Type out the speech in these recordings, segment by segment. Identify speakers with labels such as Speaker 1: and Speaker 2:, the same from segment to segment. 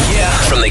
Speaker 1: the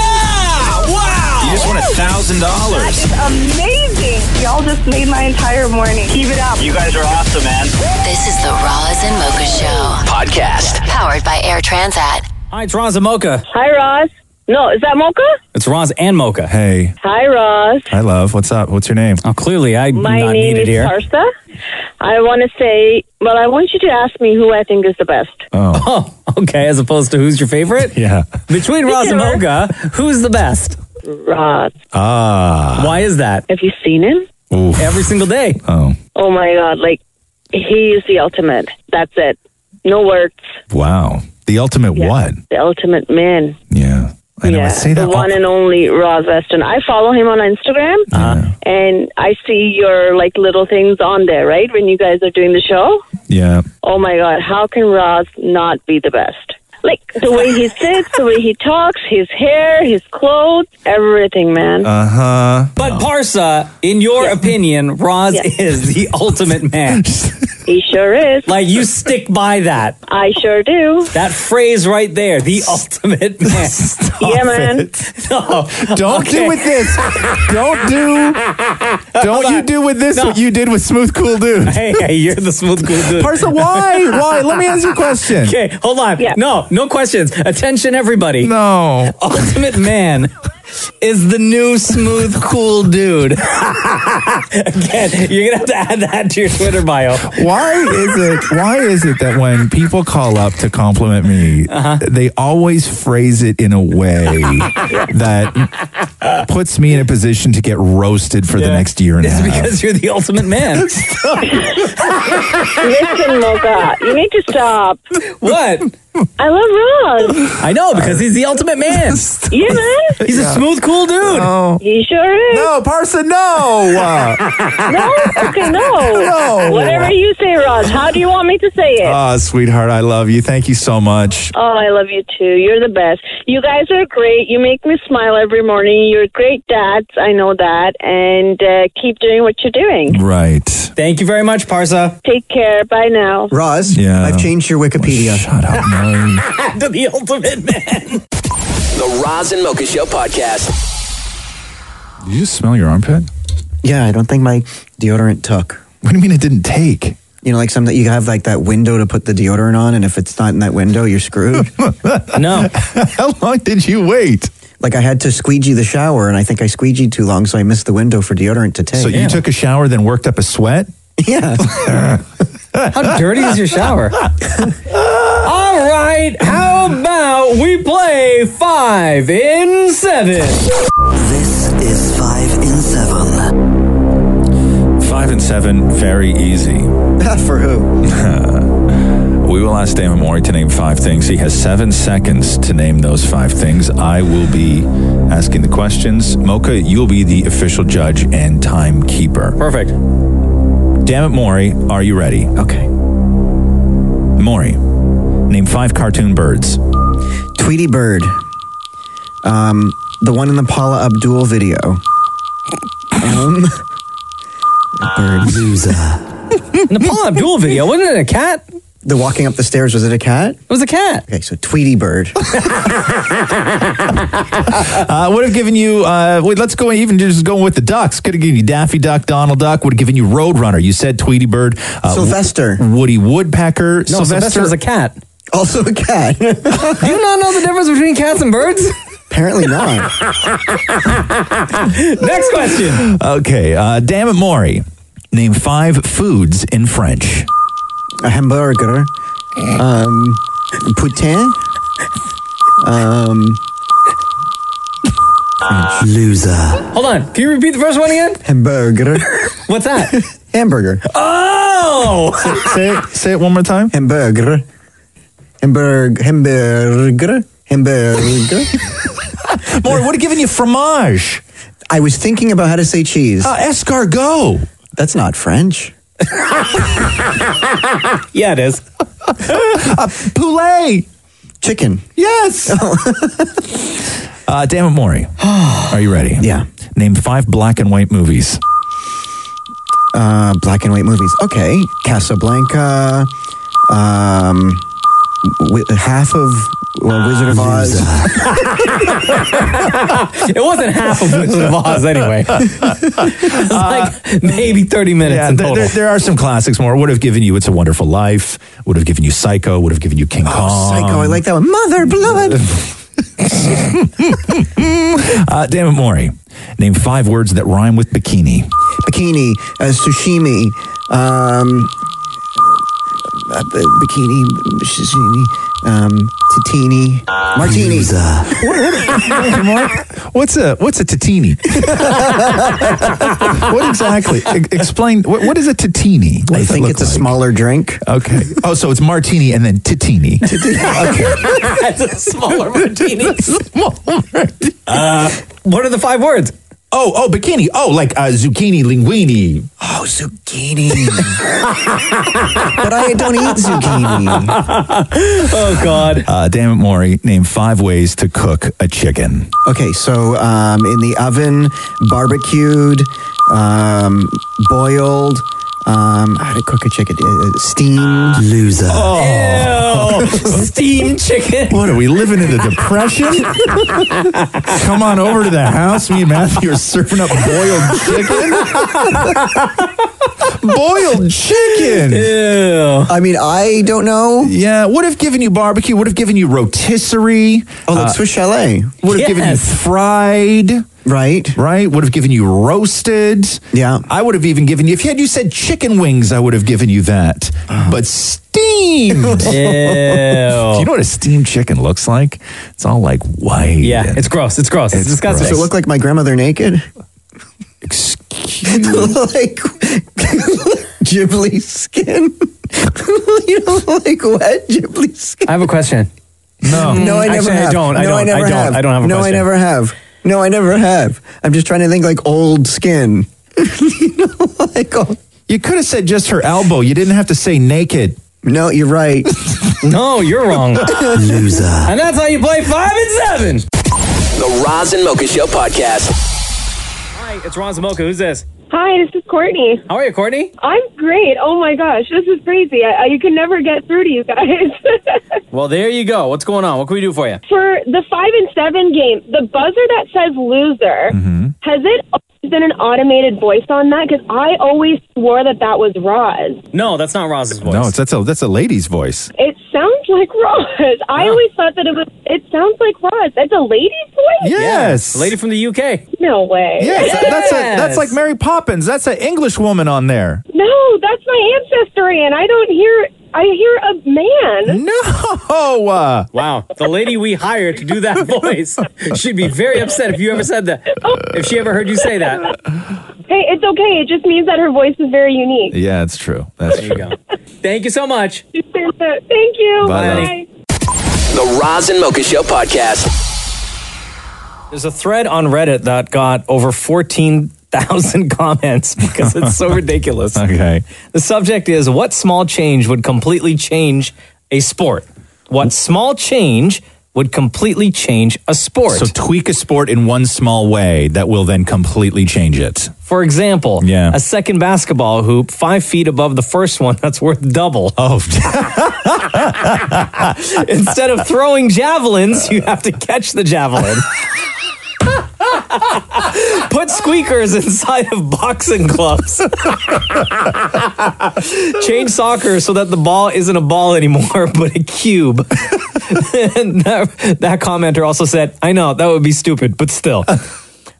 Speaker 2: Wow!
Speaker 3: You just won a thousand dollars.
Speaker 4: It's amazing. Y'all just made my entire morning. Keep it up.
Speaker 2: You guys are awesome, man.
Speaker 5: This is the Roz and Mocha Show.
Speaker 1: Podcast.
Speaker 5: Powered by Air Transat.
Speaker 2: Hi, it's Roz and Mocha.
Speaker 4: Hi, Roz. No, is that Mocha?
Speaker 2: It's Roz and Mocha.
Speaker 3: Hey,
Speaker 4: Hi, Roz.
Speaker 3: I love. What's up? What's your name?
Speaker 2: Oh, clearly I'm
Speaker 4: My
Speaker 2: not
Speaker 4: name
Speaker 2: needed
Speaker 4: is
Speaker 2: here.
Speaker 4: Parsa. I want to say, well, I want you to ask me who I think is the best.
Speaker 3: Oh,
Speaker 2: Oh, okay. As opposed to who's your favorite?
Speaker 3: yeah.
Speaker 2: Between Roz and
Speaker 4: Sure.
Speaker 2: Mocha, who's the best?
Speaker 4: Roz.
Speaker 3: Ah.
Speaker 2: Why is that?
Speaker 4: Have you seen him?
Speaker 3: Oof.
Speaker 2: Every single day.
Speaker 3: Oh,
Speaker 4: Oh, my God. Like, he is the ultimate. That's it. No words.
Speaker 3: wow. The ultimate what?
Speaker 4: The ultimate man.
Speaker 3: Yeah. I know. I
Speaker 4: yeah,
Speaker 3: say that.
Speaker 4: the one and only Roz Weston. I follow him on Instagram,
Speaker 3: Uh-huh.
Speaker 4: and I see your like little things on there, right? When you guys are doing the show,
Speaker 3: yeah.
Speaker 4: oh my God, how can Roz not be the best? Like the way he sits, the way he talks, his hair, his clothes, everything, man.
Speaker 3: Uh huh.
Speaker 2: But Parsa, in your opinion, Roz
Speaker 4: Yeah.
Speaker 2: is the ultimate man.
Speaker 4: he sure is.
Speaker 2: like you stick by that.
Speaker 4: I sure do.
Speaker 2: That phrase right there, the ultimate man.
Speaker 4: yeah, man.
Speaker 2: No.
Speaker 3: Don't do with this. Don't do. Don't you do with this
Speaker 2: No.
Speaker 3: what you did with Smooth Cool Dude.
Speaker 2: Hey, hey, you're the smooth cool dude.
Speaker 3: Parsa, why? Why? Let me ask you a question.
Speaker 2: Okay, hold on.
Speaker 4: Yeah.
Speaker 2: No, no questions. Attention, everybody.
Speaker 3: No.
Speaker 2: Ultimate Man is the new smooth, cool dude. Again, you're going to have to add that to your Twitter bio.
Speaker 3: Why is it? Why is it that when people call up to compliment me,
Speaker 2: Uh-huh.
Speaker 3: they always phrase it in a way that puts me in a position to get roasted for the next year and a
Speaker 2: It's
Speaker 3: half?
Speaker 2: because you're the ultimate man.
Speaker 4: Listen, Mocha, you need to stop.
Speaker 2: what?
Speaker 4: I love Roz.
Speaker 2: I know, because he's the ultimate man.
Speaker 4: Yeah, man.
Speaker 2: He's a smooth, cool dude.
Speaker 4: He sure is.
Speaker 3: no, Parsa, no.
Speaker 4: No?
Speaker 3: No.
Speaker 4: Okay, no. Whatever you say, Roz. How do you want me to say it?
Speaker 3: Ah, sweetheart, I love you. Thank you so much.
Speaker 4: Oh, I love you too. You're the best. You guys are great. You make me smile every morning. You're great dads. I know that. And uh, keep doing what you're doing.
Speaker 3: Right.
Speaker 2: Thank you very much, Parsa.
Speaker 4: Take care. Bye now.
Speaker 6: Roz,
Speaker 3: Yeah.
Speaker 6: I've changed your Wikipedia.
Speaker 3: Shut up, man.
Speaker 2: To the ultimate man.
Speaker 1: The Roz and Mocha Show podcast.
Speaker 3: Did you just smell your armpit?
Speaker 6: Yeah, I don't think my deodorant took.
Speaker 3: What do you mean it didn't take?
Speaker 6: You know, like some that you have like that window to put the deodorant on, and if it's not in that window, you're screwed.
Speaker 2: No.
Speaker 3: How long did you wait?
Speaker 6: like I had to squeegee the shower, and I think I squeegeed too long, so I missed the window for deodorant to take.
Speaker 3: So you took a shower, then worked up a sweat?
Speaker 6: yeah,
Speaker 2: How dirty is your shower? All right, how about we play five in seven?
Speaker 7: This is five in seven.
Speaker 3: Five and seven, very easy.
Speaker 6: for who?
Speaker 3: We will ask Damon Mori to name five things. He has seven seconds to name those five things. I will be asking the questions. Mocha, you'll be the official judge and timekeeper.
Speaker 2: Perfect.
Speaker 3: Dammit, Mori, are you ready?
Speaker 6: Okay,
Speaker 3: Mori, name five cartoon birds.
Speaker 6: Tweety Bird, um, the one in the Paula Abdul video. Um, bird loser.
Speaker 2: Ah. In the Paul Abdul video, wasn't it a cat? It
Speaker 6: The walking up the stairs was it a cat?
Speaker 2: was a cat.
Speaker 6: Okay, so Tweety Bird.
Speaker 3: I would have given you, uh, wait, let's go even just going with the ducks. Could have given you Daffy Duck, Donald Duck, would have given you Roadrunner. You said Tweety Bird. Uh,
Speaker 6: Sylvester.
Speaker 3: Woody Woodpecker.
Speaker 2: No, Sylvester, was a cat.
Speaker 6: also a cat.
Speaker 2: Do you not know the difference between cats and birds?
Speaker 6: Apparently not.
Speaker 2: Next question.
Speaker 3: Okay, uh, damn it, Maury. Name five foods in French.
Speaker 6: a hamburger, um, putain, um,
Speaker 2: Ah.
Speaker 6: loser,
Speaker 2: Hold on. Can you repeat the first one again?
Speaker 6: hamburger,
Speaker 2: What's that?
Speaker 6: hamburger,
Speaker 2: Oh!
Speaker 3: say, it, say it one more time.
Speaker 6: hamburger, hamburg, hamburger, hamburger.
Speaker 3: More, what giving you fromage?
Speaker 6: I was thinking about how to say cheese.
Speaker 3: Uh, escargot.
Speaker 6: That's not French.
Speaker 2: Yeah, it is.
Speaker 3: Poulet.
Speaker 6: Chicken.
Speaker 3: Yes. uh, damn it, Maury. Are you ready?
Speaker 6: Yeah.
Speaker 3: Name five black and white movies.
Speaker 6: Uh, black and white movies. Okay. Casablanca. Um, wi- half of well, Wizard of Oz.
Speaker 2: It wasn't half of Wizard of Oz anyway. It's like maybe 30 minutes in
Speaker 3: Uh, there,
Speaker 2: total.
Speaker 3: there, there are some classics. More would have given you "It's a Wonderful Life." Would have given you "Psycho." Would have given you "King Kong."
Speaker 6: Oh, Psycho. I like that one. Mother Blood.
Speaker 3: Uh, damn it, Maury. Name five words that rhyme with bikini.
Speaker 6: bikini, uh, sushimi, um, uh, b- bikini, sushimi, um, tatini, martini.
Speaker 3: What's a what's a tatini? what exactly? E- explain. What, what is a tatini? What
Speaker 6: I
Speaker 3: does that
Speaker 6: think
Speaker 3: look
Speaker 6: it's a
Speaker 3: like?
Speaker 6: smaller drink.
Speaker 3: Okay. Oh, so it's martini and then tatini.
Speaker 2: That's a smaller martini. Uh, What are the five words?
Speaker 3: Oh, oh, bikini. Oh, like uh, zucchini, linguini.
Speaker 6: Oh, zucchini. but I don't eat zucchini.
Speaker 2: Oh, God.
Speaker 3: Uh, damn it, Maury. Name five ways to cook a chicken.
Speaker 6: Okay, so um, in the oven, barbecued, um, boiled. Um, how to cook a chicken? Uh, uh, steamed.
Speaker 8: Loser.
Speaker 2: Oh, Ew. Steamed chicken.
Speaker 3: What are we living in the depression? Come on over to the house. Me and Matthew are serving up boiled chicken. boiled chicken.
Speaker 2: Ew.
Speaker 6: I mean, I don't know.
Speaker 3: Yeah, would have given you barbecue. Would have given you rotisserie. Uh,
Speaker 6: Oh, like Swiss Chalet,
Speaker 3: Would have given you
Speaker 2: Yes.
Speaker 3: fried.
Speaker 6: right?
Speaker 3: Right? Would have given you roasted.
Speaker 6: Yeah.
Speaker 3: I would have even given you. If you had you said chicken wings, I would have given you that.
Speaker 6: Oh.
Speaker 3: But steamed.
Speaker 2: Ew.
Speaker 3: Do you know what a steamed chicken looks like? It's all like white.
Speaker 2: Yeah,
Speaker 3: and-
Speaker 2: it's gross. It's gross. It's,
Speaker 3: It's
Speaker 2: disgusting.
Speaker 6: Does it look like my grandmother naked?
Speaker 3: Excuse-
Speaker 6: like Ghibli skin. you know, like what Ghibli skin?
Speaker 2: I have a question.
Speaker 3: no.
Speaker 6: No, I never
Speaker 2: Actually, I
Speaker 6: have.
Speaker 2: don't.
Speaker 6: No,
Speaker 2: I don't.
Speaker 6: I never
Speaker 2: I don't.
Speaker 6: have.
Speaker 2: I don't have a
Speaker 6: no,
Speaker 2: question.
Speaker 6: I never have. No, I never have. I'm just trying to think like old skin. you know, like old.
Speaker 3: You could have said just her elbow. You didn't have to say naked.
Speaker 6: No, you're right.
Speaker 2: No, you're wrong.
Speaker 8: Loser.
Speaker 2: and that's how you play five and seven.
Speaker 1: The Roz and Mocha Show podcast.
Speaker 2: Hi, it's Ron Zamoka. Who's this?
Speaker 9: Hi, this is Courtney.
Speaker 2: How are you, Courtney?
Speaker 9: I'm great. Oh my gosh, this is crazy. I, I, you can never get through to you guys.
Speaker 2: Well, there you go. What's going on? What can we do for you?
Speaker 9: For the five and seven game, the buzzer that says loser,
Speaker 3: Mm-hmm.
Speaker 9: has it always been an automated voice on that? Because I always swore that that was Roz.
Speaker 2: No, that's not Roz's voice.
Speaker 3: No, it's, that's a that's a lady's voice.
Speaker 9: It sounds like Roz. I always thought that it was. It sounds like Roz. That's a lady's voice.
Speaker 3: Yes,
Speaker 2: lady from the UK.
Speaker 9: No way.
Speaker 3: Yes, that's a, that's
Speaker 2: Yes.
Speaker 3: like Mary Poppins. That's an English woman on there.
Speaker 9: No, that's my ancestry, and I don't hear. I hear a man.
Speaker 3: No, uh,
Speaker 2: Wow, the lady we hired to do that voice, she'd be very upset if you ever said that. If she ever heard you say that.
Speaker 9: Hey, it's okay. It just means that her voice is very unique.
Speaker 3: yeah, it's true. That's true.
Speaker 2: There you go. Thank you so much.
Speaker 9: Thank you.
Speaker 3: Bye.
Speaker 1: The Roz and Mocha Show podcast.
Speaker 2: There's a thread on Reddit that got over 14,000 comments because it's so ridiculous.
Speaker 3: Okay.
Speaker 2: The subject is what small change would completely change a sport? What small change would completely change a sport?
Speaker 3: So tweak a sport in one small way that will then completely change it.
Speaker 2: For example,
Speaker 3: Yeah.
Speaker 2: a second basketball hoop five feet above the first one that's worth double.
Speaker 3: Oh,
Speaker 2: Instead of throwing javelins, you have to catch the javelin. Put squeakers inside of boxing gloves. Change soccer so that the ball isn't a ball anymore, but a cube. and that, that commenter also said, I know, that would be stupid, but still.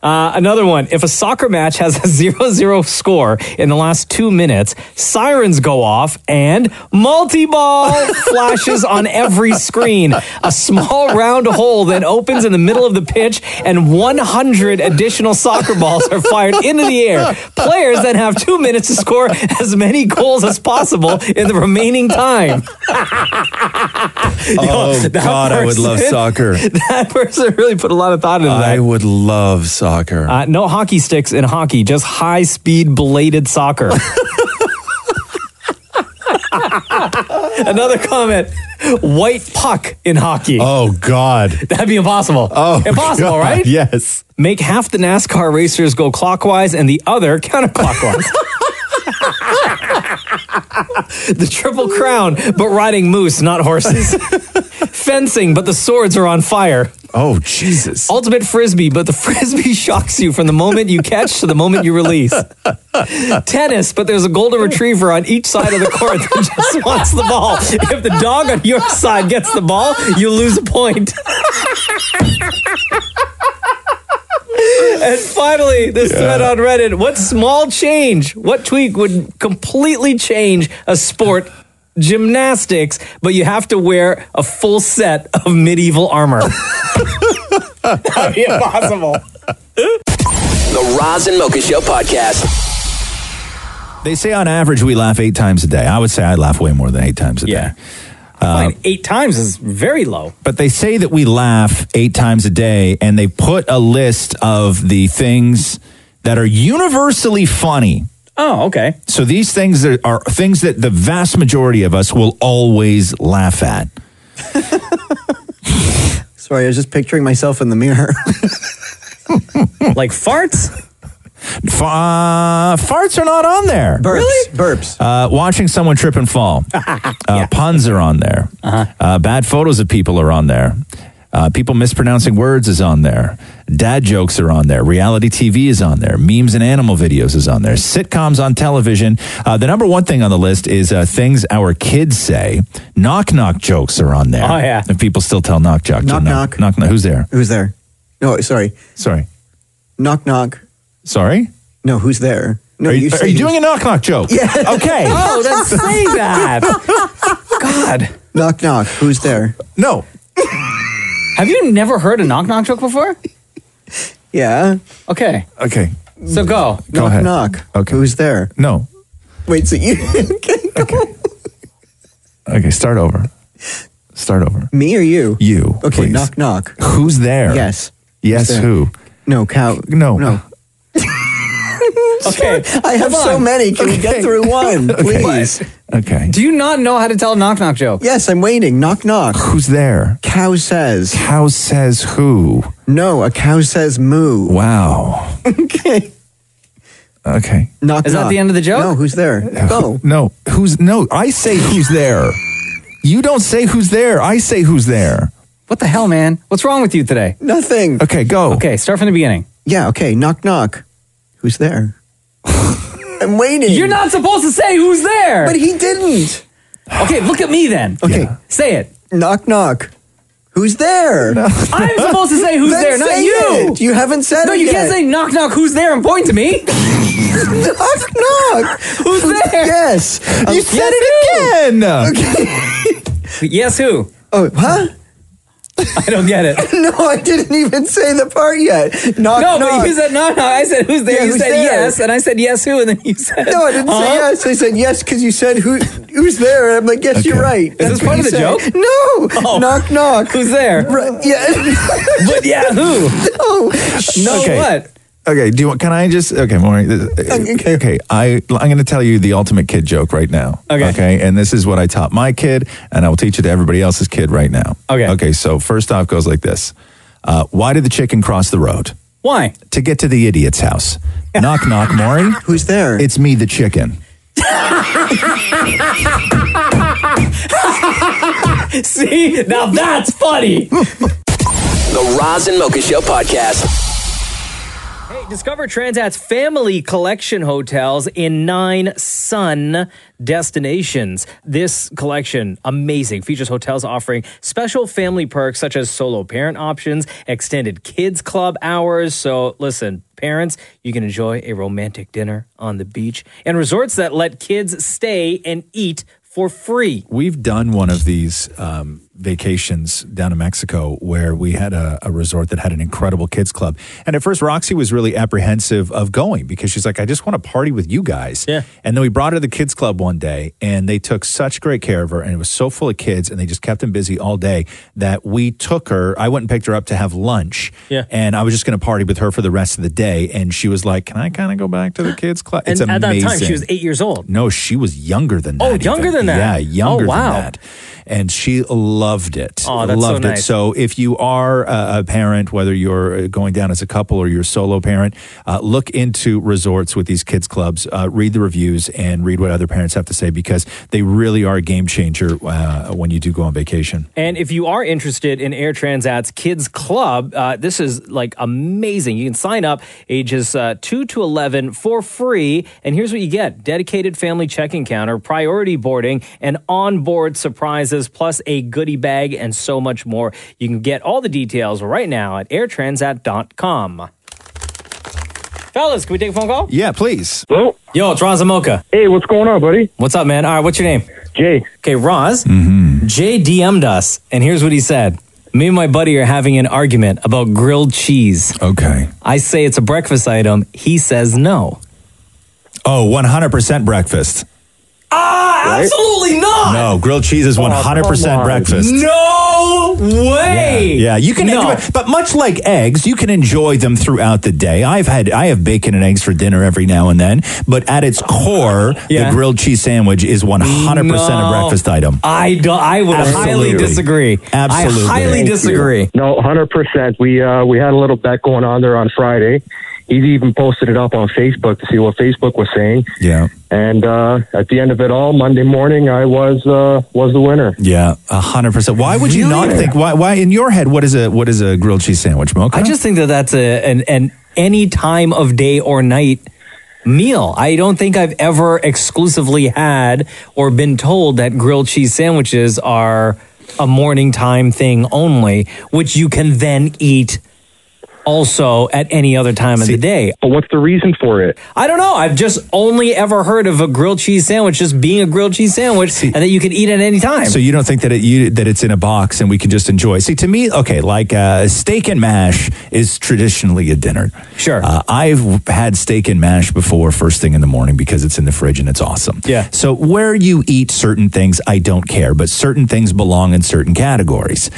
Speaker 2: Uh, another one. If a soccer match has a 0 0 score in the last two minutes, sirens go off and multi ball flashes on every screen. A small round hole then opens in the middle of the pitch, and 100 additional soccer balls are fired into the air. Players then have two minutes to score as many goals as possible in the remaining time.
Speaker 8: Oh
Speaker 2: that
Speaker 8: God, I would love
Speaker 2: person-
Speaker 8: soccer.
Speaker 2: That person really put a lot of thought into that.
Speaker 8: I would love soccer.
Speaker 2: Uh, no hockey sticks in hockey, just high speed bladed soccer. Another comment white puck in hockey.
Speaker 8: oh God.
Speaker 2: That'd be impossible.
Speaker 8: Oh,
Speaker 2: impossible,
Speaker 8: God,
Speaker 2: right?
Speaker 8: Yes.
Speaker 2: Make half the NASCAR racers go clockwise and the other counterclockwise. the triple crown, but riding moose, not horses. Fencing, but the swords are on fire.
Speaker 8: Oh Jesus.
Speaker 2: Ultimate frisbee, but the frisbee shocks you from the moment you catch to the moment you release. Tennis, but there's a golden retriever on each side of the court that just wants the ball. If the dog on your side gets the ball, you lose a point. and finally, this thread on Reddit what small change, what tweak would completely change a sport? Gymnastics, but you have to wear a full set of medieval armor. That'd be impossible.
Speaker 1: The Roz and Mocha Show podcast.
Speaker 3: They say on average we laugh eight times a day. I would say I laugh way more than eight times a
Speaker 2: Yeah.
Speaker 3: day. Uh,
Speaker 2: Fine. Eight times is very low.
Speaker 3: But they say that we laugh eight times a day, and they put a list of the things that are universally funny.
Speaker 2: Oh, okay.
Speaker 3: So these things are, are things that the vast majority of us will always laugh at.
Speaker 6: Sorry, I was just picturing myself in the mirror.
Speaker 2: Like farts?
Speaker 3: F- uh, farts are not on there.
Speaker 6: Burps. Burps.
Speaker 3: Uh, watching someone trip and fall. Uh, Puns are on there.
Speaker 2: Uh-huh.
Speaker 3: Uh, bad photos of people are on there. Uh, people mispronouncing words is on there. Dad jokes are on there. Reality TV is on there. Memes and animal videos is on there. Sitcoms on television. Uh, the number one thing on the list is uh, things our kids say. Knock knock jokes are on there.
Speaker 2: Oh, yeah.
Speaker 3: If people still tell knock jokes.
Speaker 6: Knock,
Speaker 3: no,
Speaker 6: knock.
Speaker 3: knock knock. Who's there?
Speaker 6: Who's there? No, sorry.
Speaker 3: Sorry.
Speaker 6: Knock knock.
Speaker 3: Sorry.
Speaker 6: No, who's there? No,
Speaker 3: Are you, are
Speaker 6: say
Speaker 3: you doing a knock knock joke? Yeah. Okay.
Speaker 2: Oh, that's say that. God.
Speaker 6: knock knock. Who's there?
Speaker 3: no.
Speaker 2: Have you never heard a knock knock joke before?
Speaker 6: Yeah.
Speaker 2: Okay.
Speaker 3: Okay.
Speaker 2: So go.
Speaker 3: Go
Speaker 6: knock
Speaker 3: ahead.
Speaker 6: knock.
Speaker 3: Okay.
Speaker 6: Who's there?
Speaker 3: No.
Speaker 6: Wait, so you
Speaker 3: Okay, start over. Start over.
Speaker 6: me or you?
Speaker 3: You.
Speaker 6: Okay,
Speaker 3: please.
Speaker 6: knock knock.
Speaker 3: Who's there?
Speaker 6: Yes.
Speaker 3: Yes,
Speaker 6: Who's there?
Speaker 3: who?
Speaker 6: No, cow.
Speaker 3: No.
Speaker 6: No.
Speaker 2: Okay.
Speaker 6: I have
Speaker 2: Hold
Speaker 6: so
Speaker 2: on.
Speaker 6: many. Can we
Speaker 3: Okay.
Speaker 6: get through one,
Speaker 3: Okay.
Speaker 6: please?
Speaker 3: Okay.
Speaker 2: Do you not know how to tell a knock knock joke?
Speaker 6: Yes, I'm waiting. Knock knock.
Speaker 3: Who's there?
Speaker 6: Cow says
Speaker 3: Cow says who?
Speaker 6: no. A cow says moo.
Speaker 3: Wow.
Speaker 6: Okay.
Speaker 3: Okay.
Speaker 6: Knock
Speaker 2: Is that
Speaker 6: knock.
Speaker 2: the end of the joke?
Speaker 6: No. Who's there? Go.
Speaker 3: No, who's no, I say who's there. You don't say who's there. I say who's there.
Speaker 2: What the hell, man? What's wrong with you today?
Speaker 6: Nothing.
Speaker 3: Okay, go.
Speaker 2: Okay, start from the beginning.
Speaker 6: Yeah. Okay. Knock knock. Who's there? I'm waiting.
Speaker 2: You're not supposed to say who's there.
Speaker 6: But he didn't.
Speaker 2: okay, look at me then.
Speaker 6: Okay.
Speaker 2: Say it.
Speaker 6: Knock knock. Who's there?
Speaker 2: I'm supposed to say who's
Speaker 6: Then
Speaker 2: there, not
Speaker 6: say
Speaker 2: you.
Speaker 6: it. You haven't said
Speaker 2: no,
Speaker 6: it.
Speaker 2: you
Speaker 6: yet.
Speaker 2: can't say knock knock who's there and point to me.
Speaker 6: knock knock.
Speaker 2: Who's there?
Speaker 6: yes.
Speaker 3: You
Speaker 6: Um,
Speaker 3: said it again.
Speaker 2: Yes, who?
Speaker 6: oh, huh?
Speaker 2: I don't get it.
Speaker 6: No, I didn't even say the part yet. Knock
Speaker 2: No,
Speaker 6: knock.
Speaker 2: but you said no, no. I said who's there?
Speaker 6: Yeah,
Speaker 2: you
Speaker 6: who's
Speaker 2: said
Speaker 6: there?
Speaker 2: yes, and I said yes Uh-huh. who, and then you said
Speaker 6: No, I didn't
Speaker 2: huh?
Speaker 6: say yes. I said yes because you said who who's there, and I'm like, yes, you're right. Is
Speaker 2: this part of the joke?
Speaker 6: No. Knock knock.
Speaker 2: Who's there?
Speaker 6: Right, yeah. Oh.
Speaker 2: But yeah, who?
Speaker 6: no.
Speaker 2: No,
Speaker 3: Okay.
Speaker 2: what?
Speaker 3: Okay, do you want can I just okay, Maury. uh,
Speaker 6: Okay.
Speaker 3: Okay, I I'm going to tell you the ultimate kid joke right now.
Speaker 2: Okay.
Speaker 3: Okay, and this is what I taught my kid and I will teach it to everybody else's kid right now.
Speaker 2: Okay.
Speaker 3: Okay, so first off goes like this. Uh, why did the chicken cross the road?
Speaker 2: Why?
Speaker 3: to get to the idiot's house. knock, knock, Maury.
Speaker 6: Who's there?
Speaker 3: It's me, the chicken.
Speaker 2: See, now that's funny.
Speaker 1: The Roz and Mocha Show podcast.
Speaker 2: Hey, Discover Transat's family collection hotels in nine sun destinations. This collection, amazing, features hotels offering special family perks such as solo parent options, extended kids club hours. So, listen, parents, you can enjoy a romantic dinner on the beach and resorts that let kids stay and eat for free.
Speaker 3: We've done one of these um, vacations down in Mexico where we had a, a resort that had an incredible kids club. And at first, Roxy was really apprehensive of going because she's like, I just want to party with you guys. Yeah. And then we brought her to the kids club one day and they took such great care of her and it was so full of kids and they just kept them busy all day that we took her, I went and picked her up to have lunch.
Speaker 2: Yeah.
Speaker 3: And I was just going to party with her for the rest of the day. And she was like, Can I kind of go back to the kids club?
Speaker 2: And at that time, she was eight years old.
Speaker 3: No, she was younger than that.
Speaker 2: Oh, younger
Speaker 3: even.
Speaker 2: than that.
Speaker 3: Yeah, younger
Speaker 2: Oh, wow.
Speaker 3: than that. And she loved it.
Speaker 2: Oh, that's so
Speaker 3: loved
Speaker 2: nice.
Speaker 3: it. So if you are a, a parent, whether you're uh, going down as a couple or you're a solo parent, uh, look into resorts with these kids clubs. Uh, read the reviews and read what other parents have to say because they really are a game changer uh, when you do go on vacation.
Speaker 2: And if you are interested in Air Transat's Kids Club, uh, this is like amazing. You can sign up ages uh, 2 to 11 for free. And here's what you get dedicated family check-in counter, priority boarding, and onboard surprises, plus a goodie bag, and so much more. You can get all the details right now at airtransat.com. Fellas, can we take a phone call?
Speaker 3: Yeah, please.
Speaker 2: Hello? Yo, it's Roz Amoka.
Speaker 8: Hey, what's going on, buddy?
Speaker 2: What's up, man? All right, what's your name?
Speaker 8: Jay.
Speaker 2: Okay, Roz.
Speaker 3: Mm-hmm.
Speaker 2: Jay DM'd us, and here's what he said. Me and my buddy are having an argument about grilled cheese.
Speaker 3: Okay.
Speaker 2: I say it's a breakfast item. He says no.
Speaker 3: Oh, 100% breakfast.
Speaker 2: Ah, absolutely not.
Speaker 3: No, grilled cheese is 100% breakfast.
Speaker 2: Oh, No way.
Speaker 3: Yeah, you can enjoy, but much like eggs, you can enjoy them throughout the day. I've had I have bacon and eggs for dinner every now and then, but at its core,
Speaker 2: Yeah.
Speaker 3: the grilled cheese sandwich is 100%
Speaker 2: No.
Speaker 3: a breakfast item.
Speaker 2: I don't. I would highly
Speaker 3: Absolutely.
Speaker 2: disagree.
Speaker 3: Absolutely.
Speaker 2: I highly
Speaker 3: Thank you.
Speaker 2: disagree.
Speaker 8: No, hundred percent. We uh, we had a little bet going on there on Friday. He even posted it up on Facebook to see what Facebook was saying.
Speaker 3: Yeah.
Speaker 8: And uh, at the end of it all, Monday morning, I was uh, was the winner.
Speaker 3: Yeah, 100%. Why would you not think why why in your head what is a what is a grilled cheese sandwich, Mocha?
Speaker 2: I just think that that's a an, an any time of day or night meal. I don't think I've ever exclusively had or been told that grilled cheese sandwiches are a morning time thing only, which you can then eat also at any other time of the day.
Speaker 8: But what's the reason for it?
Speaker 2: I don't know. I've just only ever heard of a grilled cheese sandwich just being a grilled cheese sandwich and that you can eat at any time.
Speaker 3: So you don't think that it you, that it's in a box and we can just enjoy? See, to me, okay, like uh, steak and mash is traditionally a dinner. Sure, uh, I've had steak and mash before first thing in the morning because it's in the fridge and it's awesome. Yeah. So where you eat certain things, I don't care, but certain things belong in certain categories.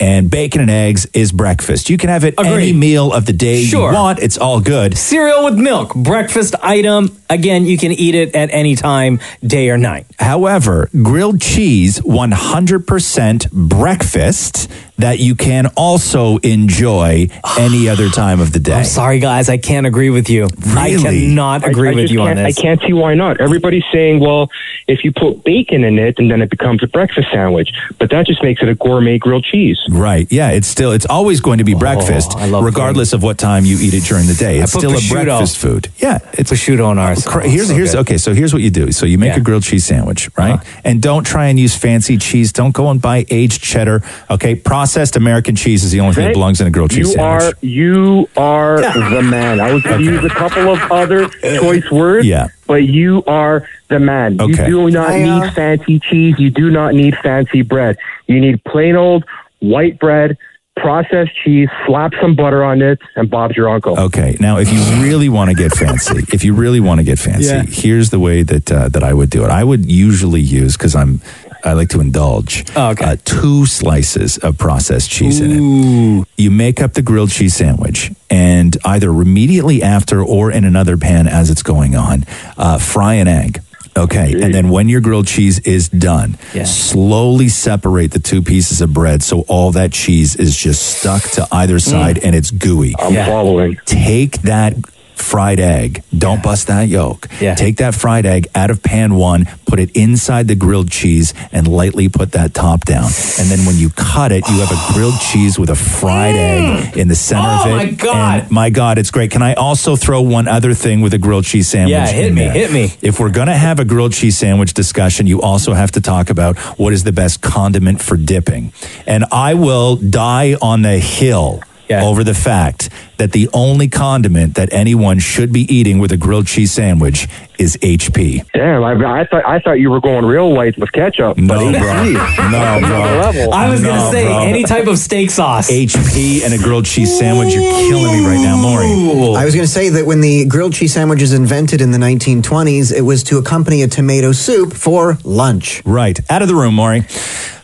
Speaker 3: And bacon and eggs is breakfast. You can have it any meal of the day
Speaker 2: Sure.
Speaker 3: you want. It's all good.
Speaker 2: Cereal with milk, breakfast item. Again, you can eat it at any time, day or night.
Speaker 3: However, grilled cheese, 100% breakfast that you can also enjoy any other time of the day.
Speaker 2: I'm sorry, guys. I can't agree with you. I cannot agree
Speaker 8: I
Speaker 2: with
Speaker 8: just
Speaker 2: you on
Speaker 8: can't-
Speaker 2: this.
Speaker 8: I can't see why not. Everybody's saying, well, if you put bacon in it, and then it becomes a breakfast sandwich. But that just makes it a gourmet grilled cheese.
Speaker 3: Right. Yeah, it's still it's always going to be breakfast regardless of what time you eat it during the day.
Speaker 2: Oh, I
Speaker 3: It's
Speaker 2: put
Speaker 3: still
Speaker 2: prosciutto.
Speaker 3: a breakfast food. Yeah, it's Oh,
Speaker 2: prosciutto on ours.
Speaker 3: Cra- here's here's okay, so here's what you do. So you make a grilled cheese sandwich, right?
Speaker 2: Uh-huh.
Speaker 3: And don't try and use fancy cheese. Don't go and buy aged cheddar. Okay, processed American cheese is the only thing that
Speaker 8: Hey,
Speaker 3: belongs in a grilled cheese
Speaker 8: you
Speaker 3: sandwich.
Speaker 8: Are, you are the man. I was going to use a couple of other choice words,
Speaker 3: Yeah.
Speaker 8: but you are the man.
Speaker 3: Okay.
Speaker 8: You do not need fancy cheese. You do not need fancy bread. You need plain old white bread, processed cheese, slap some butter on it, and Bob's your uncle.
Speaker 3: Okay. Now, if you really want to get fancy, if you really want to get fancy,
Speaker 8: Yeah.
Speaker 3: here's the way that uh, that I would do it. I would usually use because I'm I like to indulge.
Speaker 8: Oh,
Speaker 3: Uh, two slices of processed cheese in it. You make up the grilled cheese sandwich, and either immediately after or in another pan as it's going on, uh, fry an egg. Okay, and then when your grilled cheese is done, slowly separate the two pieces of bread so all that cheese is just stuck to either side and it's gooey.
Speaker 8: I'm following.
Speaker 3: Take that fried egg. Don't bust that yolk.
Speaker 2: Yeah.
Speaker 3: Take that fried egg out of pan one, put it inside the grilled cheese, and lightly put that top down. And then when you cut it, you have a grilled cheese with a fried egg in the center
Speaker 2: Mm. Oh,
Speaker 3: of it.
Speaker 2: my God.
Speaker 3: And my God, it's great. Can I also throw one other thing with a grilled cheese sandwich?
Speaker 2: Yeah, hit
Speaker 3: in
Speaker 2: me,
Speaker 3: there?
Speaker 2: hit me.
Speaker 3: If we're going to have a grilled cheese sandwich discussion, you also have to talk about what is the best condiment for dipping. And I will die on the hill over the fact that the only condiment that anyone should be eating with a grilled cheese sandwich is HP.
Speaker 8: Damn, I, I thought I thought you were going real light with ketchup.
Speaker 3: No,
Speaker 8: but
Speaker 3: bro.
Speaker 8: HP.
Speaker 3: No,
Speaker 8: Another
Speaker 3: bro.
Speaker 8: level.
Speaker 2: I was
Speaker 3: No,
Speaker 2: gonna say
Speaker 3: bro.
Speaker 2: any type of steak sauce.
Speaker 3: HP and a grilled cheese sandwich. You're killing me right now, Maury.
Speaker 6: I was going to say that when the grilled cheese sandwich is invented in the 1920s, it was to accompany a tomato soup for lunch.
Speaker 3: Right. Out of the room, Maury.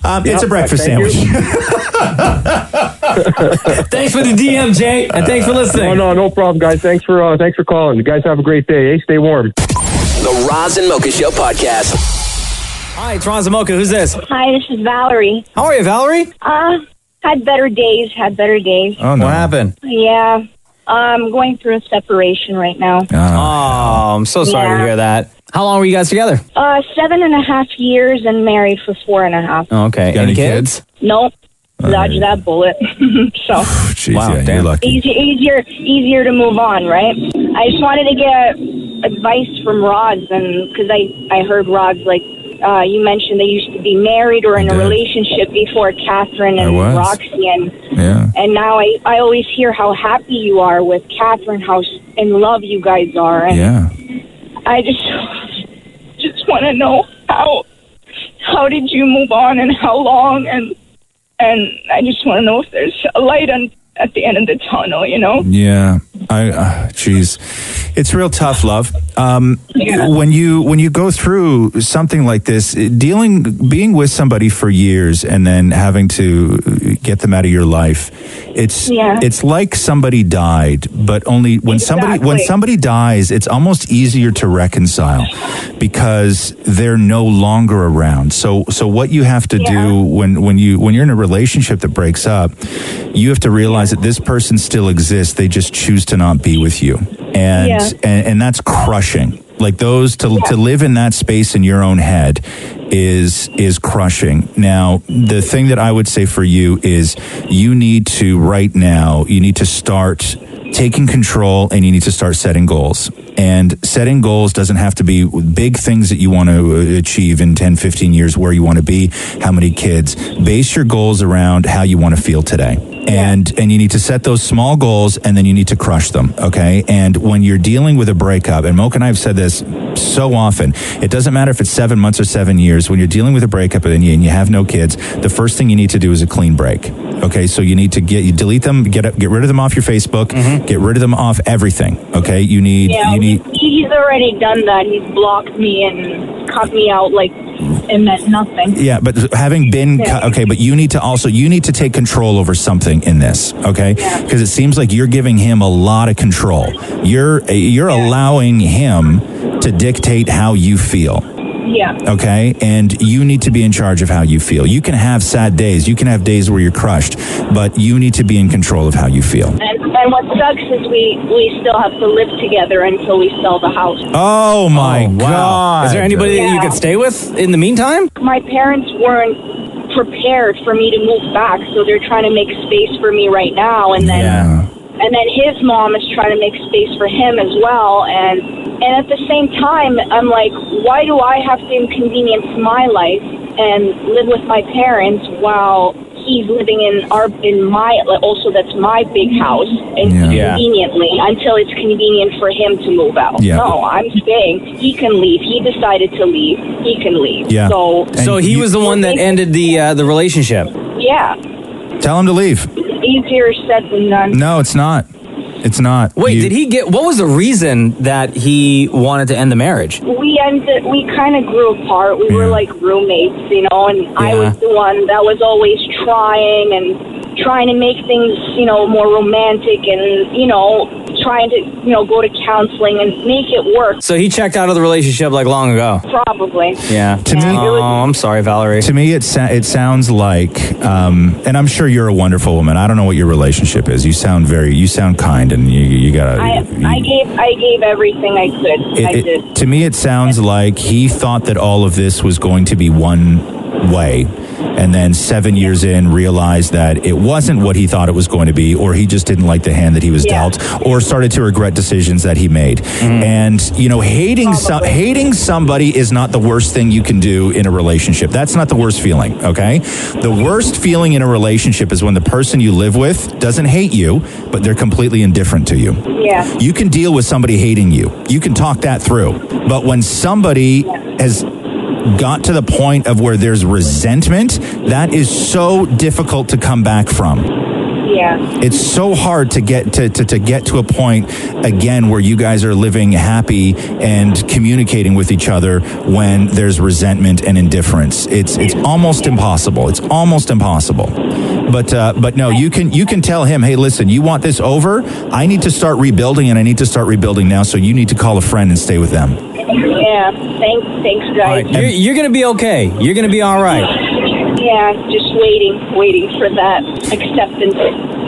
Speaker 3: Um, it's a breakfast sandwich.
Speaker 2: thanks for the DM, Jay, and thanks for listening.
Speaker 8: No, no, no problem, guys. Thanks for uh, thanks for calling. You guys have a great day. eh? Stay warm.
Speaker 1: The Roz and Mocha Show podcast.
Speaker 2: Hi, it's Ron Zamoka. Who's this?
Speaker 10: Hi, this is Valerie.
Speaker 2: How are you, Valerie?
Speaker 10: Uh, had better days, had better days.
Speaker 2: Oh, no. What happened?
Speaker 10: Yeah. I'm going through a separation right now.
Speaker 3: Oh,
Speaker 2: Ah. I'm so sorry to
Speaker 10: Yeah.
Speaker 2: hear that. How long were you guys together?
Speaker 10: Uh, seven and a half years and married for four and a half.
Speaker 2: Oh, okay.
Speaker 3: Got any kids?
Speaker 10: Nope. Dodge that bullet. so
Speaker 3: Jeez, yeah, you're lucky.
Speaker 10: easy, easier, easier to move on, right? I just wanted to get advice from Rods, and because I I heard Rods like uh, you mentioned they used to be married or in a relationship before Catherine
Speaker 3: I
Speaker 10: and
Speaker 3: was.
Speaker 10: Roxy, and
Speaker 3: Yeah.
Speaker 10: and now I I always hear how happy you are with Catherine, how s- in love you guys are, and
Speaker 3: Yeah.
Speaker 10: I just just want to know how how did you move on and how long and and I just want to know if there's a light on at the end of the tunnel, you know?
Speaker 3: Yeah, I, uh, geez, it's real tough, love. Um, When you when you go through something like this, dealing being with somebody for years and then having to get them out of your life, it's
Speaker 11: Yeah.
Speaker 3: it's like somebody died, but only when somebody when
Speaker 11: Exactly.
Speaker 3: somebody dies, it's almost easier to reconcile because they're no longer around. So so what you have to do when when you when you're in a relationship that breaks up, you have to realize that this person still exists. They just choose to not be with you. And
Speaker 11: Yeah.
Speaker 3: and, and that's crushing. Like those to to live in that space in your own head is is crushing. Now, the thing that I would say for you is you need to right now, you need to start taking control and you need to start setting goals. And setting goals doesn't have to be big things that you want to achieve in 10, 15 years, where you want to be, how many kids. Base your goals around how you want to feel today and and you need to set those small goals and then you need to crush them okay and when you're dealing with a breakup and moke and i have said this so often it doesn't matter if it's seven months or seven years when you're dealing with a breakup and you, and you have no kids the first thing you need to do is a clean break okay so you need to get you delete them get up, get rid of them off your facebook get rid of them off everything okay you need
Speaker 10: yeah,
Speaker 3: you need
Speaker 10: he's already done that. He's blocked me and cut me out like it meant nothing.
Speaker 3: Yeah, but having been
Speaker 10: Yeah.
Speaker 3: cu- okay, but you need to also you need to take control over something in this, okay? Because it seems like you're giving him a lot of control. You're you're allowing him to dictate how you feel.
Speaker 10: Yeah.
Speaker 3: Okay. And you need to be in charge of how you feel. You can have sad days. You can have days where you're crushed, but you need to be in control of how you feel.
Speaker 10: And, and what sucks is we, we still have to live together until we sell the house.
Speaker 3: Oh my
Speaker 2: Is there anybody that you could stay with in the meantime?
Speaker 10: My parents weren't prepared for me to move back, so they're trying to make space for me right now. And then and then his mom is trying to make space for him as well and and at the same time i'm like why do i have to inconvenience my life and live with my parents while he's living in our in my like, also that's my big house
Speaker 3: Yeah.
Speaker 10: inconveniently until it's convenient for him to move out
Speaker 3: Yeah.
Speaker 10: no i'm staying he can leave he decided to leave he can leave so
Speaker 2: so he was the one that ended the uh, the relationship.
Speaker 10: yeah
Speaker 3: Tell him to leave.
Speaker 10: easier said than done
Speaker 3: No, it's not. It's not.
Speaker 2: Wait, did he get? What was the reason that he wanted to end the marriage?
Speaker 10: we ended we kind of grew apart we were like roommates you know and i
Speaker 2: Yeah.
Speaker 10: was the one that was always trying and trying to make things you know more romantic and you know trying to, you know, go to counseling and make it work.
Speaker 2: So he checked out of the relationship like long ago.
Speaker 10: Probably.
Speaker 2: Yeah.
Speaker 3: To me,
Speaker 2: oh, I'm sorry, Valerie.
Speaker 3: To me, it sa- it sounds like, um, and I'm sure you're a wonderful woman. I don't know what your relationship is. You sound very, you sound kind, and you you gotta.
Speaker 10: I, I gave I gave everything I could. I
Speaker 3: it,
Speaker 10: did.
Speaker 3: it, to me, it sounds like he thought that all of this was going to be one way, and then seven years in, realized that it wasn't what he thought it was going to be, or he just didn't like the hand that he was dealt, or started to regret decisions that he made. And you know, hating some, hating somebody is not the worst thing you can do in a relationship. That's not the worst feeling. Okay, the worst feeling in a relationship is when the person you live with doesn't hate you, but they're completely indifferent to you.
Speaker 10: Yeah.
Speaker 3: You can deal with somebody hating you. You can talk that through. But when somebody has got to the point of where there's resentment, that is so difficult to come back from.
Speaker 10: Yeah.
Speaker 3: It's so hard to get to, to, to get to a point again where you guys are living happy and communicating with each other when there's resentment and indifference. It's it's almost impossible. It's almost impossible. But uh, but no, you can you can tell him, hey, listen, you want this over? I need to start rebuilding, and I need to start rebuilding now. So you need to call a friend and stay with them.
Speaker 10: Yeah. Thanks. Thanks, guys.
Speaker 2: You're, you're going to be okay. You're going to be all right.
Speaker 10: Yeah. Just waiting, waiting for that
Speaker 3: Uh,
Speaker 10: acceptance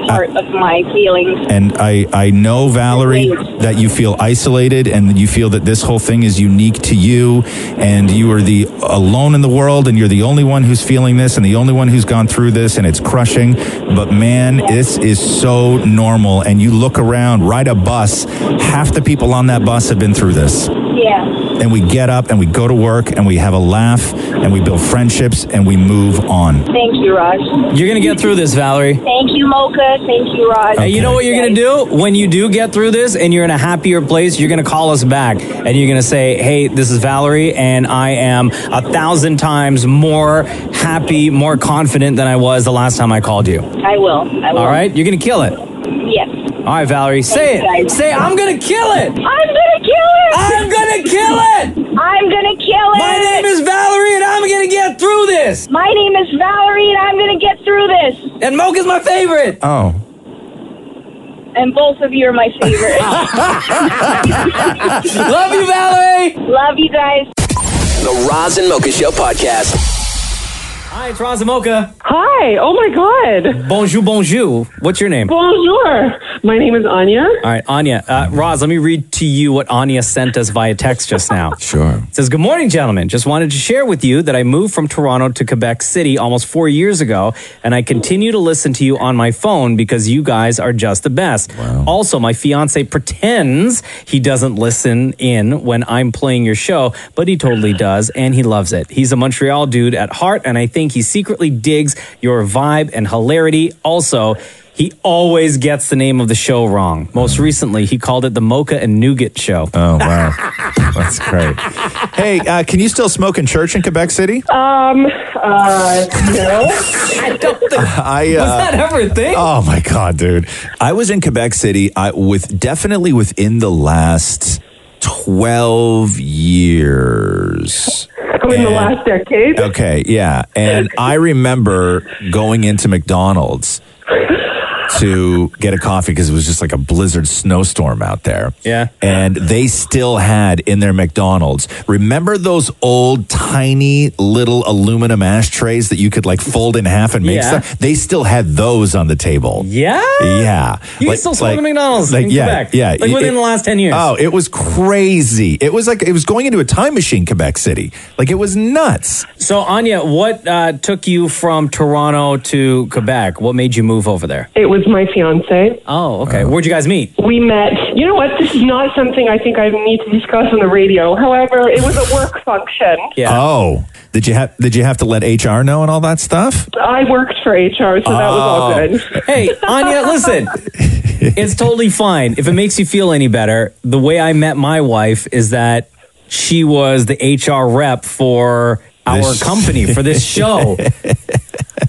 Speaker 10: part of my feelings.
Speaker 3: And I I know Valerie that you feel isolated, and you feel that this whole thing is unique to you, and you are the alone in the world, and you're the only one who's feeling this, and the only one who's gone through this, and it's crushing. But man, this is so normal. And you look around, ride a bus. Half the people on that bus have been through this.
Speaker 10: Yeah.
Speaker 3: and we get up and we go to work and we have a laugh and we build friendships and we move on.
Speaker 10: Thank you, Raj.
Speaker 2: You're going to get through this, Valerie.
Speaker 10: Thank you, Mocha. Thank you, Raj.
Speaker 2: And you know what you're going to do? When you do get through this and you're in a happier place, you're going to call us back and you're going to say, hey, this is Valerie, and I am a thousand times more happy, more confident than I was the last time I called you.
Speaker 10: I will. I will.
Speaker 2: All right? You're going to kill it. All
Speaker 10: Yes.
Speaker 2: right, Valerie, say it.
Speaker 10: Thanks, guys.
Speaker 2: Say, I'm going to kill it.
Speaker 10: I'm gonna kill it.
Speaker 2: I'm gonna kill it.
Speaker 10: I'm gonna kill it.
Speaker 2: My name is Valerie, and I'm gonna get through this.
Speaker 10: My name is Valerie, and I'm gonna get through this.
Speaker 2: And Mocha's my favorite.
Speaker 3: Oh.
Speaker 10: And both of you are my favorite.
Speaker 2: Love you, Valerie.
Speaker 10: Love you guys.
Speaker 1: The Roz and Mocha Show podcast.
Speaker 2: Hi, it's Roz and Mocha.
Speaker 9: Hi. Oh my God.
Speaker 2: Bonjour, bonjour. What's your name?
Speaker 9: Bonjour. My name is Anya.
Speaker 2: All right, Anya. Uh, Roz, let me read to you what Anya sent us via text just now.
Speaker 8: Sure.
Speaker 2: It says, Good morning, gentlemen. Just wanted to share with you that I moved from Toronto to Quebec City almost four years ago, and I continue to listen to you on my phone because you guys are just the best. Also, my fiance pretends he doesn't listen in when I'm playing your show, but he totally does, and he loves it. He's a Montreal dude at heart, and I think he secretly digs your vibe and hilarity. Also, he always gets the name of the show wrong. Most recently, he called it the Mocha and Nougat Show.
Speaker 3: Oh, wow. That's great. Hey, uh, can you still smoke in church in Quebec City?
Speaker 9: Um, uh, no.
Speaker 2: I don't think.
Speaker 8: I, uh,
Speaker 2: everything?
Speaker 8: Oh my god, dude! I was in Quebec City. I with definitely within the last twelve years.
Speaker 9: in the last decade.
Speaker 8: Okay, yeah. And I remember going into McDonald's to get a coffee because it was just like a blizzard snowstorm out there.
Speaker 2: Yeah.
Speaker 8: And they still had in their McDonald's, remember those old tiny little aluminum ashtrays that you could like fold in half and make
Speaker 2: Yeah.
Speaker 8: stuff? They still had those on the table.
Speaker 2: Yeah.
Speaker 8: Yeah.
Speaker 2: You can still smoke at McDonald's in
Speaker 8: yeah,
Speaker 2: Quebec.
Speaker 8: Yeah.
Speaker 2: Like within the last 10 years.
Speaker 8: Oh, it was crazy. It was like it was going into a time machine, Quebec City. Like it was nuts.
Speaker 2: So, Anya, what uh, took you from Toronto to Quebec? What made you move over there?
Speaker 3: Uh,
Speaker 9: It was my fiance.
Speaker 2: Oh, okay. Where'd you guys meet?
Speaker 9: We met. You know what? This is not something I think I need to discuss on the radio. However, it was a work function.
Speaker 2: Yeah.
Speaker 8: Oh, did you have did you have to let HR know and all that stuff?
Speaker 9: I worked for HR, so that was
Speaker 2: Oh,
Speaker 9: all good.
Speaker 2: Hey, Anya, listen. It's totally fine. If it makes you feel any better, the way I met my wife is that she was the HR rep for our
Speaker 8: This-
Speaker 2: company for this show.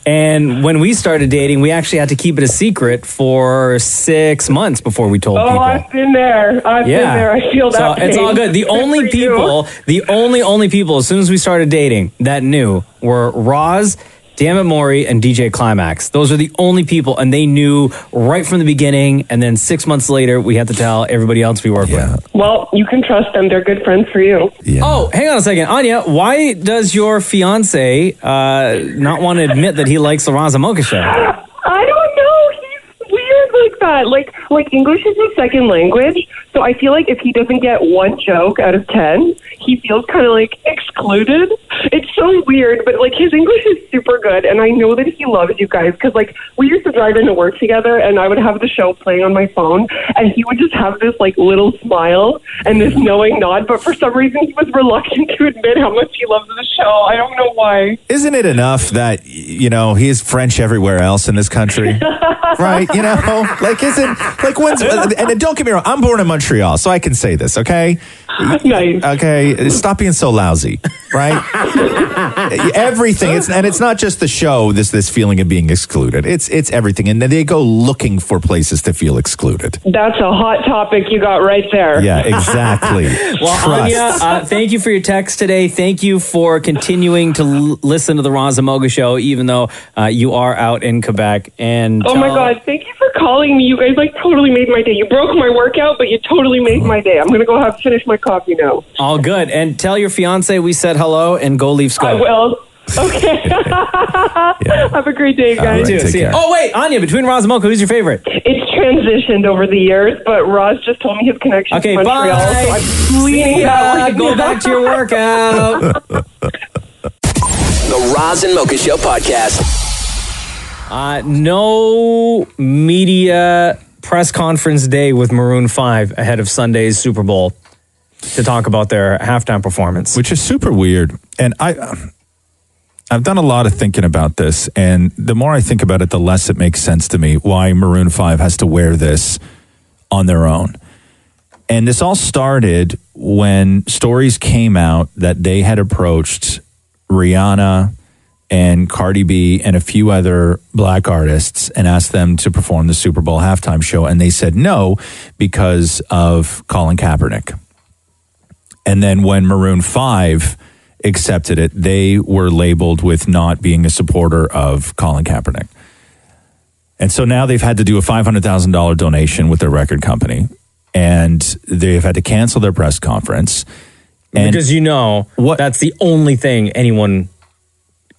Speaker 2: and when we started dating, we actually had to keep it a secret for six months before we told
Speaker 9: Oh,
Speaker 2: people.
Speaker 9: I've been there. I've been there. I feel
Speaker 2: So
Speaker 9: that.
Speaker 2: it's
Speaker 9: pain.
Speaker 2: all good. The only people, the only only people, as soon as we started dating, that knew were Roz Damn it, Maury and DJ Climax. Those are the only people, and they knew right from the beginning. And then six months later, we had to tell everybody else we work with.
Speaker 9: Well, you can trust them. They're good friends for you.
Speaker 2: Oh, hang on a second, Anya. Why does your fiance uh, not want to admit that he likes the Raza Mocha show?
Speaker 9: I don't know. He's weird like that. Like like English is his second language. So I feel like if he doesn't get one joke out of ten, he feels kind of like excluded. It's so weird, but like his English is super good, and I know that he loves you guys because like we used to drive into work together, and I would have the show playing on my phone, and he would just have this like little smile and this knowing nod, but for some reason he was reluctant to admit how much he loves the show. I don't know why.
Speaker 3: Isn't it enough that y- you know he is French everywhere else in this country? right? You know, like isn't like when's and don't get me wrong. I'm born in Montreal, so I can say this. Okay,
Speaker 9: nice.
Speaker 3: Okay, stop being so lousy. Right? everything. It's and it's not just the show. This this feeling of being excluded. It's it's everything, and then they go looking for places to feel excluded.
Speaker 9: That's a hot topic you got right there.
Speaker 3: Yeah, exactly.
Speaker 2: Well,
Speaker 3: Trust.
Speaker 2: Anya, uh, thank you for your text today. Thank you for continuing to l- listen to the Raza Mocha show, even though uh, you are out in Quebec. And uh,
Speaker 9: Oh my
Speaker 2: tell-
Speaker 9: god, thank you for calling me. You guys like totally made my day. You broke my workout, but you totally made my day. I'm gonna go have finish my coffee now.
Speaker 2: All good. And tell your fiance we said hello and go leave
Speaker 3: Oh.
Speaker 2: Scott.
Speaker 9: I will. Okay. Have a great day, guys.
Speaker 2: See ya. Oh wait, Anya, between Roz and Mocha, who's your favorite?
Speaker 9: It's transitioned over the years, but Roz just told me his connection
Speaker 2: Okay,
Speaker 9: to Montreal.
Speaker 2: bye.
Speaker 9: So I'm leaving
Speaker 2: See ya.
Speaker 9: that right
Speaker 2: Go
Speaker 9: now.
Speaker 2: back to your workout.
Speaker 1: The Roz and Mocha Show podcast.
Speaker 2: Uh, no media press conference day with Maroon 5 ahead of Sunday's Super Bowl to talk about their halftime performance.
Speaker 3: Which is super weird. And I I've done a lot of thinking about this and the more I think about it the less it makes sense to me why Maroon 5 has to wear this on their own. And this all started when stories came out that they had approached Rihanna and Cardi B and a few other black artists and asked them to perform the Super Bowl halftime show and they said no because of Colin Kaepernick. And then when Maroon 5 accepted it, they were labeled with not being a supporter of Colin Kaepernick. And so now they've had to do a $500,000 donation with their record company and they've had to cancel their press conference. And
Speaker 2: because you know that's the only thing anyone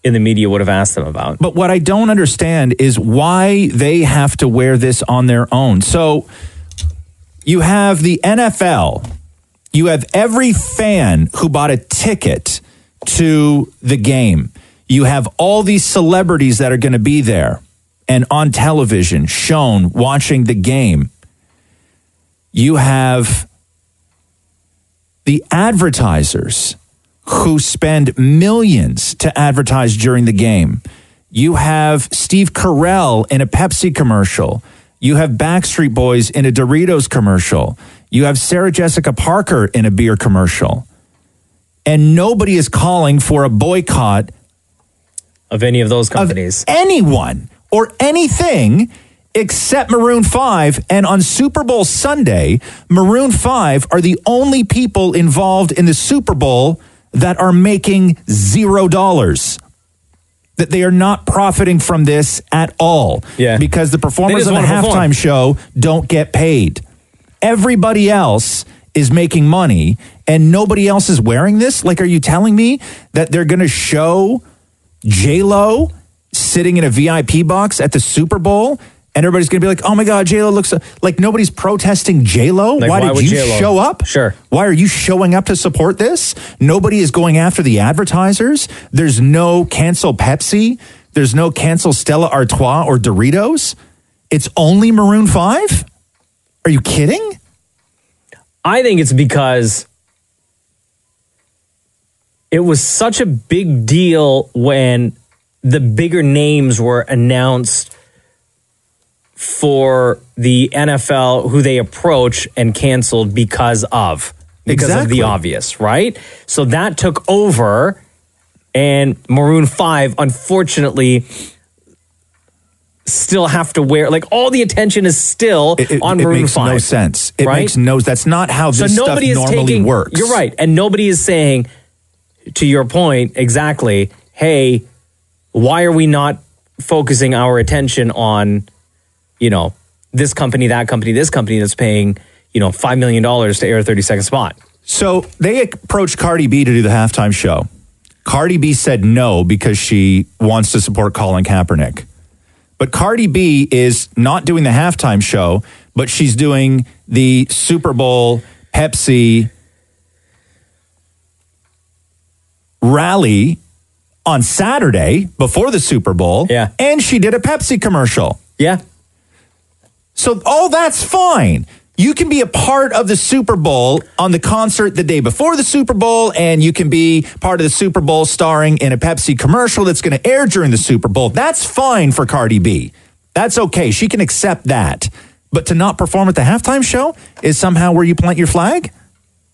Speaker 2: in the media would have asked them about.
Speaker 3: But what I don't understand is why they have to wear this on their own. So you have the NFL, you have every fan who bought a ticket to the game, you have all these celebrities that are going to be there and on television shown watching the game. You have the advertisers who spend millions to advertise during the game. You have Steve Carell in a Pepsi commercial. You have Backstreet Boys in a Doritos commercial. You have Sarah Jessica Parker in a beer commercial. And nobody is calling for a boycott
Speaker 2: of any of those companies.
Speaker 3: anyone or anything except Maroon 5. And on Super Bowl Sunday, Maroon 5 are the only people involved in the Super Bowl that are making zero dollars. That they are not profiting from this at all.
Speaker 2: Yeah.
Speaker 3: Because the performers
Speaker 2: just
Speaker 3: of the
Speaker 2: wanna perform.
Speaker 3: halftime show don't get paid. Everybody else is making money and nobody else is wearing this? Like, are you telling me that they're going to show J Lo sitting in a VIP box at the Super Bowl, and everybody's going to be like, "Oh my God, J Lo looks so-" like nobody's protesting J Lo.
Speaker 2: Like,
Speaker 3: why,
Speaker 2: why
Speaker 3: did
Speaker 2: would
Speaker 3: you
Speaker 2: J.Lo?
Speaker 3: show up? Sure. Why are you showing up to support this? Nobody is going after the advertisers. There's no cancel Pepsi. There's no cancel Stella Artois or Doritos. It's only Maroon Five. Are you kidding?
Speaker 2: I think it's because it was such a big deal when the bigger names were announced for the NFL who they approach and canceled because of because of
Speaker 3: Exactly.
Speaker 2: the obvious, right? So that took over and Maroon 5 unfortunately still have to wear like all the attention is still on
Speaker 3: it
Speaker 2: Maroon
Speaker 3: makes
Speaker 2: 5.
Speaker 3: no sense. It
Speaker 2: right?
Speaker 3: makes no. That's not how this stuff normally
Speaker 2: taking,
Speaker 3: works.
Speaker 2: You're right, and nobody is saying, to your point exactly. Hey, why are we not focusing our attention on, you know, this company, that company, this company that's paying, you know, $5 million to air a 30 second spot?
Speaker 3: So they approached Cardi B to do the halftime show. Cardi B said no because she wants to support Colin Kaepernick. But Cardi B is not doing the halftime show, but she's doing the Super Bowl Pepsi rally on Saturday before the Super Bowl. Yeah. And she did a Pepsi commercial.
Speaker 2: Yeah.
Speaker 3: So all that's fine. You can be a part of the Super Bowl on the concert the day before the Super Bowl, and you can be part of the Super Bowl starring in a Pepsi commercial that's going to air during the Super Bowl. That's fine for Cardi B. That's okay. She can accept that. But to not perform at the halftime show is somehow where you plant your flag?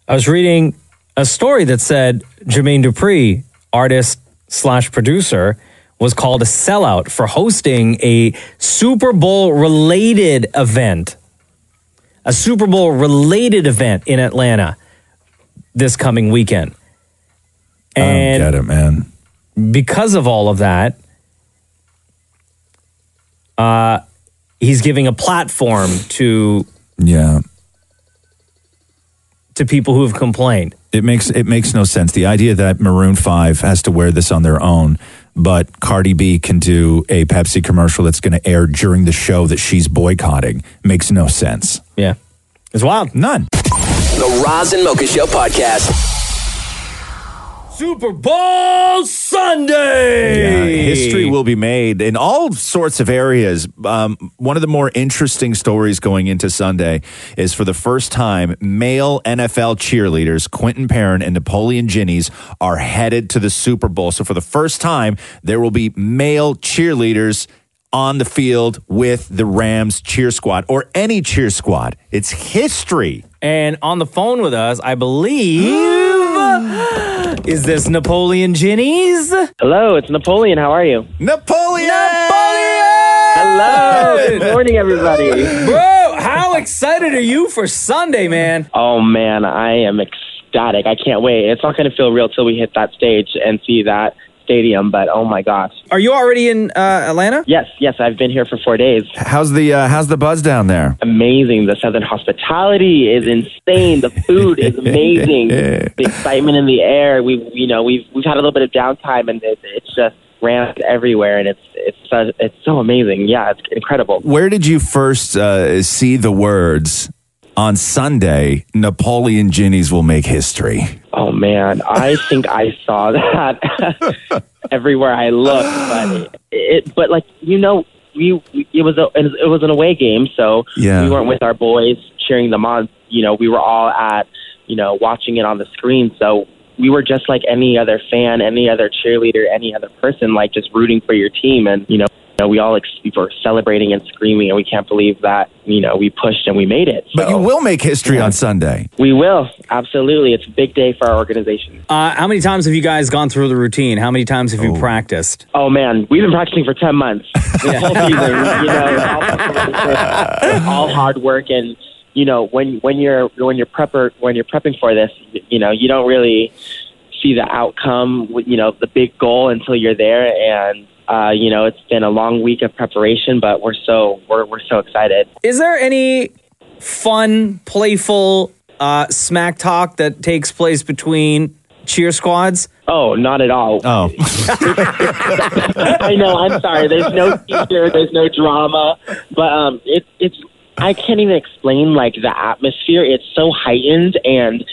Speaker 2: I was reading a story that said Jermaine Dupree, artist slash producer, was called a sellout for hosting a Super Bowl related event. A Super Bowl related event in Atlanta this coming weekend. And
Speaker 3: I don't get it, man.
Speaker 2: Because of all of that, uh, he's giving a platform to
Speaker 3: Yeah.
Speaker 2: to people who have complained.
Speaker 3: It makes it makes no sense. The idea that Maroon Five has to wear this on their own, but Cardi B can do a Pepsi commercial that's going to air during the show that she's boycotting makes no sense.
Speaker 2: Yeah, it's wild.
Speaker 3: None.
Speaker 1: The Roz and Mocha Show podcast.
Speaker 2: Super Bowl Sunday.
Speaker 3: Yeah, history will be made in all sorts of areas. Um, one of the more interesting stories going into Sunday is for the first time, male NFL cheerleaders Quentin Perrin and Napoleon Ginnies are headed to the Super Bowl. So for the first time, there will be male cheerleaders on the field with the Rams cheer squad or any cheer squad. It's history.
Speaker 2: And on the phone with us, I believe, is this Napoleon Ginnies?
Speaker 12: Hello, it's Napoleon. How are you?
Speaker 3: Napoleon!
Speaker 12: Hello. Good morning, everybody.
Speaker 2: Bro, how excited are you for Sunday, man?
Speaker 12: Oh man, I am ecstatic. I can't wait. It's not going to feel real till we hit that stage and see that stadium. But oh my gosh.
Speaker 2: Are you already in uh, Atlanta?
Speaker 12: Yes, yes. I've been here for four days.
Speaker 3: How's the uh, how's the buzz down there?
Speaker 12: Amazing. The Southern hospitality is insane. The food is amazing. the excitement in the air. We've you know we've we've had a little bit of downtime and it, it's just ramps everywhere and it's it's so, it's so amazing. Yeah, it's incredible.
Speaker 3: Where did you first uh, see the words on Sunday? Napoleon Ginnies will make history.
Speaker 12: Oh man, I think I saw that everywhere I looked. But it, but like you know, we it was a it was an away game, so
Speaker 3: Yeah.
Speaker 12: we weren't with our boys cheering them on. You know, we were all at you know watching it on the screen, so we were just like any other fan, any other cheerleader, any other person, like just rooting for your team, and you know. You know, we all ex- we were celebrating and screaming, and we can't believe that you know we pushed and we made it.
Speaker 3: But you will make history on Sunday.
Speaker 12: We will absolutely. It's a big day for our organization.
Speaker 2: Uh, how many times have you guys gone through the routine? How many times have you practiced?
Speaker 12: Oh man, we've been practicing for ten months. This whole season, you know, all, all hard work and you know when when you're when you're prepper when you're prepping for this, you know, you don't really see the outcome, you know, the big goal until you're there. And uh, you know, it's been a long week of preparation, but we're so we're we're so excited.
Speaker 2: Is there any fun, playful uh, smack talk that takes place between cheer squads?
Speaker 12: Oh, not at all.
Speaker 3: Oh.
Speaker 12: I know. I'm sorry. There's no teacher. There's no drama. But um, it's it's. I can't even explain like the atmosphere. It's so heightened and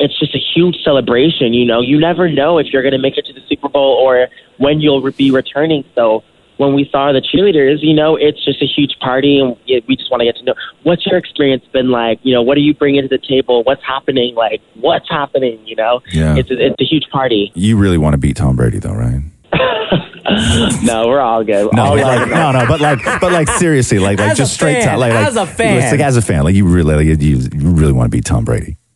Speaker 12: it's just a huge celebration. You know, you never know if you're going to make it to the Super Bowl or when you'll be returning. So when we saw the cheerleaders, you know, it's just a huge party, and we we just want to get to know what's your experience been like. You know, what are you bringing to the table? What's happening? Like, what's happening? You know,
Speaker 3: Yeah.
Speaker 12: it's a, it's a huge party.
Speaker 3: You really want to beat Tom Brady, though, right?
Speaker 12: no, we're all good.
Speaker 3: No,
Speaker 12: All
Speaker 3: but
Speaker 12: love
Speaker 3: like,
Speaker 12: it.
Speaker 3: no, no, but like, but like, seriously, like, like,
Speaker 12: Oh, As
Speaker 3: just
Speaker 12: a
Speaker 3: straight
Speaker 12: fan,
Speaker 3: time, like, like,
Speaker 12: as a fan.
Speaker 3: it's like, as a fan, like, you really, like, you, you really want to beat Tom Brady.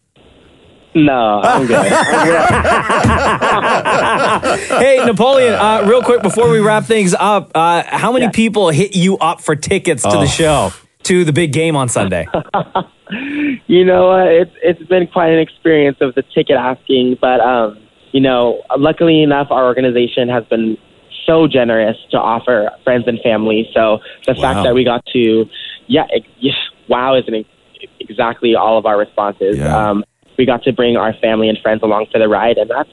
Speaker 12: No, I'm good.
Speaker 2: hey, Napoleon, uh, real quick before we wrap things up, uh, how many people hit you up for tickets to
Speaker 12: Oh.
Speaker 2: the show, to the big game on Sunday?
Speaker 12: you know what? It's it's been quite an experience of the ticket asking, but um, you know, luckily enough, our organization has been so generous to offer friends and family. So the
Speaker 3: Wow.
Speaker 12: fact that we got to, yeah, it, yeah wow isn't ex- exactly all of our responses. Um, we got to bring our family and friends along for the ride, and that's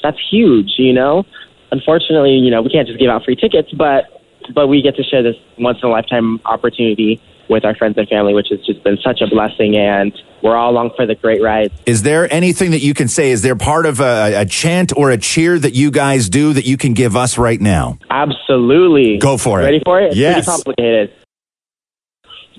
Speaker 12: that's huge. You know, unfortunately, you know, we can't just give out free tickets, but but we get to share this once in a lifetime opportunity with our friends and family, which has just been such a blessing, and we're all along for the great ride.
Speaker 3: Is there anything that you can say? Is there part of a, a chant or a cheer that you guys do that you can give us right now?
Speaker 12: Absolutely.
Speaker 3: Go for it.
Speaker 12: Ready for it? It's
Speaker 3: Yes.
Speaker 12: Pretty complicated.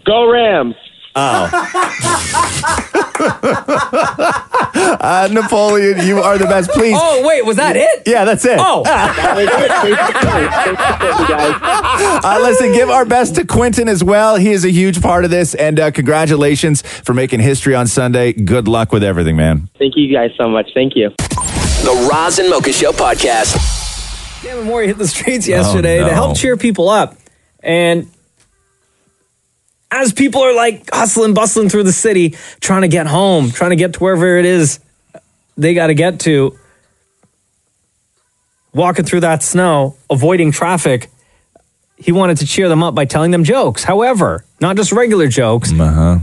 Speaker 12: Go Rams.
Speaker 3: Oh. uh, Napoleon, you are the best. Please.
Speaker 2: Oh, wait, was that it?
Speaker 3: Yeah, that's it.
Speaker 2: Oh.
Speaker 3: uh, listen, give our best to Quentin as well. He is a huge part of this, and uh, congratulations for making history on Sunday. Good luck with everything, man.
Speaker 12: Thank you guys so much. Thank you.
Speaker 1: The Roz and Mocha Show podcast.
Speaker 2: Dan and Maury hit the streets yesterday
Speaker 1: no.
Speaker 2: to help cheer people up. And as people are like hustling, bustling through the city, trying to get home, trying to get to wherever it is they got to get to, walking through that snow, avoiding traffic, he wanted to cheer them up by telling them jokes. However, not just regular jokes. Uh-huh.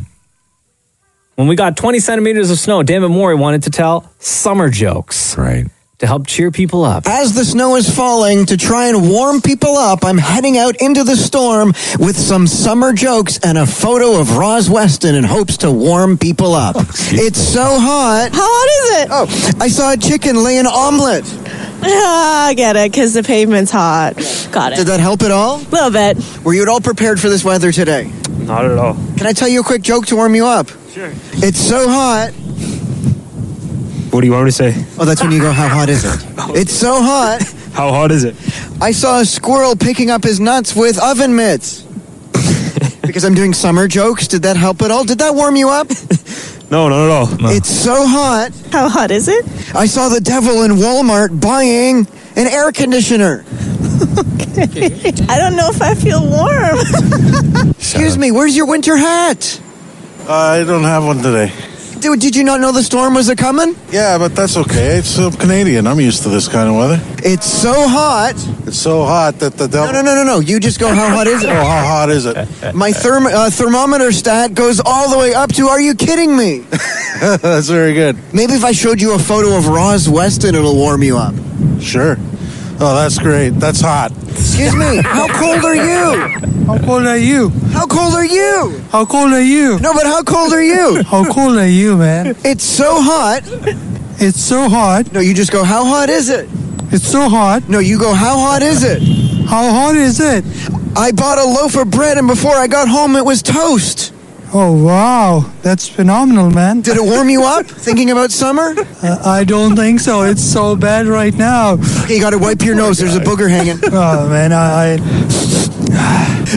Speaker 2: When we got 20 centimeters of snow, Dan and Maury wanted to tell summer jokes.
Speaker 10: Right.
Speaker 2: To help cheer people up.
Speaker 6: As the snow is falling, to try and warm people up, I'm heading out into the storm with some summer jokes and a photo of Roz Weston in hopes to warm people up. it's so hot. How hot is it? Oh, I saw a chicken lay an omelet.
Speaker 13: Ah, I get it, because the pavement's hot. Got it.
Speaker 6: Did that help at all? A
Speaker 13: little bit.
Speaker 6: Were you at all prepared for this weather today?
Speaker 2: Not at all.
Speaker 6: Can I tell you a quick joke to warm you up? Sure. It's so hot.
Speaker 14: What do you want me to say?
Speaker 6: Oh, that's when you go, how hot is it? It's so hot.
Speaker 14: How hot is it?
Speaker 6: I saw a squirrel picking up his nuts with oven mitts. because I'm doing summer jokes. Did that help at all? Did that warm you up?
Speaker 14: No, not at all.
Speaker 6: It's so hot.
Speaker 13: How hot is it?
Speaker 6: I saw the devil in Walmart buying an air conditioner.
Speaker 13: I don't know if I feel warm.
Speaker 6: Excuse me, where's your winter hat?
Speaker 14: I don't have one today.
Speaker 6: Dude, did you not know the storm was a coming?
Speaker 14: Yeah, but that's okay. It's uh, Canadian. I'm used to this kind of weather.
Speaker 6: It's so hot.
Speaker 14: It's so hot that the
Speaker 6: No,
Speaker 14: devil.
Speaker 6: no, no, no, no. You just go, how hot is it?
Speaker 14: Oh, how hot is
Speaker 15: Oh,
Speaker 14: it?
Speaker 6: My therm- uh, thermometer stat goes all the way up to, are you kidding me?
Speaker 14: That's very good.
Speaker 6: Maybe if I showed you a photo of Roz Weston, it'll warm you up.
Speaker 14: Sure. Oh, that's great. That's hot.
Speaker 6: Excuse me, how cold are you?
Speaker 14: How cold are you?
Speaker 6: How cold are you?
Speaker 14: How cold are you?
Speaker 6: No, but how cold are you?
Speaker 14: How cold are you, man?
Speaker 6: It's so hot.
Speaker 14: It's so hot.
Speaker 6: No, you just go, how hot is it?
Speaker 14: It's so hot.
Speaker 6: No, you go, how hot is it?
Speaker 14: How hot is it?
Speaker 6: I bought a loaf of bread and before I got home it was toast.
Speaker 14: Oh, wow. That's phenomenal, man.
Speaker 6: Did it warm you up thinking about summer?
Speaker 14: Uh, I don't think so. It's so bad right now.
Speaker 6: Okay, you gotta wipe your nose, there's a booger hanging.
Speaker 14: Oh, man. I.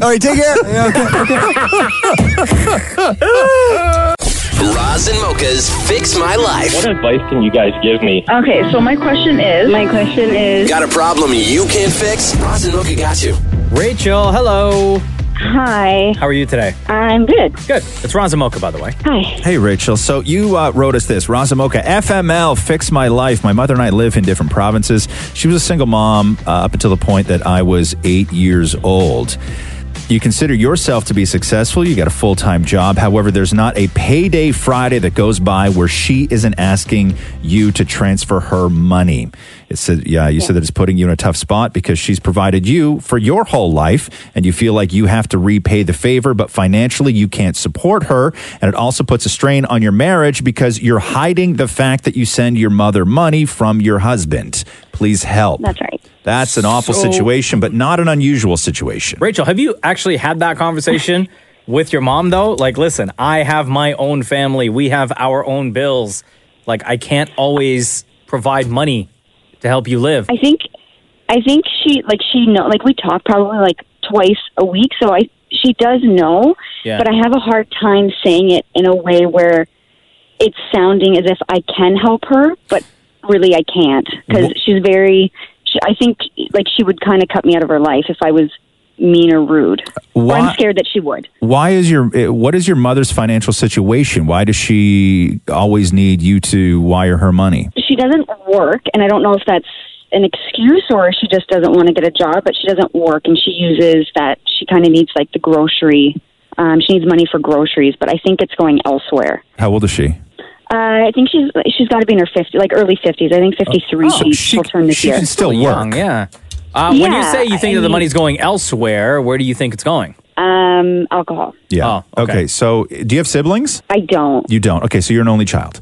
Speaker 6: All right, take care.
Speaker 1: Roz and Mocha's Fix My Life.
Speaker 16: What advice can you guys give me?
Speaker 17: Okay, so my question is. My question is.
Speaker 1: Got a problem you can't fix? Roz and Mocha got you.
Speaker 2: Rachel, hello.
Speaker 17: Hi.
Speaker 2: How are you today?
Speaker 17: I'm good.
Speaker 2: Good. It's Ron Zamoka, by the way.
Speaker 17: Hi.
Speaker 3: Hey, Rachel. So you uh, wrote us this Razamoka, FML, fix my life. My mother and I live in different provinces. She was a single mom uh, up until the point that I was eight years old. You consider yourself to be successful. You got a full time job. However, there's not a payday Friday that goes by where she isn't asking you to transfer her money. It said, yeah, you said that it's putting you in a tough spot because she's provided you for your whole life and you feel like you have to repay the favor, but financially you can't support her. And it also puts a strain on your marriage because you're hiding the fact that you send your mother money from your husband. Please help. That's
Speaker 17: right.
Speaker 3: That's an awful
Speaker 2: So-
Speaker 3: situation, but not an unusual situation.
Speaker 2: Rachel, have you actually had that conversation with your mom though? Like, listen, I have my own family. We have our own bills. Like, I can't always provide money to help you live.
Speaker 17: I think, I think she like she know like we talk probably like twice a week, so I she does know,
Speaker 2: Yeah.
Speaker 17: but I have a hard time saying it in a way where it's sounding as if I can help her, but really I can't because she's very. She, I think like she would kind of cut me out of her life if I was mean or rude. Or
Speaker 3: Why-
Speaker 17: I'm scared that she would.
Speaker 3: Why is your eh, what is your mother's financial situation? Why does she always need you to wire her money?
Speaker 17: she doesn't work and i don't know if that's
Speaker 18: an excuse or she just doesn't want to get a job, but she doesn't work and she uses that she kind of needs like the grocery. Um, she needs money for groceries, but I think it's going elsewhere.
Speaker 3: How old is she?
Speaker 18: Uh, I think she's she's got to be in her 50s, like early 50s. I think 53 she, will turn this
Speaker 2: Oh. she
Speaker 18: year.
Speaker 2: can still young, yeah. Uh, When you
Speaker 18: Yeah,
Speaker 2: say you think that
Speaker 18: I
Speaker 2: the
Speaker 18: mean-
Speaker 2: money's going elsewhere, where do you think it's going?
Speaker 18: Um, alcohol.
Speaker 3: Yeah. okay. So, do you have siblings?
Speaker 18: I don't.
Speaker 3: You don't. Okay. So you're an only child.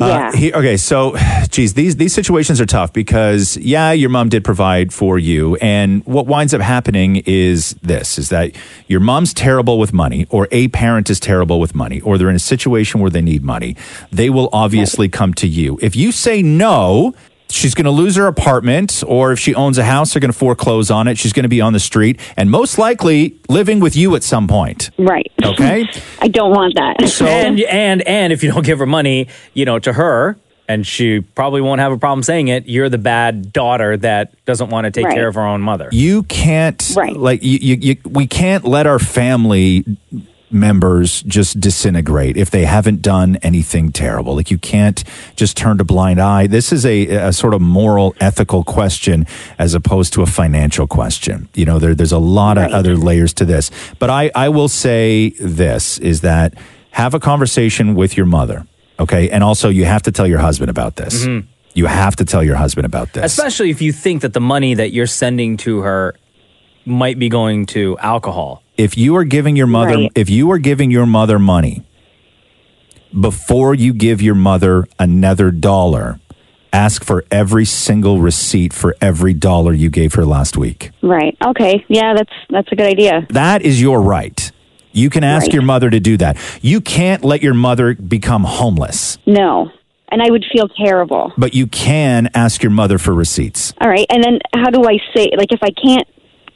Speaker 3: Uh,
Speaker 18: Yeah.
Speaker 3: he- okay. So, geez, these these situations are tough because yeah, your mom did provide for you, and what winds up happening is this: is that your mom's terrible with money, or a parent is terrible with money, or they're in a situation where they need money. They will obviously come to you if you say no. She's going to lose her apartment, or if she owns a house, they're going to foreclose on it. She's going to be on the street, and most likely living with you at some point.
Speaker 18: Right.
Speaker 3: Okay.
Speaker 18: I don't want that.
Speaker 2: and and and if you don't give her money, you know, to her, and she probably won't have a problem saying it. You're the bad daughter that doesn't want to take
Speaker 3: Right.
Speaker 2: care of her own mother.
Speaker 3: You can't like you, you, you we can't let our family members just disintegrate if they haven't done anything terrible. Like you can't just turn a blind eye. This is a, a sort of moral ethical question as opposed to a financial question. You know, there, there's a lot of other layers to this. But I, I will say this is that have a conversation with your mother. Okay. And also you have to tell your husband about this.
Speaker 2: Mhm.
Speaker 3: You have to tell your husband about this.
Speaker 2: Especially if you think that the money that you're sending to her might be going to alcohol.
Speaker 3: if you are giving your mother
Speaker 2: Right.
Speaker 3: if you are giving your mother money before you give your mother another dollar ask for every single receipt for every dollar you gave her last week
Speaker 18: Right. Okay. Yeah, that's that's a good idea.
Speaker 3: that is your right you can ask
Speaker 18: Right.
Speaker 3: your mother to do that you can't let your mother become homeless
Speaker 18: No. And I would feel terrible.
Speaker 3: but you can ask your mother for receipts
Speaker 18: All right. And then how do I say like if I can't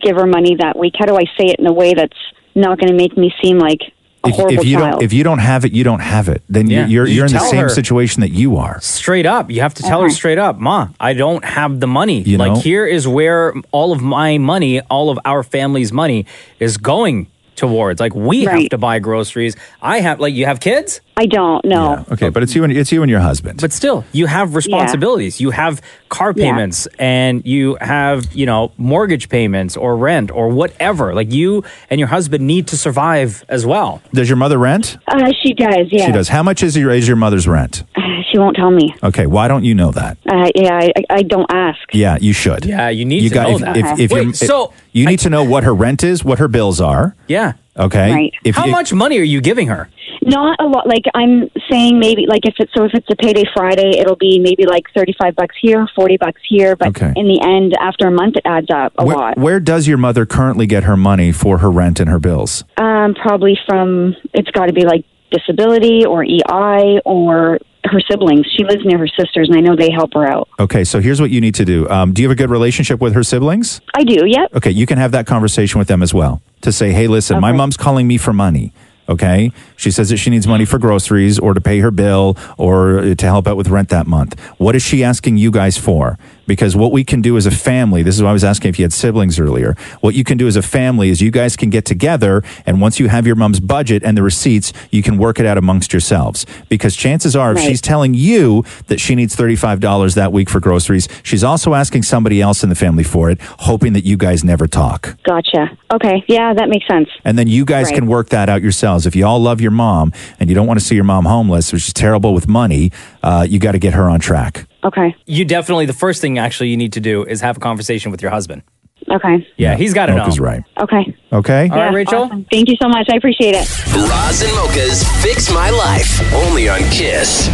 Speaker 18: give her money that week, how do I say it in a way that's not going to make me seem like a horrible
Speaker 3: if, if you
Speaker 18: child?
Speaker 3: don't if you don't have it you don't have it then
Speaker 2: Yeah.
Speaker 3: you're
Speaker 2: You
Speaker 3: you're in the
Speaker 2: tell
Speaker 3: same
Speaker 2: her.
Speaker 3: situation that you are
Speaker 2: Straight up, you have to tell her straight up, Ma, I don't have the money.
Speaker 3: You
Speaker 2: like
Speaker 3: know?
Speaker 2: here is where all of my money, all of our family's money is going towards. Like we have to buy groceries. I have like you have kids?
Speaker 18: I don't know.
Speaker 3: okay but it's you and it's you and your husband
Speaker 2: But still, you have responsibilities. You have car
Speaker 18: Yeah.
Speaker 2: payments and you have, you know, mortgage payments or rent or whatever. Like you and your husband need to survive as well.
Speaker 3: does your mother rent
Speaker 18: Uh, she does. Yeah. Uh,
Speaker 3: She does. How much is your is your mother's rent?
Speaker 18: She won't tell me.
Speaker 3: Okay, why don't you know that?
Speaker 18: Uh, yeah, I, I- I don't ask.
Speaker 3: Yeah, you should.
Speaker 2: Yeah, you need
Speaker 3: you
Speaker 2: to
Speaker 3: got,
Speaker 2: know
Speaker 3: if,
Speaker 2: that.
Speaker 3: If, if
Speaker 2: Wait,
Speaker 3: you're- if-
Speaker 2: so-
Speaker 3: you need to know what her rent is, what her bills are.
Speaker 2: Yeah.
Speaker 3: Okay. If
Speaker 2: How
Speaker 3: you-
Speaker 2: much money are you giving her?
Speaker 18: Not a lot. Like I'm saying, maybe like if it's so if it's a payday Friday, it'll be maybe like thirty-five bucks here, forty bucks here. But
Speaker 3: Okay.
Speaker 18: in the end, after a month, it adds up a
Speaker 3: Where,
Speaker 18: lot.
Speaker 3: where does your mother currently get her money for her rent and her bills?
Speaker 18: Um, probably from it's got to be like disability or EI or her siblings. She lives near her sisters, and I know they help her out.
Speaker 3: Okay, so here's what you need to do. Um, do you have a good relationship with her siblings?
Speaker 18: I do. Yep.
Speaker 3: Okay, you can have that conversation with them as well to say, hey, listen, my mom's calling me for money. Okay. She says that she needs money for groceries or to pay her bill or to help out with rent that month. What is she asking you guys for? Because what we can do as a family, this is why I was asking if you had siblings earlier. What you can do as a family is you guys can get together and once you have your mom's budget and the receipts, you can work it out amongst yourselves. Because chances are, if
Speaker 19: Right.
Speaker 3: she's telling you that she needs $35 that week for groceries, she's also asking somebody else in the family for it, hoping that you guys never talk.
Speaker 18: Gotcha. Okay. Yeah, that makes sense.
Speaker 3: And then you guys
Speaker 18: Right.
Speaker 3: can work that out yourselves. If you all love your mom and you don't want to see your mom homeless, which is terrible with money, uh, you got to get her on track.
Speaker 18: Okay.
Speaker 2: You definitely the first thing actually you need to do is have a conversation with your husband.
Speaker 18: Okay.
Speaker 2: Yeah, he's got it all.
Speaker 3: Mocha's right.
Speaker 18: Okay.
Speaker 3: Okay.
Speaker 2: All right, Rachel?
Speaker 18: awesome. Thank you so much. I appreciate it.
Speaker 13: Roz and Mocha's Fix My Life, only on Kiss.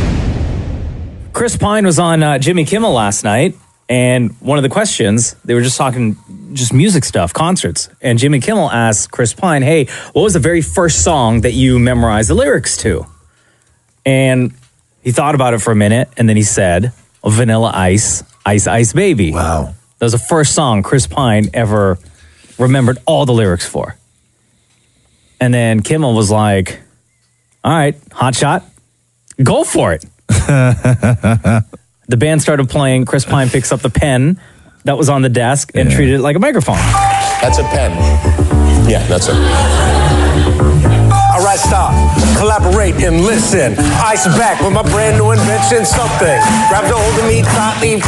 Speaker 2: Chris Pine was on uh, Jimmy Kimmel last night, and one of the questions they were just talking just music stuff, concerts, and Jimmy Kimmel asked Chris Pine, "Hey, what was the very first song that you memorized the lyrics to?" And he thought about it for a minute, and then he said, "Vanilla Ice, Ice Ice Baby."
Speaker 3: Wow,
Speaker 2: that was the first song Chris Pine ever remembered all the lyrics for. And then Kimmel was like, "All right, hot shot, go for it." the band started playing. Chris Pine picks up the pen that was on the desk and treated it like a microphone.
Speaker 8: That's a pen. Yeah, that's it. All
Speaker 20: All right, stop. Collaborate and listen. Ice back with my brand new invention, something. Grab the hold of me tightly,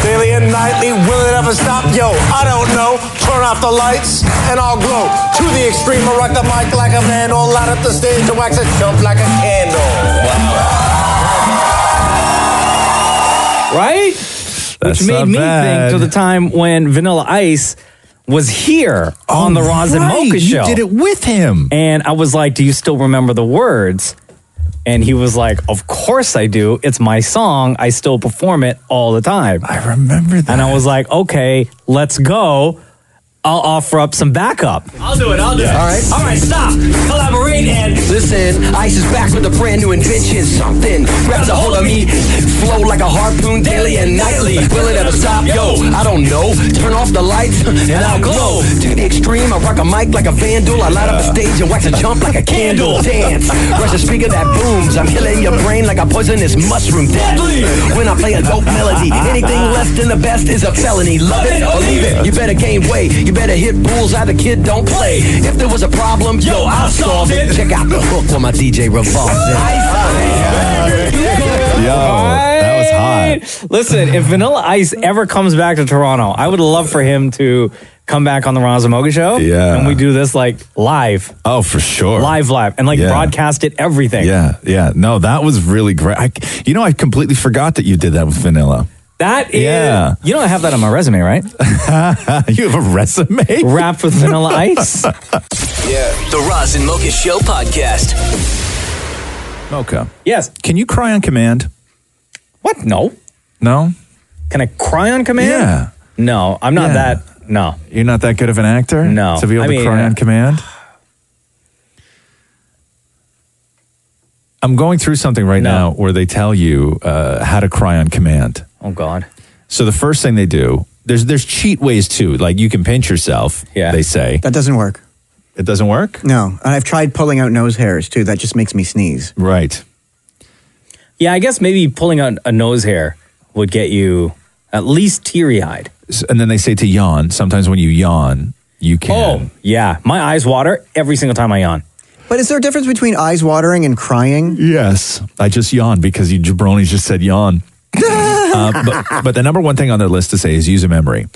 Speaker 20: daily and nightly. Will it ever stop? Yo, I don't know. Turn off the lights and I'll glow. To the extreme, I rock the mic like a man. All light up the stage and wax a chump like a candle.
Speaker 2: right? Which made
Speaker 20: not
Speaker 2: me
Speaker 20: bad.
Speaker 2: think to the time when Vanilla Ice was here on the Roz and
Speaker 3: Oh, right.
Speaker 2: Mocha
Speaker 3: You
Speaker 2: show.
Speaker 3: did it with him.
Speaker 2: And I was like, Do you still remember the words? And he was like, Of course I do. It's my song. I still perform it all the time. I
Speaker 3: remember that.
Speaker 2: And I was like, Okay, let's go. I'll offer up some backup.
Speaker 8: I'll do it. I'll do it.
Speaker 2: All right.
Speaker 8: All right. Stop. Collaborate and listen. Ice is back with a brand new invention. Something grabs a hold of me. Flow like a harpoon daily and nightly. Will it ever stop? Yo, I don't know. Turn off the lights and I'll glow. To the extreme, I rock a mic like a vandal. I light up a stage and wax a chump like a candle. Dance. Rush a speaker that booms. I'm killing your brain like a poisonous mushroom. Deadly. When I play a dope melody, anything less than the best is a felony. Love it or leave it. You better gain weight. You better hit bulls out the kid don't play. If there was a problem, yo, I'll solve it. Check out the hook while my DJ revolves it.
Speaker 3: Yo, that was hot.
Speaker 2: Listen, if Vanilla Ice ever comes back to Toronto, I would love for him to come back on the Ron Zamoga show.
Speaker 3: Yeah.
Speaker 2: And we do this like live.
Speaker 3: Oh, for sure.
Speaker 2: Live, live. And like
Speaker 3: Yeah.
Speaker 2: broadcast it everything.
Speaker 3: Yeah, yeah. No, that was really great. I, you know, I completely forgot that you did that with Vanilla.
Speaker 2: That is,
Speaker 3: Yeah.
Speaker 2: you don't have that on my resume, right?
Speaker 3: you have a resume?
Speaker 2: Wrapped with Vanilla Ice?
Speaker 8: Yeah. The Roz and Mocha Show podcast.
Speaker 3: Mocha.
Speaker 2: Yes.
Speaker 3: Can you cry on command?
Speaker 2: What? No.
Speaker 3: No?
Speaker 2: Can I cry on command?
Speaker 3: Yeah.
Speaker 2: No, I'm not that. No.
Speaker 3: You're not that good of an actor?
Speaker 2: No.
Speaker 3: To be able
Speaker 2: I
Speaker 3: to
Speaker 2: mean,
Speaker 3: cry
Speaker 2: uh,
Speaker 3: on command? I'm going through something right now where they tell you uh, how to cry on command.
Speaker 2: Oh, God.
Speaker 3: So the first thing they do, there's there's cheat ways too. Like you can pinch yourself, yeah. they say.
Speaker 6: That doesn't work.
Speaker 3: It doesn't work?
Speaker 6: No. And I've tried pulling out nose hairs too. That just makes me sneeze.
Speaker 3: Right.
Speaker 2: Yeah, I guess maybe pulling a, a nose hair would get you at least teary eyed.
Speaker 3: And then they say to yawn. Sometimes when you yawn, you can.
Speaker 2: Oh, yeah. My eyes water every single time I yawn.
Speaker 6: But is there a difference between eyes watering and crying?
Speaker 3: Yes. I just yawned because you jabronis just said yawn. uh, but, but the number one thing on their list to say is use a memory.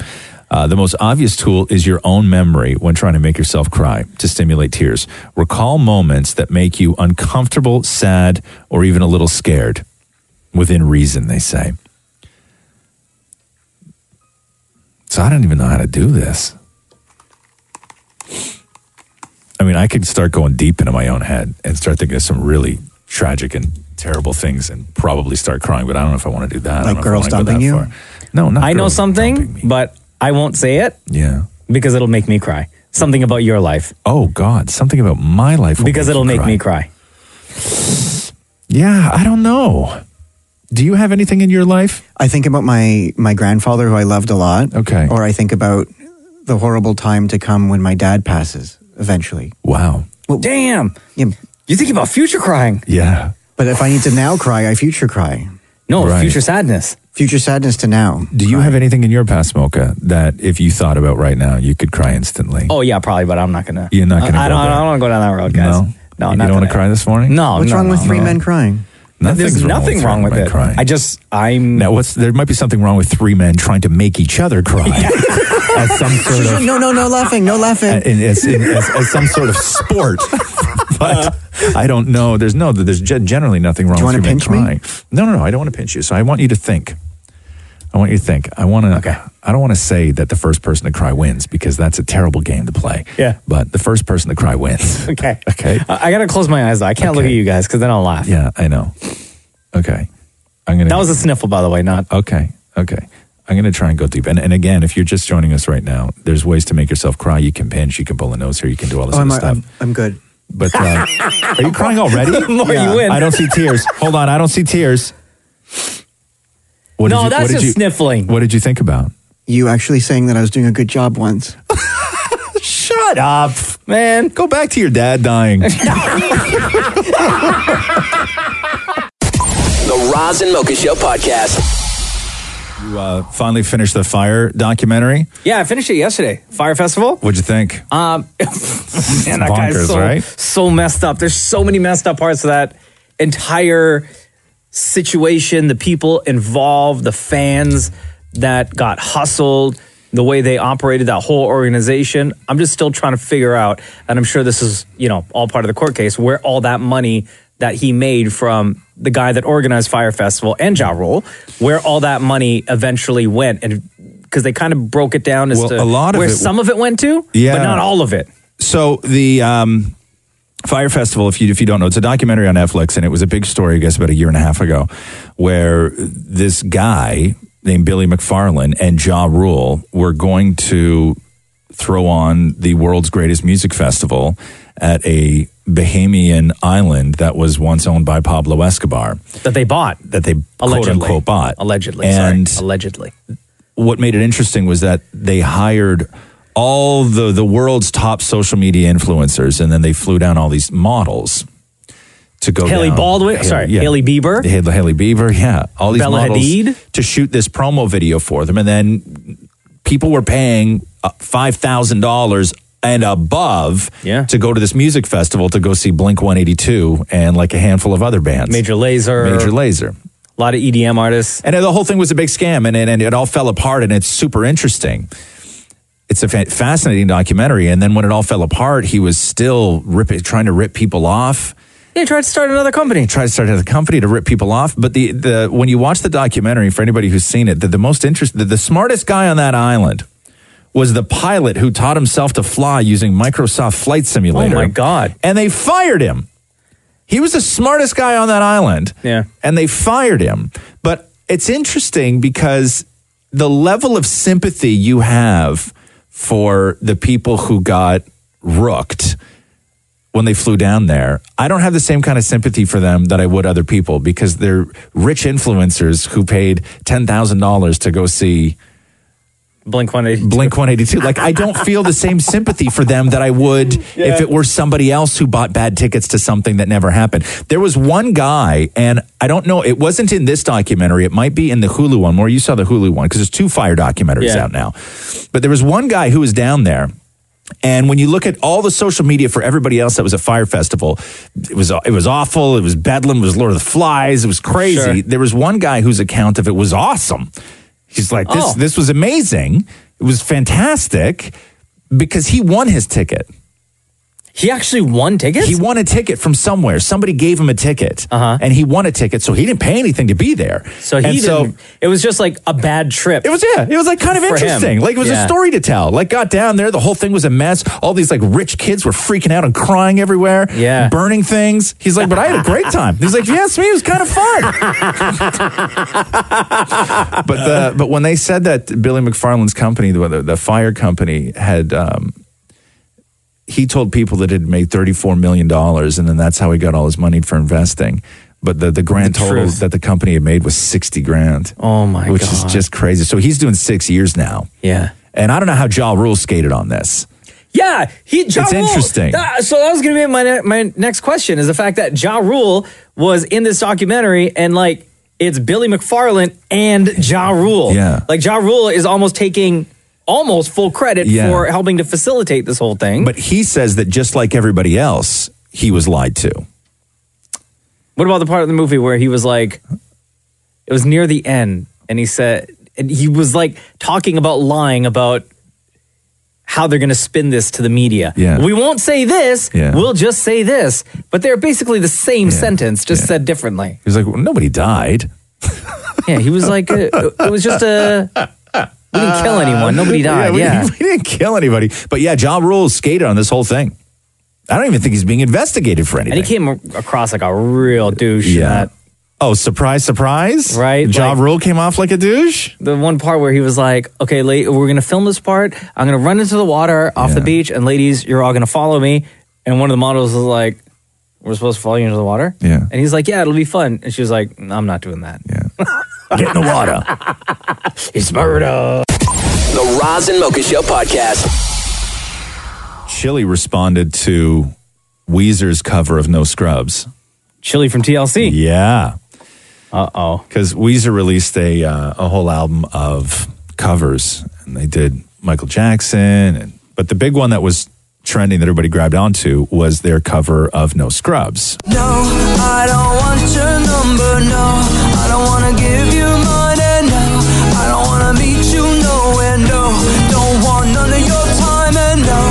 Speaker 3: Uh, the most obvious tool is your own memory when trying to make yourself cry to stimulate tears. Recall moments that make you uncomfortable, sad, or even a little scared. Within reason, they say. So I don't even know how to do this. I mean, I could start going deep into my own head and start thinking of some really tragic and terrible things and probably start crying, but I don't know if I want to do that. I don't know
Speaker 6: Like
Speaker 3: if I
Speaker 6: girl
Speaker 3: wanna go
Speaker 6: stomping
Speaker 3: that
Speaker 6: you?
Speaker 3: far. No, not
Speaker 2: I know
Speaker 3: girls
Speaker 2: something, but I won't say it.
Speaker 3: Yeah.
Speaker 2: Because it'll make me cry. Something about your life.
Speaker 3: Oh God, something about my life.
Speaker 2: Because it'll make me cry.
Speaker 3: Yeah, I don't know. Do you have anything in your life?
Speaker 6: I think about my my grandfather who I loved a lot.
Speaker 3: Okay.
Speaker 6: Or I think about the horrible time to come when my dad passes eventually.
Speaker 3: Wow.
Speaker 6: Well,
Speaker 2: Damn. You think about future crying.
Speaker 3: Yeah.
Speaker 6: But if I need to now cry, I future cry.
Speaker 2: No,
Speaker 3: Right.
Speaker 2: future sadness.
Speaker 6: Future sadness to now.
Speaker 3: Do you have anything in your past, Mocha, that if you thought about right now, you could cry instantly?
Speaker 2: Oh, yeah, probably, but I'm not going to.
Speaker 3: You're not gonna
Speaker 2: I, I
Speaker 3: go
Speaker 2: don't,
Speaker 3: there.
Speaker 2: I don't want to go down that road, guys. No,
Speaker 3: you
Speaker 2: not
Speaker 3: don't want
Speaker 2: today.
Speaker 3: to cry this morning.
Speaker 2: No,
Speaker 6: What's
Speaker 2: no,
Speaker 6: wrong with
Speaker 2: no,
Speaker 6: three
Speaker 2: no.
Speaker 6: men crying?
Speaker 2: There's
Speaker 3: Nothing's wrong
Speaker 2: nothing
Speaker 3: with
Speaker 2: wrong with
Speaker 3: men
Speaker 2: it.
Speaker 3: Crying.
Speaker 2: I just, I'm
Speaker 3: now. What's there? Might be something wrong with three men trying to make each other cry as some sort of
Speaker 6: no, no, no laughing, no laughing.
Speaker 3: in, as, in, as, as some sort of sport. but I don't know. There's no. There's ge- generally nothing wrong
Speaker 6: Do you
Speaker 3: with
Speaker 6: wanna
Speaker 3: your men
Speaker 6: pinch me?
Speaker 3: crying. No, no, no. I don't want to pinch you. So I want you to think. I want you to think. I want to. Okay. I don't want to say that the first person to cry wins because that's a terrible game to play.
Speaker 2: Yeah.
Speaker 3: But the first person to cry wins.
Speaker 2: Okay.
Speaker 3: Okay.
Speaker 2: I, I got to close my eyes, though. I can't look at you guys because then I'll laugh.
Speaker 3: Yeah, I know. Okay. I'm gonna.
Speaker 2: That was a sniffle, by the way, not.
Speaker 3: Okay. Okay. I'm going to try and go deep. And, and again, if you're just joining us right now, there's ways to make yourself cry. You can pinch, you can pull a nose here, you can do all this
Speaker 6: Oh,
Speaker 3: other
Speaker 6: I'm,
Speaker 3: stuff.
Speaker 6: I'm, I'm good.
Speaker 3: But uh, are you crying already?
Speaker 6: The more you Yeah. win.
Speaker 3: I don't see tears. Hold on, I don't see tears.
Speaker 6: No, that's just
Speaker 2: sniffling.
Speaker 3: What did you think about?
Speaker 6: You actually saying that I was doing a good job once.
Speaker 3: Shut up,
Speaker 2: man.
Speaker 3: Go back to your dad dying.
Speaker 8: The Roz and Mocha Show podcast.
Speaker 3: You uh, finally finished the fire documentary.
Speaker 2: Yeah, I finished it yesterday. Fire Festival.
Speaker 3: What'd you think?
Speaker 2: Um, man, that guy's
Speaker 3: bonkers,
Speaker 2: so,
Speaker 3: right?
Speaker 2: so messed up. There's so many messed up parts of that entire situation. The people involved, the fans that got hustled, the way they operated that whole organization. I'm just still trying to figure out, and I'm sure this is you know all part of the court case where all that money that he made from the guy that organized Fire Festival and Ja Rule, where all that money eventually went and. Because they kind of broke it down as
Speaker 3: Well,
Speaker 2: to
Speaker 3: a lot of
Speaker 2: where
Speaker 3: it-
Speaker 2: some of it went to,
Speaker 3: Yeah.
Speaker 2: but not all of it.
Speaker 3: So the um, Fire Festival, if you if you don't know, it's a documentary on Netflix, and it was a big story, I guess, about a year and a half ago, where this guy named Billy McFarlane and Ja Rule were going to throw on the world's greatest music festival at a Bahamian island that was once owned by Pablo Escobar.
Speaker 2: that they bought
Speaker 3: that they
Speaker 2: allegedly
Speaker 3: quote unquote bought
Speaker 2: allegedly
Speaker 3: and
Speaker 2: sorry allegedly
Speaker 3: what made it interesting was that they hired all the the world's top social media influencers and then they flew down all these models to go
Speaker 2: Haley
Speaker 3: down.
Speaker 2: Baldwin- sorry, Haley Bieber.
Speaker 3: Haley, Haley Bieber yeah all these
Speaker 2: Bella
Speaker 3: models
Speaker 2: Hadid.
Speaker 3: to shoot this promo video for them and then people were paying uh, $5,000 and above to go to this music festival to go see Blink 182 and like a handful of other bands
Speaker 2: Major Laser
Speaker 3: Major Laser
Speaker 2: a lot of EDM artists
Speaker 3: and the whole thing was a big scam and, and, and it all fell apart and it's super interesting it's a fa- fascinating documentary and then when it all fell apart he was still ripping, trying to rip people off
Speaker 2: they tried to start another company
Speaker 3: tried to start another company to rip people off but the, the when you watch the documentary for anybody who's seen it the, the most interest the, the smartest guy on that island was the pilot who taught himself to fly using Microsoft Flight Simulator.
Speaker 2: Oh my God.
Speaker 3: And they fired him. He was the smartest guy on that island. Yeah. And they fired him. But it's interesting because the level of sympathy you have for the people who got rooked when they flew down there, I don't have the same kind of sympathy for them that I would other people because they're rich influencers who paid $10,000 to go see
Speaker 2: Blink 182.
Speaker 3: Blink 182. Like, I don't feel the same sympathy for them that I would if it were somebody else who bought bad tickets to something that never happened. There was one guy, and I don't know, it wasn't in this documentary. It might be in the Hulu one, where you saw the Hulu one, because there's two fire documentaries
Speaker 21: Yeah.
Speaker 3: out now. But there was one guy who was down there. And when you look at all the social media for everybody else that was at Fire Festival, it was it was awful. It was bedlam. It was Lord of the Flies. It was crazy.
Speaker 21: Sure.
Speaker 3: There was one guy whose account of it was awesome. He's like, this
Speaker 21: Oh.
Speaker 3: this was amazing. It was fantastic because he won his ticket.
Speaker 2: He actually won tickets?
Speaker 3: He won a ticket from somewhere. Somebody gave him a ticket. Uh-huh. And he won a ticket, so he didn't pay anything to be there.
Speaker 2: so he
Speaker 3: And
Speaker 2: didn't, it was just like a bad trip
Speaker 3: it was yeah. It was like kind of
Speaker 2: for him.
Speaker 3: interesting. Like it was
Speaker 2: Yeah.
Speaker 3: a story to tell. Like got down there, the whole thing was a mess. All these like rich kids were freaking out and crying everywhere. Yeah, burning things. He's like, but I had a great time. He's like, yes, me, it was kind of fun. but the but when they said that Billy McFarland's company, the the fire company, had. Um, he told people that it had made $34 million, and then that's how he got all his money for investing. But the, the grand
Speaker 21: The
Speaker 3: total
Speaker 21: truth.
Speaker 3: that the company had made was 60 grand. Oh, my which Which
Speaker 21: God.
Speaker 3: is just crazy. So he's doing six years now.
Speaker 2: Yeah.
Speaker 3: And I don't know how Ja Rule skated on this.
Speaker 2: Yeah, he. Ja
Speaker 3: It's
Speaker 2: Rule.
Speaker 3: interesting.
Speaker 2: Ah, so that was going to be my ne- my next question is the fact that Ja Rule was in this documentary and like it's Billy McFarland and Ja Rule. Yeah, like Ja Rule is almost taking almost full credit
Speaker 3: Yeah.
Speaker 2: for helping to facilitate this whole thing.
Speaker 3: But he says that just like everybody else, he was lied to.
Speaker 2: What about the part of the movie where he was like, it was near the end, and he said, and he was like talking about lying about how they're going to spin this to the media.
Speaker 3: Yeah.
Speaker 2: We won't say this.
Speaker 3: Yeah.
Speaker 2: We'll just say this. But they're basically the same sentence, just said differently.
Speaker 3: He was like, well, nobody died.
Speaker 2: Yeah. He was like, uh, it was just a. We didn't kill anyone. Nobody died.
Speaker 3: we,
Speaker 2: Yeah.
Speaker 3: we didn't kill anybody. But yeah, Ja Rule skated on this whole thing. I don't even think he's being investigated for anything.
Speaker 2: And he came across like a real douche. in that.
Speaker 3: Oh, surprise, surprise.
Speaker 2: Right.
Speaker 3: Ja Rule came off like a douche.
Speaker 2: The one part where he was like, okay, la- we're going to film this part. I'm going to run into the water off the beach, and ladies, you're all going to follow me. And one of the models was like, we're supposed to follow you into the water?
Speaker 3: Yeah.
Speaker 2: And he's like, yeah, it'll be fun. And she was like, I'm not doing that. Yeah.
Speaker 3: Get in the water.
Speaker 2: it's murder.
Speaker 8: The Roz and Mocha Show podcast.
Speaker 3: Chili responded to Weezer's cover of No Scrubs.
Speaker 2: Chili from TLC.
Speaker 3: Yeah.
Speaker 2: Uh oh.
Speaker 3: Because Weezer released a uh, a whole album of covers, and they did Michael Jackson, and, but the big one that was trending that everybody grabbed onto was their cover of No Scrubs.
Speaker 8: No, I don't want your number, no. I don't wanna give you money, no. I don't wanna meet you nowhere, no. Don't want none of your time, and no.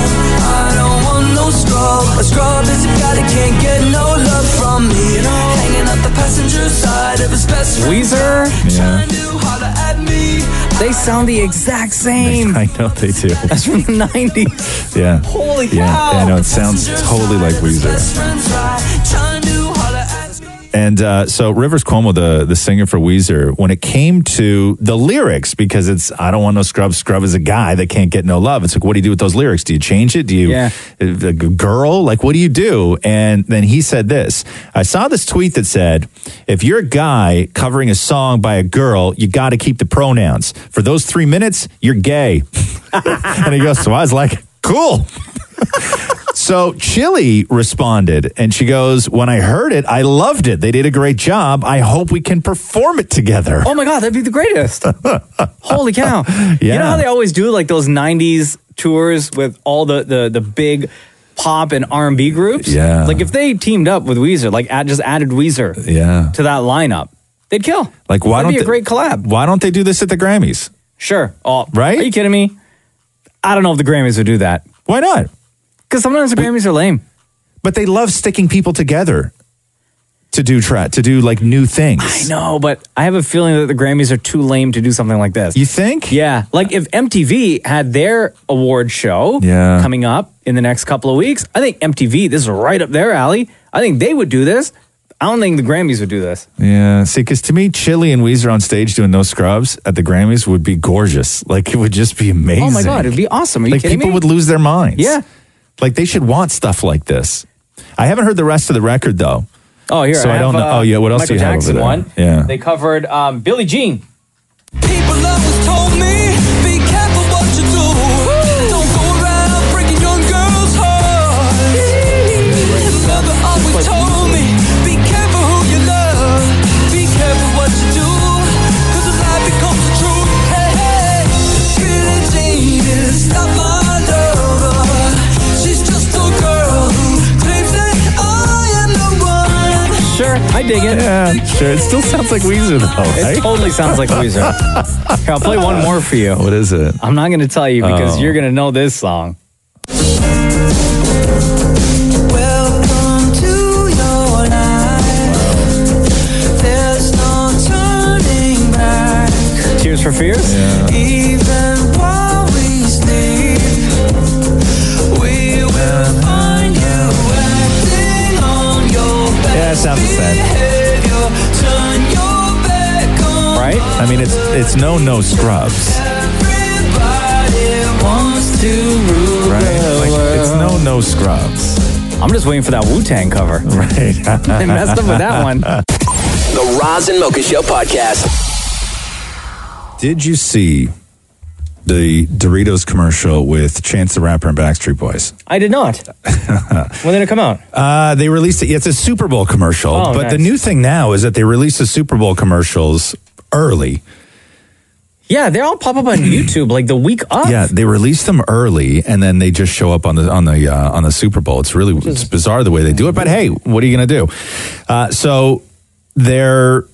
Speaker 8: I don't want no scrub. A scrub is a guy that can't get no love from me, no. Hanging out the passenger side of his best friend.
Speaker 2: Weezer?
Speaker 3: Yeah.
Speaker 8: Holler at me.
Speaker 2: They sound the exact same.
Speaker 3: I know they do.
Speaker 2: That's from the 90s.
Speaker 3: Yeah.
Speaker 2: Holy
Speaker 3: yeah,
Speaker 2: cow.
Speaker 3: Yeah, I know it sounds totally like Weezer.
Speaker 8: Friends, right? Trying to holler at
Speaker 3: And uh, so Rivers Cuomo, the the singer for Weezer, when it came to the lyrics, because it's I don't want no scrub. Scrub is a guy that can't get no love. It's like, what do you do with those lyrics? Do you change it? Do you yeah. a girl? Like, what do you do? And then he said this. I saw this tweet that said, if you're a guy covering a song by a girl, you got to keep the pronouns. For those three minutes, you're gay. and he goes, so I was like, cool. So Chili responded and she goes, When I heard it, I loved it. They did a great job. I hope we can perform it together.
Speaker 2: Oh my God, that'd be the greatest. Holy cow. You know how they always do like those 90s tours with all the, the, the big pop and R&B groups?
Speaker 3: Yeah.
Speaker 2: Like if they teamed up with Weezer, like add, just added Weezer
Speaker 3: Yeah.
Speaker 2: to that lineup, they'd kill.
Speaker 3: Like why
Speaker 2: That'd
Speaker 3: don't
Speaker 2: be a
Speaker 3: they-
Speaker 2: great collab.
Speaker 3: Why don't they do this at the Grammys?
Speaker 2: Sure. Oh,
Speaker 3: Right?
Speaker 2: Are you kidding me? I don't know if the Grammys would do that.
Speaker 3: Why not?
Speaker 2: Because sometimes the Grammys are lame.
Speaker 3: But they love sticking people together to do tra- to do like new things.
Speaker 2: I know, but I have a feeling that the Grammys are too lame to do something like this. You
Speaker 3: think?
Speaker 2: Yeah. Like if MTV had their award show
Speaker 3: Yeah.
Speaker 2: coming up in the next couple of weeks, I think MTV, this is right up their alley. I think they would do this. I don't think the Grammys would do this.
Speaker 3: Yeah, see, because to me, Chili and Weezer on stage doing no scrubs at the Grammys would be gorgeous. Like it would just be amazing.
Speaker 2: Oh my God, it'd be awesome. Are you
Speaker 3: like
Speaker 2: kidding
Speaker 3: people
Speaker 2: me?
Speaker 3: would lose their minds.
Speaker 2: Yeah.
Speaker 3: like they should want stuff like this. I haven't heard the rest of the record though.
Speaker 2: Oh, here.
Speaker 3: So I,
Speaker 2: have,
Speaker 3: don't know.
Speaker 2: uh,
Speaker 3: oh yeah, what else
Speaker 2: Michael
Speaker 3: do you
Speaker 2: Jackson
Speaker 3: have over
Speaker 2: one.
Speaker 3: there? Yeah.
Speaker 2: They covered um, Billie Jean.
Speaker 8: People always told me, be careful what you do. Don't go around breaking young girls' hearts. Mother always told me, be careful who you love. Be careful what you do. Cause the lie becomes the truth. Hey, hey. Billie Jean is not my lover. She's just a girl who claims that I am the one.
Speaker 2: Sure, I dig it.
Speaker 3: Yeah, sure. It still sounds like Weezer though.
Speaker 2: It totally sounds like Weezer. Here, I'll play one more for you.
Speaker 3: What is it?
Speaker 2: I'm not going to tell you because
Speaker 3: Oh.
Speaker 2: you're going to know this song.
Speaker 8: Welcome to your life. There's no turning back.
Speaker 2: Tears for Fears?
Speaker 8: Even while we sleep, we will find you acting on your
Speaker 3: Yeah, it sounds the same.
Speaker 8: behavior. Turn your back on
Speaker 3: Right? I mean, it's it's no no scrubs.
Speaker 8: everybody wants to rule
Speaker 3: Right?
Speaker 8: the
Speaker 3: Like
Speaker 8: world.
Speaker 3: it's no no scrubs.
Speaker 2: I'm just waiting for that Wu Tang cover.
Speaker 3: Right.
Speaker 2: They messed up with that one.
Speaker 22: The Roz and Mocha Show podcast.
Speaker 3: Did you see the Doritos commercial with Chance the Rapper and Backstreet Boys?
Speaker 2: I did not. when did it come out?
Speaker 3: Uh, they released it. It's a Super Bowl commercial,
Speaker 2: Oh,
Speaker 3: but the
Speaker 2: nice.
Speaker 3: new thing now is that they release the Super Bowl commercials early.
Speaker 2: Yeah, they all pop up on YouTube like the week of.
Speaker 3: Yeah, they release them early, and then they just show up on the on the uh, on the Super Bowl. It's really it's bizarre the way they do it, but hey, what are you going to do? Uh, so their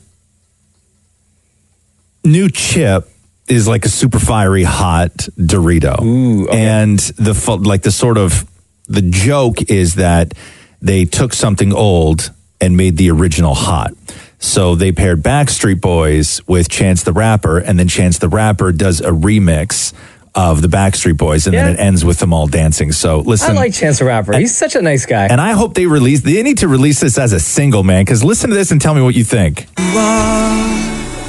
Speaker 3: new chip is like a super fiery hot Dorito, and the fu- like the sort of the joke is that they took something old and made the original hot. So they paired Backstreet Boys with Chance the Rapper, and then Chance the Rapper does a remix of the Backstreet Boys, and then it ends with them all dancing. So listen,
Speaker 2: I like Chance the Rapper. He's such a nice guy.
Speaker 3: and I hope they release. They need to release this as a single, man. Because listen to this and tell me what you think.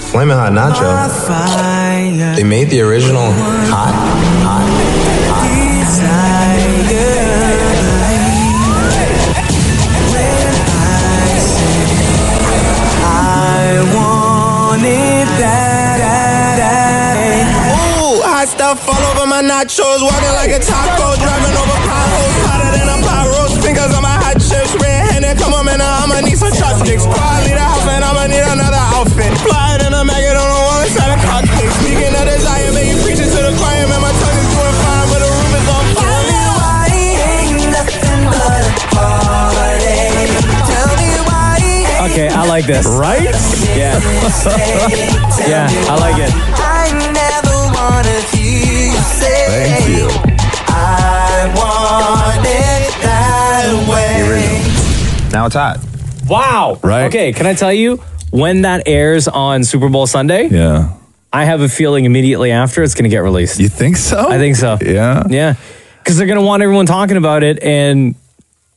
Speaker 23: Flamin' Hot Nacho. They made the original hot, hot,
Speaker 8: Ooh, hot stuff all over my nachos, walking like a taco, driving over potholes, hotter than a pot roast, fingers on my hot church, red handed, come on man, I'ma need some chopsticks, probably the house and I'ma need another outfit.
Speaker 2: like this.
Speaker 3: Right?
Speaker 2: Yeah. yeah, I like it.
Speaker 8: I never wanna hear you say
Speaker 2: Thank you.
Speaker 8: I want it that way.
Speaker 2: Now it's hot. Wow. Right. Okay, can I tell you when that airs on Super Bowl Sunday?
Speaker 3: Yeah.
Speaker 2: I have a feeling immediately after it's going to get released. You
Speaker 3: think so?
Speaker 2: I think so.
Speaker 3: Yeah.
Speaker 2: Yeah. Because they're going to want everyone talking about it and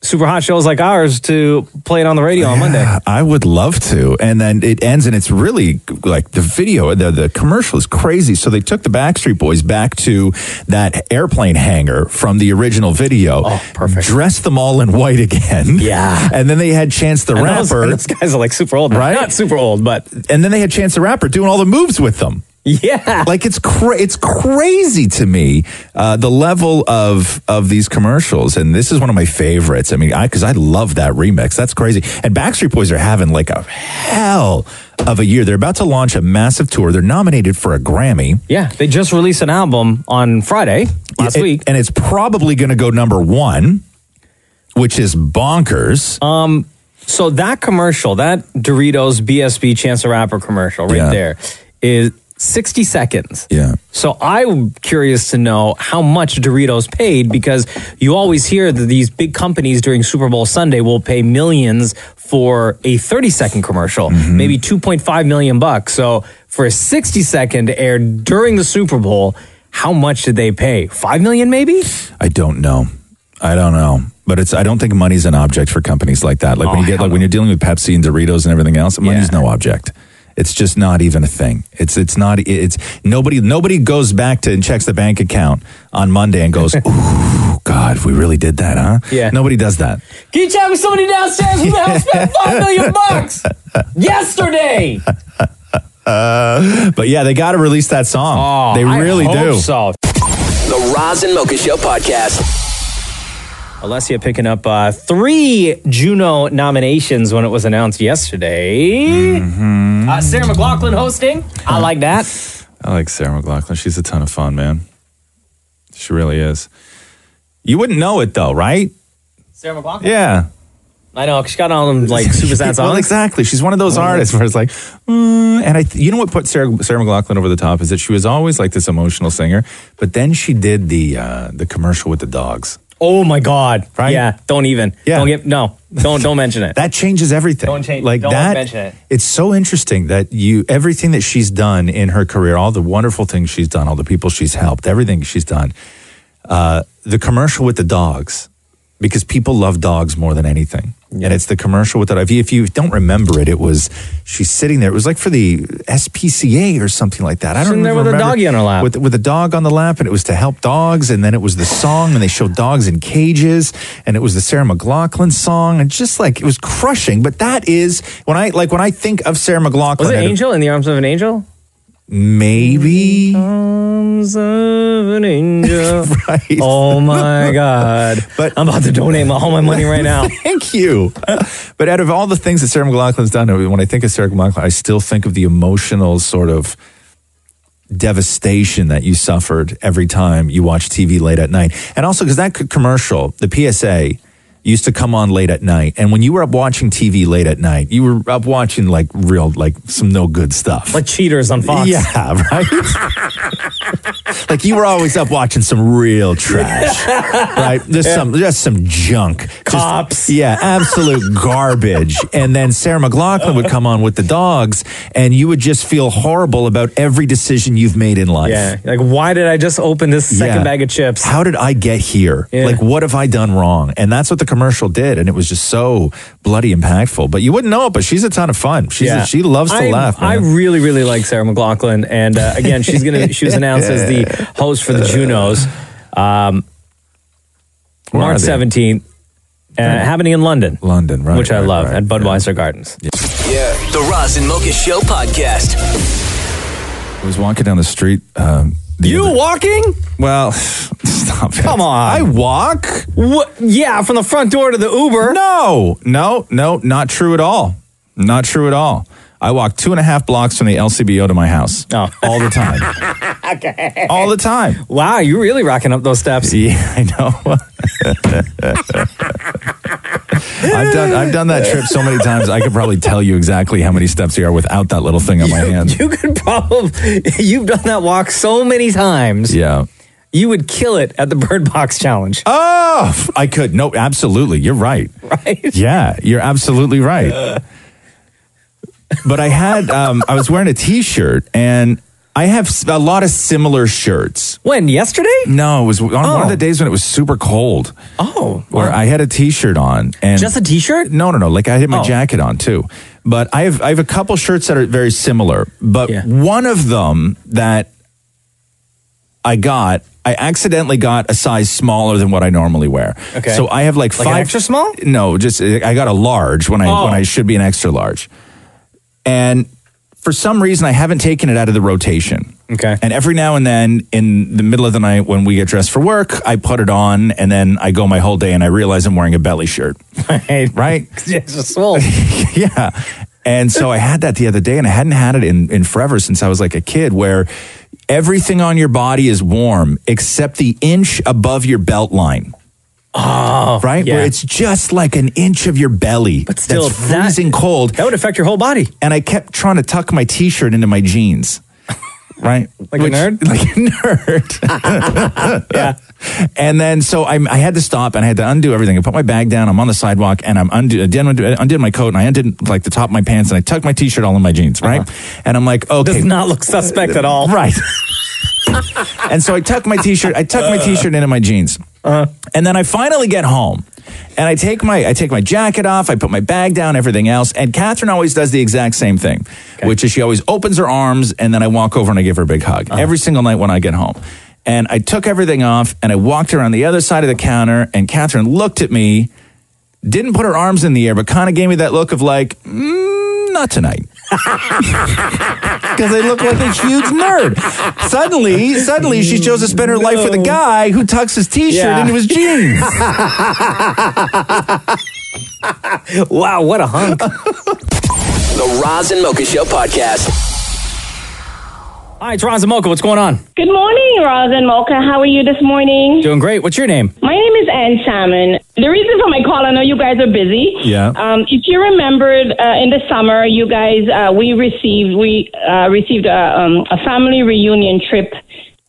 Speaker 2: super hot shows like ours to play it on the radio on Monday.
Speaker 3: I would love to. And then it ends, and it's really like the video, the, the commercial is crazy. So they took the Backstreet Boys back to that airplane hangar from the original video. Oh, perfect. Dressed them all in white again. Yeah. And then they had Chance the
Speaker 2: And those-
Speaker 3: Rapper.
Speaker 2: and those guys are like super old,
Speaker 3: right?
Speaker 2: Not super old, but.
Speaker 3: And then they had Chance the Rapper doing all the moves with them.
Speaker 2: Yeah,
Speaker 3: like it's cra- it's crazy to me uh, the level of of these commercials, and this is one of my favorites. I mean, I because I love that remix. That's crazy. And Backstreet Boys are having like a hell of a year. They're about to launch a massive tour. They're nominated for a Grammy.
Speaker 2: Yeah, they just released an album on Friday last week,
Speaker 3: and it's probably going to go number one, which is bonkers.
Speaker 2: Um, so that commercial, that Doritos BSB Chance the Rapper commercial right
Speaker 3: Yeah.
Speaker 2: there, is sixty seconds.
Speaker 3: Yeah.
Speaker 2: So I'm curious to know how much Doritos paid because you always hear that these big companies during Super Bowl Sunday will pay millions for a 30 second commercial,
Speaker 3: Mm-hmm.
Speaker 2: maybe 2.5 million bucks. So for a 60 second aired during the Super Bowl, how much did they pay? 5 million maybe?
Speaker 3: I don't know. I don't know. But it's I don't think money's an object for companies like that.
Speaker 2: Oh,
Speaker 3: Like when you get like when you're dealing with Pepsi and Doritos and everything else, money's no object. It's just not even a thing. It's it's not it's nobody nobody goes back to and checks the bank account on Monday and goes, "Ooh, god, we really did that, huh?"
Speaker 2: Yeah.
Speaker 3: Nobody does that.
Speaker 2: Can you chat with somebody downstairs who the hell spent 5 million bucks yesterday?
Speaker 3: Uh, but yeah, they got to release that song. they
Speaker 2: Oh, I
Speaker 3: really
Speaker 2: hope
Speaker 3: do.
Speaker 2: so.
Speaker 1: The Roz and Mocha Show podcast.
Speaker 2: Alessia picking up uh, three Juno nominations when it was announced yesterday.
Speaker 3: Mm-hmm.
Speaker 2: Uh, Sarah McLaughlin hosting. I like that.
Speaker 3: I like Sarah McLaughlin. She's a ton of fun, man. She really is. You wouldn't know it though, right?
Speaker 2: Sarah McLaughlin.
Speaker 3: Yeah.
Speaker 2: Uh-huh. I know. 'cause She got all them like super sad songs. Uh-huh.
Speaker 3: Well, exactly. She's one of those artists where it's like, mm, and I, th- you know what put Sarah, Sarah McLaughlin over the top is that she was always like this emotional singer, but then she did the uh, the commercial with the dogs.
Speaker 2: Oh my god. Right? Yeah. Don't even. Yeah. Don't get. No. Don't. Don't mention it.
Speaker 3: that changes everything.
Speaker 2: Don't change.
Speaker 3: Like
Speaker 2: don't
Speaker 3: that.
Speaker 2: Mention it.
Speaker 3: It's so interesting that you everything that she's done in her career, all the wonderful things she's done, all the people she's helped, everything she's done. Uh, the commercial with the dogs, because people love dogs more than anything, and it's the commercial with the If you, if you don't remember it, it was she's sitting there. It was like for the SPCA or something like that. I don't
Speaker 2: Sitting there
Speaker 3: remember.
Speaker 2: with a
Speaker 3: remember.
Speaker 2: doggy on her lap.
Speaker 3: With, with a dog on the lap, and it was to help dogs. And then it was the song, and they showed dogs in cages, and it was the Sarah McLaughlin song, and just like it was crushing. But that is when I like when I think of Sarah McLaughlin.
Speaker 2: Was it
Speaker 3: I-
Speaker 2: Angel in the arms of an angel?
Speaker 3: Maybe.
Speaker 2: Arms of an angel.
Speaker 3: right.
Speaker 2: Oh my god.
Speaker 3: But
Speaker 2: I'm about to donate all my money right now.
Speaker 3: Thank you. But out of all the things that Sarah McLaughlin's done, when I think of Sarah McLaughlin, I still think of the emotional sort of devastation that you suffered every time you watched TV late at night. And also because that c- commercial, the PSA, used to come on late at night. And when you were up watching TV late at night, you were up watching like real, like some no good stuff.
Speaker 2: Like cheaters on Fox.
Speaker 3: Yeah, right? like you were always up watching some real trash. Right? Just
Speaker 2: Yeah.
Speaker 3: some just some junk. Just-
Speaker 2: Cops.
Speaker 3: yeah, absolute garbage. And then Sarah McLaughlin would come on with the dogs and you would just feel horrible about every decision you've made in life.
Speaker 2: Yeah. Like, why did I just open this second
Speaker 3: Yeah.
Speaker 2: bag of chips?
Speaker 3: How did I get here? Like, what have I done wrong? And that's what the commercial did, and it was just so bloody impactful. But you wouldn't know it. But she's a ton of fun. She's
Speaker 2: Yeah.
Speaker 3: she loves to
Speaker 2: I,
Speaker 3: laugh. Man.
Speaker 2: I really, really like Sarah McLaughlin, and uh, again, she's gonna she was announced as the host for the Junos, um,
Speaker 3: Where are
Speaker 2: March
Speaker 3: they?
Speaker 2: seventeenth, uh, happening in London,
Speaker 3: London, right?
Speaker 2: which I love at Budweiser Gardens.
Speaker 1: Yeah. The Roz and Mocha Show podcast.
Speaker 3: I was walking down the street. Um, the
Speaker 2: You
Speaker 3: other-
Speaker 2: walking?
Speaker 3: Well, stop it.
Speaker 2: Come on, I
Speaker 3: walk.
Speaker 2: What? Yeah, from the front door to the Uber.
Speaker 3: No, no, no, not true at all. Not true at all. I walk two and a half blocks from the LCBO to my house. Oh. All the time.
Speaker 2: okay.
Speaker 3: All the time.
Speaker 2: Wow, you're really rocking up those steps.
Speaker 3: Yeah, I know. I've done I've done that trip so many times. I could probably tell you exactly how many steps you are without that little thing on my hand.
Speaker 2: You could probably you've done that walk so many times.
Speaker 3: Yeah.
Speaker 2: You would kill it at the bird box challenge.
Speaker 3: Oh, I could. No, absolutely. You're right.
Speaker 2: Right. Uh,
Speaker 3: Yeah, you're absolutely right. But I had um I was wearing a t-shirt and I have s- a lot of similar shirts.
Speaker 2: When yesterday?
Speaker 3: No, it was on one
Speaker 2: Oh.
Speaker 3: of the days when it was super cold.
Speaker 2: Oh,
Speaker 3: where I had a t-shirt on and
Speaker 2: Just a t-shirt?
Speaker 3: No, no, no. Like I had my
Speaker 2: Oh.
Speaker 3: jacket on too. But I have I have a couple shirts that are very similar. But one of them that I got, I accidentally got a size smaller than what I normally wear.
Speaker 2: Okay.
Speaker 3: So I have like
Speaker 2: Like
Speaker 3: five
Speaker 2: an extra small?
Speaker 3: No, just uh, I got a large when I
Speaker 2: Oh.
Speaker 3: when I should be an extra large. And for some reason I haven't taken it out of the rotation.
Speaker 2: Okay.
Speaker 3: And every now and then in the middle of the night when we get dressed for work, I put it on and then I go my whole day and I realize I'm wearing a belly shirt.
Speaker 2: Right.
Speaker 3: Right?
Speaker 2: It's a swole.
Speaker 3: yeah. And so I had that the other day, and I hadn't had it in, in forever since I was like a kid, where everything on your body is warm except the inch above your belt line.
Speaker 2: Oh,
Speaker 3: right?
Speaker 2: yeah.
Speaker 3: Where it's just like an inch of your belly. But
Speaker 2: still,
Speaker 3: that's
Speaker 2: that-
Speaker 3: freezing cold. That
Speaker 2: would affect your whole body.
Speaker 3: And I kept trying to tuck my t shirt into my jeans. Right?
Speaker 2: Like a nerd?
Speaker 3: Like a nerd. yeah. And then so I, I had to stop and I had to undo everything. I put my bag down. I'm on the sidewalk and I'm undo, I did undo, undid my coat and I undid like the top of my pants and I tucked my t-shirt all in my jeans. Right. And I'm like, okay,
Speaker 2: Uh-huh. Does not look suspect at all.
Speaker 3: Right. and so I tuck my t-shirt. I tuck my t-shirt into my jeans, and then I finally get home, and I take my I take my jacket off. I put my bag down, everything else. And Catherine always does the exact same thing, which is she always opens her arms, and then I walk over and I give her a big hug every single night when I get home. And I took everything off, and I walked around the other side of the counter, and Catherine looked at me, didn't put her arms in the air, but kind of gave me that look of like, mm, not tonight because I look like a huge nerd. Suddenly, suddenly she chose to spend her life with a guy who tucks his t-shirt
Speaker 2: Yeah.
Speaker 3: into his jeans.
Speaker 2: wow, what a hunk.
Speaker 1: The Roz and Mocha Show podcast.
Speaker 2: Hi, it's Ron Zamoka. What's going on?
Speaker 24: Good morning, Roz and Mocha. How are you this morning?
Speaker 2: Doing great. What's your name?
Speaker 24: My name is Ann Salmon. The reason for my call, I know you guys are busy.
Speaker 2: Yeah.
Speaker 24: Um, if you remembered, uh, in the summer, you guys, uh, we received we uh, received a, um, a family reunion trip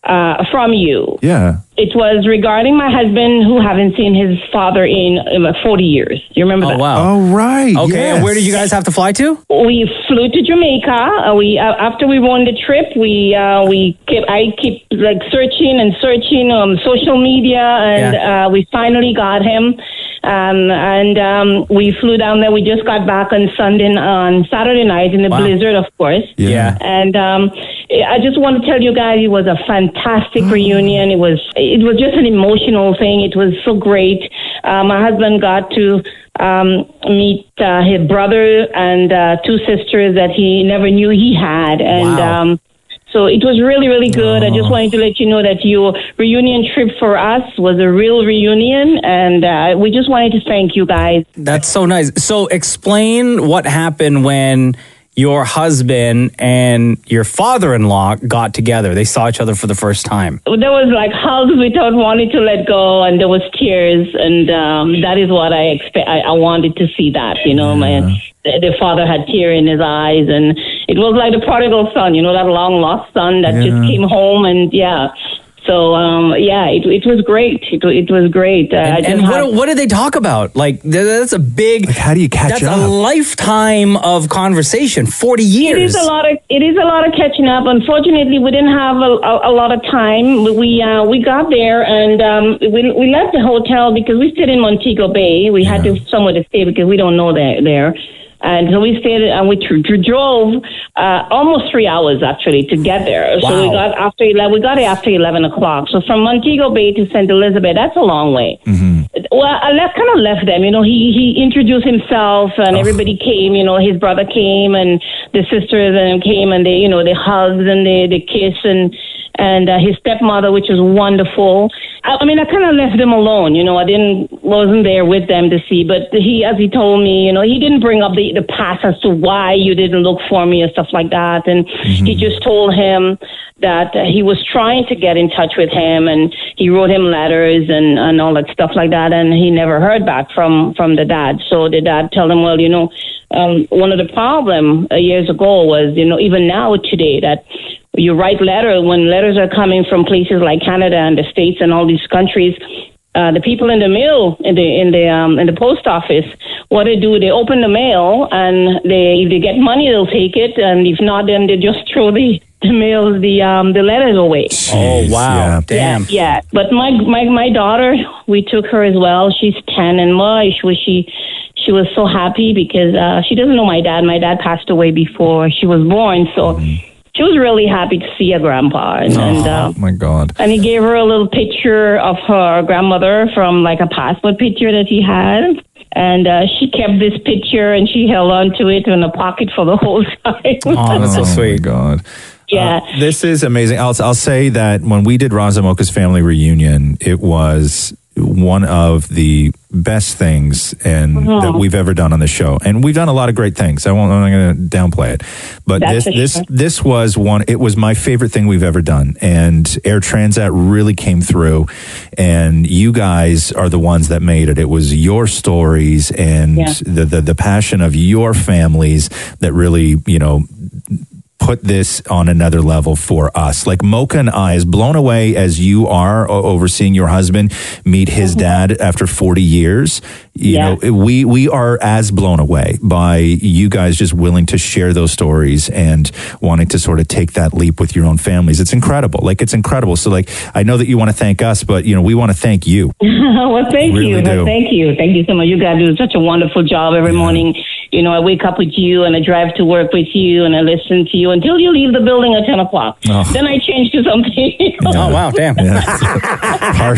Speaker 24: uh, from you.
Speaker 3: Yeah.
Speaker 24: It was regarding my husband, who haven't seen his father in um, 40 years. You remember
Speaker 2: Oh
Speaker 24: that?
Speaker 2: wow.
Speaker 3: Oh right.
Speaker 2: Okay. And where do you guys have to fly to?
Speaker 24: We flew to Jamaica. Uh, we uh, after we won the trip, we uh, we kept I keep like searching and searching on social media, and uh, we finally got him. Um, and um, we flew down there. We just got back on Sunday on Saturday night in the blizzard, of course.
Speaker 3: Yeah.
Speaker 24: And um, I I just want to tell you guys, it was a fantastic reunion. It was it was just an emotional thing. It was so great. Uh, my husband got to um, meet uh, his brother and uh, two sisters that he never knew he had, and.
Speaker 15: Wow.
Speaker 24: Um, so it was really, really good. I just wanted to let you know that your reunion trip for us was a real reunion, and uh, we just wanted to thank you guys.
Speaker 2: That's so nice. So explain what happened when your husband and your father-in-law got together. They saw each other for the first time.
Speaker 24: there was like hugs without wanting to let go, and there was tears, and um, that is what I expect. I, I wanted to see that, you know, my the, the father had tear in his eyes, and it was like the prodigal son, you know, that long lost son that just
Speaker 25: Yeah.
Speaker 24: came home, and yeah. So um, yeah, it it was great. It, wa- it was great. Uh, I
Speaker 2: And,
Speaker 24: just
Speaker 2: and
Speaker 24: had-
Speaker 2: what, what did they talk about? Like th- that's a big. how do you catch that's a
Speaker 24: up?
Speaker 2: lifetime of conversation. Forty years.
Speaker 24: It is a lot of it is a lot of catching up. Unfortunately, we didn't have a, a, a lot of time. We uh, we got there and um, we we left the hotel because we stayed in Montego Bay. We had to somewhere to stay because we don't know that there. And so we stayed and we tr- tr- drove uh, almost three hours actually to get there. So we
Speaker 15: Wow.
Speaker 24: got after ele- we got it after eleven o'clock. So from Montego Bay to Saint Elizabeth, that's a long way.
Speaker 2: Mm-hmm.
Speaker 24: Well, I left, kind of left them. You know, he he introduced himself, and everybody came. You know, his brother came, and the sisters and came, and they, you know, they hugs and they they kiss, and and uh, his stepmother, which is wonderful. I, I mean, I kind of left them alone. You know, I didn't wasn't there with them to see. But he, as he told me, you know, he didn't bring up the the past as to why you didn't look for me and stuff like that, and he just told him that uh, he was trying to get in touch with him and he wrote him letters and, and all that stuff like that and he never heard back from from the dad so the dad told him well you know um, one of the problem uh, years ago was you know even now today that you write letter when letters are coming from places like Canada and the states and all these countries uh, the people in the mail in the in the um, in the post office what they do they open the mail and they if they get money they'll take it and if not then they just throw the the mail the um the letters away
Speaker 2: oh wow! Damn.
Speaker 24: yeah but my my my daughter we took her as well she's 10 and my she was she she was so happy because uh she doesn't know my dad my dad passed away before she was born so
Speaker 5: Mm-hmm.
Speaker 24: she was really happy to see her grandpa and, and uh,
Speaker 5: Oh, my God.
Speaker 24: and he gave her a little picture of her grandmother from like a passport picture that he had. And uh, she kept this picture and she held on to it in a pocket for the whole time.
Speaker 3: Oh,
Speaker 5: Oh,
Speaker 3: sweet.
Speaker 5: God.
Speaker 24: yeah.
Speaker 3: Uh, This is amazing. I'll, I'll say that when we did Razamoka's family reunion, it was one of the best things and
Speaker 10: Mhm.
Speaker 3: that we've ever done on the show. And we've done a lot of great things. I won't, I'm not going to downplay it, but
Speaker 10: That's for
Speaker 3: this,
Speaker 10: sure.
Speaker 3: this, this was one, it was my favorite thing we've ever done. And Air Transat really came through and you guys are the ones that made it. It was your stories and
Speaker 10: Yeah.
Speaker 3: the, the, the passion of your families that really, you know, put this on another level for us. Like Mocha and I, as blown away as you are o- overseeing your husband meet his dad after 40 years, you know, we we are as blown away by you guys just willing to share those stories and wanting to sort of take that leap with your own families. It's incredible. Like it's incredible. So like I know that you want to thank us, but you know, we want to thank you.
Speaker 24: well, thank
Speaker 3: Really
Speaker 24: you.
Speaker 3: do.
Speaker 24: Well, thank you. Thank you so much. You guys do such a wonderful job every morning. You know, I wake up with you and I drive to work with you and I listen to you until you leave the building at 10 o'clock.
Speaker 3: Oh.
Speaker 24: Then I change to something.
Speaker 2: Oh wow! Damn. well,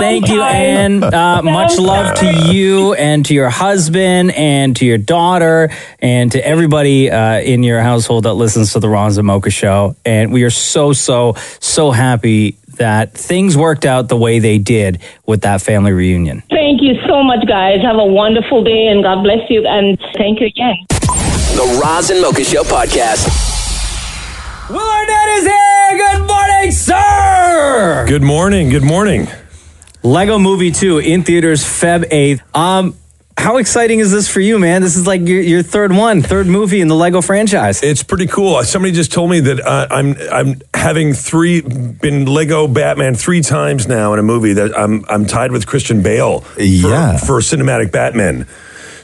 Speaker 2: thank you, Anne. Uh, much love to you and to your husband and to your daughter and to everybody uh, in your household that listens to the Ron Zamoka show. And we are so, so, so happy that things worked out the way they did with that family reunion.
Speaker 24: Thank you so much, guys. Have a wonderful day and God bless you. And thank you again.
Speaker 1: The Roz and Mocha Show podcast.
Speaker 2: Will Arnett is here. Good morning, sir.
Speaker 26: Good morning. Good morning.
Speaker 2: Lego Movie 2 in theaters Feb 8th. Um, how exciting is this for you, man? This is like your, your third one, third movie in the Lego franchise.
Speaker 26: It's pretty cool. Somebody just told me that uh, I'm I'm having three been Lego Batman three times now in a movie that I'm I'm tied with Christian Bale for,
Speaker 10: Yeah.
Speaker 26: for cinematic Batman.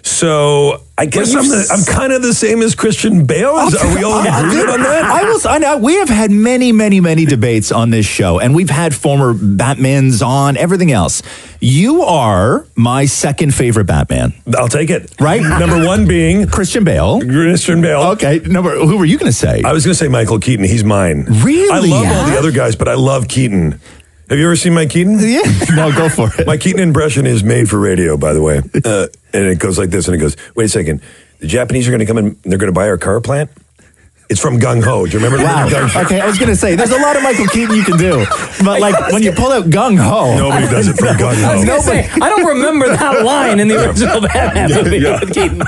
Speaker 26: So I guess I'm the, I'm kind of the same as Christian Bale. Is, are we all agreed on that?
Speaker 3: I will. I know we have had many, many, many debates on this show, and we've had former Batmans on, everything else. You are my second favorite Batman.
Speaker 26: I'll take it.
Speaker 3: Right,
Speaker 26: Number one being
Speaker 3: Christian Bale.
Speaker 26: Christian Bale.
Speaker 3: Okay. Number. Who were you going to say?
Speaker 26: I was going to say Michael Keaton. He's mine. Really? I love all the other guys, but I love Keaton. Have you ever seen Mike Keaton? Yeah.
Speaker 3: No, go for it.
Speaker 26: My Keaton impression is made for radio, by the way. Uh, and it goes like this, and it goes, wait a second. The Japanese are going to come in and they're going to buy our car plant? It's from Gung Ho. Do you remember?
Speaker 3: Wow.
Speaker 26: Gung Ho?
Speaker 3: Okay, I was gonna say there's a lot of Michael Keaton you can do, but like when you pull out Gung Ho,
Speaker 26: Nobody does it from Gung Ho.
Speaker 2: I was going to say, I don't remember that line in the original Batman
Speaker 26: Yeah,
Speaker 2: movie
Speaker 26: yeah.
Speaker 2: with Keaton.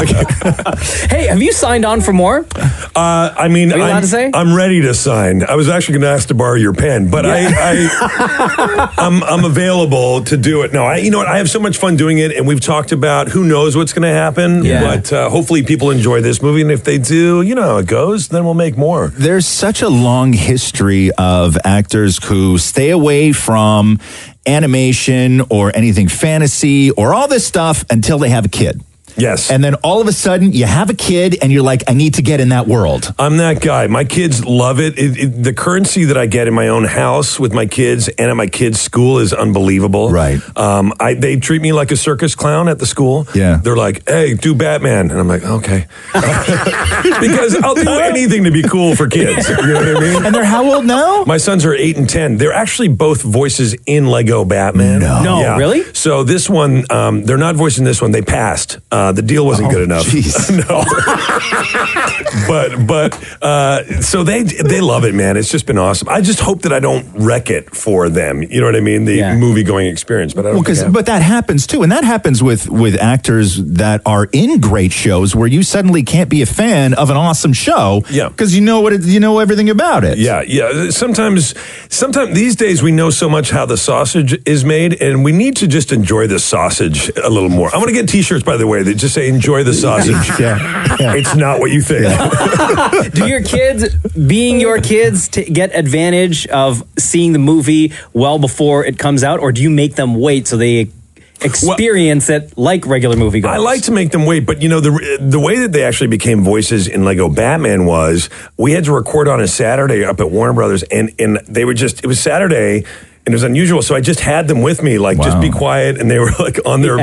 Speaker 2: hey, have you signed on for more?
Speaker 26: Uh, I mean,
Speaker 2: Are you allowed
Speaker 26: I'm,
Speaker 2: to say?
Speaker 26: I'm ready to sign. I was actually going to ask to borrow your pen, but I, I I'm, I'm available to do it. No, I, you know what? I have so much fun doing it, and we've talked about who knows what's going to happen.
Speaker 3: Yeah.
Speaker 26: But uh, hopefully, people enjoy this movie, and if they do, you know how it goes. Then we'll make more.
Speaker 3: There's such a long history of actors who stay away from animation or anything fantasy or all this stuff until they have a kid.
Speaker 26: Yes.
Speaker 3: And then all of a sudden you have a kid and you're like, I need to get in that world.
Speaker 26: I'm that guy. My kids love it. It, it. The currency that I get in my own house with my kids and at my kids' school is unbelievable. Right. Um, I, they treat me like a circus clown at the school. Yeah. They're like, hey, do Batman. And I'm like, okay. because I'll do anything to be cool for kids. You know what I mean?
Speaker 3: And they're how old now?
Speaker 26: My sons are eight and 10. They're actually both voices in Lego Batman. No.
Speaker 2: No, really?
Speaker 26: So this one, um,
Speaker 3: Oh,
Speaker 26: they're not voicing this one. They passed. Uh, the deal wasn't good enough. no. but but uh, so they they love it, man. It's just been awesome. I just hope that I don't wreck it for them. You know what I mean? The movie going experience. But I don't.
Speaker 3: Well, because
Speaker 26: think I-
Speaker 3: but that happens too, and that happens with with actors that are in great shows where you suddenly can't be a fan of an awesome show, yeah, because you know what it, you know everything about it.
Speaker 26: Yeah, yeah. Sometimes, sometimes these days we know so much how the sausage is made, and we need to just enjoy the sausage a little more. I want to get T-shirts, by the way, that just say "Enjoy the sausage."
Speaker 3: yeah,
Speaker 26: it's not what you think.
Speaker 2: Do your kids, being your kids, to get advantage of seeing the movie well before it comes out, or do you make them wait so they experience it like regular moviegoers?
Speaker 26: I like to make them wait, but you know the the way that they actually became voices in Lego Batman was we had to record on a Saturday up at Warner Brothers, and and they were just it was Saturday. And it was unusual, so I just had them with me, like just be quiet, and they were like on their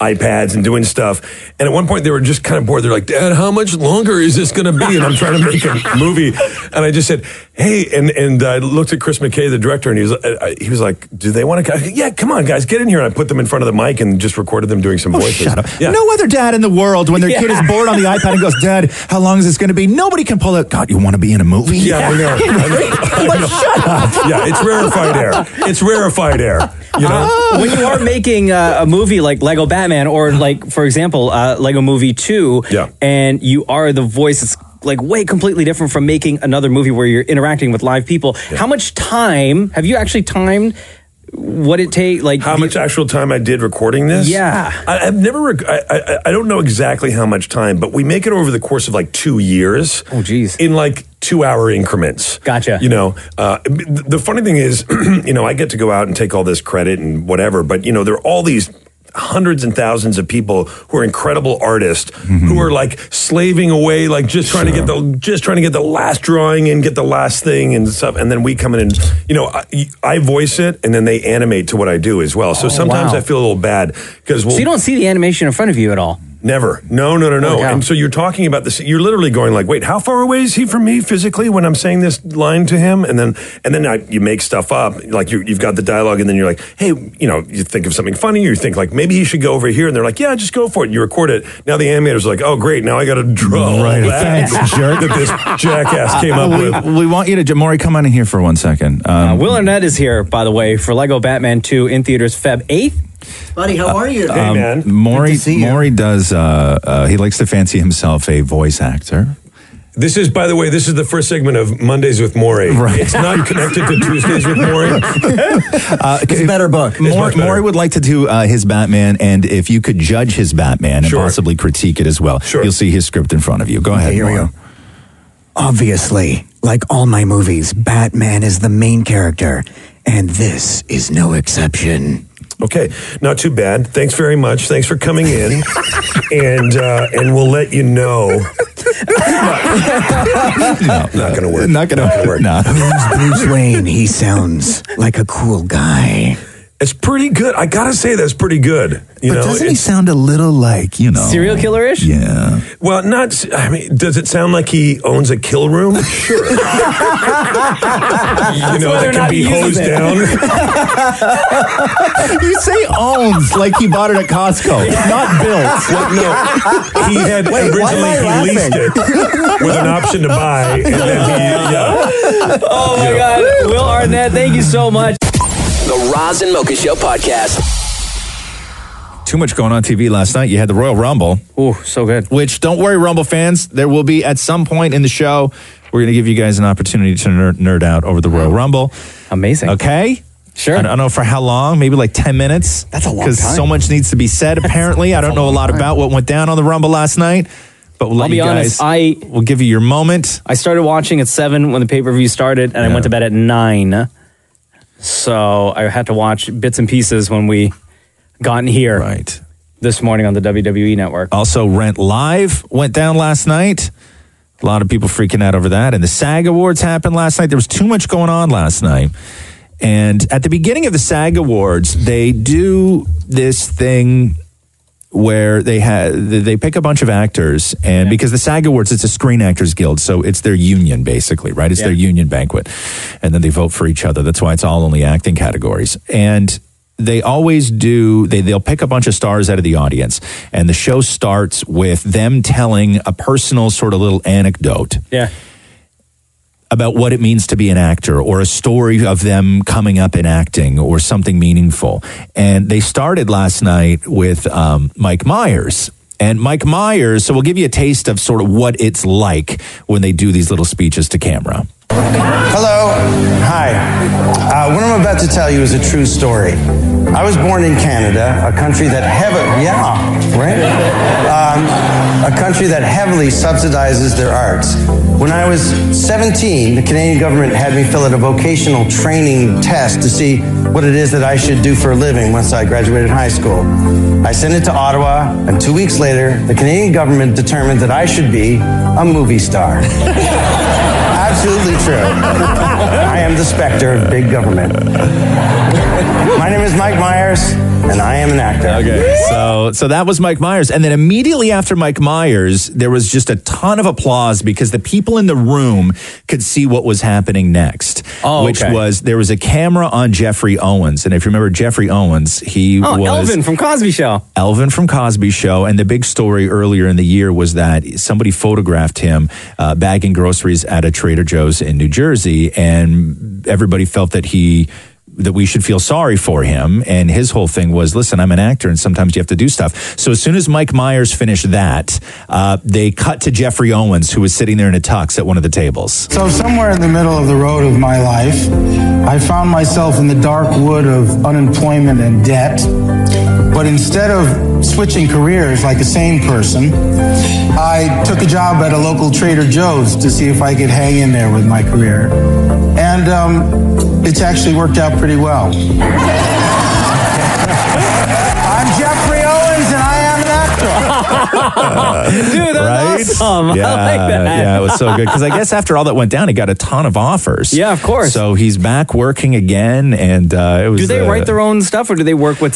Speaker 26: iPads and doing stuff. And at one point, they were just kind of bored. They're like, "Dad, how much longer is this going to be?" And I'm trying to make a movie, and I just said, "Hey," and and I looked at Chris McKay, the director, and he was uh, uh, he was like, "Do they want to?" Yeah, come on, guys, get in here. And I put them in front of the mic and just recorded them doing some voices.
Speaker 3: Oh, Shut up.
Speaker 26: Yeah.
Speaker 3: No other dad in the world, when their kid is
Speaker 26: Yeah.
Speaker 3: bored on the iPad and goes, Dad, how long is this going to be? Nobody can pull it. God, you want to be in a movie?
Speaker 26: Yeah, I know. I know. I know. Yeah, it's rarefied air. It's rarefied air. You know?
Speaker 2: when you are making uh, a movie like Lego Batman, or like for example, uh, Lego Movie Two, yeah. and you are the voice, it's like way completely different from making another movie where you're interacting with live people. How much time have you actually timed? What it take? Like
Speaker 26: how much actual time I did recording this?
Speaker 2: Yeah.
Speaker 26: I, I've never. Rec- I, I I don't know exactly how much time, but we make it over the course of like two years. Oh, geez. In like two hour increments. Gotcha. You know, uh, th- the funny thing is, you know, I get to go out and take all this credit and whatever, but you know, there are all these. Hundreds and thousands of people who are incredible artists who are like slaving away, like just trying to get the just trying to get the last drawing and get the last thing and stuff, and then we come in and you know I, I voice it and then they animate to what I do as well. So
Speaker 2: Oh,
Speaker 26: sometimes
Speaker 2: wow.
Speaker 26: I feel a little bad because we'll,
Speaker 2: so you don't see the animation in front of you at all.
Speaker 26: Never. No, no, no, no. and so you're talking about this. You're literally going like, wait, how far away is he from me physically when I'm saying this line to him? And then, and then I, you make stuff up. Like you, you've got the dialogue, and then you're like, hey, you know, you think of something funny. You think like maybe he should go over here, and they're like, yeah, just go for it. You record it. Now the animators are like, oh, great. Now I got to draw
Speaker 3: Right,
Speaker 26: that,
Speaker 3: thanks, jerk. Uh,
Speaker 26: that this jackass came up
Speaker 3: we,
Speaker 26: with.
Speaker 3: We want you to, Maury, come on in here for one second. Um,
Speaker 2: Uh, Will Arnett is here, by the way, for Lego Batman 2 in theaters Feb 8th.
Speaker 6: Buddy, how are you?
Speaker 3: um, Maury, Maury does, uh, uh, he likes to fancy himself a voice actor.
Speaker 26: This is, by the way, this is the first segment of Mondays with Maury. Right. It's not connected to Tuesdays with Maury.
Speaker 3: Uh, it's a better book. Maury, Maury would like to do uh, his Batman, and if you could judge his Batman and possibly critique it as well, sure. you'll see his script in front of you. Go ahead.
Speaker 6: here we
Speaker 3: Maury.
Speaker 6: Obviously, like all my movies, Batman is the main character, and this is no exception.
Speaker 26: Okay, not too bad. Thanks very much. Thanks for coming in, and uh, and we'll let you know.
Speaker 6: not
Speaker 26: gonna work.
Speaker 6: Not gonna, work. Who's Bruce Wayne? He sounds like a cool guy.
Speaker 26: It's pretty good. I gotta say, that's pretty good. You
Speaker 6: But
Speaker 26: know,
Speaker 6: doesn't he
Speaker 26: it's-
Speaker 3: sound a little like you know
Speaker 2: serial killer ish?
Speaker 3: Yeah.
Speaker 26: Well, not. s- I mean, does it sound like he owns a kill room? Sure. you know,
Speaker 27: whether or
Speaker 26: that
Speaker 27: not
Speaker 26: can be
Speaker 27: he uses
Speaker 26: hosed
Speaker 27: it.
Speaker 26: down.
Speaker 3: you say owns like he bought it at Costco, not built.
Speaker 26: no, he had
Speaker 3: Wait, why am I
Speaker 26: originally he leased
Speaker 3: laughing?
Speaker 26: it with an option to buy, and then he, yeah.
Speaker 2: Oh my God. Will Arnett, thank you so much.
Speaker 28: The Roz and Mocha Show podcast.
Speaker 3: Too much going on TV last night. You had the Royal Rumble.
Speaker 2: Ooh, so good.
Speaker 3: Which, don't worry, Rumble fans, there will be at some point in the show, we're going to give you guys an opportunity to nerd, nerd out over the Royal Rumble.
Speaker 2: Amazing.
Speaker 3: Okay? Sure. I don't know for how long, maybe like 10 minutes. That's a
Speaker 2: long
Speaker 3: Because
Speaker 2: time.
Speaker 3: so much needs to be said, apparently. I don't know a lot about what went down on the Rumble last night, but we'll
Speaker 2: I'll
Speaker 3: let
Speaker 2: be
Speaker 3: you guys.
Speaker 2: honest. I
Speaker 3: will give you your moment.
Speaker 2: I started watching at seven when the pay per view started, and I went to bed at nine. So I had to watch bits and pieces when we got in here.
Speaker 3: Right.
Speaker 2: This morning on the WWE network.
Speaker 3: Also, Rent Live went down last night. A lot of people freaking out over that. And the SAG Awards happened last night. There was too much going on last night. And at the beginning of the SAG Awards, they do this thing where they ha- they pick a bunch of actors and because the SAG Awards it's a Screen Actors Guild so it's their union basically right it's their union banquet and then they vote for each other that's why it's all only acting categories and they always do they, they'll pick a bunch of stars out of the audience and the show starts with them telling a personal sort of little anecdote
Speaker 2: Yeah.
Speaker 3: about what it means to be an actor or a story of them coming up in acting or something meaningful. And they started last night with um, Mike Myers. And Mike Myers, so we'll give you a taste of sort of what it's like when they do these little speeches to camera.
Speaker 28: Hello. Hi. Uh, what I'm about to tell you is a true story. I was born in Canada, a country that heavily, yeah, right? Um, a country that heavily subsidizes their arts. When I was 17, the Canadian government had me fill out a vocational training test to see what it is that I should do for a living once I graduated high school. I sent it to Ottawa, and two weeks later, the Canadian government determined that I should be a movie star. Absolutely true. I am the specter of big government. My name is Mike Myers, and I am an actor.
Speaker 3: Okay. So so that was Mike Myers. And then immediately after Mike Myers, there was just a ton of applause because the people in the room could see what was happening next.
Speaker 2: Oh,
Speaker 3: which
Speaker 2: okay.
Speaker 3: was there was a camera on Jeffrey Owens. And if you remember Jeffrey Owens, he
Speaker 2: Oh,
Speaker 3: was
Speaker 2: Elvin from Cosby Show.
Speaker 3: Elvin from Cosby Show, and the big story earlier in the year was that somebody photographed him uh, bagging groceries at a Trader Joe's in New Jersey, and everybody felt that he that we should feel sorry for him. And his whole thing was, listen, I'm an actor, and sometimes you have to do stuff. So as soon as Mike Myers finished that, uh, they cut to Jeffrey Owens, who was sitting there in a tux at one of the tables.
Speaker 15: So, somewhere in the middle of the road of my life, I found myself in the dark wood of unemployment and debt. But instead of switching careers like the same person, I took a job at a local Trader Joe's to see if I could hang in there with my career. And um, it's actually worked out pretty well.
Speaker 28: I'm Jeffrey Owens, and I am an
Speaker 26: Uh,
Speaker 28: actor.
Speaker 2: Dude, that's awesome.
Speaker 3: Yeah,
Speaker 2: I like that.
Speaker 3: yeah, it was so good because I guess after all that went down, he got a ton of offers.
Speaker 2: Yeah, of course.
Speaker 3: So he's back working again, and uh, it was.
Speaker 2: Do they
Speaker 3: uh,
Speaker 2: write their own stuff, or do they work with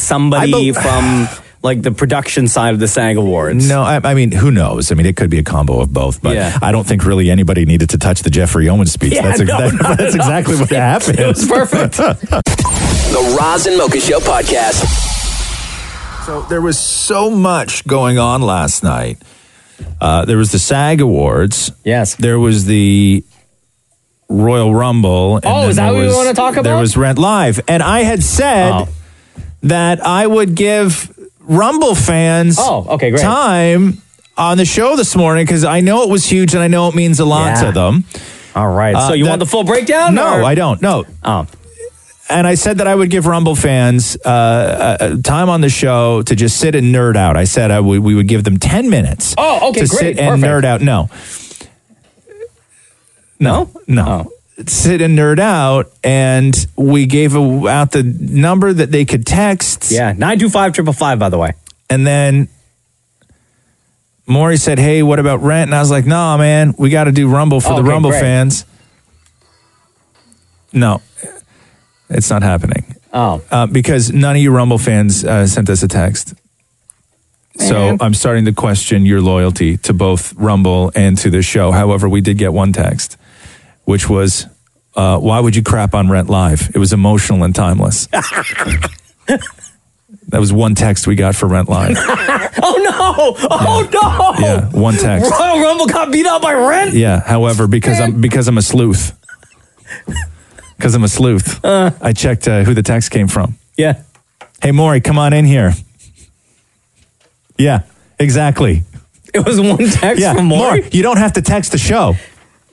Speaker 2: somebody from like the production side of the SAG Awards?
Speaker 3: No, I, I mean, who knows? I mean, it could be a combo of both, but
Speaker 2: Yeah.
Speaker 3: I don't think really anybody needed to touch the Jeffrey Owens speech.
Speaker 2: Yeah,
Speaker 3: that's, ex-
Speaker 2: no,
Speaker 3: that-
Speaker 2: not
Speaker 3: that's
Speaker 2: at all.
Speaker 3: exactly what happened.
Speaker 2: It was perfect.
Speaker 1: The Roz and Mocha Show podcast.
Speaker 3: So there was so much going on last night. Uh, there was the SAG Awards.
Speaker 2: Yes.
Speaker 3: There was the Royal Rumble. and
Speaker 2: Oh,
Speaker 3: then
Speaker 2: is that
Speaker 3: there
Speaker 2: what we
Speaker 3: was-
Speaker 2: wanna talk
Speaker 3: There
Speaker 2: about? Oh.
Speaker 3: was Rent Live. And I had said that I would give Rumble fans
Speaker 2: Oh, okay, great.
Speaker 3: time on the show this morning because I know it was huge and I know it means a lot
Speaker 2: Yeah.
Speaker 3: to them.
Speaker 2: All right.
Speaker 3: Uh,
Speaker 2: so you
Speaker 3: that-
Speaker 2: want the full breakdown?
Speaker 3: No,
Speaker 2: or-
Speaker 3: I don't. No.
Speaker 2: Oh.
Speaker 3: And I said that I would give Rumble fans uh, uh, time on the show to just sit and nerd out. I said I would, we would give them 10 minutes.
Speaker 2: Oh, okay,
Speaker 3: To
Speaker 2: great,
Speaker 3: sit and
Speaker 2: perfect.
Speaker 3: nerd out. No. No? No.
Speaker 2: Oh.
Speaker 3: Sit and nerd out. And we gave a- out the number that they could text.
Speaker 2: Yeah, 925 555, by the way.
Speaker 3: And then Maury said, hey, what about rent? And I was like, nah, man, we got to do Rumble for the
Speaker 2: Oh, Okay,
Speaker 3: Rumble
Speaker 2: great.
Speaker 3: fans. No, it's not happening.
Speaker 2: Oh.
Speaker 3: Uh, because none of you Rumble fans uh, sent us a text. So I'm starting to question your loyalty to both Rumble and to this show. However, we did get one text, which was, uh, Why would you crap on Rent Live? It was emotional and timeless. that was one text we got for Rent Live.
Speaker 2: oh, no. Oh, no.
Speaker 3: Yeah, one text.
Speaker 2: Royal Rumble got beat out by Rent?
Speaker 3: Yeah. However, because I'm because I'm a sleuth, because I'm a sleuth, I checked uh, who the text came from.
Speaker 2: Yeah.
Speaker 3: Hey, Maury, come on in here. Yeah, exactly.
Speaker 2: It was one text
Speaker 3: yeah,
Speaker 2: from Maury?
Speaker 3: Maury, you don't have to text the show.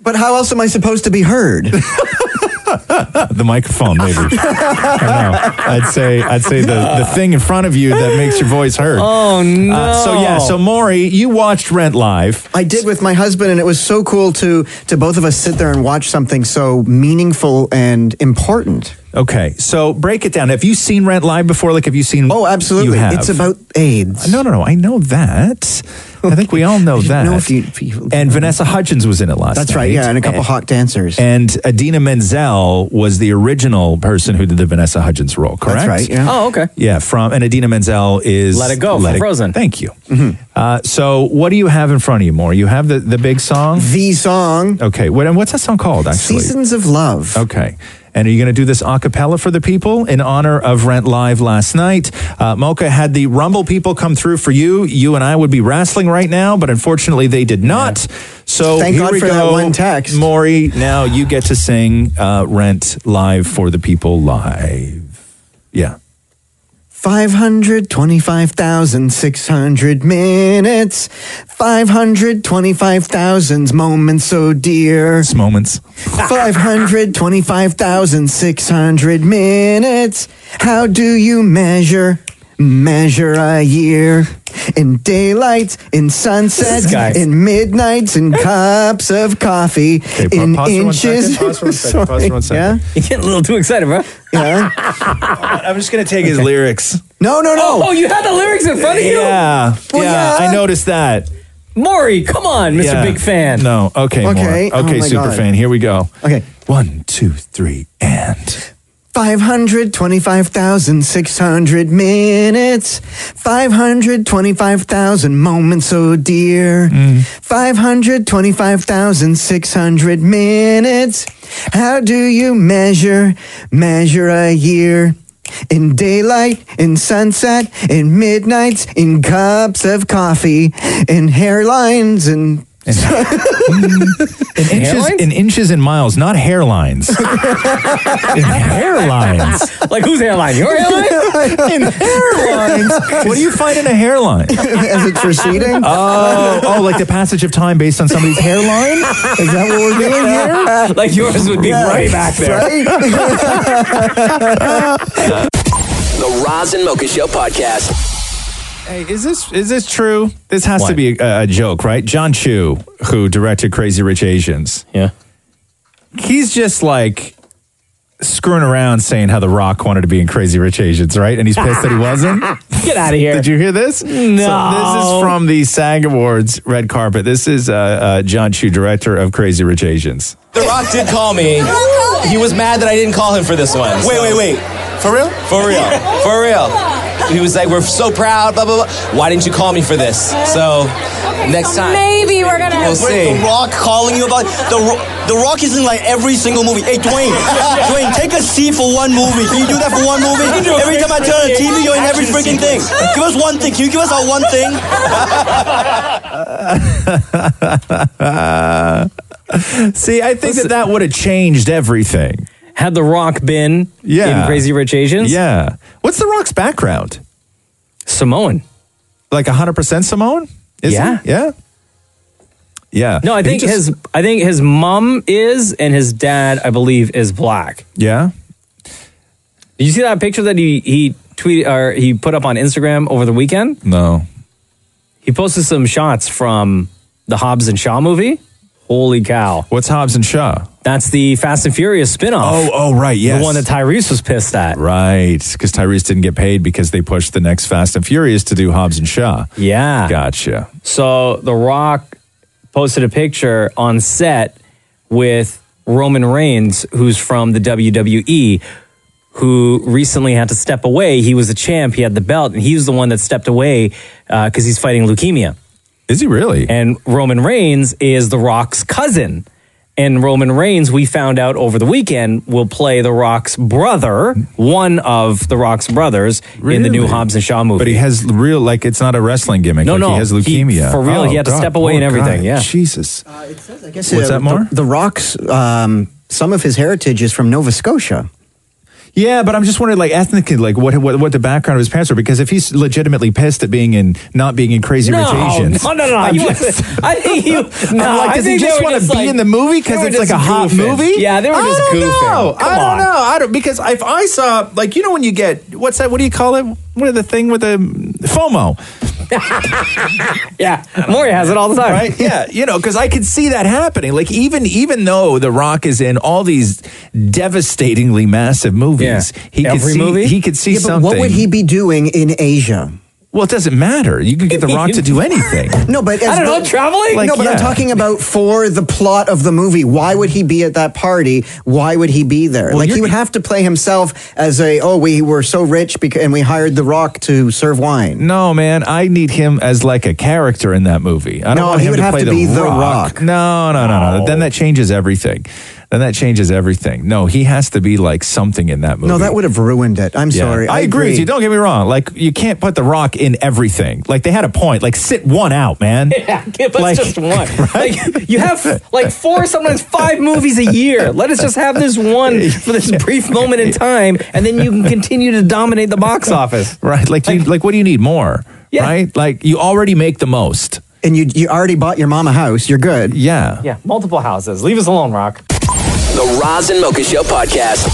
Speaker 6: But how else am I supposed to be heard?
Speaker 3: the microphone, maybe. I don't know. I'd say I'd say the, the thing in front of you that makes your voice heard.
Speaker 6: Oh,
Speaker 3: Uh, so yeah,
Speaker 6: no.
Speaker 3: so Maury, you watched Rent Live.
Speaker 6: I did with my husband, and it was so cool to to both of us sit there and watch something so meaningful and important.
Speaker 3: Okay, so break it down. Have you seen Rent Live before? Like, have you seen? Oh,
Speaker 6: absolutely. It's about AIDS.
Speaker 3: No, no, no. I know that. I think we all know that.
Speaker 6: know if
Speaker 3: and Vanessa Hudgens was in it last.
Speaker 6: That's right,
Speaker 3: night.
Speaker 6: yeah, and a couple hot dancers.
Speaker 3: And Adina Menzel was the original person who did the Vanessa Hudgens role. Correct.
Speaker 6: right, yeah.
Speaker 2: Oh, okay.
Speaker 3: Yeah, from and Adina Menzel is
Speaker 2: Let It Go from Frozen.
Speaker 3: Thank you. Uh, so, what do you have in front of you, more? You have the, the big song,
Speaker 6: the song.
Speaker 3: Okay, what, and what's that song called? Actually,
Speaker 6: Seasons of Love.
Speaker 3: Okay, And are you going to do this a cappella for the people in honor of Rent Live last night? Uh, Mocha had the Rumble people come through for you. You and I would be wrestling right now, but unfortunately they did not. So
Speaker 6: Thank
Speaker 3: here
Speaker 6: God
Speaker 3: we
Speaker 6: for
Speaker 3: go.
Speaker 6: that one
Speaker 3: text. Maury, now you get to sing uh, Rent Live for the people live. Yeah.
Speaker 6: 525,600 minutes. 525,000 moments so dear.
Speaker 3: moments.
Speaker 6: 525,600 minutes. How do you measure? Measure a year in daylights, in sunsets,
Speaker 8: This guy.
Speaker 6: in midnights, in cups of coffee,
Speaker 3: pa-
Speaker 6: in
Speaker 3: pause for one
Speaker 6: inches.
Speaker 3: second, pause for one second, pause for one second.
Speaker 6: Yeah?
Speaker 2: You get a little too excited, bro.
Speaker 6: Yeah.
Speaker 3: I'm just going to take his lyrics.
Speaker 6: No, no,
Speaker 2: no. Oh, you had the lyrics in front of you?
Speaker 3: Yeah.
Speaker 2: Well,
Speaker 3: yeah.
Speaker 2: yeah.
Speaker 3: I noticed that.
Speaker 2: Maury, come on, Mr.
Speaker 3: Yeah.
Speaker 2: Big Fan.
Speaker 3: No. Okay.
Speaker 6: Okay.
Speaker 3: Okay.
Speaker 6: Oh
Speaker 3: Okay.
Speaker 6: my
Speaker 3: super
Speaker 6: God.
Speaker 3: fan. Here we go.
Speaker 6: Okay.
Speaker 3: One, two, three, and.
Speaker 6: 525,600 minutes, 525,000 moments so dear, 525,600 minutes. How do you measure, measure a year? In daylight, in sunset, in midnights, in cups of coffee, in hairlines, and.
Speaker 3: In inches, in inches and miles, not hairlines. in hairlines.
Speaker 2: Like whose hairline? Your hairline?
Speaker 6: in hairlines.
Speaker 3: What do you find in a hairline?
Speaker 6: As it's receding?
Speaker 3: Oh, oh, like the passage of time based on somebody's hairline?
Speaker 6: Is that what we're doing here?
Speaker 2: Like yours would be right back there.
Speaker 1: The Roz and Mocha Show podcast.
Speaker 3: Hey, is this is this true? This has to be a, a joke, right? John Chu, who directed Crazy Rich Asians,
Speaker 2: yeah,
Speaker 3: he's just like screwing around saying how The Rock wanted to be in Crazy Rich Asians, right? And he's pissed that he wasn't.
Speaker 2: Get out of here.
Speaker 3: Did you hear this? No. this is
Speaker 2: No.
Speaker 3: from the SAG Awards red carpet. This is uh, uh, John Chu, director of Crazy Rich Asians.
Speaker 4: The Rock did call me. He was mad that I didn't call him for this one. Wait, wait, wait. For real? For real. For real. He was like, "We're so proud." Blah blah blah. Why didn't you call me for this? So next time,
Speaker 29: Maybe we're gonna.
Speaker 4: we'll see.
Speaker 29: The Rock calling you about the Ro- the Rock is in like every single movie. Hey Dwayne, Dwayne, take a seat for one movie. Can you do that for one movie?
Speaker 4: You can do a
Speaker 29: Every time I turn on the TV, you're in every
Speaker 4: action
Speaker 29: freaking thing.
Speaker 4: sequence.
Speaker 29: Give us one thing. Can you give us our one thing?
Speaker 3: See, I think that that would have changed everything.
Speaker 2: Had The Rock been
Speaker 3: yeah.
Speaker 2: in Crazy Rich Asians?
Speaker 3: Yeah. What's The Rock's background?
Speaker 2: Samoan.
Speaker 3: Like 100% Samoan? Is
Speaker 2: Yeah.
Speaker 3: He? Yeah. Yeah.
Speaker 2: No, I
Speaker 3: He
Speaker 2: think
Speaker 3: just-
Speaker 2: his I think his mom is and his dad, I believe, is black.
Speaker 3: Yeah.
Speaker 2: Did you see that picture that he he tweeted or he put up on Instagram over the weekend?
Speaker 3: No.
Speaker 2: He posted some shots from the Hobbs and Shaw movie. Holy cow.
Speaker 3: What's Hobbs and Shaw?
Speaker 2: That's the Fast and Furious spinoff.
Speaker 3: Oh, oh, right, yes.
Speaker 2: The one that Tyrese was pissed at.
Speaker 3: Right. Because Tyrese didn't get paid because they pushed the next Fast and Furious to do Hobbs and Shaw.
Speaker 2: Yeah.
Speaker 3: Gotcha.
Speaker 2: So The Rock posted a picture on set with Roman Reigns, who's from the WWE, who recently had to step away. He was the champ, he had the belt, and he was the one that stepped away because he's fighting leukemia.
Speaker 3: Is he really?
Speaker 2: And Roman Reigns is The Rock's cousin. And Roman Reigns, we found out over the weekend, will play The Rock's brother, one of The Rock's brothers, in the new Hobbs and Shaw movie.
Speaker 3: But he has real, like, it's not a wrestling gimmick.
Speaker 2: No,
Speaker 3: like,
Speaker 2: no,
Speaker 3: He has
Speaker 2: he-
Speaker 3: leukemia. Oh,
Speaker 2: for real, he had to step away
Speaker 3: poor
Speaker 2: and everything,
Speaker 3: guy.
Speaker 2: yeah.
Speaker 3: Jesus.
Speaker 6: I guess
Speaker 3: What's
Speaker 6: uh,
Speaker 3: that, Mar?
Speaker 6: The, the Rock's, um, some of his heritage is from Nova Scotia.
Speaker 3: Yeah, but I'm just wondering, like ethnically, like what what what the background of his parents were, because if he's legitimately pissed at being in not being in Crazy
Speaker 2: no,
Speaker 3: Rich Asians,
Speaker 2: No, no, no.
Speaker 3: I'm
Speaker 2: You-
Speaker 3: just-
Speaker 2: I think you.
Speaker 3: I'm
Speaker 2: No,
Speaker 3: like,
Speaker 2: I
Speaker 3: does he
Speaker 2: think they
Speaker 3: just
Speaker 2: were
Speaker 3: want to be
Speaker 2: like-
Speaker 3: in the movie
Speaker 2: they
Speaker 3: because
Speaker 2: were
Speaker 3: it's like a
Speaker 2: just
Speaker 3: hot
Speaker 2: goofing.
Speaker 3: movie?
Speaker 2: Yeah, they were
Speaker 3: I
Speaker 2: just
Speaker 3: don't
Speaker 2: goofing.
Speaker 3: Know.
Speaker 2: Come
Speaker 3: I
Speaker 2: on.
Speaker 3: don't know. I don't because if I saw like you know when you get what's that? What do you call it? What are the thing with the FOMO?
Speaker 2: yeah, Maury has it all the time.
Speaker 3: Right? Yeah, you know, because I could see that happening. Like even even though The Rock is in all these devastatingly massive movies, he could see he could see
Speaker 6: Yeah, but
Speaker 3: something.
Speaker 6: What would he be doing in Asia?
Speaker 3: Well, it doesn't matter. You can get The Rock to do anything.
Speaker 6: No, but as
Speaker 3: I don't know, traveling?
Speaker 6: no,
Speaker 3: Like,
Speaker 6: but
Speaker 3: yeah.
Speaker 6: I'm talking about for the plot of the movie. Why would he be at that party? Why would he be there? like he would have to play himself as a oh we were so rich because and we hired The Rock to serve wine.
Speaker 3: No, man, I need him as like a character in that movie. I don't
Speaker 6: No,
Speaker 3: want
Speaker 6: he
Speaker 3: him
Speaker 6: would
Speaker 3: to
Speaker 6: have
Speaker 3: play
Speaker 6: to
Speaker 3: the,
Speaker 6: be
Speaker 3: rock.
Speaker 6: The
Speaker 3: No, no, no, no. Then that changes everything. Then that changes everything. No, he has to be like something in that movie.
Speaker 6: No, that would have ruined it. I'm
Speaker 3: Yeah.
Speaker 6: sorry.
Speaker 3: I, agree. with you. Don't get me wrong. Like you can't put the rock in everything. Like they had a point. Like sit one out, man.
Speaker 2: Yeah, give us
Speaker 3: Like-
Speaker 2: just one. Like you have like four, sometimes five movies a year. Let us just have this one for this brief moment in time, and then you can continue to dominate the box office.
Speaker 3: Right. Like do you, like what do you need more? Right? Like you already make the most.
Speaker 6: And you you already bought your mom a house. You're good.
Speaker 3: Yeah.
Speaker 2: Yeah, multiple houses. Leave us alone, Rock.
Speaker 30: The Roz and Mocha Show podcast.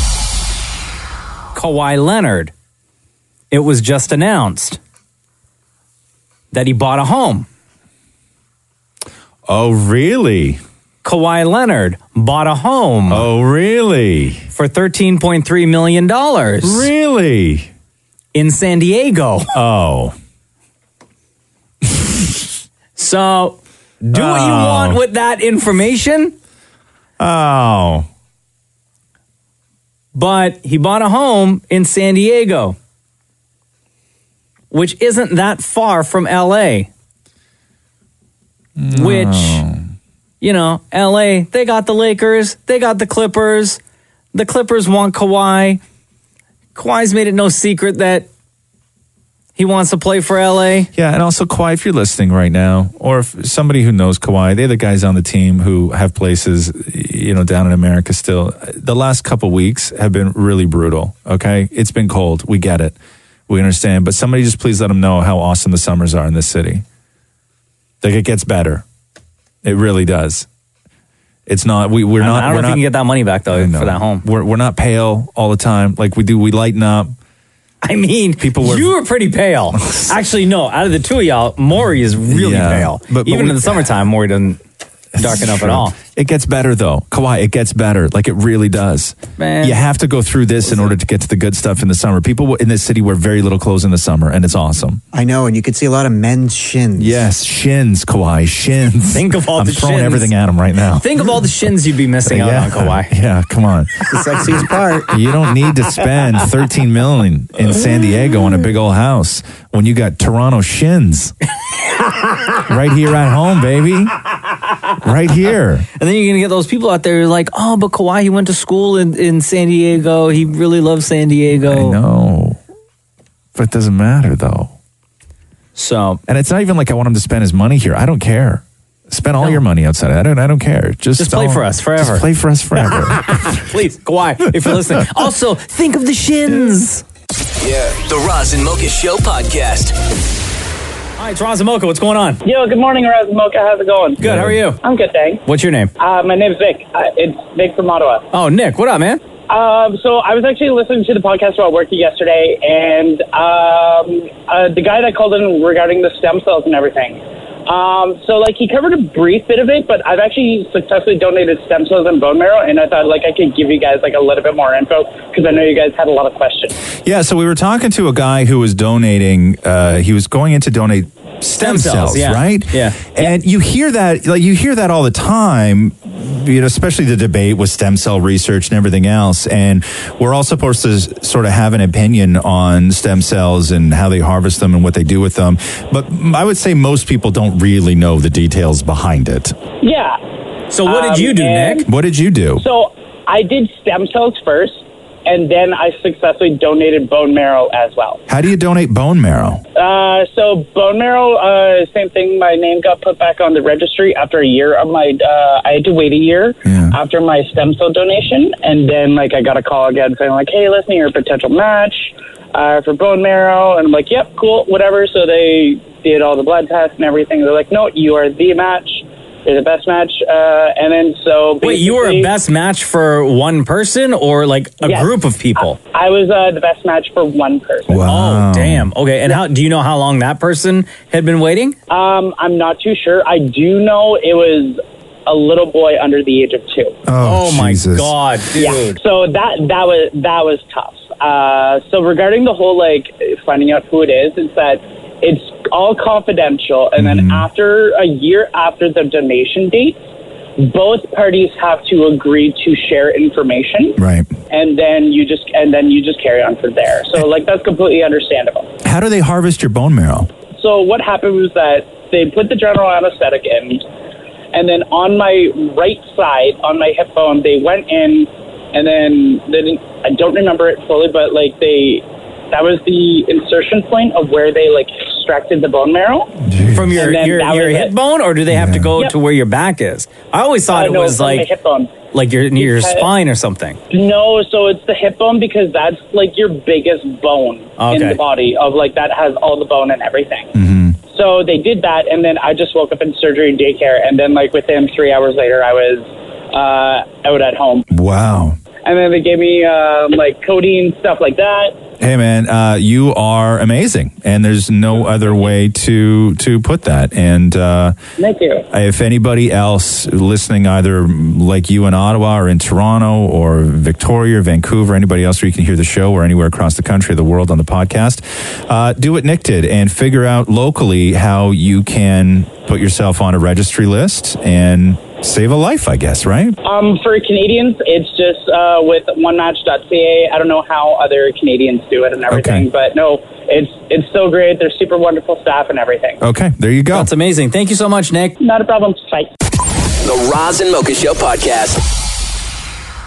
Speaker 2: Kawhi Leonard. It was just announced that he bought a home.
Speaker 3: Oh, really?
Speaker 2: Kawhi Leonard bought a home.
Speaker 3: Oh, really?
Speaker 2: For $13.3 million.
Speaker 3: Really?
Speaker 2: In San Diego.
Speaker 3: Oh.
Speaker 2: so do what you
Speaker 3: Oh.
Speaker 2: want with that information,
Speaker 3: Oh.
Speaker 2: but he bought a home in San Diego, which isn't that far from LA. Which, you know, LA, they got the Lakers, they got the Clippers. The Clippers want Kawhi. Kawhi's made it no secret that he wants to play for LA.
Speaker 3: Yeah, and also Kawhi, if you're listening right now, or if somebody who knows Kawhi, they're the guys on the team who have places, you know, down in America still. The last couple weeks have been really brutal. Okay, it's been cold. We get it. We understand. But somebody just please let them know how awesome the summers are in this city. Like it gets better. It really does. It's not. We we're
Speaker 2: I don't-
Speaker 3: not.
Speaker 2: I don't
Speaker 3: we're
Speaker 2: know if you
Speaker 3: not-
Speaker 2: can get that money back though
Speaker 3: I know.
Speaker 2: for that home.
Speaker 3: We're we're not pale all the time. Like we do. We lighten up.
Speaker 2: I mean, people
Speaker 3: were-
Speaker 2: you were pretty pale. Actually, no. Out of the two of y'all, Maury is really
Speaker 3: Yeah,
Speaker 2: pale.
Speaker 3: but- but
Speaker 2: even
Speaker 3: we-
Speaker 2: in the summertime, Maury doesn't darken up at
Speaker 3: Sure.
Speaker 2: all.
Speaker 3: It gets better though, Kawhi. It gets better, like it really does.
Speaker 2: Man.
Speaker 3: you have to go through this in order to get to the good stuff in the summer. People w- in this city wear very little clothes in the summer, and it's awesome.
Speaker 6: I know, and you could see a lot of men's shins.
Speaker 3: Yes, shins, Kawhi, shins.
Speaker 2: Think of all
Speaker 3: I'm
Speaker 2: the
Speaker 3: throwing
Speaker 2: shins.
Speaker 3: everything at him right now.
Speaker 2: Think of all the shins you'd be missing out on, Kawhi.
Speaker 3: Yeah, come on.
Speaker 6: The sexiest part.
Speaker 3: You don't need to spend 13 million in San Diego on a big old house when you got Toronto shins right here at home, baby. Right here.
Speaker 2: And then you're gonna get those people out there who are like, oh, but Kawhi, he went to school in, in San Diego. He really loves San Diego.
Speaker 3: No. But it doesn't matter though.
Speaker 2: So
Speaker 3: And it's not even like I want him to spend his money here. I don't care. Spend all your money outside. I don't I don't care. Just,
Speaker 2: Just play
Speaker 3: spend all-
Speaker 2: for us forever.
Speaker 3: Just play for us forever.
Speaker 2: Please, Kawhi, if you're listening. Also, think of the shins.
Speaker 30: Yeah. The Roz and Mocha Show podcast.
Speaker 2: Hi, it's Roz and Mocha. What's going on?
Speaker 31: Yo, good morning, Roz and Mocha. How's it going?
Speaker 2: Good, how are you?
Speaker 31: I'm good, thanks.
Speaker 2: What's your name?
Speaker 31: Uh, my name's Vic. Uh, it's Vic from Ottawa.
Speaker 2: Oh, Nick. What up, man?
Speaker 31: Um, so I was actually listening to the podcast while working yesterday, and um, uh, the guy that called in regarding the stem cells and everything. Um, so like he covered a brief bit of it, but I've actually successfully donated stem cells and bone marrow, and I thought like I could give you guys like a little bit more info because I know you guys had a lot of questions.
Speaker 3: Yeah, so we were talking to a guy who was donating. Uh, he was going in to donate stem,
Speaker 2: Stem cells,
Speaker 3: cells,
Speaker 2: yeah.
Speaker 3: right?
Speaker 2: Yeah.
Speaker 3: and you hear that, like you hear that all the time. You know, especially the debate with stem cell research and everything else. And we're all supposed to s- sort of have an opinion on stem cells and how they harvest them and what they do with them. But m- I would say most people don't really know the details behind it.
Speaker 31: Yeah. Um,
Speaker 2: So what did you do, Nick?
Speaker 3: What did you do?
Speaker 31: So I did stem cells first, and then I successfully donated bone marrow as well.
Speaker 3: How do you donate bone marrow?
Speaker 31: Uh, so bone marrow, uh, same thing. My name got put back on the registry after a year of my. Uh, I had to wait a year after my stem cell donation, and then like I got a call again saying like, "Hey, listen, you're a potential match uh, for bone marrow," and I'm like, "Yep, cool, whatever." So they did all the blood tests and everything. They're like, "No, you are the match. You're the best match." Uh, and then so
Speaker 2: Wait, you were a
Speaker 31: basically-
Speaker 2: best match for one person or like a
Speaker 31: Yes.
Speaker 2: group of people?
Speaker 31: I was uh, the best match for one person.
Speaker 2: Oh, damn. Okay, and how do you know how long that person had been waiting?
Speaker 31: Um, I'm not too sure. I do know it was a little boy under the age of two.
Speaker 2: Oh, my
Speaker 31: Jesus.
Speaker 2: god, dude.
Speaker 31: Yeah. So that that was that was tough. Uh, so regarding the whole like finding out who it is, it's that It's all confidential. And then after a year after the donation date, both parties have to agree to share information.
Speaker 32: Right.
Speaker 31: And then you just and then you just carry on from there. So like that's completely understandable.
Speaker 32: How do they harvest your bone marrow?
Speaker 31: So what happened was that they put the general anesthetic in, and then on my right side, on my hip bone, they went in, and then they didn't, I don't remember it fully, but like they, that was the insertion point of where they like extracted the bone marrow.
Speaker 2: From your
Speaker 31: And then
Speaker 2: your,
Speaker 31: that
Speaker 2: your
Speaker 31: was
Speaker 2: hip bone, or do they have to go
Speaker 31: Yep.
Speaker 2: to where your back is? I always thought
Speaker 31: Uh,
Speaker 2: it
Speaker 31: no,
Speaker 2: was
Speaker 31: from the
Speaker 2: like
Speaker 31: hip bone.
Speaker 2: like your near your
Speaker 31: Because-
Speaker 2: spine or something.
Speaker 31: No, so it's the hip bone because that's like your biggest bone in
Speaker 2: Okay.
Speaker 31: the body of like that has all the bone and everything. So they did that, and then I just woke up in surgery and daycare, and then like within three hours later, I was uh, out at home,
Speaker 32: Wow.
Speaker 31: and then they gave me uh, like codeine stuff like that.
Speaker 32: Hey
Speaker 3: man, uh, you are amazing, and there's no other way to to put that. And uh,
Speaker 31: Thank you.
Speaker 3: if anybody else listening, either like you in Ottawa or in Toronto or Victoria or Vancouver, anybody else where you can hear the show or anywhere across the country or the world on the podcast, uh, do what Nick did and figure out locally how you can put yourself on a registry list and save a life. I guess right.
Speaker 31: Um, for Canadians, it's just uh, with onematch.ca. I don't know how other Canadians do it and everything, but no, it's it's so great. They're super wonderful staff and everything.
Speaker 3: Okay, there you go.
Speaker 2: That's amazing. Thank you so much, Nick.
Speaker 31: Not a problem. Bye.
Speaker 1: The Roz and Mocha Show podcast.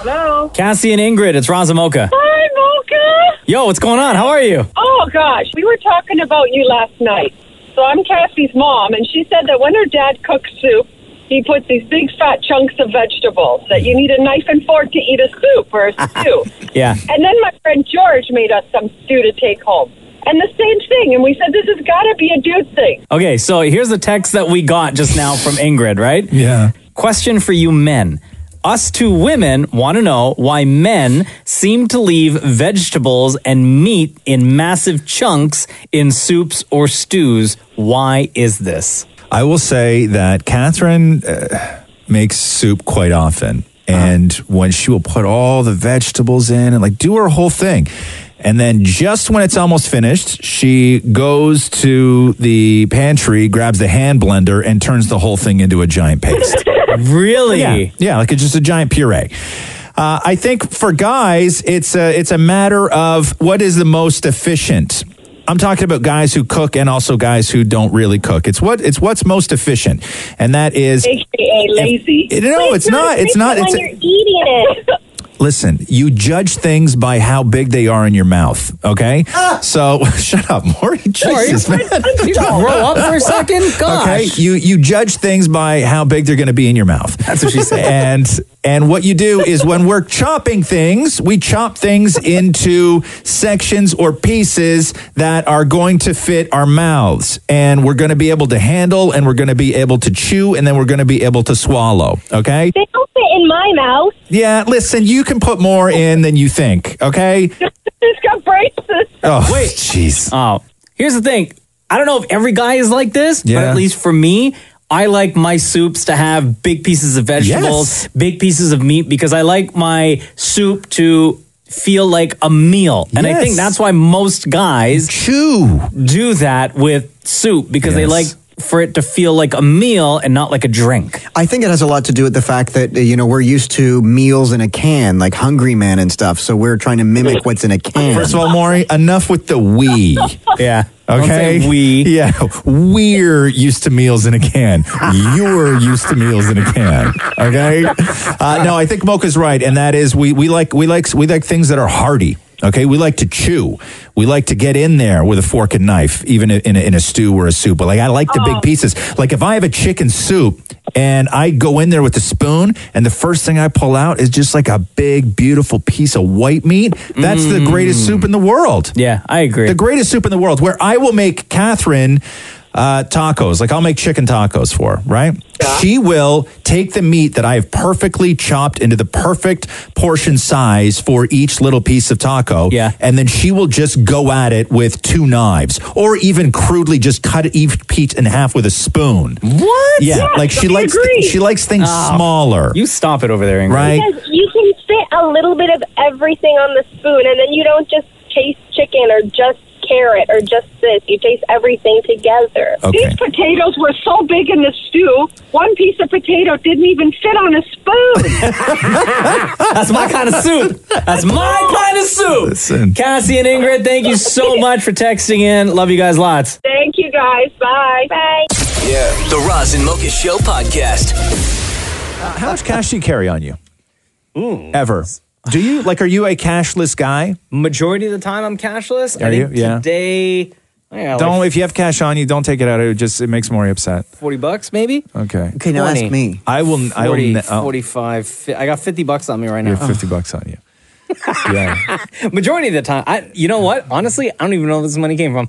Speaker 9: Hello.
Speaker 2: Cassie and Ingrid, it's Razamoka.
Speaker 9: Hi, Mocha.
Speaker 2: Yo, what's going on? How are you?
Speaker 9: Oh, gosh. We were talking about you last night. So I'm Cassie's mom, and she said that when her dad cooks soup, he puts these big fat chunks of vegetables that you need a knife and fork to eat a soup or a stew.
Speaker 2: Yeah.
Speaker 9: And then my friend George made us some stew to take home. And the same thing. And we said, this has got to be a dude thing.
Speaker 2: Okay, so here's the text that we got just now from Ingrid, right?
Speaker 32: Yeah.
Speaker 2: Question for you men. Us two women want to know why men seem to leave vegetables and meat in massive chunks in soups or stews. Why is this?
Speaker 3: I will say that Catherine uh, makes soup quite often. And when she will put all the vegetables in and like do her whole thing. And then just when it's almost finished, she goes to the pantry, grabs the hand blender, and turns the whole thing into a giant paste.
Speaker 2: really?
Speaker 3: Yeah, yeah like it's just a giant puree. Uh, I think for guys, it's a, it's a matter of what is the most efficient. I'm talking about guys who cook and also guys who don't really cook. It's what it's what's most efficient, and that is
Speaker 9: AKA lazy.
Speaker 3: It- no,
Speaker 9: But
Speaker 3: it's not. It's
Speaker 9: efficient
Speaker 3: not. It's-
Speaker 9: when you're eating it.
Speaker 3: listen. You judge things by how big they are in your mouth. Okay, so shut up, Maury. Jesus, man.
Speaker 2: you grow up for a second? Gosh.
Speaker 3: Okay, you you judge things by how big they're going to be in your mouth. That's what she said. and and what you do is when we're chopping things, we chop things into sections or pieces that are going to fit our mouths, and we're going to be able to handle, and we're going to be able to chew, and then we're going to be able to swallow. Okay.
Speaker 9: They don't fit in my mouth.
Speaker 3: Yeah, listen, you can put more in than you think. Okay.
Speaker 9: It's got braces.
Speaker 3: Oh, wait. Jeez.
Speaker 2: Oh, here's the thing. I don't know if every guy is like this, but
Speaker 3: Yeah.
Speaker 2: at least for me, I like my soups to have big pieces of vegetables,
Speaker 3: Yes.
Speaker 2: big pieces of meat, because I like my soup to feel like a meal. And I
Speaker 3: Yes.
Speaker 2: think that's why most guys
Speaker 3: chew
Speaker 2: do that with soup because they
Speaker 6: Yes.
Speaker 2: like for it to feel like a meal and not like a drink.
Speaker 6: I think it has a lot to do with the fact that uh, you know we're used to meals in a can, like Hungry Man and stuff. So we're trying to mimic what's in a can.
Speaker 3: First of all, Maury, enough with the we.
Speaker 2: Mm. Yeah.
Speaker 3: Okay.
Speaker 2: we.
Speaker 3: Yeah. We're used to meals in a can. You're used to meals in a can. Okay. Uh, no, I think Mocha's right, and that is we we like we like we like things that are hearty. Okay, we like to chew. We like to get in there with a fork and knife, even in a, in a stew or a soup. But like I like the big pieces. Like if I have a chicken soup and I go in there with a spoon, and the first thing I pull out is just like a big, beautiful piece of white meat. That's the greatest soup in the world.
Speaker 2: Mm. Yeah, I agree.
Speaker 3: The greatest soup in the world, where I will make Catherine uh, tacos. Like I'll make chicken tacos for her, right? She will take the meat that I have perfectly chopped into the perfect portion size for each little piece of taco. Yeah. And then she will just go at it with two knives or even crudely just cut each piece in half with a spoon.
Speaker 9: What?
Speaker 3: Yeah.
Speaker 9: Yes,
Speaker 3: like she
Speaker 9: I
Speaker 3: likes
Speaker 9: agree.
Speaker 3: she likes things
Speaker 9: Oh.
Speaker 3: smaller.
Speaker 2: You stop it over there, Ingrid.
Speaker 3: Right?
Speaker 9: Because you can fit a little bit of everything on the spoon, and then you don't just taste chicken or just
Speaker 12: carrot or just this. You taste everything together.
Speaker 9: These potatoes were so big in the stew, one piece of potato didn't even fit on a spoon.
Speaker 2: That's my kind of soup. That's my kind of soup. Cassie and Ingrid, thank you so much for texting in. Love you guys lots.
Speaker 12: Thank you guys. Bye. Bye.
Speaker 13: Yeah. The Roz and Mocha Show podcast.
Speaker 3: Uh, how much cash do you carry on you?
Speaker 2: Hmm.
Speaker 3: Ever? Do you like? Are you a cashless guy?
Speaker 2: Majority of the time, I'm cashless.
Speaker 3: Are
Speaker 2: I think
Speaker 3: you? Yeah.
Speaker 2: Today, I got
Speaker 3: Don't.
Speaker 2: like
Speaker 3: if you have cash on you, don't take it out. It just it makes Maury upset.
Speaker 2: forty bucks maybe.
Speaker 3: Okay.
Speaker 2: Okay, now ask 40. me.
Speaker 3: I will. I will.
Speaker 2: 40,
Speaker 3: ne- oh,
Speaker 2: 45. fi- I got 50 bucks on me right
Speaker 3: you
Speaker 2: now.
Speaker 3: have fifty bucks on you. yeah.
Speaker 2: Majority of the time. I, you know what? Honestly, I don't even know where this money came from.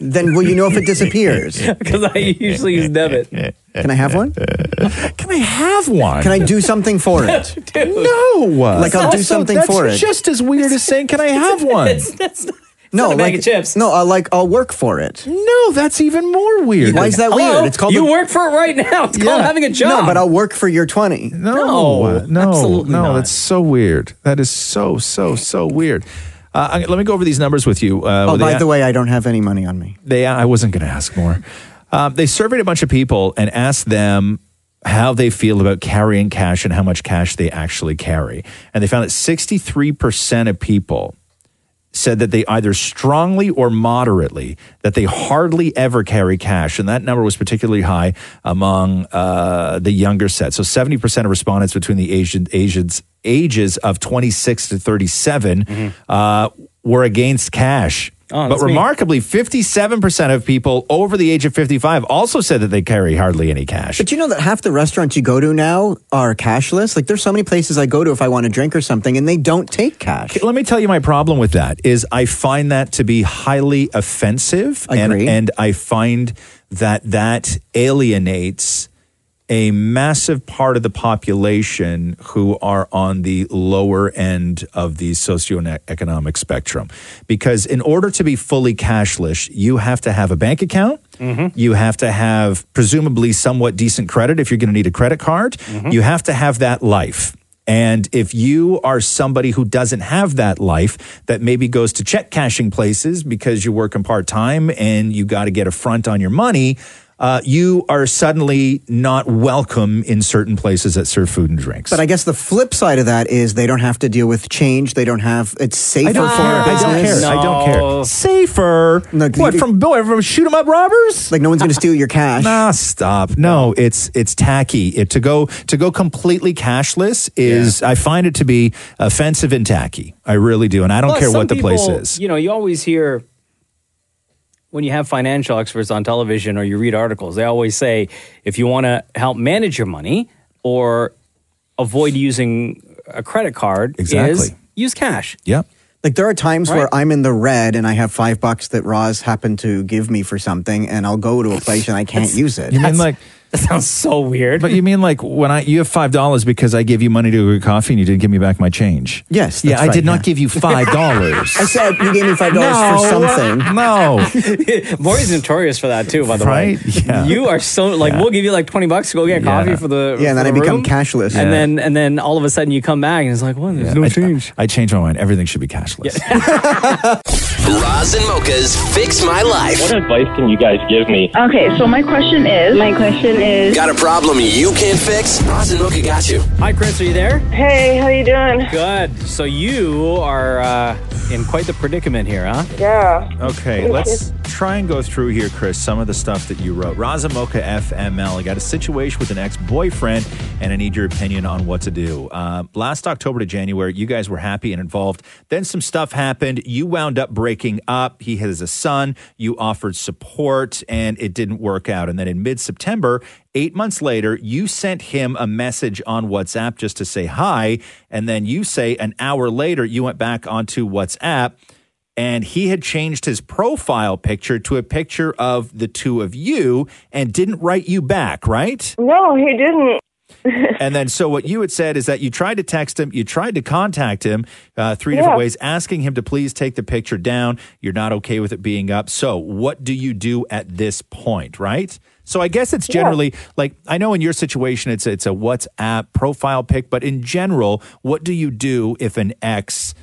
Speaker 3: then
Speaker 2: will you know
Speaker 6: if it disappears?
Speaker 2: Because I usually use debit.
Speaker 6: Can I have one?
Speaker 3: Can I have one?
Speaker 6: Can I do something for it?
Speaker 3: no.
Speaker 6: Like I'll do something for it.
Speaker 3: just as weird as saying, "Can I have one?"
Speaker 6: no, like chips. No, I like I'll work for it.
Speaker 3: No, that's even more weird.
Speaker 6: Why is that
Speaker 2: Hello?
Speaker 6: weird? It's called
Speaker 2: You
Speaker 6: a-
Speaker 2: work for it right now. It's called having a job.
Speaker 6: No, but I'll work for your twenty.
Speaker 3: No, uh, no, no. That's so weird. That is so so so weird. Uh, I- let me go over these numbers with you. Uh,
Speaker 6: oh,
Speaker 3: they-
Speaker 6: by the way, I don't have any money on me.
Speaker 3: they I wasn't going to ask more. Um, they surveyed a bunch of people and asked them how they feel about carrying cash and how much cash they actually carry. And they found that 63% of people said that they either strongly or moderately that they hardly ever carry cash and that number was particularly high among uh, the younger set so 70% of respondents between the Asian, asians ages of 26 to 37 uh, were against cash
Speaker 2: Mm-hmm. Oh,
Speaker 3: but
Speaker 2: that's me.
Speaker 3: remarkably 57% of people over the age of 55 also said that they carry hardly any cash
Speaker 6: But you know that half the restaurants you go to now are cashless. Like there's so many places I go to if I want a drink or something, and they don't take cash.
Speaker 3: Okay, Let me tell you my problem with that is I find that to be highly offensive and
Speaker 6: Agree.
Speaker 3: and I find that that alienates a massive part of the population who are on the lower end of the socioeconomic spectrum because in order to be fully cashless you have to have a bank account
Speaker 6: Mm-hmm.
Speaker 3: you have to have presumably somewhat decent credit if you're going to need a credit card.
Speaker 6: Mm-hmm.
Speaker 3: You have to have that life. And if you are somebody who doesn't have that life, that maybe goes to check cashing places because you're working part time and you got to get a front on your money, uh, you are suddenly not welcome in certain places that serve food and drinks.
Speaker 6: But I guess the flip side of that is they don't have to deal with change. They don't have it's safer
Speaker 3: I don't
Speaker 6: for
Speaker 3: care.
Speaker 6: their
Speaker 3: I don't
Speaker 6: business.
Speaker 3: care. I don't care. Safer. what from Bill? From shoot 'em up robbers?
Speaker 6: Like no one's going to steal your cash.
Speaker 3: Nah, stop. No, it's it's tacky. It, to go to go completely cashless is I find it to be offensive and tacky. I really do, and I don't
Speaker 2: Plus,
Speaker 3: care
Speaker 2: some
Speaker 3: what the place
Speaker 2: people,
Speaker 3: is.
Speaker 2: You know, you always hear when you have financial experts on television or you read articles, they always say if you want to help manage your money or avoid using a credit card, is
Speaker 6: Exactly.
Speaker 2: use cash.
Speaker 3: Yep.
Speaker 6: Like there are times
Speaker 2: Right.
Speaker 6: where I'm in the red and I have five bucks that Roz happened to give me for something, and I'll go to a place and I can't use it.
Speaker 3: You mean like
Speaker 2: that sounds so weird?
Speaker 3: But you mean like when I you have five dollars because I gave you money to go get coffee and you didn't give me back my change?
Speaker 6: Yes, that's
Speaker 3: Yeah, I
Speaker 6: right,
Speaker 3: did
Speaker 6: yeah.
Speaker 3: not give you five dollars.
Speaker 6: I said you gave me five dollars for something.
Speaker 3: uh, No.
Speaker 2: Maury's notorious for that too, by the
Speaker 3: Right?
Speaker 2: way. You are so like we'll give you like twenty bucks to go get
Speaker 3: Yeah.
Speaker 2: coffee for the
Speaker 3: Yeah, and then
Speaker 2: for the
Speaker 3: I become
Speaker 2: room,
Speaker 3: cashless. Yeah.
Speaker 2: And then and then all of a sudden you come back and it's like, what? There's no
Speaker 3: I,
Speaker 2: change.
Speaker 3: I changed my mind. Everything should be cashless.
Speaker 13: Roz and Mocha's Fix My Life.
Speaker 16: What advice can you guys give me?
Speaker 25: Okay, so my question is. My question is.
Speaker 13: Got a problem you can't fix? Roz and Mocha got you.
Speaker 2: Hi Chris, are you there?
Speaker 25: Hey, how you doing?
Speaker 2: Good. So you are uh, in quite the predicament here, huh?
Speaker 25: Yeah.
Speaker 3: Okay, let's try and go through here, Chris, some of the stuff that you wrote. Razamoka FML. I got a situation with an ex boyfriend, and I need your opinion on what to do. Uh, last October to January, you guys were happy and involved. Then some stuff happened. You wound up breaking up. He has a son. You offered support, and it didn't work out. And then in mid September, eight months later, you sent him a message on WhatsApp just to say hi. And then you say an hour later, you went back onto WhatsApp and he had changed his profile picture to a picture of the two of you and didn't write you back, right?
Speaker 25: No, he didn't.
Speaker 3: and then, so what you had said is that you tried to text him, you tried to contact him uh, three different
Speaker 25: Yeah.
Speaker 3: ways, asking him to please take the picture down. You're not okay with it being up. So, what do you do at this point, right? So, I guess it's
Speaker 25: Yeah.
Speaker 3: generally like I know in your situation, it's it's a WhatsApp profile pic, but in general, what do you do if an ex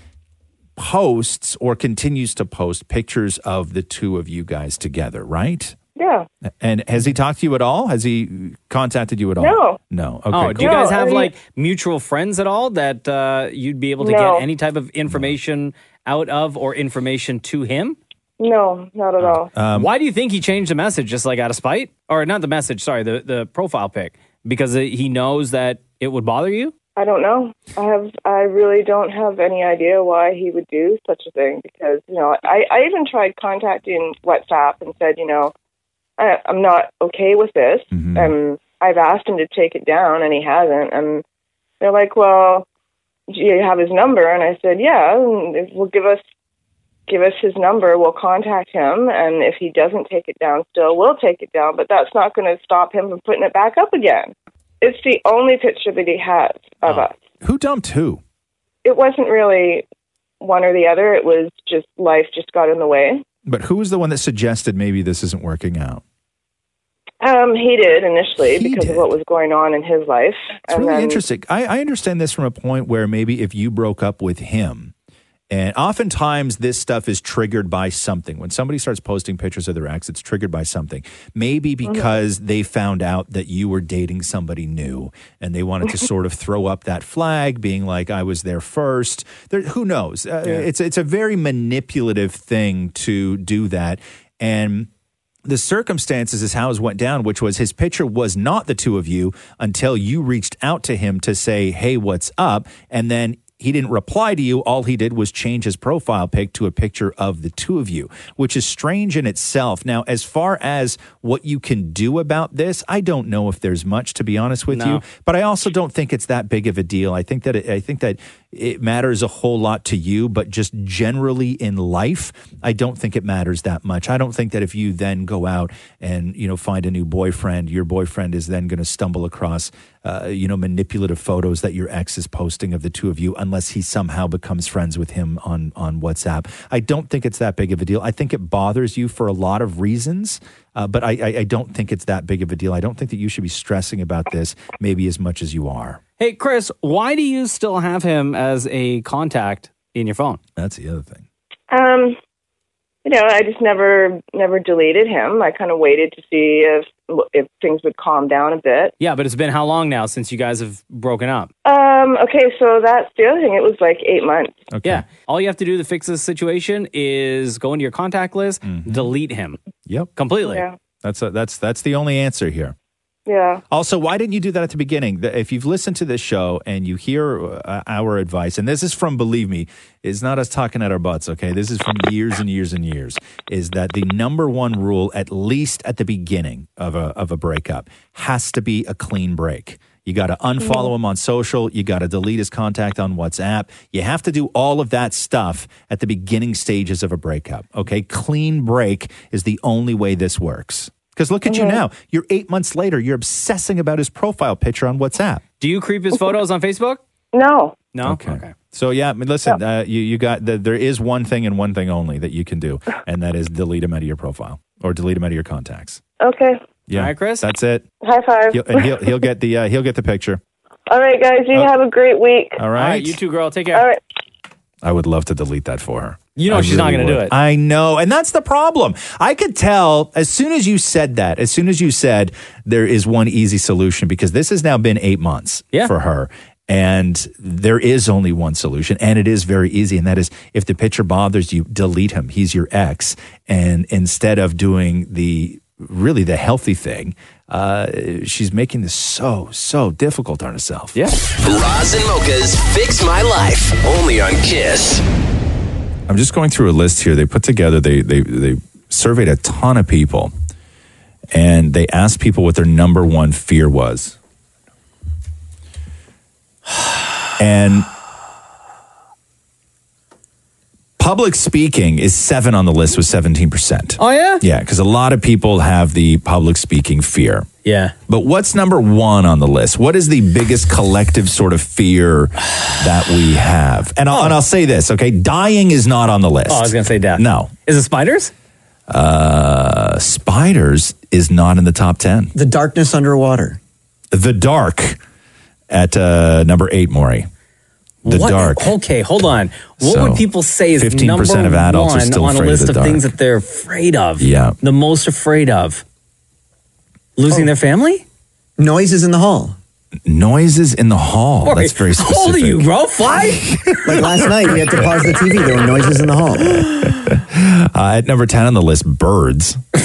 Speaker 3: posts or continues to post pictures of the two of you guys together, right?
Speaker 25: Yeah.
Speaker 3: And has he talked to you at all? Has he contacted you at all?
Speaker 25: No.
Speaker 3: No. Okay.
Speaker 2: oh, do you
Speaker 3: cool.
Speaker 2: guys have
Speaker 25: mean-
Speaker 2: like mutual friends at all that uh, you'd be able to
Speaker 25: No.
Speaker 2: get any type of information out of or information to him?
Speaker 25: No, not at all.
Speaker 3: Um,
Speaker 2: Why do you think he changed the message just like out of spite? Or not the message, sorry, the, the profile pic. Because uh, he knows that it would bother you?
Speaker 25: I don't know. I have. I really don't have any idea why he would do such a thing. Because you know, I, I even tried contacting WhatsApp and said, you know, I, I'm not okay with this. Um, I've asked him to take it down, and he hasn't. And they're like, well, do you have his number? And I said, yeah. And if- Well, give us give us his number. We'll contact him, and if he doesn't take it down, still, we'll take it down. But that's not going to stop him from putting it back up again. It's the only picture that he has of
Speaker 3: Oh.
Speaker 25: us
Speaker 3: Who dumped who?
Speaker 25: it wasn't really one or the other. It was just life just got in the way.
Speaker 3: But who was the one that suggested maybe this isn't working out?
Speaker 25: Um, he did initially because of what was going on in his life.
Speaker 3: It's really interesting. I, I understand this from a point where maybe if you broke up with him, and oftentimes this stuff is triggered by something. When somebody starts posting pictures of their ex, it's triggered by something. Maybe because they found out that you were dating somebody new and they wanted to sort of throw up that flag, being like, I was there first. There, who knows? Uh,
Speaker 10: Yeah.
Speaker 3: It's, it's a very manipulative thing to do that. And the circumstances is how it went down, which was his picture was not the two of you until you reached out to him to say, Hey, what's up? And then he didn't reply to you. All he did was change his profile pic to a picture of the two of you, which is strange in itself. Now, as far as what you can do about this, I don't know if there's much, to be honest with
Speaker 10: No.
Speaker 3: you but I also don't think it's that big of a deal. I think that it, I think that it matters a whole lot to you, but just generally in life, I don't think it matters that much. I don't think that if you then go out and you know find a new boyfriend, your boyfriend is then going to stumble across uh, you know manipulative photos that your ex is posting of the two of you, unless he somehow becomes friends with him on on WhatsApp. I don't think it's that big of a deal. I think it bothers you for a lot of reasons. Uh, but I, I, I don't think it's that big of a deal. I don't think that you should be stressing about this maybe as much as you are.
Speaker 2: Hey, Chris, why do you still have him as a contact in your phone?
Speaker 3: That's the other thing.
Speaker 25: Um, you know, I just never never deleted him. I kind of waited to see if if things would calm down a bit.
Speaker 2: Yeah, but it's been how long now since you guys have broken up?
Speaker 25: Um, okay, so that's the other thing. It was like eight months.
Speaker 3: Okay.
Speaker 2: Yeah. All you have to do to fix this situation is go into your contact list, delete him.
Speaker 3: Mm-hmm. Yep.
Speaker 2: Completely.
Speaker 25: Yeah.
Speaker 3: That's a, that's that's the only answer here.
Speaker 25: Yeah.
Speaker 3: Also, why didn't you do that at the beginning? The- If you've listened to this show and you hear uh, our advice, and this is from, believe me, it's not us talking at our butts, okay? This is from years and years and years, is that the number one rule, at least at the beginning of a, of a breakup, has to be a clean break. You got to unfollow him on social. You got to delete his contact on WhatsApp. You have to do all of that stuff at the beginning stages of a breakup. Okay. Clean break is the only way this works. Because look at you now. You're eight months later. You're obsessing about his profile picture on WhatsApp.
Speaker 2: Do you creep his photos on Facebook?
Speaker 25: No.
Speaker 2: No.
Speaker 3: Okay. So yeah, I mean, listen. Uh, you you got the, there is one thing and one thing only that you can do, and that is delete him out of your profile or delete him out of your contacts.
Speaker 25: Okay.
Speaker 3: Yeah, Chris. That's it.
Speaker 25: High five.
Speaker 3: He'll, and he'll he'll get the uh, he'll get the picture.
Speaker 25: All right, guys. You
Speaker 3: Uh,
Speaker 25: have a great week.
Speaker 3: All right.
Speaker 2: you too, girl. Take care.
Speaker 25: All right.
Speaker 3: I would love to delete that for her.
Speaker 2: You know
Speaker 3: I
Speaker 2: she's not
Speaker 3: really
Speaker 2: gonna do
Speaker 3: would.
Speaker 2: it.
Speaker 3: I know. And that's the problem. I could tell as soon as you said that, as soon as you said there is one easy solution, because this has now been eight months for her. And there is only one solution, and it is very easy. And that is if the picture bothers you, delete him. He's your ex. And instead of doing the really the healthy thing, uh, she's making this so, so difficult on herself. Yeah.
Speaker 13: Roz and Mocha's Fix My Life, only on Kiss.
Speaker 10: I'm just going through a list here. They put together they they they surveyed a ton of people, and they asked people what their number one fear was. And public speaking is seven on the list with seventeen percent.
Speaker 2: Oh yeah,
Speaker 10: yeah, because a lot of people have the public speaking fear.
Speaker 2: Yeah.
Speaker 10: But what's number one on the list? What is the biggest collective sort of fear that we have? And I'll, and I'll say this, okay? Dying is not on the list.
Speaker 2: Oh, I was gonna say death.
Speaker 10: No.
Speaker 2: Is it spiders?
Speaker 10: Uh, spiders is not in the top 10.
Speaker 6: The darkness underwater.
Speaker 10: The dark at uh, number eight, Maury.
Speaker 3: The
Speaker 2: What-
Speaker 3: dark.
Speaker 2: Okay, hold on. What
Speaker 3: So,
Speaker 2: would people say is
Speaker 3: 15%
Speaker 2: number
Speaker 3: of adults are
Speaker 2: one
Speaker 3: still
Speaker 2: on a
Speaker 3: afraid of
Speaker 2: list
Speaker 3: the
Speaker 2: of,
Speaker 3: dark.
Speaker 2: things that they're afraid of?
Speaker 3: Yeah.
Speaker 2: the most afraid of losing their family.
Speaker 3: Noises in the hall. Noises in the hall.
Speaker 2: Corey,
Speaker 3: That's very
Speaker 2: how
Speaker 3: specific.
Speaker 2: old are you, bro? Fly.
Speaker 3: Like
Speaker 2: last
Speaker 6: night, we had to pause the TV. There were noises in the hall.
Speaker 3: Uh, at number 10 on the list, birds.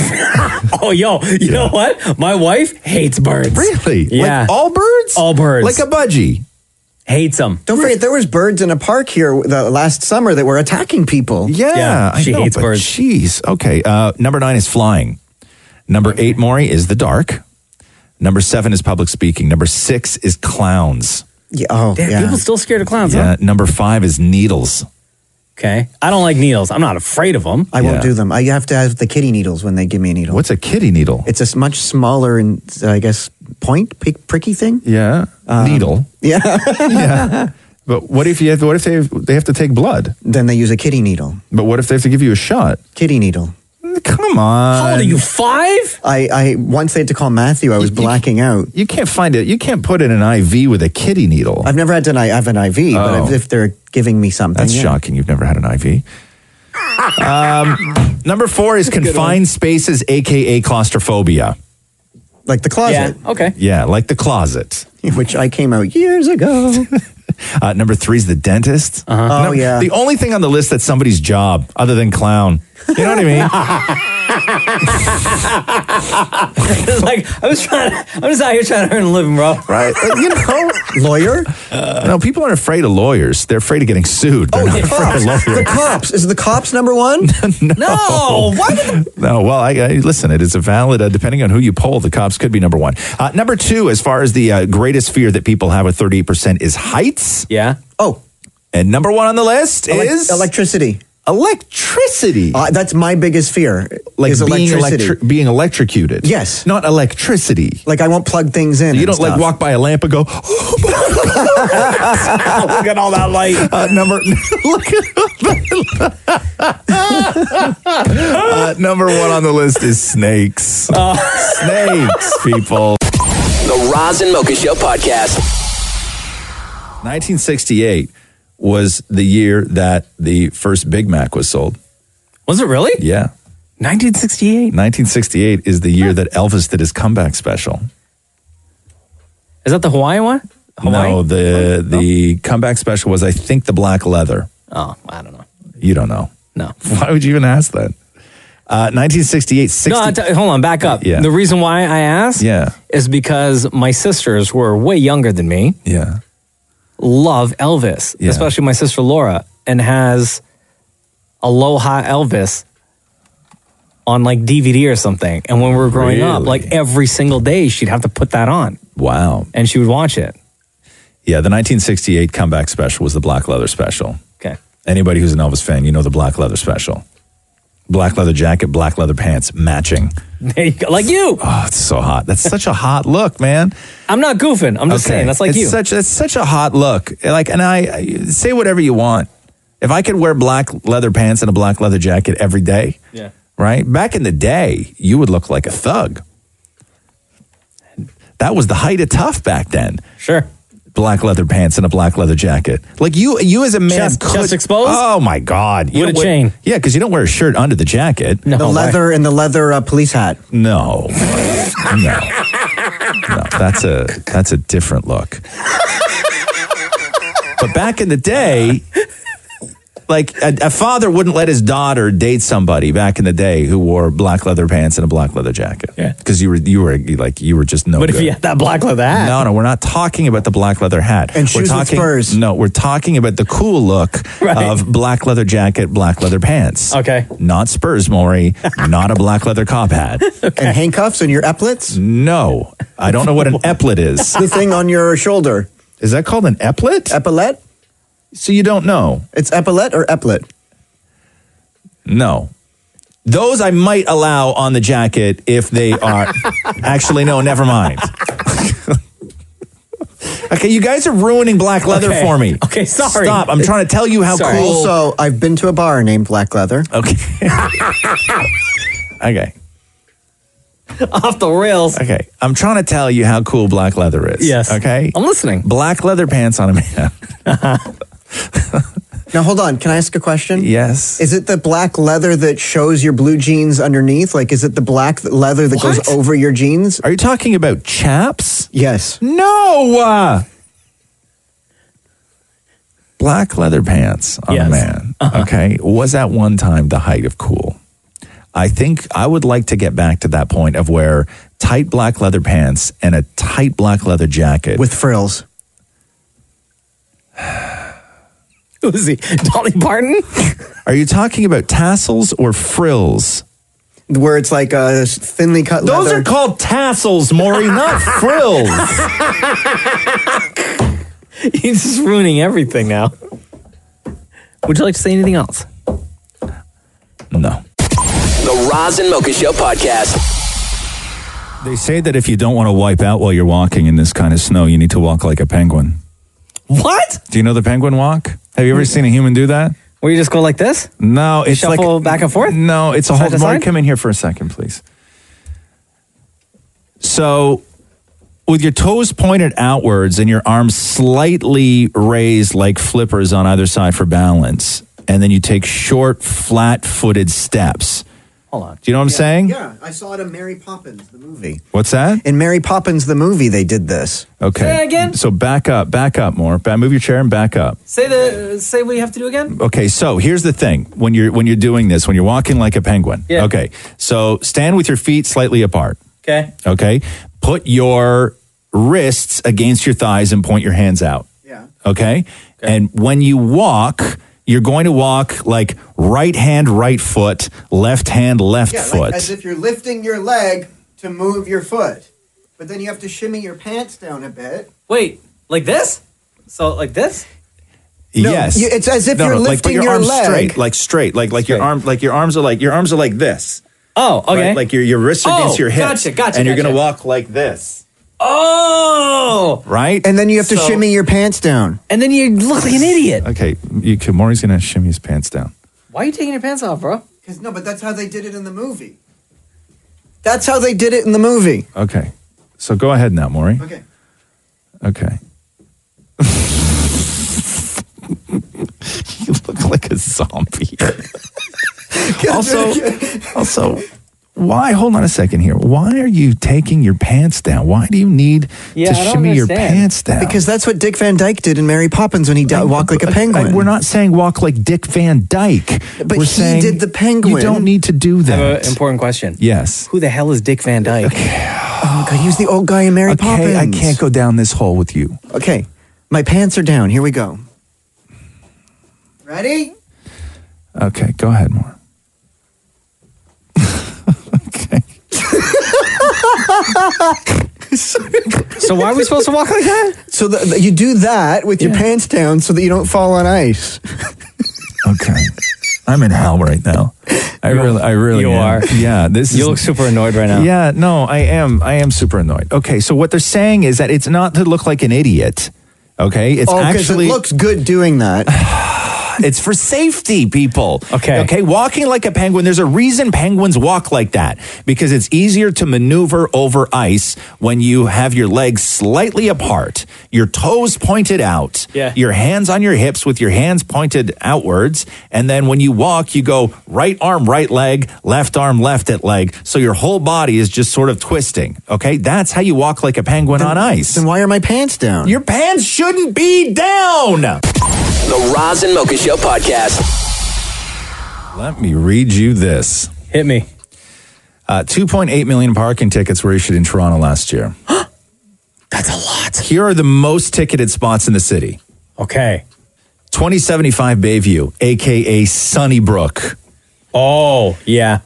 Speaker 2: oh, yo, you know what? My wife hates birds.
Speaker 3: Really?
Speaker 2: Yeah.
Speaker 6: Like
Speaker 3: all birds?
Speaker 2: All birds.
Speaker 6: Like a
Speaker 3: budgie.
Speaker 2: Hates them.
Speaker 6: Don't forget, there was birds in a park here the last summer that were attacking people.
Speaker 3: Yeah, I know, but Jeez. Okay. Uh, number nine is flying. Number eight, Maury, is the dark. Number seven is public speaking. Number six is clowns.
Speaker 6: Yeah. Oh,
Speaker 2: Damn, people still scared of clowns.
Speaker 3: Yeah.
Speaker 2: Huh?
Speaker 3: Number five is needles.
Speaker 2: Okay, I don't like needles. I'm not afraid of them.
Speaker 6: I won't do them. I have to have the kitty needles when they give me a needle.
Speaker 3: What's a kitty needle?
Speaker 6: It's a s- much smaller and I guess point pick, pricky thing. Um,
Speaker 3: Yeah. needle.
Speaker 6: Yeah.
Speaker 3: yeah. But what if you have, what if they they have to take blood?
Speaker 6: Then they use a kitty needle.
Speaker 3: But what if they have to give you a shot?
Speaker 6: Kitty needle.
Speaker 3: Come on.
Speaker 6: How old are
Speaker 3: you,
Speaker 2: Five?
Speaker 6: I, I once they had to call Matthew. I was blacking out.
Speaker 3: You can't find it. You can't put in an IV with a kitty needle.
Speaker 6: I've never had to. I have an IV,
Speaker 3: Oh.
Speaker 6: but if, if they're giving me something,
Speaker 3: That's
Speaker 6: yeah.
Speaker 3: shocking. You've never had an IV. um, number four is confined spaces, aka claustrophobia.
Speaker 6: Like the closet.
Speaker 2: Yeah. Okay.
Speaker 3: Yeah, like the closet.
Speaker 6: Which I came out years ago.
Speaker 3: Uh, number three is the dentist.
Speaker 6: Oh,
Speaker 3: Num-
Speaker 6: yeah.
Speaker 3: The only thing on the list that's somebody's job, other than clown. You know what I mean?
Speaker 2: It's like I was trying. I'm just out here trying to earn a living, bro.
Speaker 3: Right? You know,
Speaker 6: lawyer.
Speaker 3: no, people aren't afraid of lawyers. They're afraid of getting sued. They're not afraid of lawyers.
Speaker 6: Oh, The cops. Is the cops number one?
Speaker 3: no.
Speaker 2: Oh,
Speaker 6: no. Why did
Speaker 3: No, well, I, I listen. It is a valid. Uh, depending on who you poll, the cops could be number one. Uh, number two, as far as the uh, greatest fear that people have with thirty eight percent is heights.
Speaker 2: Yeah.
Speaker 6: Oh,
Speaker 3: and number one on the list
Speaker 6: Elec-
Speaker 3: is
Speaker 6: electricity.
Speaker 3: Electricity.
Speaker 6: Uh, that's my biggest fear.
Speaker 3: like
Speaker 6: is
Speaker 3: being
Speaker 6: electricity.
Speaker 3: electri- being electrocuted.
Speaker 6: Yes.
Speaker 3: not electricity.
Speaker 6: Like I won't plug things in.
Speaker 3: You
Speaker 6: and
Speaker 3: don't like
Speaker 6: stuff.
Speaker 3: walk by a lamp and go, oh look at all that light. Uh, number look uh, number one on the list is snakes.
Speaker 6: Uh.
Speaker 3: Snakes, people.
Speaker 13: The Roz and Mocha Show podcast.
Speaker 3: 1968 was the year that the first Big Mac was sold.
Speaker 2: Was it really?
Speaker 3: Yeah.
Speaker 2: 1968.
Speaker 3: 1968 is the year that Elvis did his comeback special.
Speaker 2: Is that the Hawaiian one?
Speaker 3: No, the the comeback special was I think the black leather.
Speaker 2: Oh, I don't know.
Speaker 3: You don't know.
Speaker 2: No.
Speaker 3: Why would you even ask that? Uh, 1968, 60.
Speaker 2: No, I t- hold on, back up.
Speaker 3: Yeah.
Speaker 2: The reason why I asked
Speaker 3: Yeah.
Speaker 2: is because my sisters were way younger than me.
Speaker 3: Yeah.
Speaker 2: Love Elvis,
Speaker 3: Yeah.
Speaker 2: especially my sister Laura, and has Aloha Elvis on like DVD or something. And when we were growing up,
Speaker 3: Really?
Speaker 2: like every single day, she'd have to put that on.
Speaker 3: Wow.
Speaker 2: And she would watch it.
Speaker 3: Yeah, the 1968 comeback special was the black leather special.
Speaker 2: Okay.
Speaker 3: Anybody who's an Elvis fan, you know the black leather special. Black leather jacket, black leather pants, matching.
Speaker 2: There you go. Like you.
Speaker 3: Oh, it's so hot. That's such a hot look, man.
Speaker 2: I'm not goofing. I'm just saying. That's like
Speaker 3: it's
Speaker 2: you.
Speaker 3: Such it's such a hot look. Like, and I I- say whatever you want. If I could wear black leather pants and a black leather jacket every day,
Speaker 2: yeah.
Speaker 3: right? Back in the day, you would look like a thug. That was the height of tough back then.
Speaker 2: Sure.
Speaker 3: Black leather pants and a black leather jacket. Like you, you as a man,
Speaker 2: Chest-
Speaker 3: could,
Speaker 2: chest exposed?
Speaker 3: Oh my god! You
Speaker 6: With a
Speaker 3: don't wear-
Speaker 6: chain.
Speaker 3: Yeah, because you don't wear a shirt under the jacket.
Speaker 6: the leather and the leather uh, police hat.
Speaker 3: No, no, no. That's a that's a different look. But back in the day, like a, a father wouldn't let his daughter date somebody back in the day who wore black leather pants and a black leather jacket. Yeah, because you were you were like you were just no.
Speaker 2: but if
Speaker 3: good.
Speaker 2: you had that black leather hat.
Speaker 3: No, no, we're not talking about the black leather hat.
Speaker 2: And
Speaker 3: we're
Speaker 2: shoes with
Speaker 3: talking,
Speaker 2: spurs.
Speaker 3: No, we're talking about the cool look of black leather jacket, black leather pants.
Speaker 2: Okay.
Speaker 3: Not spurs, Maury. not a black leather cop hat.
Speaker 6: And handcuffs and your epaulets?
Speaker 3: No. I don't know what an epaulet is.
Speaker 6: the thing on your shoulder.
Speaker 3: Is that called an epaulet?
Speaker 6: Epaulet?
Speaker 3: So you don't know.
Speaker 6: It's epaulet or epaulet?
Speaker 3: No. Those I might allow on the jacket if they are. Actually, no, never mind. okay, you guys are ruining black leather
Speaker 6: Okay.
Speaker 3: for me.
Speaker 6: Okay, sorry.
Speaker 3: Stop. I'm trying to tell you how cool.
Speaker 6: Also, I've been to a bar named Black Leather.
Speaker 3: Okay. okay.
Speaker 2: Off the rails.
Speaker 3: Okay. I'm trying to tell you how cool black leather is.
Speaker 2: Yes.
Speaker 3: Okay.
Speaker 2: I'm listening.
Speaker 3: Black leather pants on a man.
Speaker 6: Now hold on. Can I ask a question?
Speaker 3: Yes.
Speaker 6: Is it the black leather that shows your blue jeans underneath? Like, is it the black leather that goes over your jeans?
Speaker 3: Are you talking about chaps?
Speaker 6: Yes.
Speaker 3: No. Uh, black leather pants on a man. Okay. Was at one time the height of cool. I think I would like to get back to that point of where tight black leather pants and a tight black leather jacket
Speaker 6: with frills.
Speaker 2: Who's he? Dolly Parton?
Speaker 3: Are you talking about tassels or frills?
Speaker 6: Where it's like a thinly cut.
Speaker 3: Those are called tassels, Maury, not frills.
Speaker 2: He's just ruining everything now. Would you like to say anything else?
Speaker 13: The Roz and Mocha Show podcast.
Speaker 3: They say that if you don't want to wipe out while you're walking in this kind of snow, you need to walk like a penguin.
Speaker 2: What?
Speaker 3: Do you know the penguin walk? Have you ever seen a human do that?
Speaker 2: Where you just go like this?
Speaker 3: No, it's
Speaker 2: Shuffle
Speaker 3: like
Speaker 2: back and forth?
Speaker 3: No, it's a
Speaker 2: Side
Speaker 3: whole.
Speaker 2: to
Speaker 3: Maury,
Speaker 2: side?
Speaker 3: come in here for a second, please. So, with your toes pointed outwards and your arms slightly raised like flippers on either side for balance, and then you take short, flat-footed steps.
Speaker 6: Hold on.
Speaker 3: Do you know what I'm saying?
Speaker 6: Yeah, I saw it in Mary Poppins, the movie.
Speaker 3: What's that?
Speaker 6: In Mary Poppins, the movie, they did this.
Speaker 3: Okay.
Speaker 6: Say that again?
Speaker 3: So back up, back up more. Ba- Move your chair and back up.
Speaker 2: Say the say what you have to do again.
Speaker 3: Okay, so here's the thing: when you're when you're doing this, when you're walking like a penguin.
Speaker 2: Yeah.
Speaker 3: Okay, so stand with your feet slightly apart.
Speaker 2: Okay.
Speaker 3: Okay, put your wrists against your thighs and point your hands out. Yeah. Okay, and when you walk. You're going to walk like right hand, right foot, left hand, left
Speaker 6: yeah,
Speaker 3: foot.
Speaker 6: Like, as if you're lifting your leg to move your foot, but then you have to shimmy your pants down a bit.
Speaker 2: Wait, like this? So like this?
Speaker 6: No,
Speaker 3: yes,
Speaker 6: you- it's as if you're
Speaker 3: like, put
Speaker 6: lifting your
Speaker 3: arms
Speaker 6: leg.
Speaker 3: straight, like straight, like like your arm, like your arms are like your arms are like this.
Speaker 2: Oh, okay.
Speaker 3: Like your your wrists are
Speaker 2: Oh,
Speaker 3: against your hips.
Speaker 2: gotcha, gotcha,
Speaker 3: And you're
Speaker 2: gotcha.
Speaker 3: gonna walk like this.
Speaker 2: Oh.
Speaker 3: Right?
Speaker 6: And then you have to
Speaker 3: So-
Speaker 6: shimmy your pants down.
Speaker 2: And then you look like an idiot.
Speaker 3: Okay, you, Maury's gonna shimmy his pants down.
Speaker 2: Why are you taking your pants off, bro?
Speaker 6: Because no, but that's how they did it in the movie. That's how they did it in the movie.
Speaker 3: Okay, so go ahead now, Maury.
Speaker 6: Okay.
Speaker 3: Okay. you look like a zombie. also, also, why? Hold on a second here. Why are you taking your pants down? Why do you need to shimmy your pants down?
Speaker 6: Because that's what Dick Van Dyke did in Mary Poppins when he di- walked like a penguin.
Speaker 3: we're not saying walk like Dick Van Dyke.
Speaker 6: But
Speaker 3: we're
Speaker 6: he
Speaker 3: saying
Speaker 6: did the penguin.
Speaker 3: You don't need to do
Speaker 2: I
Speaker 3: that.
Speaker 2: have an important question.
Speaker 3: Yes.
Speaker 2: Who the hell is Dick Van Dyke?
Speaker 6: Oh, God, he was the old guy in Mary Poppins.
Speaker 3: I can't go down this hole with you.
Speaker 6: Okay, my pants are down. Here we go. Ready?
Speaker 3: Okay, go ahead, Mark.
Speaker 2: so why are we supposed to walk like that?
Speaker 6: So the, the- you do that with your pants down so that you don't fall on ice.
Speaker 3: Okay. I'm in hell right now. I really, I really.
Speaker 2: you
Speaker 3: am.
Speaker 2: are.
Speaker 3: Yeah, this.
Speaker 2: You
Speaker 3: is,
Speaker 2: look super annoyed right now.
Speaker 3: Yeah, no, I am. I am super annoyed. Okay, so what they're saying is that it's not to look like an idiot. Okay, it's
Speaker 6: Oh, 'cause it
Speaker 3: actually
Speaker 6: looks good doing that.
Speaker 3: it's for safety, people. Okay, okay, walking like a penguin. There's a reason penguins walk like that because it's easier to maneuver over ice when you have your legs slightly apart, your toes pointed out,
Speaker 2: Yeah.
Speaker 3: your hands on your hips with your hands pointed outwards. And then when you walk, you go right arm, right leg, left arm, left at leg. So your whole body is just sort of twisting. Okay. That's how you walk like a penguin on ice. Then
Speaker 6: why are my pants down?
Speaker 3: Your pants shouldn't be down.
Speaker 13: The Roz and Mocha Show podcast.
Speaker 3: Let me read you this.
Speaker 2: Hit me.
Speaker 3: Uh, 2.8 million parking tickets were issued in Toronto last year. That's a lot. Here are the most ticketed spots in the city.
Speaker 2: Okay.
Speaker 3: 2075 Bayview, aka Sunnybrook.
Speaker 2: Oh, yeah.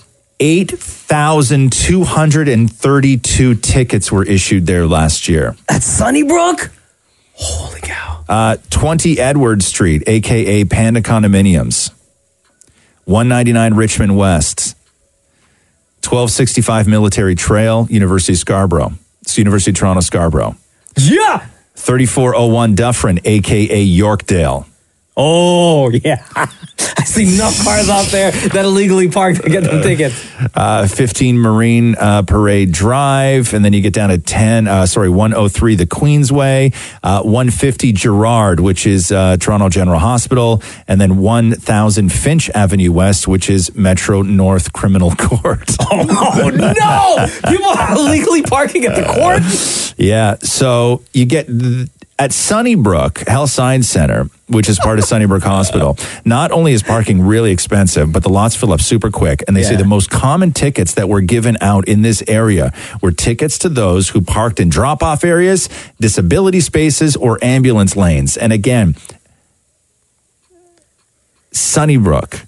Speaker 3: 8,232 tickets were issued there last year.
Speaker 2: That's Sunnybrook?
Speaker 3: Uh, 20 Edward Street, aka Panda Condominiums. 199 Richmond West. 1265 Military Trail, University of Scarborough. It's University of Toronto Scarborough.
Speaker 2: Yeah.
Speaker 3: 3401 Dufferin, aka Yorkdale.
Speaker 2: Oh, yeah. I see enough cars out there that illegally parked to get them tickets.
Speaker 3: uh, 15 Marine uh, Parade Drive, and then you get down to 10, uh, sorry, 103 the Queensway, uh, 150 Gerard, which is uh, Toronto General Hospital, and then 1000 Finch Avenue West, which is Metro North Criminal Court.
Speaker 2: Oh no! People are illegally parking at the court.
Speaker 3: Yeah. So you get at Sunnybrook Health Science Center, which is part of Sunnybrook Hospital. Not only is parking really expensive, but the lots fill up super quick. And they say
Speaker 10: Yeah.
Speaker 3: the most common tickets that were given out in this area were tickets to those who parked in drop off areas, disability spaces, or ambulance lanes. And again, Sunnybrook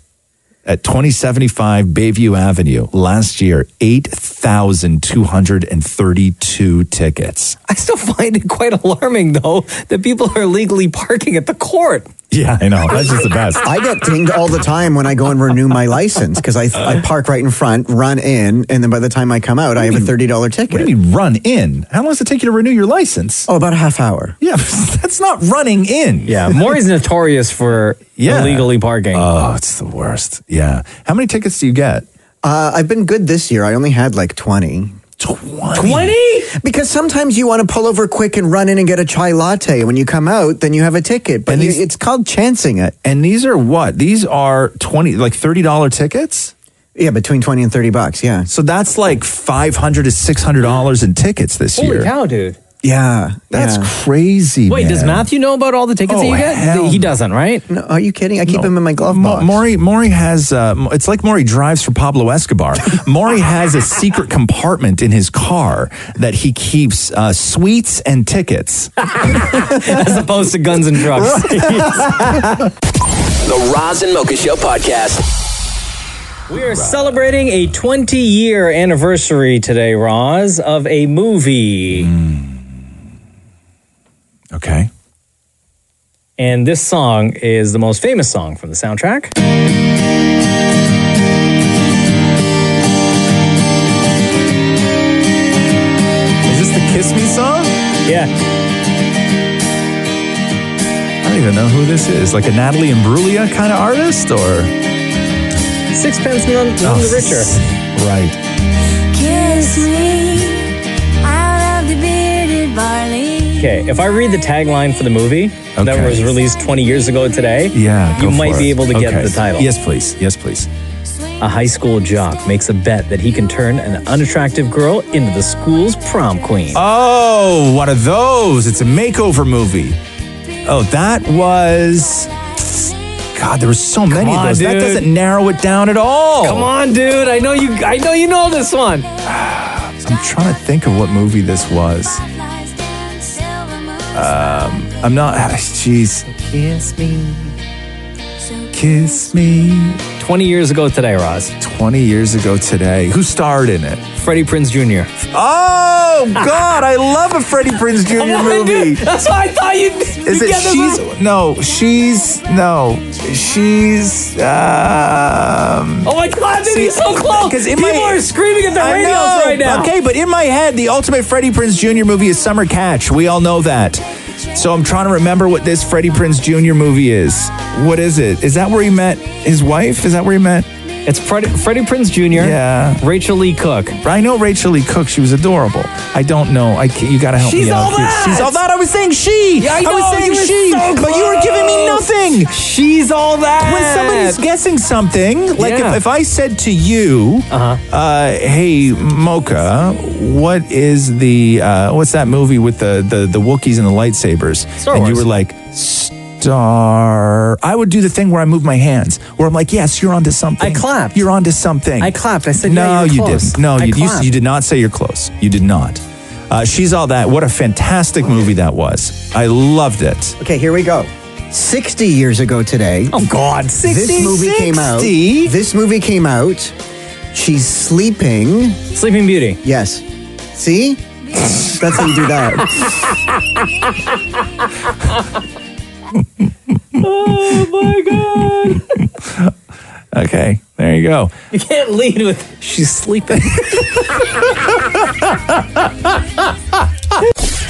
Speaker 3: at 2075 Bayview Avenue last year, 8,232 tickets.
Speaker 2: I still find it quite alarming, though, that people are illegally parking at the court.
Speaker 3: Yeah, I know. That's just the best.
Speaker 6: I get dinged all the time when I go and renew my license because I, I park right in front, run in, and then by the time I come out, I have a thirty dollar ticket. What do
Speaker 3: you mean run in? How long does it take you to renew your license?
Speaker 6: Oh, about a half hour.
Speaker 3: Yeah, that's not running in.
Speaker 2: Yeah, Maury's notorious for illegally parking.
Speaker 3: Oh, it's the worst. Yeah. How many tickets do you get?
Speaker 6: Uh, I've been good this year. I only had like 20.
Speaker 3: 20?
Speaker 6: Because sometimes you want to pull over quick and run in and get a chai latte. When you come out, then you have a ticket. But you, it's called chancing it.
Speaker 3: And these are what? These are 20, like $30 tickets?
Speaker 6: Yeah, between 20 and 30 bucks. Yeah.
Speaker 3: So that's like 500 to $600 in tickets this
Speaker 2: Holy
Speaker 3: year.
Speaker 2: cow, dude.
Speaker 6: Yeah.
Speaker 3: That's
Speaker 2: yeah.
Speaker 3: crazy.
Speaker 2: Wait,
Speaker 3: man.
Speaker 2: does Matthew know about all the tickets
Speaker 3: Oh,
Speaker 2: that you get?
Speaker 3: hell
Speaker 2: he doesn't, right?
Speaker 6: No, are you kidding? I keep him in my glove
Speaker 3: box. Maury, Maury has, uh, m- it's like Maury drives for Pablo Escobar. Maury has a secret compartment in his car that he keeps uh, sweets and tickets.
Speaker 2: As opposed to guns and drugs. Oh,
Speaker 13: The Roz and Mocha Show podcast.
Speaker 2: We are celebrating a 20 year anniversary today, Roz, of a movie.
Speaker 3: Hmm. Okay.
Speaker 2: And this song is the most famous song from the soundtrack.
Speaker 3: Is this the Kiss Me song?
Speaker 2: Yeah.
Speaker 3: I don't even know who this is. Like a Natalie Imbruglia kind of artist or?
Speaker 2: Sixpence none, none
Speaker 3: Oh,
Speaker 2: the richer.
Speaker 3: Right.
Speaker 14: Kiss me out of the bearded barley.
Speaker 2: Okay, if I read the tagline for the movie that was released 20 years ago today,
Speaker 3: Yeah.
Speaker 2: you
Speaker 3: go
Speaker 2: might
Speaker 3: for
Speaker 2: be
Speaker 3: it.
Speaker 2: able to get
Speaker 3: Okay.
Speaker 2: the title.
Speaker 3: Yes, please. Yes, please.
Speaker 2: A high school jock makes a bet that he can turn an unattractive girl into the school's prom queen.
Speaker 3: Oh, what are those? It's a makeover movie. Oh, that was. God, there were so many
Speaker 2: Come
Speaker 3: of
Speaker 2: on,
Speaker 3: those. That
Speaker 2: dude.
Speaker 3: doesn't narrow it down at all.
Speaker 2: Come on, dude. I know you I know you know this one.
Speaker 3: I'm trying to think of what movie this was. Um, I'm not. Jeez.
Speaker 2: Kiss me.
Speaker 3: Kiss me.
Speaker 2: 20 years ago today, Roz.
Speaker 3: 20 years ago today. Who starred in it?
Speaker 2: Freddie Prince Jr.
Speaker 3: Oh God, I love a Freddie Prince Jr. movie.
Speaker 2: Oh That's what I thought you'd.
Speaker 3: Is it she's no, she's no, she's um.
Speaker 2: Oh my God, dude, he's so close. People are screaming at their
Speaker 3: I
Speaker 2: radios
Speaker 3: know.
Speaker 2: right now.
Speaker 3: Okay, but in my head, the ultimate Freddie Prince Jr. movie is Summer Catch. We all know that. So I'm trying to remember what this Freddie Prince Jr. movie is. What is it? Is that where he met his wife? Is that where he met?
Speaker 2: It's Freddie, Freddie Prince Jr. Yeah. Rachel Lee Cook.
Speaker 3: I know Rachel Lee Cook. She was adorable. I don't know. I can't, you gotta help
Speaker 8: She's
Speaker 3: me out.
Speaker 8: all
Speaker 3: here.
Speaker 8: that.
Speaker 3: She's all that. I was saying she.
Speaker 8: Yeah, I
Speaker 3: was
Speaker 8: know,
Speaker 3: saying
Speaker 8: you were
Speaker 3: she,
Speaker 8: so
Speaker 3: but you were giving me
Speaker 8: close.
Speaker 3: nothing.
Speaker 2: She's all that.
Speaker 3: When somebody's guessing something, like
Speaker 8: Yeah.
Speaker 3: if, if I said to you, uh-huh. "Hey, Mocha, what is the uh, what's that movie with the the the Wookiees and the lightsabers?"
Speaker 10: Star
Speaker 3: and you
Speaker 10: Wars.
Speaker 3: were like, "Star," er, I would do the thing where I move my hands, where I'm like, "Yes, you're onto something." I clapped. You're onto something. I
Speaker 2: clapped. I said,
Speaker 3: "No,
Speaker 2: "Yeah, you're
Speaker 3: you
Speaker 2: close."
Speaker 3: didn't. No,
Speaker 2: I
Speaker 3: you, you
Speaker 2: clapped.
Speaker 3: you did not say you're close. You did not." Uh, She's all that. What a fantastic movie that was. I loved it.
Speaker 6: Okay, here we go. 60 years ago today.
Speaker 2: Oh God, 60?
Speaker 6: This movie came out.
Speaker 2: 60?
Speaker 6: This movie came out. She's sleeping.
Speaker 2: Sleeping Beauty.
Speaker 6: Yes. See? That's how you do that.
Speaker 2: oh my Oh God.
Speaker 3: Okay, there you go.
Speaker 2: You can't lead with she's sleeping.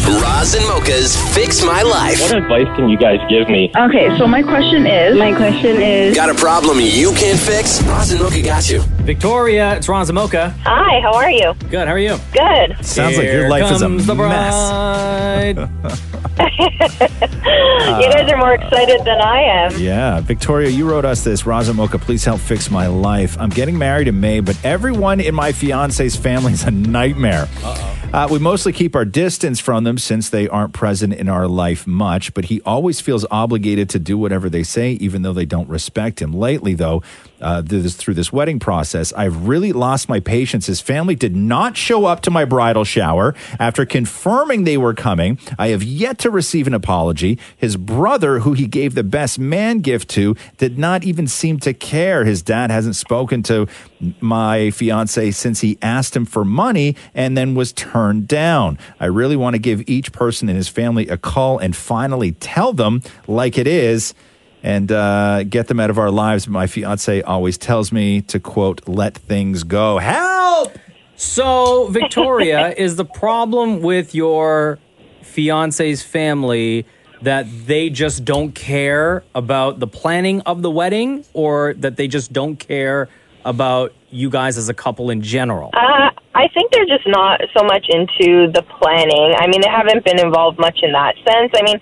Speaker 13: Roz and Mocha's Fix My Life.
Speaker 33: What advice can you guys give me?
Speaker 16: Okay, so my question is. My question is.
Speaker 13: Got a problem you can't fix? Roz and Mocha got you.
Speaker 2: Victoria, it's Ron Zamoka.
Speaker 16: Hi, how are you?
Speaker 2: Good, how are you?
Speaker 16: Good.
Speaker 3: Sounds like your
Speaker 2: Here
Speaker 3: life is a
Speaker 2: comes the
Speaker 3: mess.
Speaker 2: bride.
Speaker 16: you guys are more excited than I am.
Speaker 3: Yeah, Victoria, you wrote us this. Raza Mocha, please help fix my life. I'm getting married in May, but everyone in my fiance's family is a nightmare. Uh, we mostly keep our distance from them since they aren't present in our life much, but he always feels obligated to do whatever they say, even though they don't respect him. Lately, though, uh, through, this, through this wedding process, I've really lost my patience. His family did not show up to my bridal shower after confirming they were coming. I have yet to receive an apology. His brother, who he gave the best man gift to, did not even seem to care. His dad hasn't spoken to my fiance since he asked him for money and then was turned down. I really want to give each person in his family a call and finally tell them like it is and uh, get them out of our lives. My fiance always tells me to quote, "Let things go." Help!
Speaker 2: So, Victoria, is the problem with your fiance's family that they just don't care about the planning of the wedding or that they just don't care about you guys as a couple in general?
Speaker 5: Uh, I think they're just not so much into the planning. I mean, they haven't been involved much in that sense. I mean,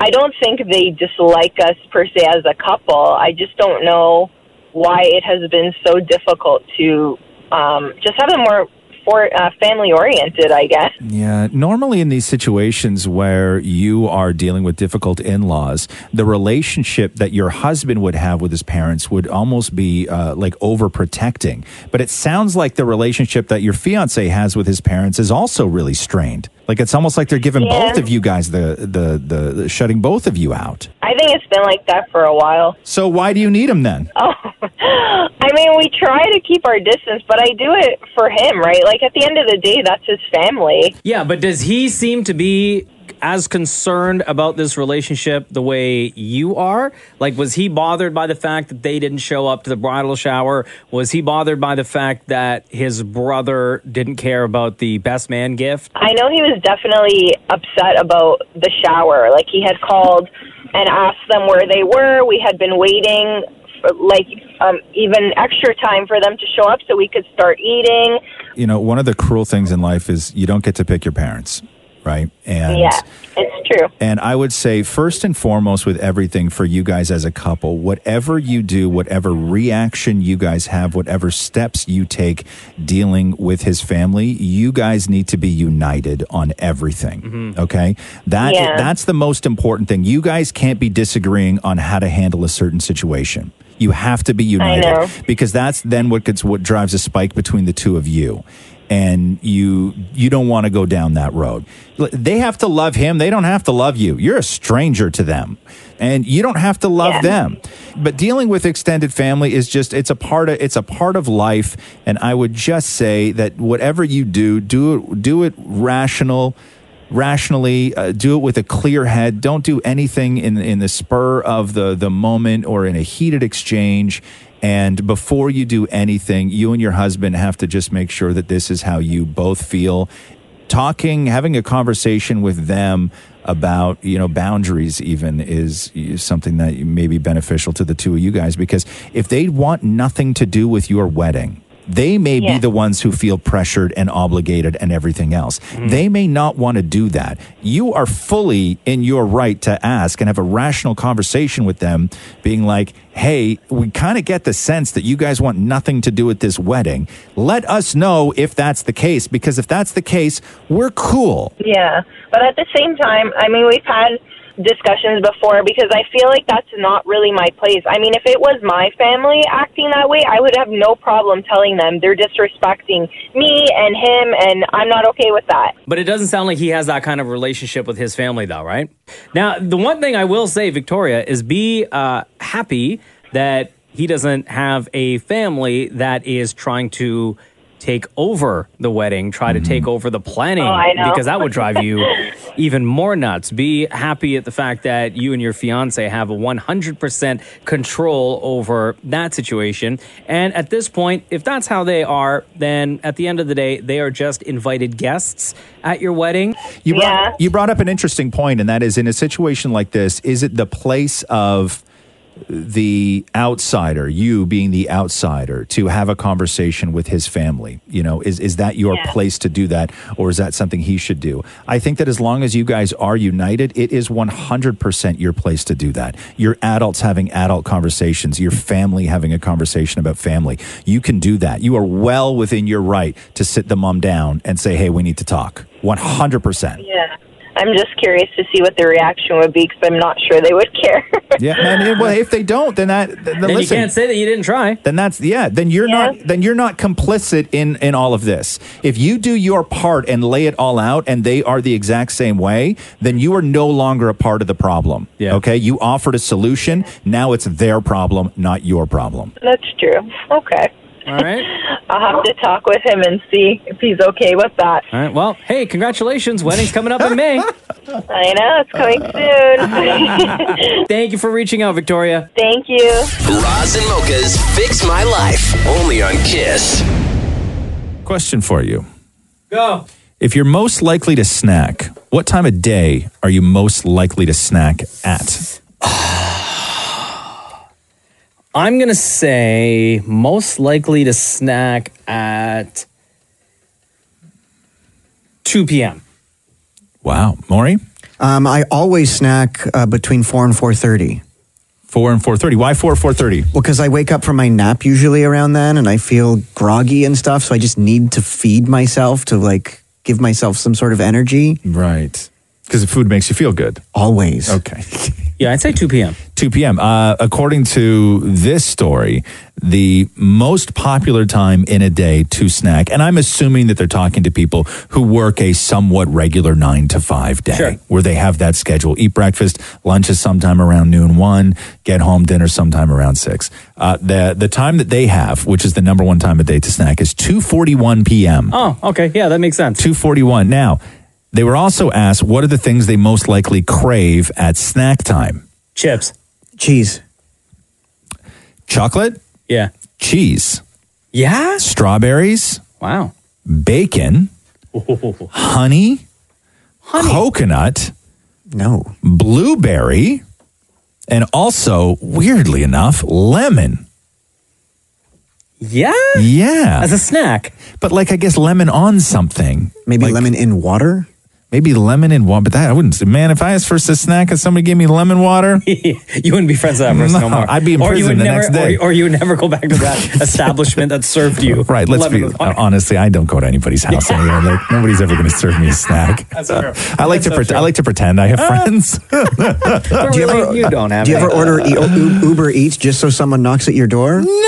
Speaker 5: I don't think they dislike us per se as a couple. I just don't know why it has been so difficult to um, just have them more for uh, family oriented. I guess.
Speaker 3: Yeah. Normally, in these situations where you are dealing with difficult in laws, the relationship that your husband would have with his parents would almost be uh, like overprotecting. But it sounds like the relationship that your fiance has with his parents is also really strained. Like it's almost like they're giving
Speaker 5: Yeah.
Speaker 3: both of you guys the, the, the, the shutting both of you out.
Speaker 5: I think it's been like that for a while.
Speaker 3: So why do you need him then?
Speaker 5: Oh, I mean, we try to keep our distance, but I do it for him, right? Like at the end of the day, that's his family.
Speaker 2: Yeah, but does he seem to be as concerned about this relationship the way you are? Like, was he bothered by the fact that they didn't show up to the bridal shower? Was he bothered by the fact that his brother didn't care about the best man gift?
Speaker 5: I know he was definitely upset about the shower. Like he had called and asked them where they were. We had been waiting for like um, even extra time for them to show up so we could start eating.
Speaker 3: You know, one of the cruel things in life is you don't get to pick your parents, right? And
Speaker 5: yeah, it's true.
Speaker 3: And I would say, first and foremost, with everything for you guys as a couple, whatever you do, whatever reaction you guys have, whatever steps you take dealing with his family, you guys need to be united on everything. Okay, that
Speaker 8: Yeah.
Speaker 3: that's the most important thing. You guys can't be disagreeing on how to handle a certain situation. You have to be
Speaker 8: know.
Speaker 3: united because that's then what gets what drives a spike between the two of you and you you don't want to go down that road L- they have to love him they don't have to love you you're a stranger to them and you don't have to love them but dealing with extended family is just it's a part of it's a part of life and i would just say that whatever you do do it do it rational rationally uh, do it with a clear head don't do anything in in the spur of the the moment or in a heated exchange and before you do anything you and your husband have to just make sure that this is how you both feel talking having a conversation with them about you know boundaries even is is something that may be beneficial to the two of you guys because if they want nothing to do with your wedding they may
Speaker 34: Yeah.
Speaker 3: be the ones who feel pressured and obligated and everything else. They may not want to do that. You are fully in your right to ask and have a rational conversation with them, being like, hey, we kind of get the sense that you guys want nothing to do with this wedding. Let us know if that's the case, because if that's the case, we're cool.
Speaker 5: Yeah, but at the same time, I mean, we've had discussions before because I feel like that's not really my place. I mean, if it was my family acting that way, I would have no problem telling them they're disrespecting me and him, and I'm not okay with that.
Speaker 2: But it doesn't sound like he has that kind of relationship with his family, though, right? Now, the one thing I will say, Victoria, is be uh, happy that he doesn't have a family that is trying to take over the wedding, try to take over the planning,
Speaker 17: Oh, I know.
Speaker 2: because that would drive you even more nuts. Be happy at the fact that you and your fiance have 100% control over that situation. And at this point, if that's how they are, then at the end of the day, they are just invited guests at your wedding.
Speaker 3: You brought, you brought up an interesting point, and that is in a situation like this, is it the place of the outsider, you being the outsider, to have a conversation with his family? You know, is, is that your
Speaker 24: Yeah.
Speaker 3: place to do that, or is that something he should do? I think that as long as you guys are united, it is 100% your place to do that. Your adults having adult conversations, your family having a conversation about family. You can do that. You are well within your right to sit the mom down and say, hey, we need to talk. 100%.
Speaker 12: Yeah. I'm just curious to see what the reaction would be because I'm not sure they would care.
Speaker 3: Yeah, and it- well, if they don't, then that then,
Speaker 12: Then you
Speaker 3: listen,
Speaker 12: can't
Speaker 2: say that you didn't try.
Speaker 3: Then that's yeah. Then you're not then you're not complicit in in all of this. If you do your part and lay it all out, and they are the exact same way, then you are no longer a part of the problem. Yeah. Okay. You offered a solution. Now it's their problem, not your problem.
Speaker 12: That's true. Okay.
Speaker 2: All right.
Speaker 12: I'll have to talk with him and see if he's okay with that.
Speaker 2: All right. Well, hey, congratulations. Wedding's coming up in May.
Speaker 12: I know, it's coming soon.
Speaker 2: Thank you for reaching out, Victoria.
Speaker 12: Thank you.
Speaker 13: Roz and Mocha's Fix My Life, only on Kiss.
Speaker 3: Question for you:
Speaker 2: Go.
Speaker 3: If you're most likely to snack, what time of day are you most likely to snack at?
Speaker 2: I'm going to say most likely to snack at 2 p.m.
Speaker 3: Wow, Maury.
Speaker 6: Um, I always snack uh, between four and four thirty.
Speaker 3: Four and four thirty. Why four four thirty?
Speaker 6: Well, because I wake up from my nap usually around then, and I feel groggy and stuff. So I just need to feed myself to like give myself some sort of energy.
Speaker 3: Right. Because food makes you feel good.
Speaker 6: Always.
Speaker 3: Okay.
Speaker 2: Yeah, I'd say 2 p.m.
Speaker 3: 2 p.m. Uh, according to this story, the most popular time in a day to snack, and I'm assuming that they're talking to people who work a somewhat regular nine to five day, where they have that schedule: eat breakfast, lunch is sometime around noon, one, get home, dinner sometime around six. Uh, the the time that they have, which is the number one time of day to snack, is 2:41 p.m.
Speaker 2: Oh, okay. Yeah, that makes sense.
Speaker 3: 241. Now, they were also asked what are the things they most likely crave at snack time?
Speaker 2: Chips.
Speaker 6: Cheese.
Speaker 3: Chocolate?
Speaker 2: Yeah.
Speaker 3: Cheese.
Speaker 2: Yeah.
Speaker 3: Strawberries?
Speaker 2: Wow.
Speaker 3: Bacon? Honey? Coconut?
Speaker 6: No.
Speaker 3: Blueberry? And also, weirdly enough, lemon.
Speaker 2: Yeah?
Speaker 3: Yeah.
Speaker 2: As a snack.
Speaker 3: But like I guess lemon on something.
Speaker 6: Maybe lemon in water?
Speaker 3: Maybe lemon in water, but that I wouldn't say man, if I asked for a snack and somebody gave me lemon water,
Speaker 2: you wouldn't be friends with that person no, more.
Speaker 3: I'd be in
Speaker 2: or you
Speaker 3: prison
Speaker 2: would
Speaker 3: the
Speaker 2: never,
Speaker 3: next day.
Speaker 2: Or, or you would never go back to that establishment that served you.
Speaker 3: Right. Let's
Speaker 2: Lemon
Speaker 3: be
Speaker 2: with
Speaker 3: honestly. I don't go to anybody's house anyway. Like, nobody's ever going to serve me a snack.
Speaker 2: That's true.
Speaker 3: I like to pret I like to pretend I have friends.
Speaker 6: do you ever,
Speaker 2: you don't have
Speaker 6: Do you
Speaker 2: it.
Speaker 6: ever order e- U- Uber Eats just so someone knocks at your door?
Speaker 3: No.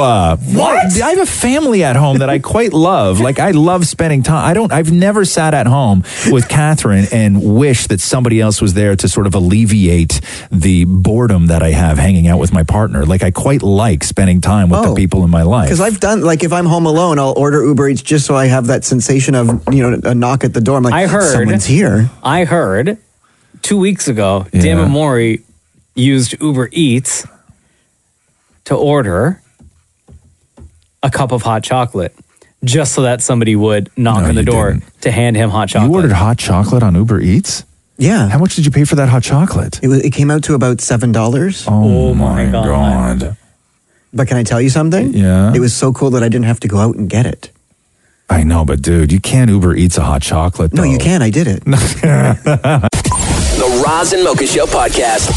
Speaker 3: Uh, what? I have a family at home that I quite love. Like I love spending time. I don't. I've never sat at home with Catherine and wished that somebody else was there to sort of alleviate the boredom that I have hanging out with my partner. Like I quite like spending time with the people in my life.
Speaker 6: Because I've done like if I'm home alone, I'll order Uber Eats just so I have that sensation of you know a knock at the door. I'm like,
Speaker 2: I heard
Speaker 6: someone's here.
Speaker 2: I heard two weeks ago, Dan Mori used Uber Eats to order a cup of hot chocolate just so that somebody would knock on the door to hand him hot chocolate.
Speaker 3: You ordered hot chocolate on Uber Eats.
Speaker 6: Yeah.
Speaker 3: How much did you pay for that hot chocolate?
Speaker 6: It, was, it came out to about seven dollars.
Speaker 3: Oh, my god.
Speaker 6: But can I tell you something?
Speaker 3: Yeah.
Speaker 6: It was so cool that I didn't have to go out and get it.
Speaker 3: I know, but dude, you can't Uber Eats a hot chocolate.
Speaker 6: No, you can. I did it.
Speaker 13: The Roz and Mocha Show podcast.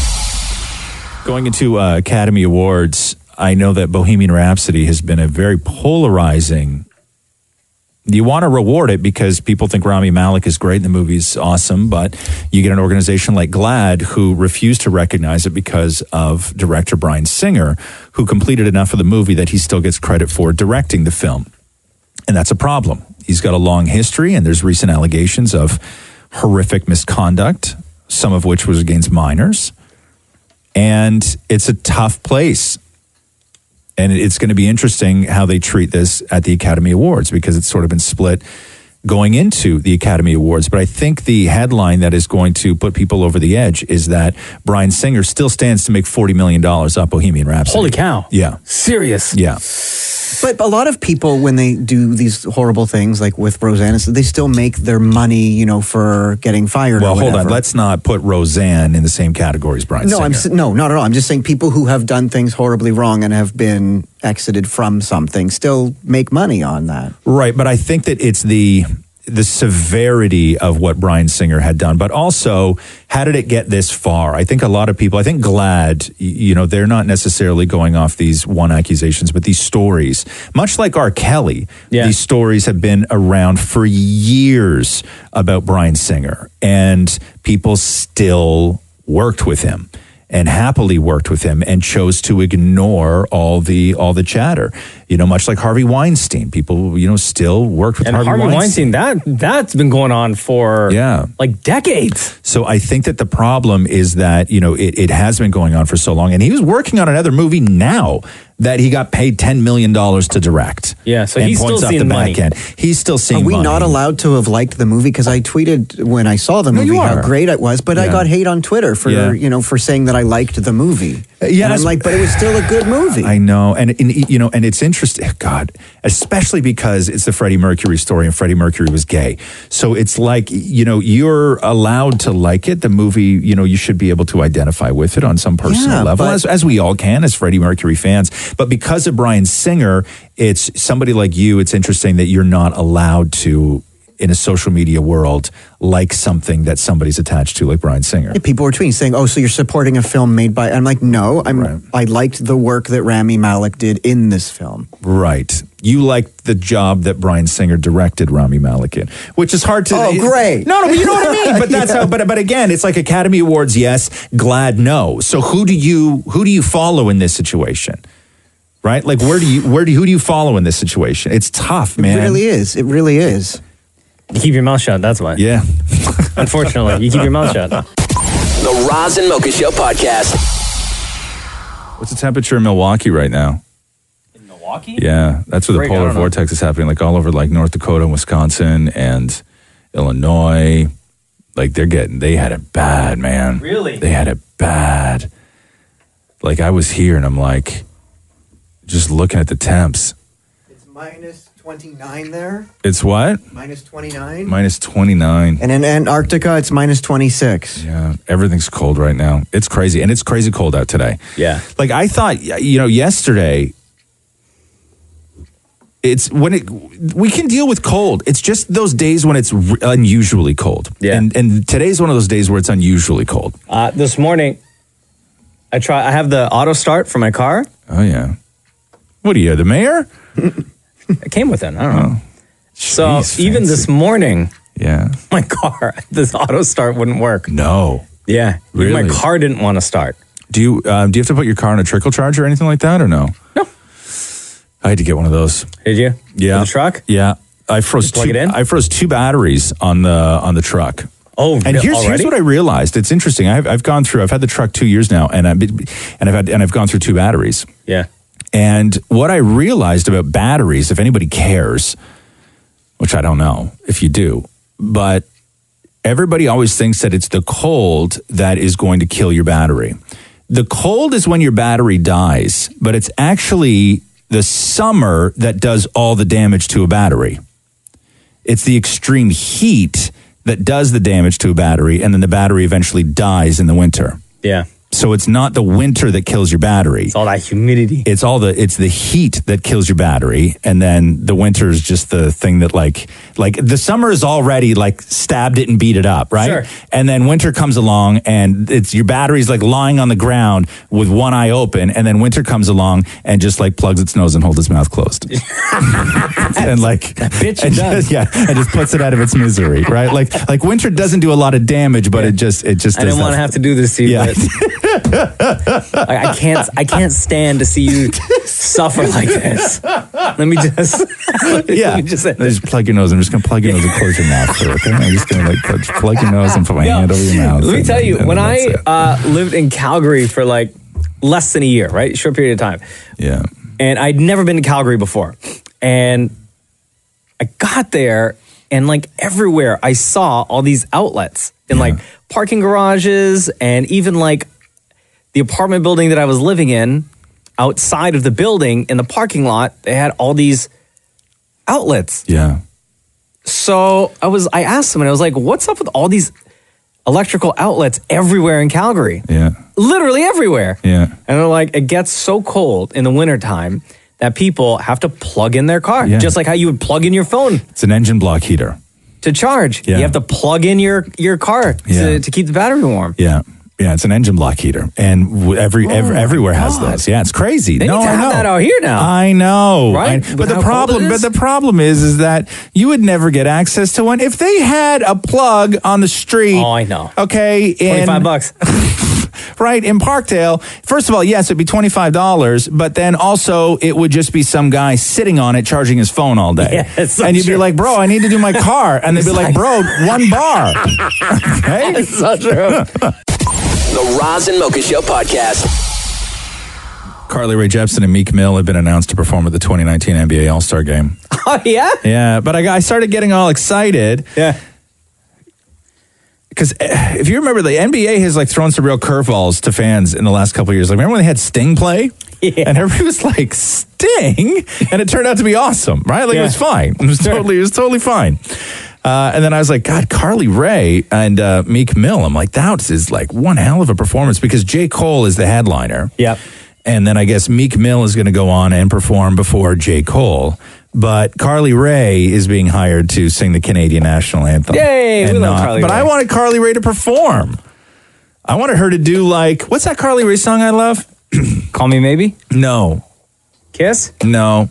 Speaker 3: Going into uh, Academy Awards, I know that Bohemian Rhapsody has been a very polarizing. You want to reward it because people think Rami Malik is great and the movie's awesome, but you get an organization like GLAD who refused to recognize it because of director Brian Singer, who completed enough of the movie that he still gets credit for directing the film. And that's a problem. He's got a long history, and there's recent allegations of horrific misconduct, some of which was against minors. And it's a tough place. And it's going to be interesting how they treat this at the Academy Awards because it's sort of been split going into the Academy Awards. But I think the headline that is going to put people over the edge is that Brian Singer still stands to make $40 million off Bohemian Rhapsody.
Speaker 2: Holy cow.
Speaker 3: Yeah.
Speaker 2: Serious.
Speaker 3: Yeah.
Speaker 6: But a lot of people, when they do these horrible things, like with Rosanna, so they still make their money, you know, for getting fired.
Speaker 3: Well,
Speaker 6: or
Speaker 3: hold on.
Speaker 6: whatever.
Speaker 3: Let's not put Roseanne in the same category as Brian
Speaker 6: no,
Speaker 3: Singer.
Speaker 6: I'm s- no, not at all. I'm just saying people who have done things horribly wrong and have been exited from something still make money on that.
Speaker 3: Right, but I think that it's the the severity of what Brian Singer had done, but also how did it get this far? I think a lot of people, I think Glad, y- you know, they're not necessarily going off these one accusations, but these stories, much like R. Kelly, these stories have been around for years about Brian Singer, and people still worked with him and happily worked with him and chose to ignore all the all the chatter. You know, much like Harvey Weinstein, people you know still worked with
Speaker 2: And Harvey, Weinstein. that that's been going on for
Speaker 3: yeah.
Speaker 2: like decades.
Speaker 3: So I think that the problem is that, you know, it, it has been going on for so long. And he was working on another movie now that he got paid $10 million to direct.
Speaker 2: Yeah, so
Speaker 3: And
Speaker 2: he's still
Speaker 3: points off the
Speaker 2: seeing money.
Speaker 3: back end. He's still seeing
Speaker 6: Are we
Speaker 3: money.
Speaker 6: not allowed to have liked the movie? Because I tweeted when I saw the movie how great it was, but I
Speaker 3: Yeah.
Speaker 6: got hate on Twitter for
Speaker 3: Yeah. Uh,
Speaker 6: you know for saying that I liked the movie.
Speaker 3: yeah,
Speaker 6: and I'm
Speaker 3: that's-
Speaker 6: like, but it was still a good movie.
Speaker 3: I know, and, and you know, and it's interesting. God, especially because it's the Freddie Mercury story, and Freddie Mercury was gay, so it's like you know you're allowed to like it. The movie, you know, you should be able to identify with it on some personal
Speaker 10: Yeah,
Speaker 3: level,
Speaker 10: but-
Speaker 3: as, as we all can as Freddie Mercury fans. But because of Brian Singer, it's somebody like you. It's interesting that you're not allowed to. In a social media world, like something that somebody's attached to, like Brian Singer.
Speaker 6: Yeah, people were tweeting saying, "Oh, so you're supporting a film made by?" I'm like, "No, I'm. I liked the work that Rami Malek did in this film."
Speaker 3: Right. You liked the job that Brian Singer directed Rami Malek in, which is hard to.
Speaker 6: Oh, great.
Speaker 3: No, no, but you know what I mean. But that's
Speaker 6: Yeah.
Speaker 3: how. But but again, it's like Academy Awards, yes. Glad, no. So who do you who do you follow in this situation? Right. Like where do you where do you, who do you follow in this situation? It's tough, man.
Speaker 6: It really is. It really is.
Speaker 2: You keep your mouth shut. That's why.
Speaker 3: Yeah.
Speaker 2: Unfortunately, you keep your mouth shut.
Speaker 13: The Roz and Mocha Show podcast.
Speaker 3: What's the temperature in Milwaukee right now?
Speaker 2: Milwaukee.
Speaker 3: Yeah, that's where the
Speaker 2: Right, I
Speaker 3: polar
Speaker 2: don't know.
Speaker 3: vortex is happening, like all over like North Dakota and Wisconsin and Illinois. Like they're getting, they had it bad, man. Really? They had it bad. Like I was here and I'm like, just looking at the temps.
Speaker 6: Minus twenty nine there.
Speaker 3: It's what?
Speaker 6: Minus twenty nine.
Speaker 3: Minus 29.
Speaker 6: And in Antarctica, it's minus twenty six.
Speaker 3: Yeah, everything's cold right now. It's crazy. And it's crazy cold out today.
Speaker 2: Yeah.
Speaker 3: Like I thought, y- you know, yesterday. It's when it we can deal with cold. It's just those days when it's r- unusually cold. Yeah, and and today's one of those days where it's unusually cold.
Speaker 2: Uh, this morning, I try. I have the auto start for my car.
Speaker 3: Oh yeah. What are you, the mayor? Oh,
Speaker 2: I came with it. I don't know. so even this morning,
Speaker 3: yeah,
Speaker 2: my car, this auto start wouldn't work.
Speaker 3: No.
Speaker 2: Yeah, Even
Speaker 3: Really?
Speaker 2: my car didn't want to start.
Speaker 3: Do you um, do you have to put your car on a trickle charge or anything like that or no? No. I had to get one of those.
Speaker 2: Did you?
Speaker 3: Yeah.
Speaker 2: For the truck?
Speaker 3: Yeah. I froze
Speaker 2: Just plug
Speaker 3: two,
Speaker 2: it in?
Speaker 3: I froze two batteries on the on the truck.
Speaker 2: Oh,
Speaker 3: and
Speaker 2: re-
Speaker 3: here's, here's
Speaker 2: already?
Speaker 3: what I realized. It's interesting. I've, I've gone through. I've had the truck two years now, and I've been- and I've had and I've gone through two batteries.
Speaker 2: Yeah.
Speaker 3: And what I realized about batteries, if anybody cares, which I don't know if you do, but everybody always thinks that it's the cold that is going to kill your battery. The cold is when your battery dies, but it's actually the summer that does all the damage to a battery. It's the extreme heat that does the damage to a battery, and then the battery eventually dies in the winter.
Speaker 2: Yeah.
Speaker 3: So it's not the winter that kills your battery. It's
Speaker 2: all that humidity.
Speaker 3: It's all the it's the heat that kills your battery, and then the winter is just the thing that like like the summer is already like stabbed it and beat it up, right?
Speaker 10: Sure.
Speaker 3: And then winter comes along, and it's your battery's like lying on the ground with one eye open, and then winter comes along and just like plugs its nose and holds its mouth closed, and like
Speaker 10: bitch
Speaker 3: and
Speaker 10: does.
Speaker 3: just, yeah, and just puts it out of its misery, right? Like like winter doesn't do a lot of damage, but it just it just
Speaker 2: I didn't
Speaker 3: does
Speaker 2: want to
Speaker 3: that-
Speaker 2: have to do this to you, but like, I can't. I can't stand to see you suffer like this. Let me just.
Speaker 3: yeah.
Speaker 2: Let me just
Speaker 3: No, just plug your nose. I'm just gonna plug your nose and close your mouth for it. Okay? I'm just gonna like plug, plug your nose and put my hand over your mouth.
Speaker 2: Let me
Speaker 3: and-
Speaker 2: tell you,
Speaker 3: and
Speaker 2: when
Speaker 3: that's
Speaker 2: I
Speaker 3: it.
Speaker 2: uh, lived in Calgary for like less than a year, right? Short period of time.
Speaker 3: Yeah.
Speaker 2: and I'd never been to Calgary before. And I got there, and like everywhere, I saw all these outlets in like parking garages and even like the apartment building that I was living in outside of the building in the parking lot. They had all these outlets.
Speaker 3: Yeah.
Speaker 2: So I was, I asked them, and I was like, what's up with all these electrical outlets everywhere in Calgary?
Speaker 3: Yeah.
Speaker 2: Literally everywhere.
Speaker 3: Yeah.
Speaker 2: And they're like, it gets so cold in the wintertime that people have to plug in their car,
Speaker 3: Yeah.
Speaker 2: just like how you would plug in your phone
Speaker 3: It's an engine block heater.
Speaker 2: to charge.
Speaker 3: Yeah.
Speaker 2: You have to plug in your, your car
Speaker 3: Yeah.
Speaker 2: to, to keep the battery warm. Oh
Speaker 3: Yeah. Yeah, it's an engine block heater, and w- every, ev- everywhere has those. Yeah, it's crazy.
Speaker 2: They
Speaker 3: no,
Speaker 2: need to
Speaker 3: I
Speaker 2: have
Speaker 3: know.
Speaker 2: that out here now.
Speaker 3: I know,
Speaker 2: Right?
Speaker 3: I-
Speaker 2: With
Speaker 3: but the
Speaker 2: how cold
Speaker 3: problem,
Speaker 2: it
Speaker 3: but
Speaker 2: is?
Speaker 3: the problem is, is that you would never get access to one if they had a plug on the street. Oh, I know. Okay, in-
Speaker 2: 25 bucks.
Speaker 3: right in Parkdale. First of all, yes, it'd be twenty five dollars, but then also it would just be some guy sitting on it charging his phone all day,
Speaker 10: Yes, I'm
Speaker 3: and you'd be
Speaker 10: sure.
Speaker 3: like, "Bro, I need to do my car," and they'd be like, "Bro, one bar." okay,
Speaker 2: so true.
Speaker 13: The Roz and Mocha Show podcast.
Speaker 3: Carly Rae Jepsen and Meek Mill have been announced to perform at the 2019 NBA All Star Game.
Speaker 2: Oh, yeah?
Speaker 3: Yeah, but I, got- I started getting all excited.
Speaker 2: Yeah.
Speaker 3: Because eh, if you remember, the NBA has like thrown some real curveballs to fans in the last couple of years. Like, remember when they had Sting play? Yeah. And everybody was like, Sting? And it turned out to be awesome, right? Like, it was fine. It was totally, it was totally fine. Uh, and then I was like, God, Carly Ray and uh, Meek Mill. I'm like, that is like one hell of a performance because J. Cole is the headliner. Yep. And then I guess Meek Mill is going to go on and perform before J. Cole. But Carly Ray is being hired to sing the Canadian national anthem.
Speaker 10: Yay, we
Speaker 3: And
Speaker 10: love Carly
Speaker 3: But
Speaker 10: Rae.
Speaker 3: I wanted Carly Ray to perform. I wanted her to do like what's that Carly Rae song I love?
Speaker 2: Call me maybe.
Speaker 3: No.
Speaker 2: Kiss.
Speaker 3: No.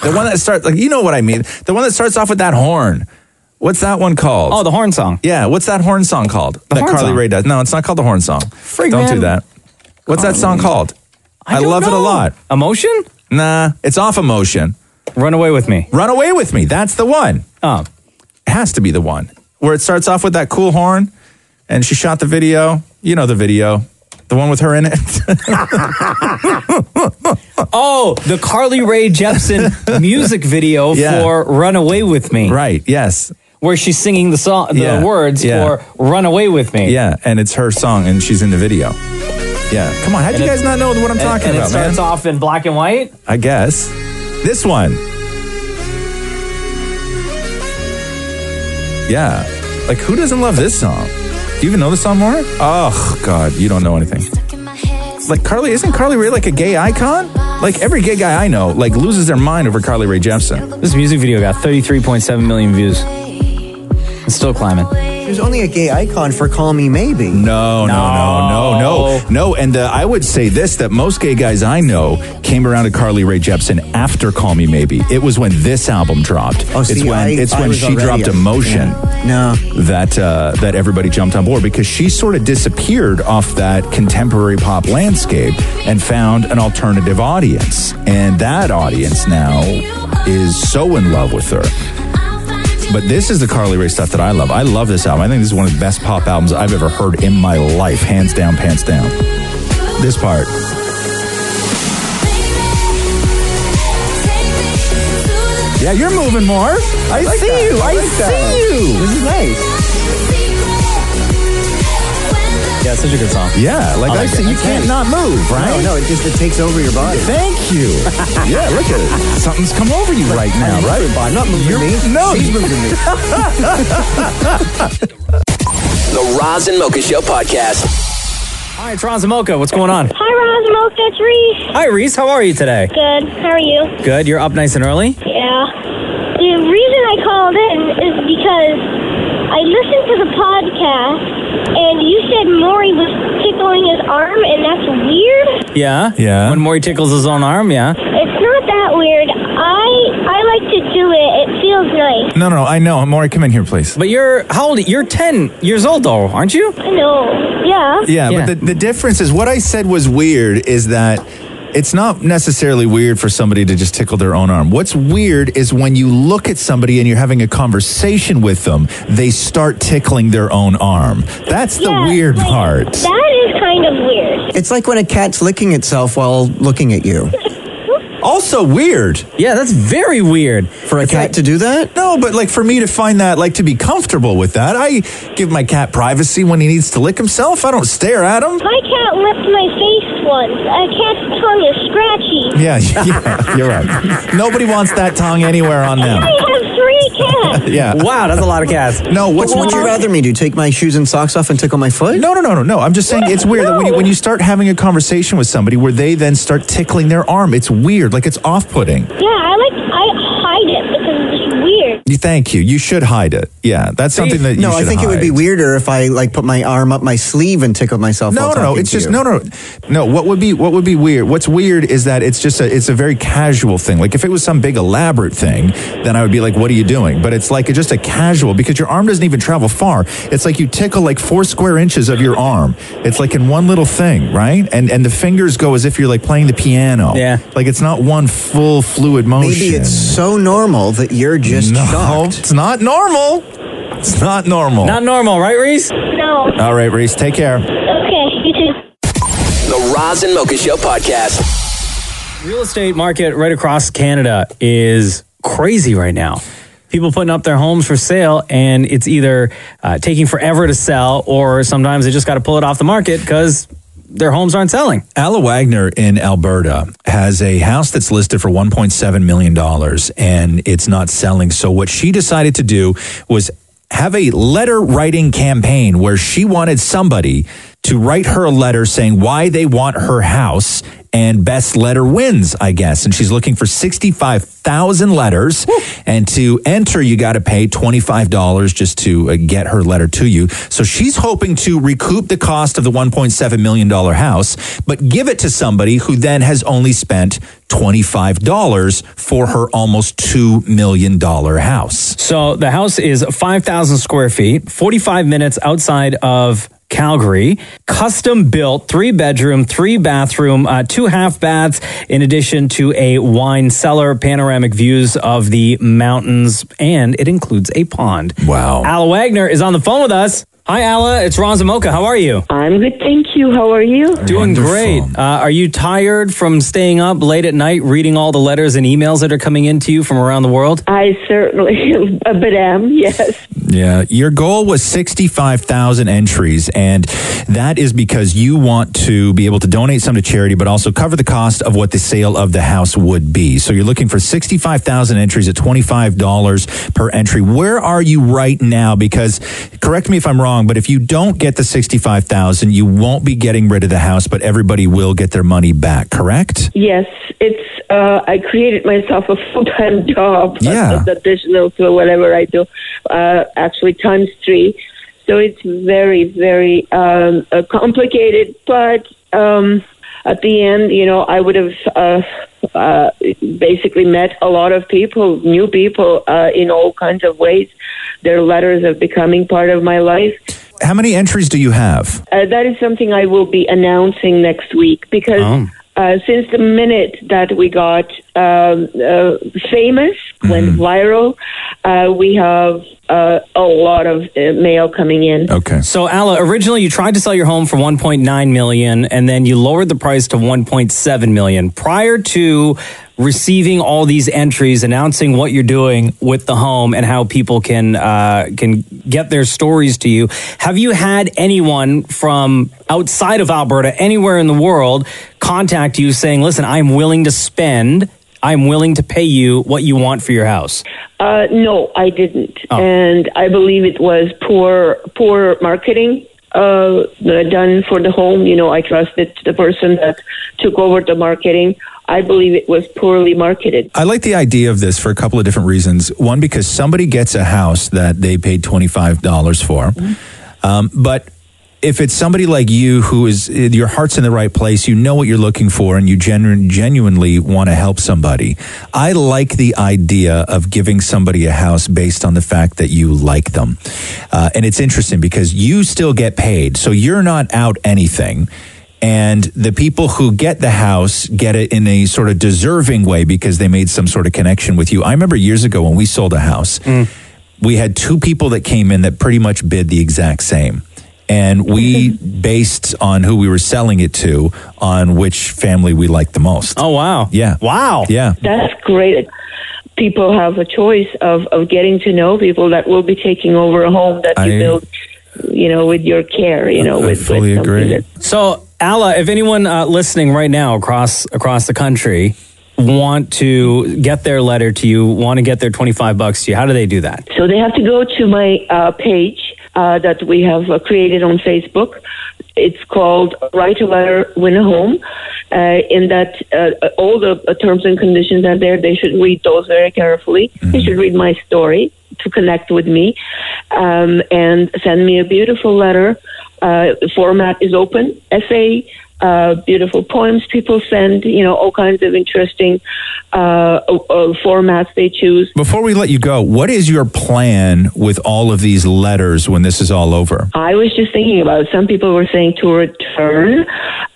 Speaker 3: The one that starts like you know what I mean. The one that starts off with that horn. What's that one called? Oh,
Speaker 2: the horn song.
Speaker 3: Yeah. What's that horn song called? that
Speaker 10: horn
Speaker 3: Carly
Speaker 10: song.
Speaker 3: Rae does. No, it's not called the horn song.
Speaker 10: Freak,
Speaker 3: Don't
Speaker 10: man.
Speaker 3: do that. What's that song called? I,
Speaker 10: don't
Speaker 3: love it a
Speaker 10: know.
Speaker 3: lot.
Speaker 2: Emotion?
Speaker 3: Nah, it's off emotion.
Speaker 2: Run away with me.
Speaker 3: Run away with me. That's the one.
Speaker 2: Oh.
Speaker 3: It has to be the one. Where it starts off with that cool horn and she shot the video. You know the video. The one with her in it.
Speaker 2: Oh, the Carly Rae Jepsen music video
Speaker 3: Yeah.
Speaker 2: for "Run Away with Me."
Speaker 3: Right. Yes.
Speaker 2: Where she's singing the song, the
Speaker 3: Yeah,
Speaker 2: words
Speaker 3: yeah.
Speaker 2: for "Run Away with Me."
Speaker 3: yeah, and it's her song and she's in the video. Yeah. Come on. How do you
Speaker 2: And it-
Speaker 3: guys not know what I'm
Speaker 2: and-
Speaker 3: talking
Speaker 2: and
Speaker 3: about,
Speaker 2: It starts
Speaker 3: man?
Speaker 2: off in black and white.
Speaker 3: I guess. This one. Yeah. Like, who doesn't love this song? Do you even know this song more? Oh, God. You don't know anything. Like, Carly, isn't Carly Rae like a gay icon? Like, every gay guy I know, like, loses their mind over Carly Rae Jepsen.
Speaker 2: This music video got 33.7 million views. It's still climbing.
Speaker 6: She was only a gay icon for Call Me Maybe.
Speaker 3: No, no, no, no, no, no. And uh, I would say this: that most gay guys I know came around to Carly Rae Jepsen after "Call Me Maybe." It was when this album dropped.
Speaker 6: Oh,
Speaker 3: it's
Speaker 6: see,
Speaker 3: when
Speaker 6: I-
Speaker 3: it's
Speaker 6: I
Speaker 3: when
Speaker 6: was
Speaker 3: she
Speaker 6: already
Speaker 3: dropped
Speaker 6: a-
Speaker 3: "Emotion."
Speaker 6: No.
Speaker 3: That uh, that everybody jumped on board because she sort of disappeared off that contemporary pop landscape and found an alternative audience, and that audience now is so in love with her. But this is the Carly Rae stuff that I love. I love this album. I think this is one of the best pop albums I've ever heard in my life, hands down, pants down. This part. Yeah, you're moving more. I, see you. I, see you. This is nice.
Speaker 2: Yeah, such a good song.
Speaker 3: Yeah, like
Speaker 6: I
Speaker 3: I,
Speaker 6: like
Speaker 3: see,
Speaker 6: it.
Speaker 3: you
Speaker 6: That's
Speaker 3: can't not
Speaker 6: nice.
Speaker 3: move, right?
Speaker 6: No, no, it just it takes over your body.
Speaker 3: Thank you. yeah, look at it. Something's come over you right now, right?
Speaker 6: Not moving me.
Speaker 3: No,
Speaker 6: she's moving me.
Speaker 13: The Roz and Mocha Show podcast.
Speaker 2: All right, Tron Zamoka, what's going on?
Speaker 24: Hi, Roz and Mocha. It's Reese.
Speaker 2: Hi, Reese. How are you today?
Speaker 24: Good. How are you?
Speaker 2: Good. You're up nice and early.
Speaker 24: Yeah. The reason I called in is because I listened to the podcast, and you said Maury was tickling his arm, and that's weird.
Speaker 2: Yeah. Yeah. When Maury tickles his own arm, yeah.
Speaker 24: It's not that weird. I I like to do it. It feels nice.
Speaker 3: No, no, no. I know. Maury, come in here, please.
Speaker 2: But you're how old? You're 10 years old though, aren't you?
Speaker 24: I know. Yeah.
Speaker 3: Yeah, but the, the difference is what I said was weird is that it's not necessarily weird for somebody to just tickle their own arm. What's weird is when you look at somebody and you're having a conversation with them, they start tickling their own arm. That's the weird part.
Speaker 24: That is kind of weird.
Speaker 6: It's like when a cat's licking itself while looking at you.
Speaker 3: Also weird.
Speaker 2: Yeah, that's very weird for a
Speaker 3: cat to
Speaker 6: do that.
Speaker 3: No, but like for me to find that, like to be comfortable with that, I give my cat privacy when he needs to lick himself. I don't stare at him.
Speaker 35: My cat licked my face once. A cat's tongue is scratchy.
Speaker 3: Yeah, yeah you're right. Nobody wants that tongue anywhere on them.
Speaker 35: I have three cats.
Speaker 3: yeah.
Speaker 2: Wow, that's a lot of cats.
Speaker 3: No,
Speaker 6: what's would you rather me do? Take my shoes and socks off and tickle my foot?
Speaker 3: No, no, no, no, no. I'm just saying it's weird that when you, when you start having a conversation with somebody where they then start tickling their arm, it's weird. Like it's off putting.
Speaker 35: Yeah, I like I hide it because it's just weird.
Speaker 3: You Thank you. You should hide it. Yeah, that's something that you
Speaker 6: no, I
Speaker 3: should
Speaker 6: think it would be
Speaker 3: hide.
Speaker 6: weirder if I like put my arm up my sleeve and tickled myself.
Speaker 3: No, no,
Speaker 6: while
Speaker 3: no.
Speaker 6: talking
Speaker 3: It's
Speaker 6: to
Speaker 3: just
Speaker 6: you.
Speaker 3: no, no, no. What would be what would be weird? What's weird is that it's just a it's a very casual thing. Like if it was some big elaborate thing, then I would be like, "What are you doing?" But it's like it's just a casual because your arm doesn't even travel far. It's like you tickle like four square inches of your arm. It's like in one little thing, right? And and the fingers go as if you're like playing the piano. Yeah, like it's not one full fluid motion.
Speaker 6: Maybe it's so normal that you're just
Speaker 3: No,
Speaker 6: shocked.
Speaker 3: It's not normal. It's not normal.
Speaker 2: Not normal, right, Reese?
Speaker 35: No.
Speaker 3: All right, Reese. Take care.
Speaker 35: Okay, you too.
Speaker 1: The Roz and Mocha Show podcast.
Speaker 2: Real estate market right across Canada is crazy right now. People putting up their homes for sale, and it's either uh, taking forever to sell, or sometimes they just got to pull it off the market because their homes aren't selling.
Speaker 3: Alla Wagner in Alberta has a house that's listed for $1.7 million and it's not selling. So, what she decided to do was have a letter writing campaign where she wanted somebody to write her a letter saying why they want her house and best letter wins, I guess. And she's looking for 65,000 letters. And to enter, you got to pay $25 just to uh, get her letter to you. So she's hoping to recoup the cost of the $1.7 million house, but give it to somebody who then has only spent $25 for her almost $2 million house.
Speaker 2: So the house is 5,000 square feet, 45 minutes outside of Calgary, custom built, three bedroom, three bathroom, uh, two half baths, in addition to a wine cellar, panoramic views of the mountains, and it includes a pond. Wow. Alla Wagner is on the phone with us. Hi, Alla. It's Ron Zamoka. How are you?
Speaker 36: I'm good, thank you. How are you?
Speaker 2: Doing great. Uh, are you tired from staying up late at night reading all the letters and emails that are coming in to you from around the world?
Speaker 36: I certainly but am, yes.
Speaker 3: Yeah, your goal was 65,000 entries and that is because you want to be able to donate some to charity but also cover the cost of what the sale of the house would be. So you're looking for 65,000 entries at $25 per entry. Where are you right now because correct me if I'm wrong, but if you don't get the 65,000, you won't be getting rid of the house, but everybody will get their money back, correct?
Speaker 36: Yes, it's uh, I created myself a full time job
Speaker 3: Yeah.
Speaker 36: that's additional to whatever I do. Uh, actually times three. So it's very, very um, uh, complicated, but um, at the end, you know, I would have uh, uh, basically met a lot of people, new people uh, in all kinds of ways. Their letters of becoming part of my life.
Speaker 3: How many entries do you have?
Speaker 36: Uh, that is something I will be announcing next week because
Speaker 3: Oh.
Speaker 36: uh, since the minute that we got um, uh, famous, went
Speaker 3: Mm-hmm.
Speaker 36: viral, uh, we have uh, a lot of uh, mail coming in.
Speaker 3: Okay.
Speaker 2: So, Alla, originally you tried to sell your home for 1.9 million, and then you lowered the price to 1.7 million. Prior to receiving all these entries, announcing what you're doing with the home and how people can uh, can get their stories to you, have you had anyone from outside of Alberta, anywhere in the world, contact you saying, "Listen, I'm willing to spend." I'm willing to pay you what you want for your house.
Speaker 36: Uh, no, I didn't,
Speaker 3: Oh.
Speaker 36: and I believe it was poor poor marketing uh, done for the home. You know, I trusted the person that took over the marketing. I believe it was poorly marketed.
Speaker 3: I like the idea of this for a couple of different reasons. One, because somebody gets a house that they paid twenty five dollars for, um, but if it's somebody like you who is your heart's in the right place, you know what you're looking for, and you genu- genuinely want to help somebody. I like the idea of giving somebody a house based on the fact that you like them, uh, and it's interesting because you still get paid, so you're not out anything. And the people who get the house get it in a sort of deserving way because they made some sort of connection with you. I remember years ago when we
Speaker 2: Mm.
Speaker 3: sold a house, we had two people that came in that pretty much bid the exact same. and we based on who we were selling it to on which family we liked the most.
Speaker 2: Oh wow!
Speaker 3: Yeah.
Speaker 2: Wow.
Speaker 3: Yeah.
Speaker 36: That's great. People have a choice of, of getting to know people that will be taking over a home that you
Speaker 2: I-
Speaker 36: build, you know, with your care, you know, with, with something that-
Speaker 2: So, Alla, if anyone uh, listening right now across across the country want to get their letter to you, want to get their twenty five bucks to you, how do they do that?
Speaker 36: So they have to go to my uh, page uh, that we have uh, created on Facebook. It's called Write a Letter, Win a Home. Uh, in that, uh, all the uh, terms and conditions are there. They should read those very carefully. They should read my story to connect with me um, and send me a beautiful letter. Uh, format is open, essay, uh, beautiful poems people send, you know, all kinds of interesting uh, uh, uh, formats they choose.
Speaker 3: Before we let you go, what is your plan with all of these letters when this is all over?
Speaker 36: I was just thinking about it. some people were saying to return,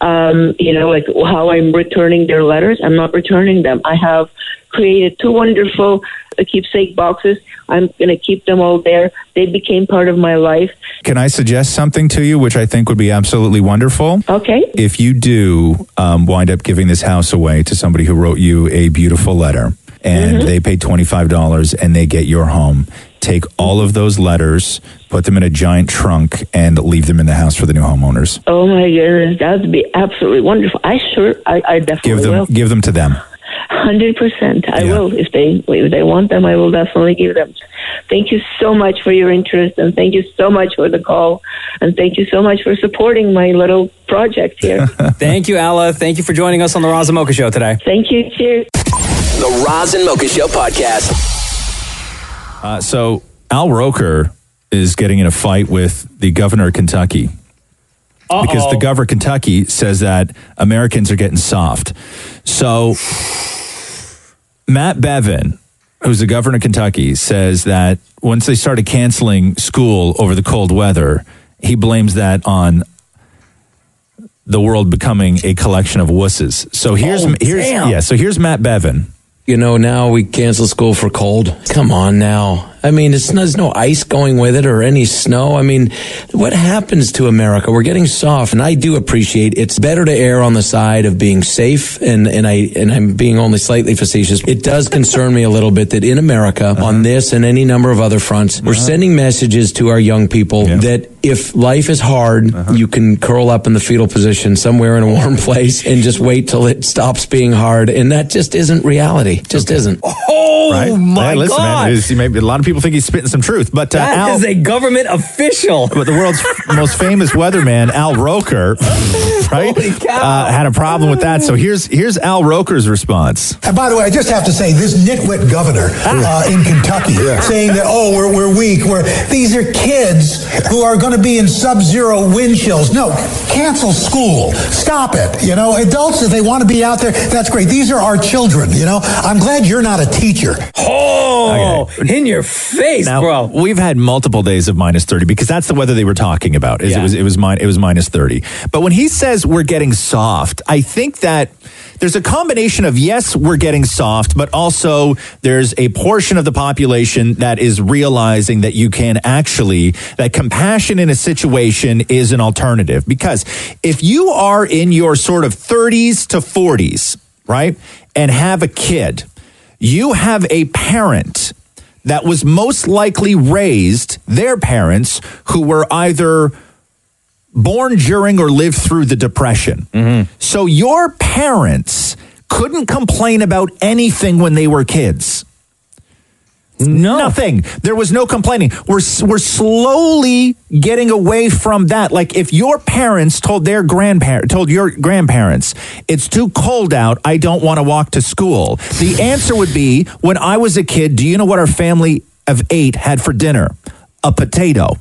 Speaker 36: um, you know, like how I'm returning their letters. I'm not returning them. I have created two wonderful uh, keepsake boxes. I'm going to keep them all there. They became part of my life.
Speaker 3: Can I suggest something to you, which I think would be absolutely wonderful?
Speaker 36: Okay.
Speaker 3: If you do um, wind up giving this house away to somebody who wrote you a beautiful letter and
Speaker 36: Mm-hmm.
Speaker 3: they pay $25 and they get your home, take all of those letters, put them in a giant trunk, and leave them in the house for the new homeowners.
Speaker 36: Oh my goodness, that would be absolutely wonderful. I sure, I, I definitely
Speaker 3: Give them,
Speaker 36: will.
Speaker 3: give them to them.
Speaker 36: Hundred percent, I will. If they if they want them, I will definitely give them. Thank you so much for your interest, and thank you so much for the call, and thank you so much for supporting my little project here.
Speaker 2: Thank you, Alla. Thank you for joining us on the Razamoka Show today.
Speaker 36: thank you. Cheers.
Speaker 1: The Roz and Mocha Show podcast.
Speaker 3: Uh, so Al Roker is getting in a fight with the governor of Kentucky because the governor of Kentucky says that Americans are getting soft. So Matt Bevin, who's the governor of Kentucky, says that once they started canceling school over the cold weather, he blames that on the world becoming a collection of wusses. So here's
Speaker 23: Oh,
Speaker 3: here's
Speaker 23: damn.
Speaker 3: yeah. So here's Matt Bevin.
Speaker 23: You know, now we cancel school for cold. Come on now. I mean, it's there's no ice going with it or any snow. I mean, what happens to America? We're getting soft, and I do appreciate it's better to err on the side of being safe. And, and I and I'm being only slightly facetious. It does concern me a little bit that in America, on this and any number of other fronts, we're sending messages to our young people that if life is hard,
Speaker 2: Uh-huh.
Speaker 23: you can curl up in the fetal position somewhere in a warm place and just wait till it stops being hard. And that just isn't reality. It Just isn't.
Speaker 2: Oh
Speaker 3: Right?
Speaker 2: my
Speaker 3: Hey, listen,
Speaker 2: god!
Speaker 3: Man, it is- you may be- a lot of people think he's spitting some truth, but uh,
Speaker 2: That
Speaker 3: Al,
Speaker 2: is a government official.
Speaker 3: But the world's most famous weatherman, Al Roker, right, uh, had a problem with that. So here's here's Al Roker's response.
Speaker 15: And Uh, by the way, I just have to say, this nitwit governor uh, in Kentucky saying that, oh, we're, we're weak. We're, these are kids who are going to be in sub zero wind chills. No, cancel school. Stop it. You know, adults, if they want to be out there, that's great. These are our children, you know. I'm glad you're not a teacher.
Speaker 2: Oh, in your face,
Speaker 3: now,
Speaker 2: bro.
Speaker 3: We've had multiple days of minus thirty because that's the weather they were talking about. Is it was it was min- it was minus thirty. But when he says we're getting soft, I think that there's a combination of yes, we're getting soft, but also there's a portion of the population that is realizing that you can actually that compassion in a situation is an alternative because if you are in your sort of 30s to 40s, right, and have a kid, you have a parent that was most likely raised their parents who were either born during or lived through the depression. So your parents couldn't complain about anything when they were kids. No. Nothing. There was no complaining. We're we're slowly getting away from that. Like if your parents told their grandparent told your grandparents, "It's too cold out. I don't want to walk to school." The answer would be, "When I was a kid, do you know what our family of 8 had for dinner? A potato."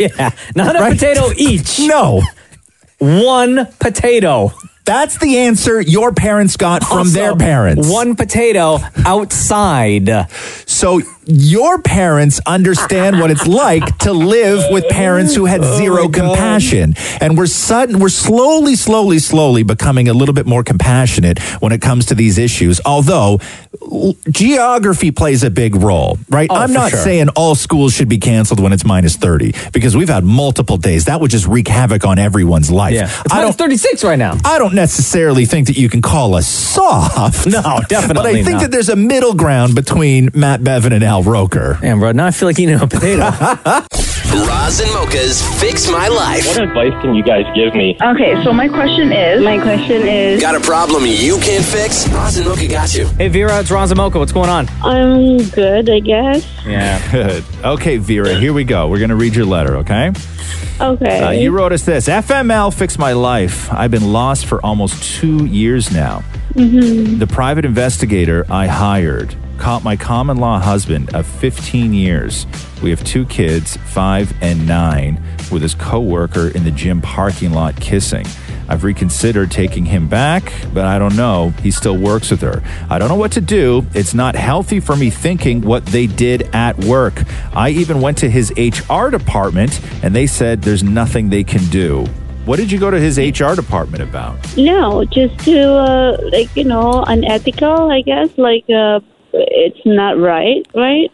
Speaker 2: Yeah, not a
Speaker 3: Right?
Speaker 2: potato each.
Speaker 3: no.
Speaker 2: One potato.
Speaker 3: That's the answer your parents got from their parents.
Speaker 2: One potato outside.
Speaker 3: So your parents understand what it's like to live with parents who
Speaker 2: Oh
Speaker 3: had zero compassion. And we're sudden, we're slowly, slowly, slowly becoming a little bit more compassionate when it comes to these issues. Although l- geography plays a big role, right?
Speaker 8: Oh,
Speaker 3: I'm
Speaker 8: for
Speaker 3: not
Speaker 8: sure.
Speaker 3: saying all schools should be canceled when it's minus 30 because we've had multiple days. That would just wreak havoc on everyone's life.
Speaker 2: Yeah. It's minus
Speaker 3: 36 right now. I don't necessarily think that you can call us soft. No,
Speaker 2: definitely
Speaker 3: But I think
Speaker 2: not.
Speaker 3: that there's a middle ground between Matt Bevin and Al Roker.
Speaker 2: Damn, bro. Now I feel like eating a potato.
Speaker 13: Roz and Mocha's Fix My Life.
Speaker 16: What advice can you guys give me?
Speaker 17: Okay, so my question is. My question is.
Speaker 13: Got a problem you can't fix? Roz and Mocha got you.
Speaker 2: hey, Vera, it's Ron Zamoka. What's going on?
Speaker 17: I'm good, I guess.
Speaker 3: Yeah. Good. Okay, Vera, here we go. We're going to read your letter, okay?
Speaker 17: Okay.
Speaker 3: Uh, you wrote us this FML Fix My Life. I've been lost for almost two years now.
Speaker 5: Mm-hmm.
Speaker 17: hmm
Speaker 3: The private investigator I hired caught my common law husband of 15 years. We have two kids, five and nine, with his coworker in the gym parking lot kissing. I've reconsidered taking him back, but I don't know. He still works with her. I don't know what to do. It's not healthy for me thinking what they did at work. I even went to his HR department and they said there's nothing they can do. What did you go to his HR department about?
Speaker 17: No, just to, uh, like, you know, unethical, I guess. Like, uh, it's not right, right?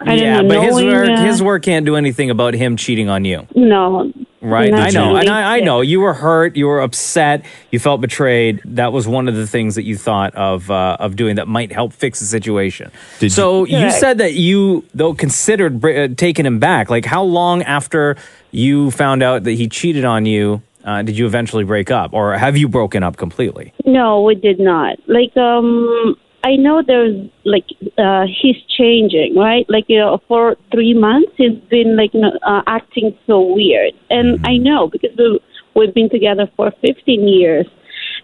Speaker 17: I
Speaker 2: yeah,
Speaker 17: don't know.
Speaker 2: but his
Speaker 17: knowing,
Speaker 2: work,
Speaker 17: uh,
Speaker 2: his work can't do anything about him cheating on you.
Speaker 17: No.
Speaker 2: Right,
Speaker 17: Not
Speaker 2: I know,
Speaker 17: really.
Speaker 2: and I, I know you were hurt, you were upset, you felt betrayed. That was one of the things that you thought of uh, of doing that might help fix the situation. so you
Speaker 31: Correct.
Speaker 2: said that you though considered br- uh, taking him back. Like how long after you found out that he cheated on you uh, did you eventually break up, or have you broken up completely?
Speaker 17: No, we did not. Like, um, I know there's like uh, he's changing, right? Like, you know, for three months he's been like no- uh, acting so weird, and I know because we- we've been together for 15 years,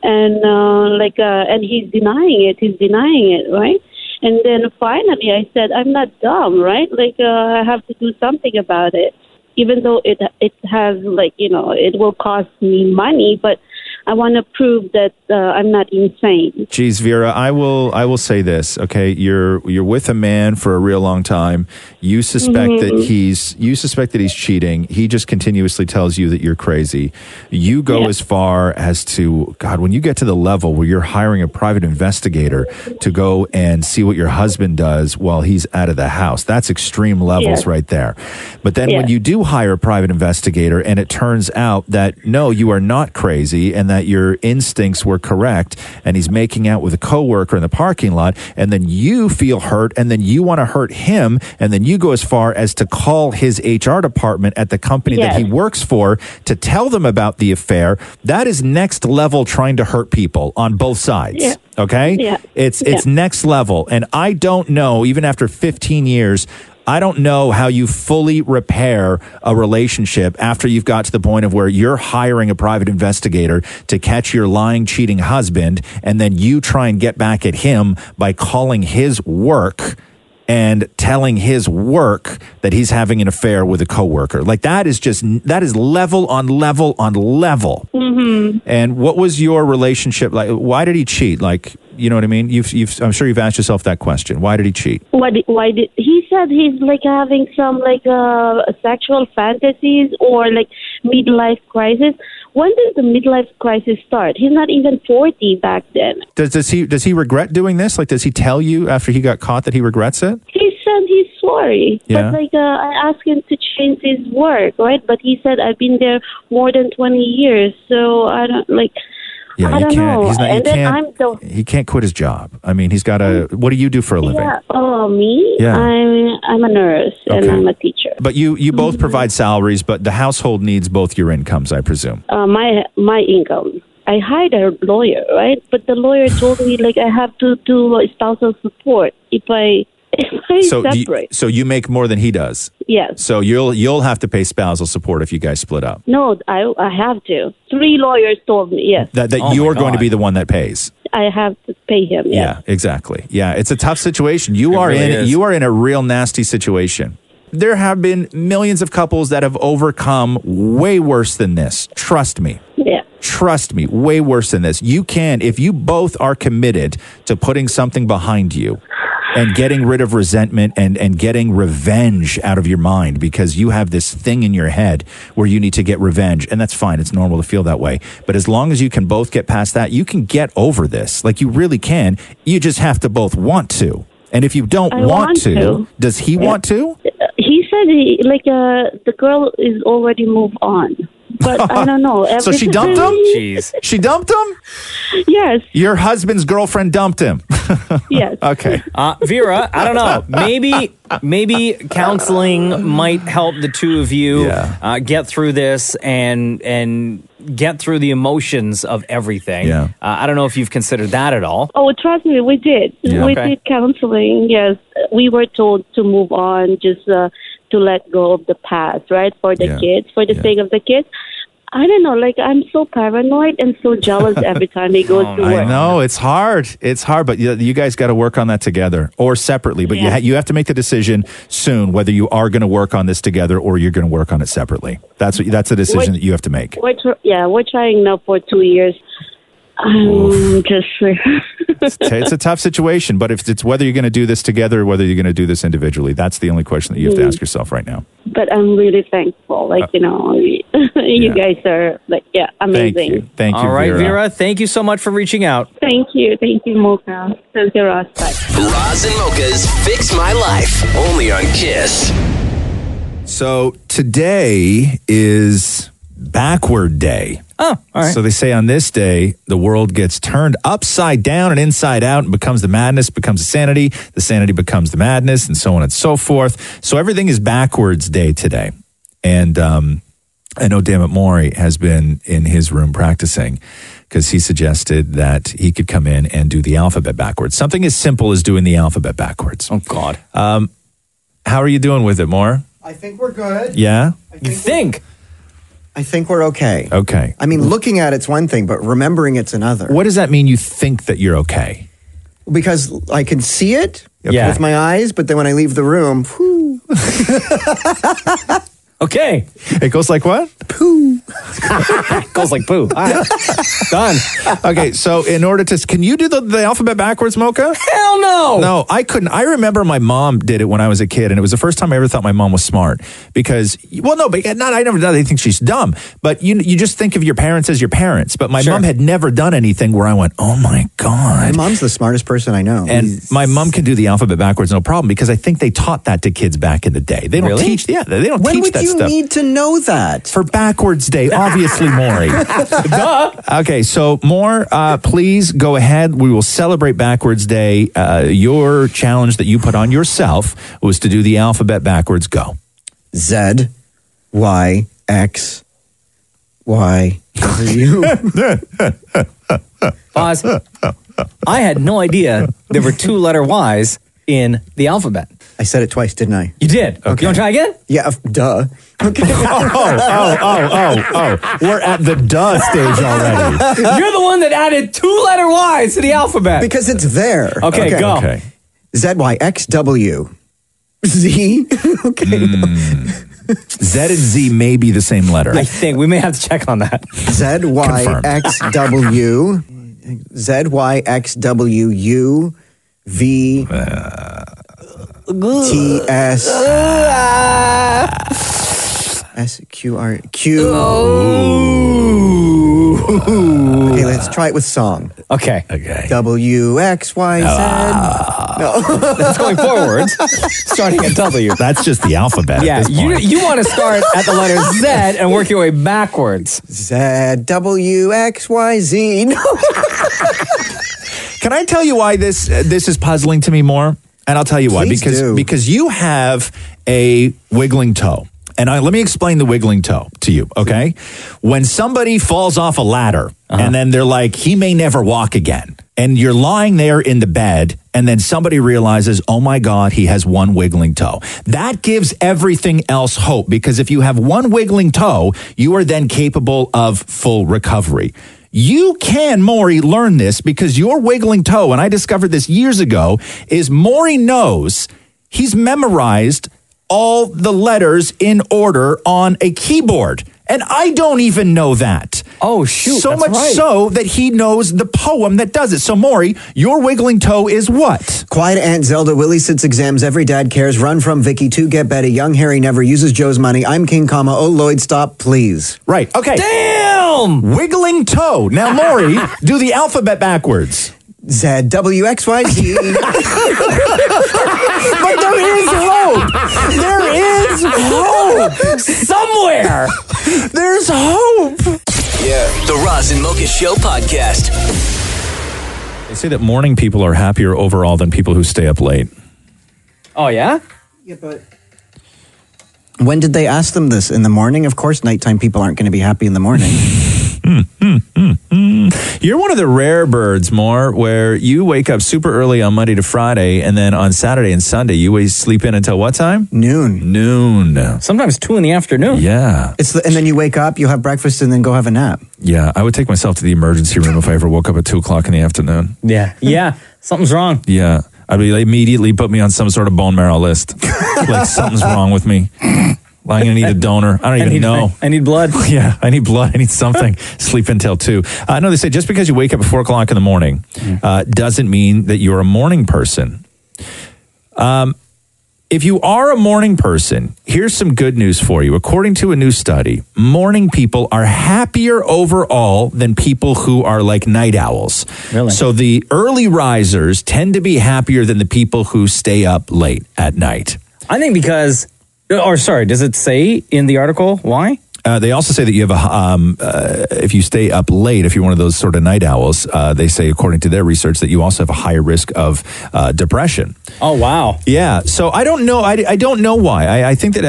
Speaker 17: and uh, like, uh, and he's denying it. He's denying it, right? And then finally, I said, I'm not dumb, right? Like, uh, I have to do something about it, even though it it has like you know it will cost me money, but I want to prove that uh, I'm not insane.
Speaker 3: Geez, Vera, I will I will say this, okay? You're you're with a man for a real long time. You suspect
Speaker 8: Mhm.
Speaker 3: that he's you suspect that he's cheating. He just continuously tells you that you're crazy. You go as far as to God, when you get to the level where you're hiring a private investigator to go and see what your husband does while he's out of the house. That's extreme levels
Speaker 8: Yes.
Speaker 3: right there. But then when
Speaker 8: Yes.
Speaker 3: you do hire a private investigator and it turns out that no, you are not crazy and that your instincts were correct and he's making out with a coworker in the parking lot and then you feel hurt and then you want to hurt him and then you go as far as to call his HR department at the company that
Speaker 8: Yes.
Speaker 3: he works for to tell them about the affair. That is next level trying to hurt people on both sides.
Speaker 8: Yeah.
Speaker 3: Okay?
Speaker 8: Yeah.
Speaker 3: It's it's
Speaker 8: Yeah.
Speaker 3: next level and I don't know even after 15 years I don't know how you fully repair a relationship after you've got to the point of where you're hiring a private investigator to catch your lying cheating husband and then you try and get back at him by calling his work and telling his work that he's having an affair with a coworker. Like that is just that is level on level on level.
Speaker 17: Mm-hmm.
Speaker 3: And what was your relationship like? Why did he cheat? Like, you know what I mean? You've, you've, I'm sure you've asked yourself that question. Why did he cheat?
Speaker 17: What? Why did he said he's like having some like uh, sexual fantasies or like midlife crisis? When did the midlife crisis start? He's not even forty back then.
Speaker 3: Does, does he does he regret doing this? Like, does he tell you after he got caught that he regrets it?
Speaker 17: He said he's sorry,
Speaker 3: Yeah.
Speaker 17: but like uh, I asked him to change his work, right? But he said I've been there more than twenty years, so I don't like.
Speaker 3: Yeah,
Speaker 17: I
Speaker 3: you
Speaker 17: don't
Speaker 3: can't.
Speaker 17: know.
Speaker 3: He's not- you
Speaker 17: and then
Speaker 3: can't-
Speaker 17: I'm the
Speaker 3: He can't quit his job. I mean, he's got to. What do you do for a living?
Speaker 17: Yeah. Oh, me?
Speaker 3: Yeah.
Speaker 17: I'm I'm a nurse and
Speaker 3: Okay.
Speaker 17: I'm a teacher.
Speaker 3: But you you both
Speaker 17: Mm-hmm.
Speaker 3: provide salaries, but the household needs both your incomes, I presume.
Speaker 17: Uh, my my income. I hired a lawyer, right? But the lawyer told me like I have to do spousal support if I if I
Speaker 3: so do you-
Speaker 17: separate.
Speaker 3: so you make more than he does.
Speaker 17: yes.
Speaker 3: So you'll you'll have to pay spousal support if you guys split up.
Speaker 17: No, I I have to. Three lawyers told me yes.
Speaker 3: That that you're going to be the one that pays.
Speaker 17: I have to pay him. Yes.
Speaker 3: Yeah, exactly. Yeah, it's a tough situation. You are
Speaker 8: really
Speaker 3: in
Speaker 8: is.
Speaker 3: you are in a real nasty situation. There have been millions of couples that have overcome way worse than this. Trust me.
Speaker 17: Yeah.
Speaker 3: Trust me, way worse than this. You can if you both are committed to putting something behind you. and getting rid of resentment and, and getting revenge out of your mind because you have this thing in your head where you need to get revenge. And that's fine. It's normal to feel that way. But as long as you can both get past that, you can get over this. Like you really can. You just have to both want to. And if you don't
Speaker 17: I
Speaker 3: want,
Speaker 17: want
Speaker 3: to,
Speaker 17: to.
Speaker 3: does he want to?
Speaker 17: Uh, He said he, like uh, the girl is already moved on, but I don't know.
Speaker 3: so she
Speaker 17: Everything-
Speaker 3: dumped him? Jeez. She dumped him?
Speaker 17: Yes.
Speaker 3: Your husband's girlfriend dumped him.
Speaker 17: yes.
Speaker 3: Okay.
Speaker 2: Uh, Vera, I don't know. Maybe maybe counseling might help the two of you uh, get through this and and get through the emotions of everything.
Speaker 17: Yeah.
Speaker 2: Uh, I don't know if you've considered that at all.
Speaker 17: Oh, trust me, we did.
Speaker 2: Yeah.
Speaker 17: We
Speaker 2: Okay.
Speaker 17: did counseling. Yes, we were told to move on, just uh, to let go of the past, right? For the
Speaker 28: Yeah.
Speaker 17: kids, for the sake of the kids. I don't know. Like I'm so paranoid and so jealous every time he goes to
Speaker 3: I
Speaker 17: work.
Speaker 3: know it's hard. It's hard, but you, you guys got to work on that together or separately. But you
Speaker 17: Yeah.
Speaker 3: ha- you have to make the decision soon whether you are going to work on this together or you're going to work on it separately. That's what, that's a decision
Speaker 17: What-
Speaker 3: that you have to make.
Speaker 17: We're tr- yeah, we're trying now for two years. I'm just
Speaker 3: It's a- it's a tough situation, but if it's whether you're going to do this together or whether you're going to do this individually, that's the only question that you have to
Speaker 17: Mhm.
Speaker 3: ask yourself right now.
Speaker 17: but I'm really thankful. Like you know, you guys are like yeah, amazing.
Speaker 3: Thank you,
Speaker 2: All right,
Speaker 3: Vera.
Speaker 2: Vera. Thank you so much for reaching out.
Speaker 17: Thank you, thank you, Mocha. Thank you, Ross. Bye.
Speaker 13: Roz and Mocha's Fix My Life, only on Kiss.
Speaker 3: So today is backward day.
Speaker 2: Oh, all right.
Speaker 3: So they say on this day, the world gets turned upside down and inside out and becomes the madness, becomes the sanity, the sanity becomes the madness, and so on and so forth. So everything is backwards day today. And um, I know Dammit Maury has been in his room practicing because he suggested that he could come in and do the alphabet backwards. Something as simple as doing the alphabet backwards. Oh, God. Um, how are you doing with it, Moore?
Speaker 6: I think we're good.
Speaker 3: Yeah?
Speaker 6: You
Speaker 2: think?
Speaker 6: I think we're okay.
Speaker 3: Okay.
Speaker 6: I mean, looking at it's one thing, but remembering it's another.
Speaker 3: What does that mean you think that you're okay?
Speaker 6: Because I can see it
Speaker 2: Yeah.
Speaker 6: with my eyes, but then when I leave the room, whew.
Speaker 2: Okay.
Speaker 3: It goes like what?
Speaker 2: Goes like poo. All right. Done.
Speaker 3: Okay, so in order to can you do the, the alphabet backwards, Mocha?
Speaker 2: Hell no.
Speaker 3: No, I couldn't. I remember my mom did it when I was a kid, and it was the first time I ever thought my mom was smart because well, no, but not I never thought they think she's dumb, but you you just think of your parents as your parents. But my mom had never done anything where I went, oh my god.
Speaker 6: My mom's the smartest person I know.
Speaker 3: And my mom can do the alphabet backwards, no problem, because I think they taught that to kids back in the day. They don't
Speaker 6: Really?
Speaker 3: teach, yeah, they don't
Speaker 6: when
Speaker 3: teach
Speaker 6: would
Speaker 3: that
Speaker 6: you
Speaker 3: stuff
Speaker 6: need to know that?
Speaker 3: for backwards day, obviously, Maury. okay, so more, uh, please go ahead. We will celebrate Backwards Day. Uh, your challenge that you put on yourself was to do the alphabet backwards. Go.
Speaker 6: Z, Y, X, Y, W.
Speaker 2: Pause. I had no idea there were two letter Y's in the alphabet.
Speaker 6: I said it twice, didn't I?
Speaker 2: You did. You want to try again?
Speaker 6: Yeah, of- duh. Okay.
Speaker 3: Oh, oh, oh, oh, oh. We're at the duh stage already.
Speaker 2: You're the one that added two letter Y's to the alphabet.
Speaker 6: Because it's there.
Speaker 2: Okay, go.
Speaker 6: Z, Y, X, W. Z. okay.
Speaker 3: Mm. Z and Z may be the same letter.
Speaker 2: I think we may have to check on that.
Speaker 6: Z, Y,
Speaker 2: Confirmed.
Speaker 6: X, W. Z, Y, X, W, U, V, T, S. S, Q, R, Q. Okay, let's try it with song.
Speaker 2: Oh. Okay. Ah.
Speaker 3: Okay.
Speaker 6: W, X, Y, Z. no.
Speaker 2: That's going forward, starting at W.
Speaker 3: That's just the alphabet.
Speaker 2: yeah, you, you want to start at the letter Z and work your way backwards.
Speaker 6: Z W X Y Z. No.
Speaker 3: Can I tell you why this uh, this is puzzling to me more? And I'll tell you why
Speaker 10: Please
Speaker 3: because
Speaker 10: do.
Speaker 3: because you have a wiggling toe. And I, let me explain the wiggling toe to you, okay? When somebody falls off a ladder and then they're like, he may never walk again. And you're lying there in the bed, and then somebody realizes, oh my God, he has one wiggling toe. That gives everything else hope because if you have one wiggling toe, you are then capable of full recovery. You can, Maury, learn this because your wiggling toe, and I discovered this years ago, is Maury knows he's memorized all the letters in order on a keyboard.
Speaker 10: And I don't even know that.
Speaker 2: Oh, shoot.
Speaker 10: So
Speaker 2: that's
Speaker 10: much
Speaker 2: right.
Speaker 10: so that he knows the poem that does it. So, Maury, your wiggling toe is what?
Speaker 6: Quiet Aunt Zelda, Willie sits exams, every dad cares, run from Vicky, two get Betty, young Harry never uses Joe's money, I'm king, comma, oh Lloyd, stop, please.
Speaker 10: Right, okay.
Speaker 2: Damn!
Speaker 10: Wiggling toe. Now, Maury, do the alphabet backwards.
Speaker 6: Z W X Y Z.
Speaker 10: but there is hope. There is hope
Speaker 2: somewhere.
Speaker 10: There's hope.
Speaker 13: Yeah. The Roz and Mocha Show podcast.
Speaker 3: They say that morning people are happier overall than people who stay up late.
Speaker 2: Oh, yeah?
Speaker 6: Yeah, but. When did they ask them this? In the morning? Of course, nighttime people aren't going to be happy in the morning.
Speaker 3: You're one of the rare birds, Moore, where you wake up super early on Monday to Friday, and then on Saturday and Sunday, you always sleep in until what time?
Speaker 6: Noon.
Speaker 3: Noon.
Speaker 2: Sometimes two in the afternoon.
Speaker 3: Yeah.
Speaker 6: It's the, and then you wake up, you have breakfast, and then go have a nap.
Speaker 3: Yeah. I would take myself to the emergency room if I ever woke up at two o'clock in the afternoon.
Speaker 2: Yeah. Yeah. Something's wrong.
Speaker 3: Yeah. I'd be they immediately put me on some sort of bone marrow list. like something's wrong with me. I'm gonna need a donor. I don't even
Speaker 2: need-
Speaker 3: know.
Speaker 2: I need blood.
Speaker 3: yeah, I need blood. I need something. Sleep until two. I know they say just because you wake up at four o'clock in the morning
Speaker 2: Mm.
Speaker 3: uh, doesn't mean that you're a morning person. Um, if you are a morning person, here's some good news for you. According to a new study, morning people are happier overall than people who are like night owls. Really? So the early risers tend to be happier than the people who stay up late at night.
Speaker 2: I think because, or sorry, does it say in the article why?
Speaker 3: Uh, they also say that you have a um, uh, if you stay up late, if you're one of those sort of night owls, uh, they say according to their research that you also have a higher risk of uh, depression.
Speaker 2: Oh wow!
Speaker 3: Yeah. So I don't know. I, I don't know why. I, I think that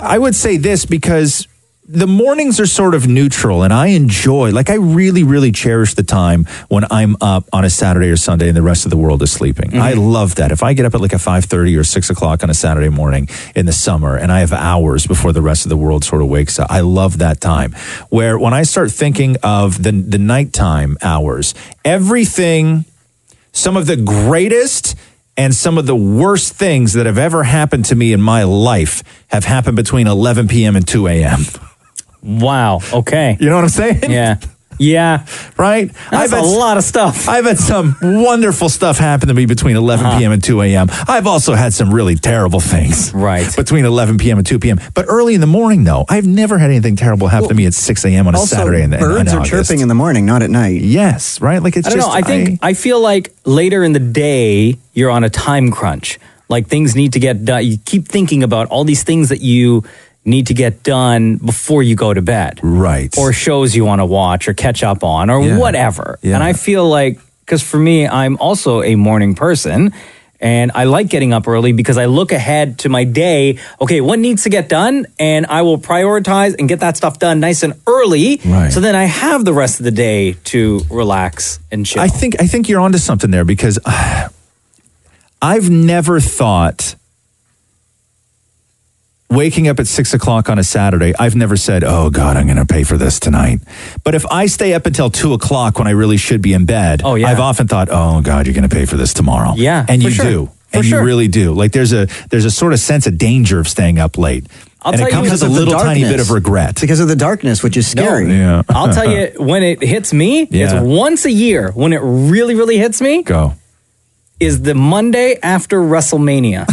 Speaker 3: I, I would say this because the mornings are sort of neutral and I enjoy, like, I really, really cherish the time when I'm up on a Saturday or Sunday and the rest of the world is sleeping. I love that. If I get up at like a 5.30 or 6 o'clock on a Saturday morning in the summer and I have hours before the rest of the world sort of wakes up, I love that time. Where when I start thinking of the, the nighttime hours, everything some of the greatest and some of the worst things that have ever happened to me in my life have happened between 11 p.m. and 2 a.m.
Speaker 2: Wow. Okay.
Speaker 3: You know what I'm saying?
Speaker 2: Yeah. Yeah.
Speaker 3: Right?
Speaker 2: That's a lot of stuff.
Speaker 3: I've had some wonderful stuff happen to me between 11 p.m. and 2 a.m. I've also had some really terrible things. Right. Between 11 p.m. and 2 p.m. But early in the morning, though, I've never had anything terrible happen to me at 6 a.m. on a
Speaker 6: also,
Speaker 3: Saturday. in- in-
Speaker 6: birds
Speaker 3: in
Speaker 6: are
Speaker 3: August.
Speaker 6: chirping in the morning, not at night.
Speaker 3: Yes, right? Like it's
Speaker 2: I don't
Speaker 3: just.
Speaker 2: know. I think I, feel like later in the day you're on a time crunch. Like things need to get done. You keep thinking about all these things that you need to get done before you go to bed,
Speaker 3: right?
Speaker 2: Or shows you want to watch, or catch up on, or
Speaker 3: Yeah.
Speaker 2: whatever.
Speaker 3: Yeah.
Speaker 2: And I feel like because for me, I'm also a morning person. And I like getting up early because I look ahead to my day. Okay, what needs to get done? And I will prioritize and get that stuff done nice and early.
Speaker 3: Right.
Speaker 2: So then I have the rest of the day to relax and chill.
Speaker 3: I think I think you're onto something there because uh, I've never thought waking up at six o'clock on a Saturday. I've never said, "Oh God, I'm going to pay for this tonight." But if I stay up until two o'clock when I really should be in bed, oh, yeah. I've often thought, "Oh God, you're going to pay for this tomorrow."
Speaker 2: Yeah,
Speaker 3: and
Speaker 2: for
Speaker 3: you
Speaker 2: sure.
Speaker 3: do,
Speaker 2: For
Speaker 3: and
Speaker 2: sure.
Speaker 3: you really do. Like there's a there's a sort of sense of danger of staying up late,
Speaker 2: I'll
Speaker 3: and
Speaker 2: tell
Speaker 3: it
Speaker 2: you
Speaker 3: comes with
Speaker 2: because
Speaker 3: a
Speaker 2: of the
Speaker 3: little tiny
Speaker 2: darkness.
Speaker 3: bit of regret
Speaker 6: because of the darkness, which is scary.
Speaker 3: yeah.
Speaker 2: I'll tell you when it hits me.
Speaker 3: Yeah.
Speaker 2: It's once a year when it really, really hits me.
Speaker 3: Go.
Speaker 2: Is the Monday after WrestleMania?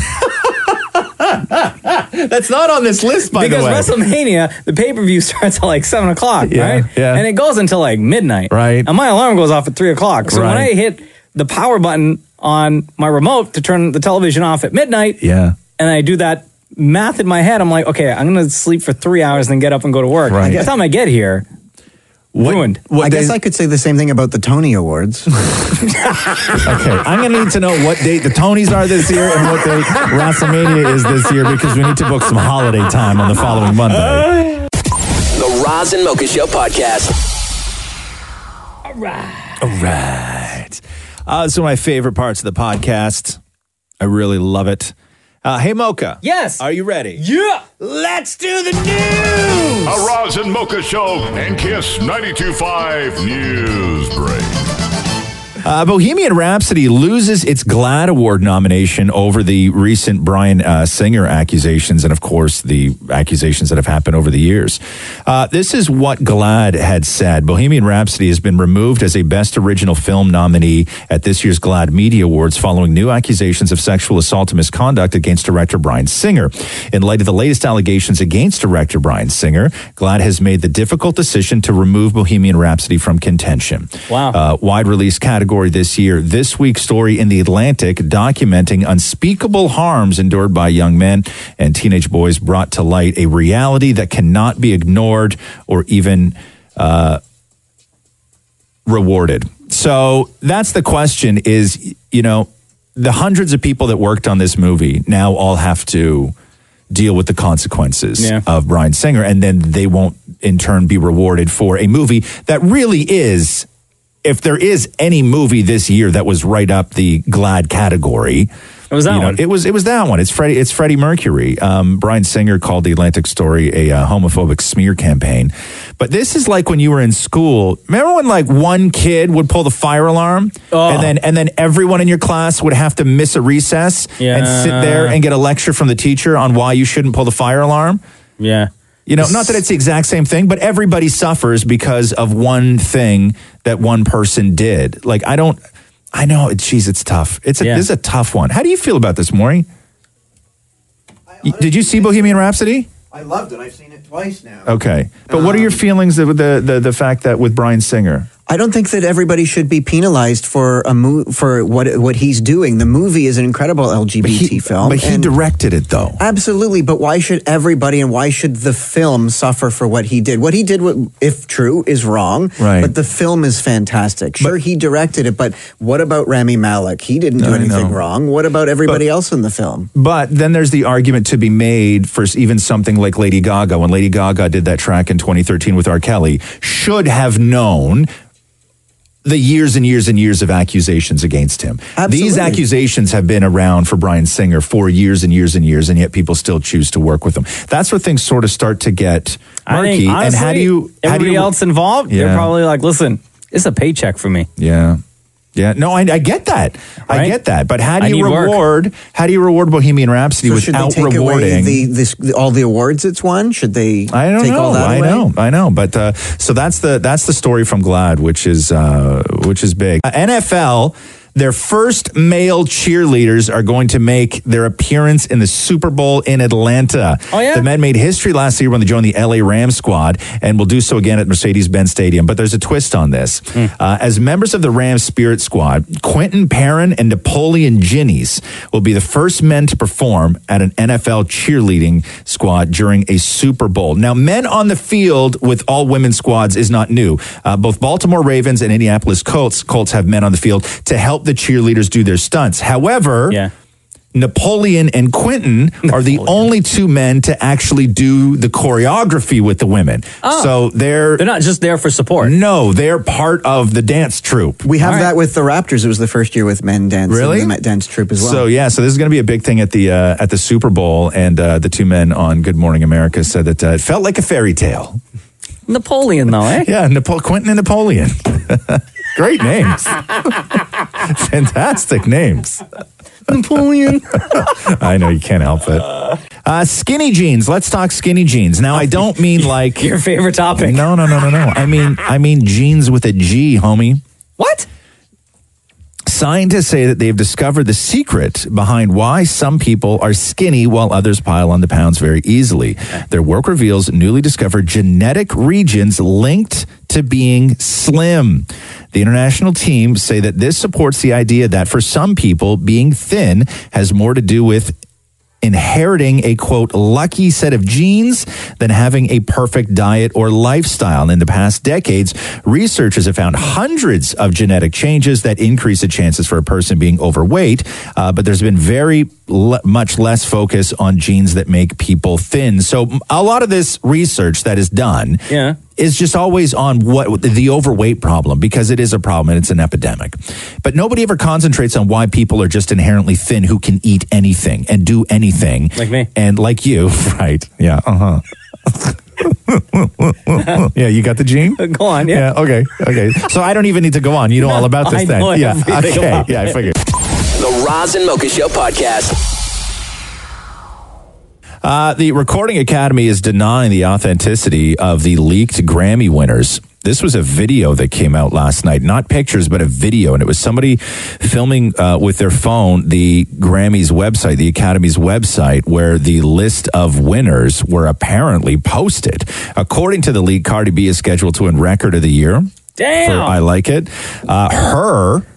Speaker 3: That's not on this list, by the
Speaker 2: because
Speaker 3: way.
Speaker 2: WrestleMania, the pay per view starts at like seven o'clock,
Speaker 3: Yeah,
Speaker 2: right?
Speaker 3: yeah.
Speaker 2: and it goes until like midnight, right? And my alarm goes off at three o'clock. So when
Speaker 3: Right.
Speaker 2: I hit the power button on my remote to turn the television off at midnight,
Speaker 3: yeah.
Speaker 2: and I do that math in my head, I'm like, okay, I'm gonna sleep for three hours and then get up and go to work. By the time I get here, ruined.
Speaker 6: I guess I could say the same thing about the Tony Awards.
Speaker 3: Okay, I'm gonna need to know what date the Tonys are this year and what date WrestleMania is this year because we need to book some holiday time on the following Monday.
Speaker 13: The Roz and Mocha Show podcast.
Speaker 2: All right.
Speaker 3: All right, uh, this is one of my favorite parts of the podcast. I really love it. Uh, hey, Mocha.
Speaker 2: Yes.
Speaker 3: Are you ready?
Speaker 2: Yeah.
Speaker 3: Let's do the news.
Speaker 28: A Roz and Mocha Show and Kiss 92.5 News Break.
Speaker 3: Uh, Bohemian Rhapsody loses its GLAAD Award nomination over the recent Brian uh, Singer accusations, and of course, the accusations that have happened over the years. Uh, this is what GLAAD had said Bohemian Rhapsody has been removed as a Best Original Film nominee at this year's GLAAD Media Awards following new accusations of sexual assault and misconduct against director Brian Singer. In light of the latest allegations against director Brian Singer, GLAAD has made the difficult decision to remove Bohemian Rhapsody from contention. Wow. Uh, wide release category this year. This week's story in The Atlantic documenting unspeakable harms endured by young men and teenage boys brought to light a reality that cannot be ignored or even uh, rewarded. So that's the question is, you know, the hundreds of people that worked on this movie now all have to deal with the consequences
Speaker 28: Yeah.
Speaker 3: of Brian Singer, and then they won't in turn be rewarded for a movie that really is. If there is any movie this year that was right up the glad category, it was that one. It was it was that one. It's Freddie. It's Freddie Mercury. Um, Brian Singer called the Atlantic story a uh, homophobic smear campaign. But this is like when you were in school. Remember when like one kid would pull the fire alarm, and then and then everyone in your class would have to miss a recess and sit there
Speaker 28: Yeah.
Speaker 3: and get a lecture from the teacher on why you shouldn't pull the fire alarm.
Speaker 28: Yeah.
Speaker 3: You know, not that it's the exact same thing, but everybody suffers because of one thing that one person did. Like I don't, I know, geez, it's tough. It's a,
Speaker 28: Yeah.
Speaker 3: this is a tough one. How do you feel about this, Maury? Y- Did you see Bohemian Rhapsody?
Speaker 6: I loved it. I've seen it twice now.
Speaker 3: Okay, but what are your feelings of the the the fact that with Brian Singer?
Speaker 6: I don't think that everybody should be penalized for a mo- for what what he's doing. The movie is an incredible LGBT film.
Speaker 3: but he directed it though.
Speaker 6: Absolutely, but why should everybody and why should the film suffer for what he did? What he did, wa- if true, is wrong.
Speaker 3: Right.
Speaker 6: But the film is fantastic. Sure, he directed it, but what about Rami Malek? He didn't do
Speaker 3: I
Speaker 6: anything
Speaker 3: know.
Speaker 6: wrong. What about everybody else in the film?
Speaker 3: But then there's the argument to be made for even something like Lady Gaga. When Lady Gaga did that track in 2013 with R. Kelly, should have known the years and years and years of accusations against him. These accusations have been around for Brian Singer for years and years and years, and yet people still choose to work with him. That's where things sort of start to get
Speaker 28: I
Speaker 3: murky.
Speaker 28: think,
Speaker 3: and how do
Speaker 28: honestly,
Speaker 3: you? How do
Speaker 28: everybody
Speaker 3: you,
Speaker 28: else involved? They're
Speaker 3: Yeah.
Speaker 28: probably like, listen, it's a paycheck for me.
Speaker 3: Yeah. Yeah, no, I, I get that. I get that. But how do
Speaker 28: I
Speaker 3: you
Speaker 28: need work.
Speaker 3: reward? How do you reward Bohemian Rhapsody
Speaker 6: So should they
Speaker 3: without
Speaker 6: take
Speaker 3: rewarding
Speaker 6: away the, this, all the awards it's won? Should they
Speaker 3: I don't
Speaker 6: take
Speaker 3: know.
Speaker 6: all that
Speaker 3: I
Speaker 6: away?
Speaker 3: know. I know. But uh, so that's the that's the story from Glad, which is uh, which is big. Uh, NFL. Their first male cheerleaders are going to make their appearance in the Super Bowl in Atlanta. Oh, yeah? The men made history last year when they joined the LA Rams squad and will do so again at Mercedes Benz Stadium. But there's a twist on this.
Speaker 6: Hmm.
Speaker 3: Uh, as members of the Rams Spirit Squad, Quentin Perrin and Napoleon Ginnies will be the first men to perform at an NFL cheerleading squad during a Super Bowl. Now, men on the field with all women squads is not new. Uh, both Baltimore Ravens and Indianapolis Colts Colts have men on the field to help the cheerleaders do their stunts. However, Napoleon and Quentin are the only two men to actually do the choreography with the women.
Speaker 28: Oh.
Speaker 3: So they're they're
Speaker 28: not just there for support.
Speaker 3: No, they're part of the dance troupe.
Speaker 6: We have that with the Raptors. It was the first year with men dancing.
Speaker 3: Really?
Speaker 6: The men dance troupe as well.
Speaker 3: So yeah, so this is going to be a big thing at the uh, at the Super Bowl, and uh, the two men on Good Morning America said that uh, it felt like a fairy tale.
Speaker 28: Napoleon, though, eh?
Speaker 3: Yeah, Napo- Quentin and Napoleon. Great names, fantastic names.
Speaker 28: Napoleon.
Speaker 3: I know you can't help it. Uh, skinny jeans. Let's talk skinny jeans. Now, I don't mean like
Speaker 28: Your favorite topic.
Speaker 3: No, no, no, no, no. I mean, I mean jeans with a G, homie.
Speaker 28: What?
Speaker 3: Scientists say that they've discovered the secret behind why some people are skinny while others pile on the pounds very easily. Their work reveals newly discovered genetic regions linked to being slim. The international team say that this supports the idea that for some people, being thin has more to do with inheriting a quote lucky set of genes than having a perfect diet or lifestyle. And in the past decades, researchers have found hundreds of genetic changes that increase the chances for a person being overweight. Uh, but there's been very le- much less focus on genes that make people thin. So m- a lot of this research that is done
Speaker 28: Yeah.
Speaker 3: is just always on what the overweight problem because it is a problem and it's an epidemic. But nobody ever concentrates on why people are just inherently thin who can eat uh-huh. anything and do anything. Like me. And like you, right. Yeah. Uh huh.
Speaker 5: yeah, you got the gene?
Speaker 2: Go on.
Speaker 5: Yeah. Okay. Okay. So I don't even need to go on. You know all about this
Speaker 13: I
Speaker 5: then.
Speaker 13: know
Speaker 5: yeah.
Speaker 13: everything
Speaker 5: Okay.
Speaker 13: about
Speaker 5: Yeah, I
Speaker 13: it.
Speaker 5: figured.
Speaker 13: The Roz and Mocha Show podcast.
Speaker 3: Uh, the Recording Academy is denying the authenticity of the leaked Grammy winners. This was a video that came out last night, not pictures, but a video. And it was somebody filming uh, with their phone the Grammy's website, the Academy's website, where the list of winners were apparently posted. According to the leak, Cardi B is scheduled to win Record of the Year.
Speaker 2: Damn.
Speaker 3: For I Like It. Uh, her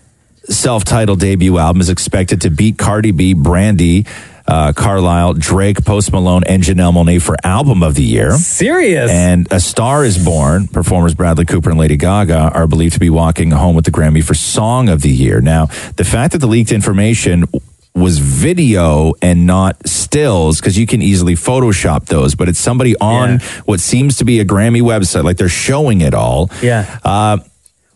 Speaker 3: self-titled debut album is expected to beat Cardi B, Brandy, uh, Carlisle, Drake, Post Malone, and Janelle Monae for album of the year.
Speaker 2: Serious.
Speaker 3: And A Star Is Born performers Bradley Cooper and Lady Gaga are believed to be walking home with the Grammy for Song of the Year. Now, the fact that the leaked information was video and not stills because you can easily Photoshop those, but it's somebody on what seems to be a Grammy website, like they're showing it all.
Speaker 28: Yeah.
Speaker 3: Uh,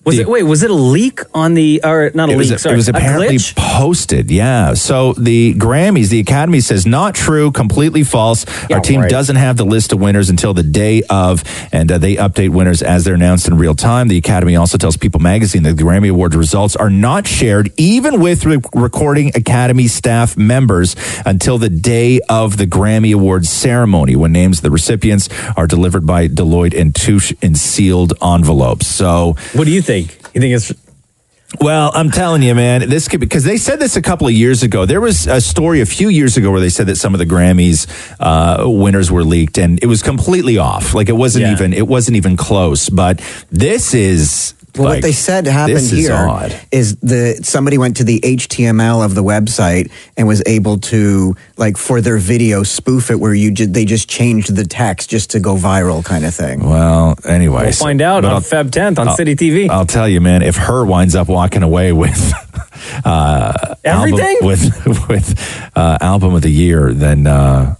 Speaker 28: Was
Speaker 3: the-
Speaker 28: it wait? Was it a leak on the or not a
Speaker 3: it
Speaker 28: leak?
Speaker 3: was,
Speaker 28: sorry,
Speaker 3: it was
Speaker 28: a
Speaker 3: apparently
Speaker 28: glitch?
Speaker 3: posted. Yeah. So the Grammys, the Academy says not true, completely false. Our team
Speaker 10: right.
Speaker 3: doesn't have the list of winners until the day of, and uh, they update winners as they're announced in real time. The Academy also tells People Magazine that the Grammy Awards results are not shared, even with re- recording Academy staff members, until the day of the Grammy Awards ceremony, when names of the recipients are delivered by Deloitte and Touche in sealed envelopes. So,
Speaker 28: what do you think? You think it's
Speaker 3: well, I'm telling you, man, this could because they said this a couple of years ago. There was a story a few years ago where they said that some of the Grammys uh, winners were leaked, and it was completely off. Like it wasn't even it wasn't even close. But this is
Speaker 6: Well,
Speaker 3: like,
Speaker 6: what they said happened
Speaker 3: this
Speaker 6: here
Speaker 3: Is
Speaker 6: is
Speaker 3: odd.
Speaker 6: the somebody went to the HTML of the website and was able to like for their video spoof it where you ju- they just changed the text just to go viral kind of thing.
Speaker 3: Well, anyway,
Speaker 6: We'll find out on Feb 10th on City
Speaker 3: TV. I'll tell you, man, if her winds up walking away with uh,
Speaker 6: Everything?
Speaker 3: album, with with uh, album of the year, then uh,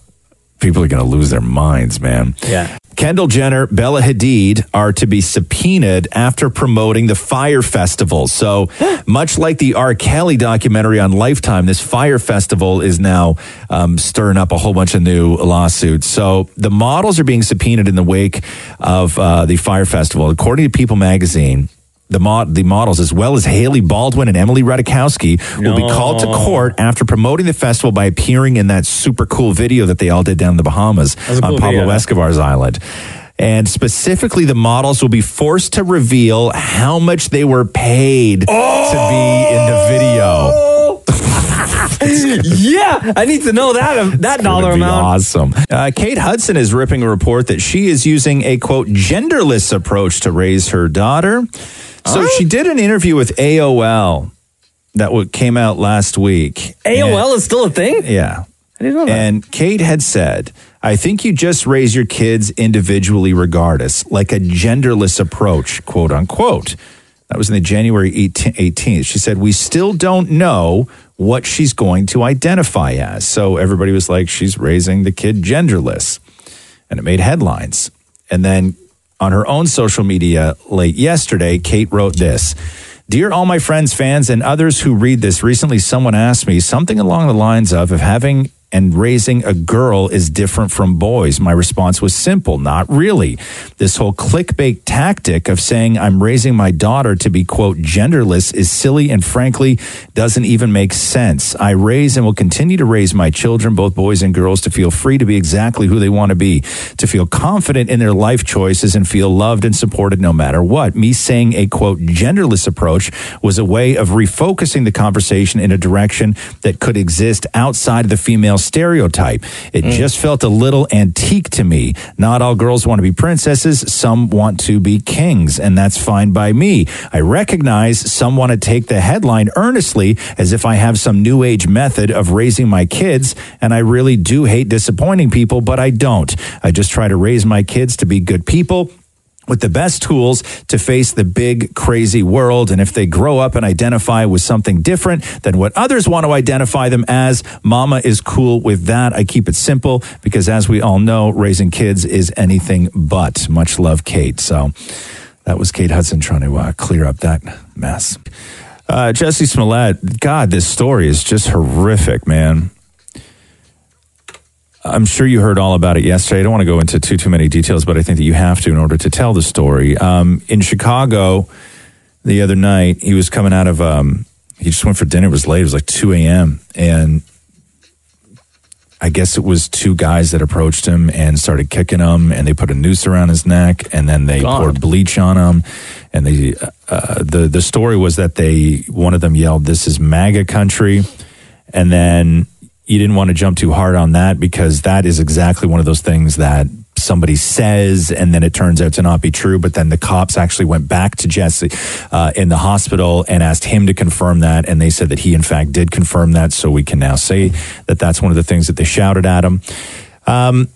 Speaker 3: people are going to lose their minds, man.
Speaker 28: Yeah.
Speaker 3: Kendall Jenner, Bella Hadid are to be subpoenaed after promoting the Fire Festival. So, much like the R. Kelly documentary on Lifetime, this Fire Festival is now um, stirring up a whole bunch of new lawsuits. So, the models are being subpoenaed in the wake of uh, the Fire Festival. According to People magazine, the, mod- the models, as well as Haley Baldwin and Emily Ratajkowski, will be called to
Speaker 10: No.
Speaker 3: court after promoting the festival by appearing in that super cool video that they all did down in the Bahamas
Speaker 10: was
Speaker 3: on
Speaker 10: a cool
Speaker 3: Pablo
Speaker 10: video.
Speaker 3: Escobar's island. And specifically, the models will be forced to reveal how much they were paid to be in the video.
Speaker 2: Oh! yeah, I need to know that um, that dollar
Speaker 3: Would be
Speaker 2: amount.
Speaker 3: Awesome. Uh, Kate Hudson is ripping a report that she is using a quote genderless approach to raise her daughter. So she did an interview with AOL that w- came out last week.
Speaker 2: AOL is still a thing.
Speaker 3: Yeah.
Speaker 2: I didn't know that.
Speaker 3: And Kate had said, I think you just raise your kids individually, regardless, like a genderless approach, quote unquote. That was in the January 18 18th. She said, We still don't know what she's going to identify as. So everybody was like, She's raising the kid genderless. And it made headlines. And then on her own social media late yesterday, Kate wrote this. Dear all my friends, fans, and others who read this, recently someone asked me something along the lines of if having and raising a girl is different from boys. My response was simple, not really. This whole clickbait tactic of saying I'm raising my daughter to be, quote, genderless is silly and frankly doesn't even make sense. I raise and will continue to raise my children, both boys and girls, to feel free to be exactly who they want to be, to feel confident in their life choices and feel loved and supported no matter what. Me saying a quote genderless approach was a way of refocusing the conversation in a direction that could exist outside of the female stereotype. It just felt a little antique to me. Not all girls want to be princesses, some want to be kings, and that's fine by me. I recognize some want to take the headline earnestly as if I have some new age method of raising my kids, and I really do hate disappointing people, but I don't. I just try to raise my kids to be good people with the best tools to face the big crazy world and if they grow up and identify with something different than what others want to identify them as mama is cool with that i keep it simple because as we all know raising kids is anything but much love kate so that was kate hudson trying to uh, clear up that mess uh, jesse smollett god this story is just horrific man I'm sure you heard all about it yesterday. I don't want to go into too too many details, but I think that you have to in order to tell the story. Um, in Chicago, the other night, he was coming out of. Um, he just went for dinner. It was late. It was like 2 a.m. and I guess it was two guys that approached him and started kicking him, and they put a noose around his neck, and then they poured bleach on him. And they, uh, the the story was that they one of them yelled, "This is MAGA country," and then you didn't want to jump too hard on that because that is exactly one of those things that somebody says and then it turns out to not be true but then the cops actually went back to jesse uh, in the hospital and asked him to confirm that and they said that he in fact did confirm that so we can now say that that's one of the things that they shouted at him um,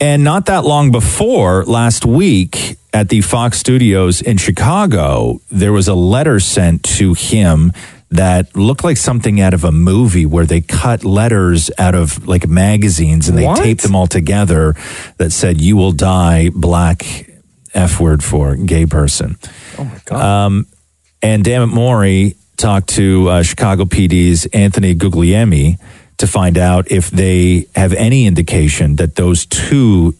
Speaker 3: and not that long before last week at the Fox studios in Chicago, there was a letter sent to him that looked like something out of a movie where they cut letters out of like magazines and they taped them all together that said, You will die, black F word for gay person. Oh my God. Um, and Dammit Maury talked to uh, Chicago PD's Anthony Guglielmi to find out if they have any indication that those two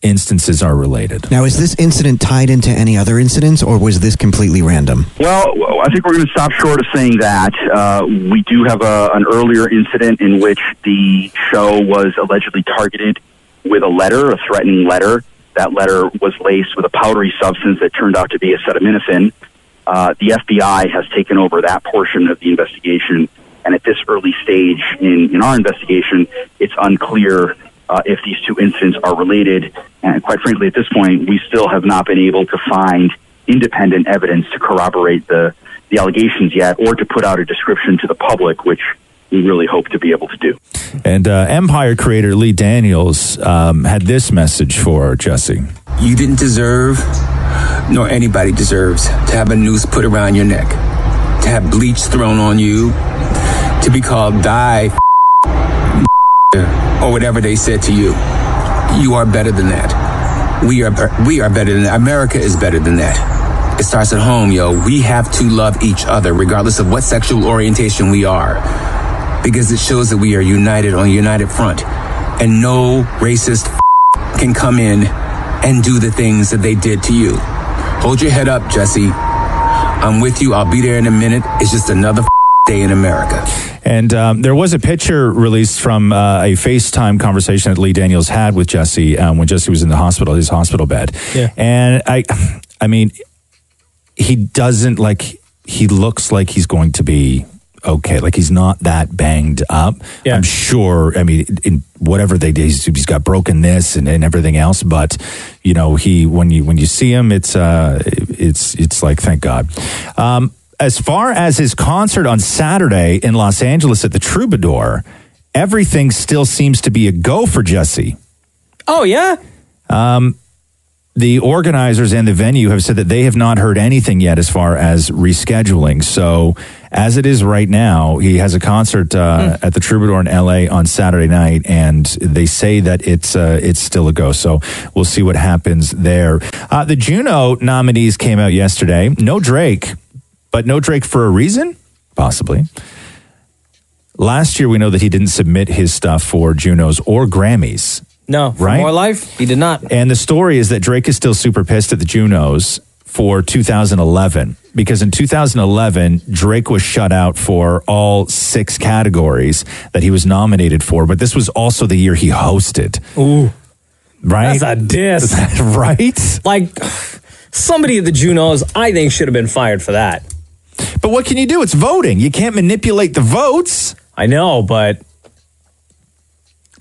Speaker 3: instances are related.
Speaker 6: Now, is this incident tied into any other incidents, or was this completely random?
Speaker 4: Well, I think we're going to stop short of saying that. Uh, we do have a, an earlier incident in which the show was allegedly targeted with a letter, a threatening letter. That letter was laced with a powdery substance that turned out to be acetaminophen. Uh, the FBI has taken over that portion of the investigation, and at this early stage in, in our investigation, it's unclear uh, if these two incidents are related. And quite frankly, at this point, we still have not been able to find independent evidence to corroborate the, the allegations yet or to put out a description to the public, which we really hope to be able to do.
Speaker 3: And uh, Empire creator Lee Daniels um, had this message for Jesse.
Speaker 29: You didn't deserve, nor anybody deserves, to have a noose put around your neck, to have bleach thrown on you, to be called thy or whatever they said to you. You are better than that. We are we are better than that. America is better than that. It starts at home, yo. We have to love each other, regardless of what sexual orientation we are, because it shows that we are united on a united front, and no racist can come in and do the things that they did to you. Hold your head up, Jesse. I'm with you. I'll be there in a minute. It's just another day in America.
Speaker 3: And um, there was a picture released from uh, a FaceTime conversation that Lee Daniels had with Jesse um, when Jesse was in the hospital, his hospital bed.
Speaker 10: Yeah.
Speaker 3: And I, I mean, he doesn't like. He looks like he's going to be okay. Like he's not that banged up. Yeah. I'm sure. I mean, in whatever they did, he's, he's got broken this and, and everything else. But you know, he when you when you see him, it's uh, it's it's like thank God. Um, as far as his concert on Saturday in Los Angeles at the Troubadour, everything still seems to be a go for Jesse.
Speaker 2: Oh, yeah?
Speaker 3: Um, the organizers and the venue have said that they have not heard anything yet as far as rescheduling. So, as it is right now, he has a concert uh, at the Troubadour in LA on Saturday night, and they say that it's uh, it's still a go. So, we'll see what happens there. Uh, the Juno nominees came out yesterday. No Drake, but no Drake for a reason, possibly. Last year, we know that he didn't submit his stuff for Junos or Grammys.
Speaker 2: No, for
Speaker 3: Right?
Speaker 2: More Life, he did not.
Speaker 3: And the story is that Drake is still super pissed at the Junos for 2011 because in 2011 Drake was shut out for all six categories that he was nominated for, but this was also the year he hosted.
Speaker 2: Ooh.
Speaker 3: Right?
Speaker 2: That's a diss.
Speaker 3: right?
Speaker 2: Like, somebody at the Junos, I think, should have been fired for that.
Speaker 3: But what can you do? It's voting. You can't manipulate the votes.
Speaker 2: I know, but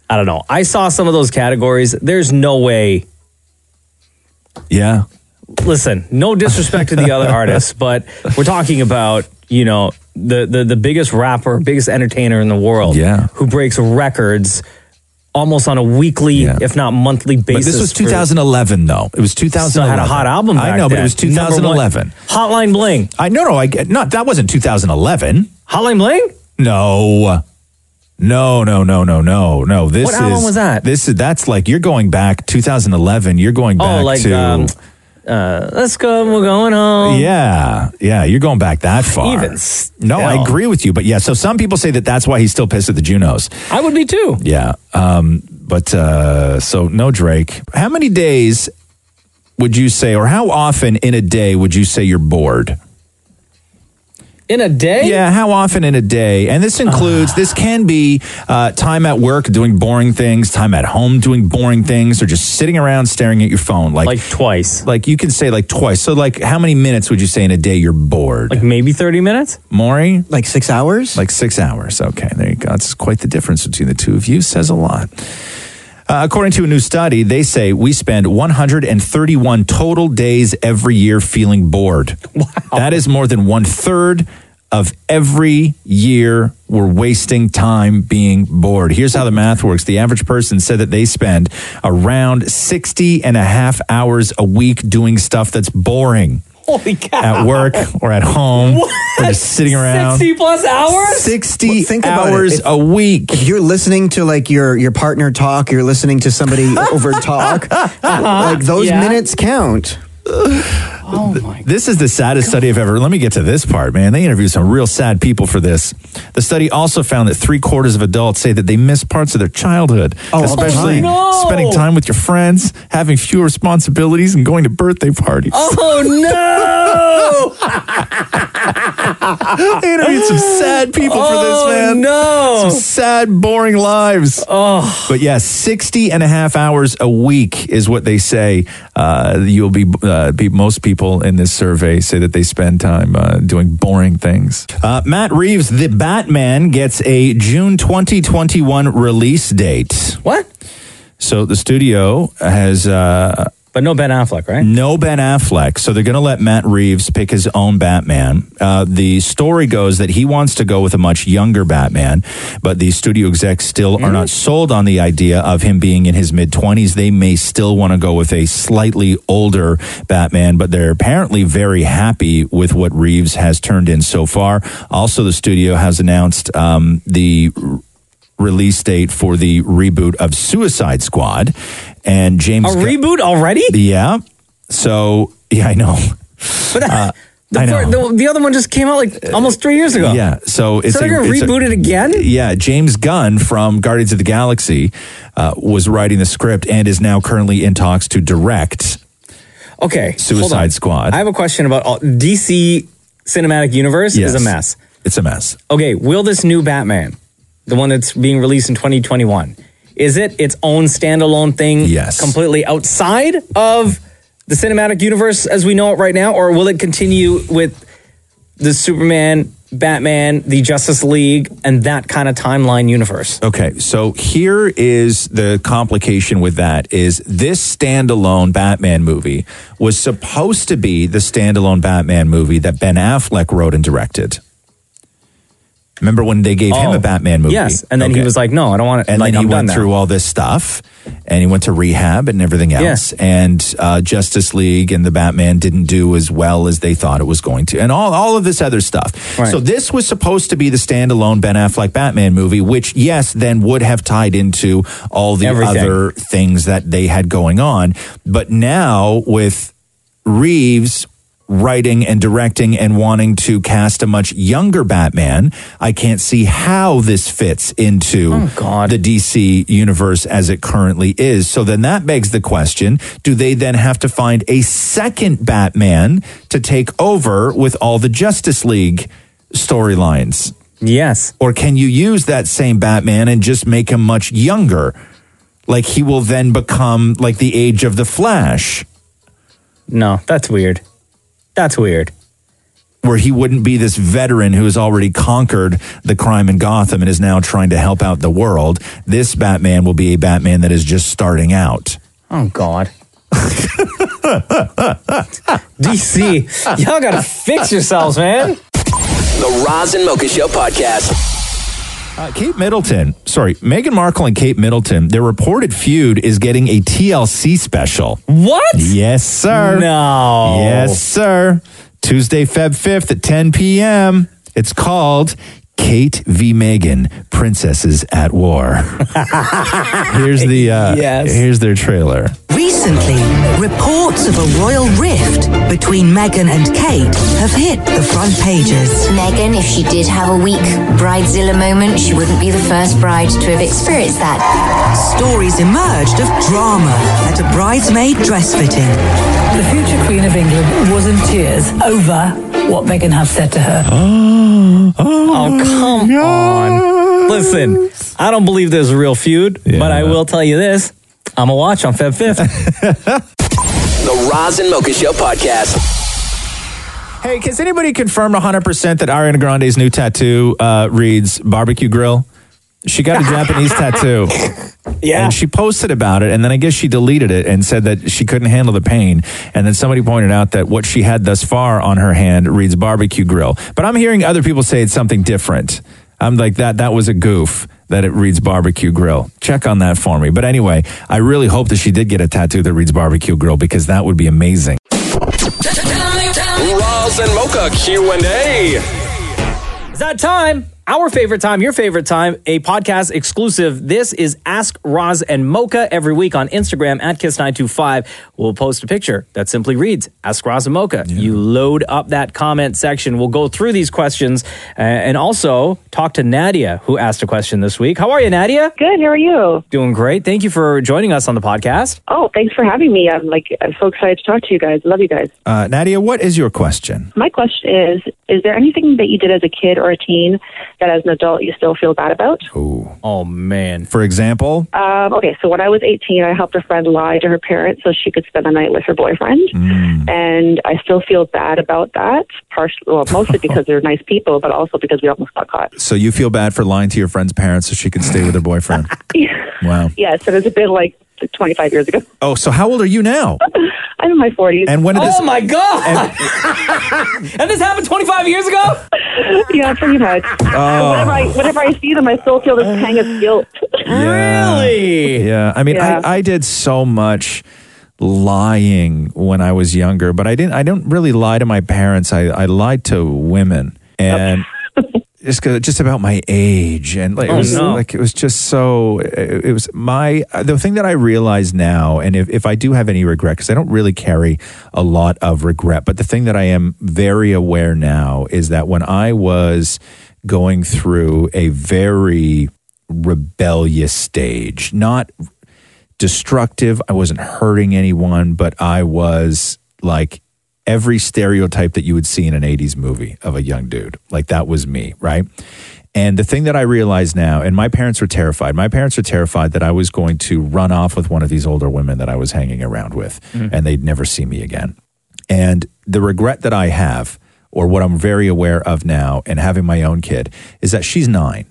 Speaker 2: I don't know. I saw some of those categories. There's no way.
Speaker 3: Yeah.
Speaker 2: Listen, no disrespect to the other artists, but we're talking about, you know, the, the, the biggest rapper, biggest entertainer in the world.
Speaker 3: Yeah.
Speaker 2: Who breaks records almost on a weekly, if not monthly
Speaker 3: But
Speaker 2: basis.
Speaker 3: this was
Speaker 2: for-
Speaker 3: 2011 though. It was 2011.
Speaker 2: Still had a hot album
Speaker 3: I
Speaker 2: back
Speaker 3: know, but
Speaker 2: then.
Speaker 3: it was
Speaker 2: Number one.
Speaker 3: 2011.
Speaker 2: Hotline Bling.
Speaker 3: I no no. I get not that wasn't 2011.
Speaker 2: Hotline Bling.
Speaker 3: No. No, no, no, no, no, no. This
Speaker 2: What
Speaker 3: is
Speaker 2: album was that?
Speaker 3: This is that's like you're going back 2011. You're going
Speaker 2: Oh,
Speaker 3: back
Speaker 2: like,
Speaker 3: to
Speaker 2: um, uh, let's go. We're going home.
Speaker 3: Yeah, yeah, you're going back that far.
Speaker 2: Even
Speaker 3: no, I agree with you, but yeah. So some people say that that's why he's still pissed at the Junos.
Speaker 2: I would be too.
Speaker 3: Yeah, um, but uh, so no Drake. How many days would you say, or how often in a day would you say you're bored?
Speaker 2: In a day?
Speaker 3: Yeah, how often in a day? And this includes, this can be uh, time at work doing boring things, time at home doing boring things, or just sitting around staring at your phone. Like, like
Speaker 2: twice.
Speaker 3: Like you can say like twice. So, like, how many minutes would you say in a day you're bored? Like
Speaker 2: maybe 30 minutes?
Speaker 3: Maury?
Speaker 6: Like six hours?
Speaker 3: Like six hours. Okay, there you go. That's quite the difference between the two of you. Says a lot. Uh, according to a new study, they say we spend 131 total days every year feeling bored. Wow. That is more than one third of every year we're wasting time being bored. Here's how the math works. The average person said that they spend around 60 and a half hours a week doing stuff that's boring.
Speaker 2: Holy cow.
Speaker 3: At work or at home, or just sitting around.
Speaker 2: 60 plus hours?
Speaker 3: 60
Speaker 6: think
Speaker 3: hours
Speaker 6: a
Speaker 3: week.
Speaker 6: If you're listening to like your your partner talk, you're listening to somebody over talk.
Speaker 3: Uh-huh.
Speaker 6: Like those
Speaker 3: Yeah.
Speaker 6: minutes count.
Speaker 3: This is the saddest study I've ever. Let me get to this part, man. They interviewed some real sad people for this. The study also found that three quarters of adults say that they miss parts of their childhood,
Speaker 10: Oh, all the
Speaker 3: especially
Speaker 10: time. No.
Speaker 3: spending time with your friends, having fewer responsibilities, and going to birthday parties.
Speaker 2: Oh
Speaker 3: no! they interviewed some sad people for this, man.
Speaker 2: Oh, No.
Speaker 3: Some sad, boring lives.
Speaker 2: Oh.
Speaker 3: But yeah, 60 and a half hours a week is what they say. Uh, you'll be, uh, be, most people in this survey say that they spend time uh, doing boring things. Uh, Matt Reeves, the Batman, gets a June 2021 release date.
Speaker 2: What?
Speaker 3: So the studio has. Uh,
Speaker 2: but no Ben Affleck, right?
Speaker 3: No Ben Affleck. So they're going to let Matt Reeves pick his own Batman. Uh, the story goes that he wants to go with a much younger Batman, but the studio execs still are
Speaker 2: Mm.
Speaker 3: not sold on the idea of him being in his mid 20s. They may still want to go with a slightly older Batman, but they're apparently very happy with what Reeves has turned in so far. Also, the studio has announced um, the release date for the reboot of Suicide Squad. And James
Speaker 2: A reboot already?
Speaker 3: Yeah. So yeah, I know.
Speaker 2: But
Speaker 3: Uh,
Speaker 2: the,
Speaker 3: I know. Uh,
Speaker 2: the, the other one just came out like almost three years ago.
Speaker 3: Yeah, so it's
Speaker 2: so they're
Speaker 3: a-
Speaker 2: gonna
Speaker 3: it's a-
Speaker 2: reboot it again.
Speaker 3: Yeah, James Gunn from Guardians of the Galaxy uh, was writing the script and is now currently in talks to direct.
Speaker 2: Okay, hold on.
Speaker 3: Suicide Squad.
Speaker 2: I have a question about all, DC cinematic universe
Speaker 3: Yes.
Speaker 2: is a mess.
Speaker 3: It's a mess.
Speaker 2: Okay, will this new Batman, the one that's being released in 2021, is it its own standalone thing? Yes, completely outside of the cinematic universe as we know it right now, or will it continue with the Superman, Batman, the Justice League, and that kind of timeline universe?
Speaker 3: Okay, so here is the complication with that is this standalone Batman movie was supposed to be the standalone Batman movie that Ben Affleck wrote and directed. Remember when they gave him
Speaker 2: Oh,
Speaker 3: a Batman movie?
Speaker 2: yes, and then he was like, "No, I don't want it."
Speaker 3: And
Speaker 2: like,
Speaker 3: then he
Speaker 2: I'm done
Speaker 3: went
Speaker 2: now.
Speaker 3: through all this stuff, and he went to rehab and everything
Speaker 2: Yeah.
Speaker 3: else. And uh, Justice League and the Batman didn't do as well as they thought it was going to, and all all of this other stuff.
Speaker 10: Right.
Speaker 3: So this was supposed to be the standalone Ben Affleck Batman movie, which yes, then would have tied into all the
Speaker 10: Everything.
Speaker 3: other things that they had going on. But now with Reeves writing and directing and wanting to cast a much younger Batman, I can't see how this fits into the DC universe as it currently is. So then that begs the question do they then have to find a second Batman to take over with all the Justice League storylines?
Speaker 2: Yes.
Speaker 3: Or can you use that same Batman and just make him much younger? Like he will then become like the age of the Flash.
Speaker 2: No, that's weird. That's weird.
Speaker 3: Where he wouldn't be this veteran who has already conquered the crime in Gotham and is now trying to help out the world. This Batman will be a Batman that is just starting out.
Speaker 2: Oh God. DC, y'all gotta fix yourselves, man.
Speaker 13: The Roz and Mocha Show podcast.
Speaker 3: Uh, Kate Middleton, sorry, Meghan Markle and Kate Middleton, their reported feud is getting a TLC special.
Speaker 2: What?
Speaker 3: Yes, sir.
Speaker 2: No.
Speaker 3: Yes, sir. Tuesday, Feb 5th at 10 p.m. It's called Kate v. Megan, Princesses at War. here's the uh, here's their trailer.
Speaker 15: Recently, reports of a royal rift between Meghan and Kate have hit the front pages.
Speaker 8: Megan, if she did have a weak bridezilla moment, she wouldn't be the first bride to have experienced that.
Speaker 15: Stories emerged of drama at a bridesmaid dress fitting.
Speaker 37: The future Queen of England was in tears over what Meghan had said to her.
Speaker 2: Oh, come on. Listen, I don't believe there's a real feud, but I will tell you this. I'm a watch on Feb 5th.
Speaker 1: The Roz and Mocha Show podcast.
Speaker 3: Hey, has anybody confirmed 100% that Ariana Grande's new tattoo uh, reads barbecue grill? She got a Japanese tattoo. Yeah. And she posted about it, and then I guess she deleted it and said that she couldn't handle the pain. And then somebody pointed out that what she had thus far on her hand reads barbecue grill. But I'm hearing other people say it's something different. I'm like, that, that was a goof that it reads barbecue grill. Check on that for me. But anyway, I really hope that she did get a tattoo that reads barbecue grill because that would be amazing.
Speaker 2: Roz and Mocha Q&A. It's that time. Our favorite time, your favorite time, a podcast exclusive. This is Ask Roz and Mocha every week on Instagram at Kiss925. We'll post a picture that simply reads Ask Roz and Mocha. You load up that comment section. We'll go through these questions uh, and also talk to Nadia, who asked a question this week. How are you, Nadia?
Speaker 9: Good. How are you?
Speaker 2: Doing great. Thank you for joining us on the podcast.
Speaker 9: Oh, thanks for having me. I'm like I'm so excited to talk to you guys. Love you guys.
Speaker 3: Uh, Nadia, what is your question?
Speaker 9: My question is: Is there anything that you did as a kid or a teen that, as an adult, you still feel bad about?
Speaker 2: Oh, man.
Speaker 3: For example,
Speaker 9: Um, okay, so when I was 18, I helped a friend lie to her parents so she could spend the night with her boyfriend, and I still feel bad about that. Partially, well, mostly because they're nice people, but also because we almost got caught.
Speaker 3: so you feel bad for lying to your friend's parents so she can stay with her boyfriend. wow.
Speaker 9: Yes, and it's been like 25 years ago.
Speaker 3: Oh, so how old are you now?
Speaker 9: I'm in my 40s.
Speaker 3: And when did
Speaker 9: Oh,
Speaker 3: this?
Speaker 2: god! and this happened 25 years ago?
Speaker 9: yeah, pretty much.
Speaker 3: Oh.
Speaker 9: Whenever, I, whenever I see them, I still feel this pang of guilt.
Speaker 3: Really? Yeah. I mean,
Speaker 9: Yeah.
Speaker 3: I, I did so much lying when I was younger, but I didn't. I don't really lie to my parents. I, I lied to women and. Just, 'cause- just about my age, and like, it
Speaker 38: Oh,
Speaker 3: was,
Speaker 38: no.
Speaker 3: like it was just so. It, it was my the thing that I realize now, and if, if I do have any regret, because I don't really carry a lot of regret, but the thing that I am very aware now is that when I was going through a very rebellious stage. Not destructive. I wasn't hurting anyone, but I was like every stereotype that you would see in an 80s movie of a young dude. Like that was me, right? And the thing that I realize now, and my parents were terrified. My parents were terrified that I was going to run off with one of these older women that I was hanging around with and they'd never see me again. And the regret that I have, or what I'm very aware of now, and having my own kid, is that she's nine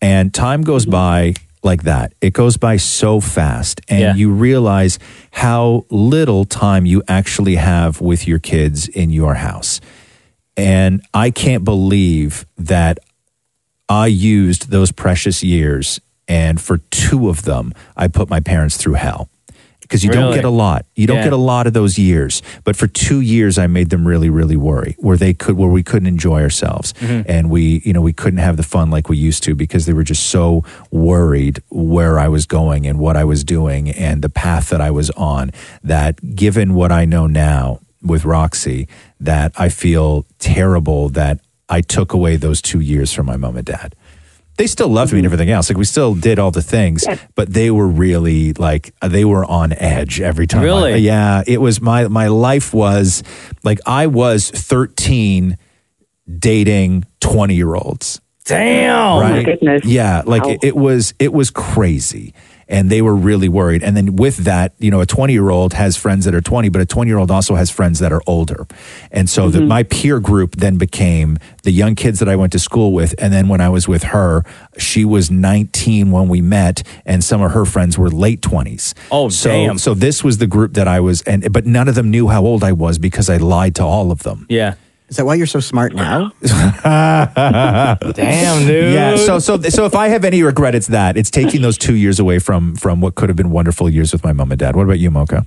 Speaker 3: and time goes by like that it goes by so fast and you realize how little time you actually have with your kids in your house and i can't believe that i used those precious years and for two of them i put my parents through hell because you don't
Speaker 38: Really?
Speaker 3: get a lot you don't
Speaker 38: Yeah.
Speaker 3: get a lot of those years but for two years i made them really really worry where they could where we couldn't enjoy ourselves
Speaker 38: Mhm.
Speaker 3: and we you know we couldn't have the fun like we used to because they were just so worried where i was going and what i was doing and the path that i was on that given what i know now with roxy that i feel terrible that i took away those two years from my mom and dad they still loved me and
Speaker 2: Mm-hmm.
Speaker 3: everything else. Like we still did all the things, but they were really like uh, they were on edge every time.
Speaker 38: Really?
Speaker 3: I- yeah, it was my my life was like I was 13 dating 20 year olds.
Speaker 2: Damn.
Speaker 3: Right?
Speaker 2: Oh, my goodness.
Speaker 3: Yeah, like
Speaker 2: Wow.
Speaker 3: it, it was it was crazy. And they were really worried. And then with that, you know, a 20 year old has friends that are 20, but a 20 year old also has friends that are older. And so the, my peer group then became the young kids that I went to school with. And then when I was with her, she was 19 when we met, and some of her friends were late 20s.
Speaker 2: Oh,
Speaker 3: so,
Speaker 2: damn.
Speaker 3: So this was the group that I was, and but none of them knew how old I was because I lied to all of them.
Speaker 2: Yeah.
Speaker 3: Is that why you're so smart now?
Speaker 2: Damn, dude.
Speaker 3: Yeah. So so so if I have any regret, it's that it's taking those two years away from from what could have been wonderful years with my mom and dad. What about you, Mocha?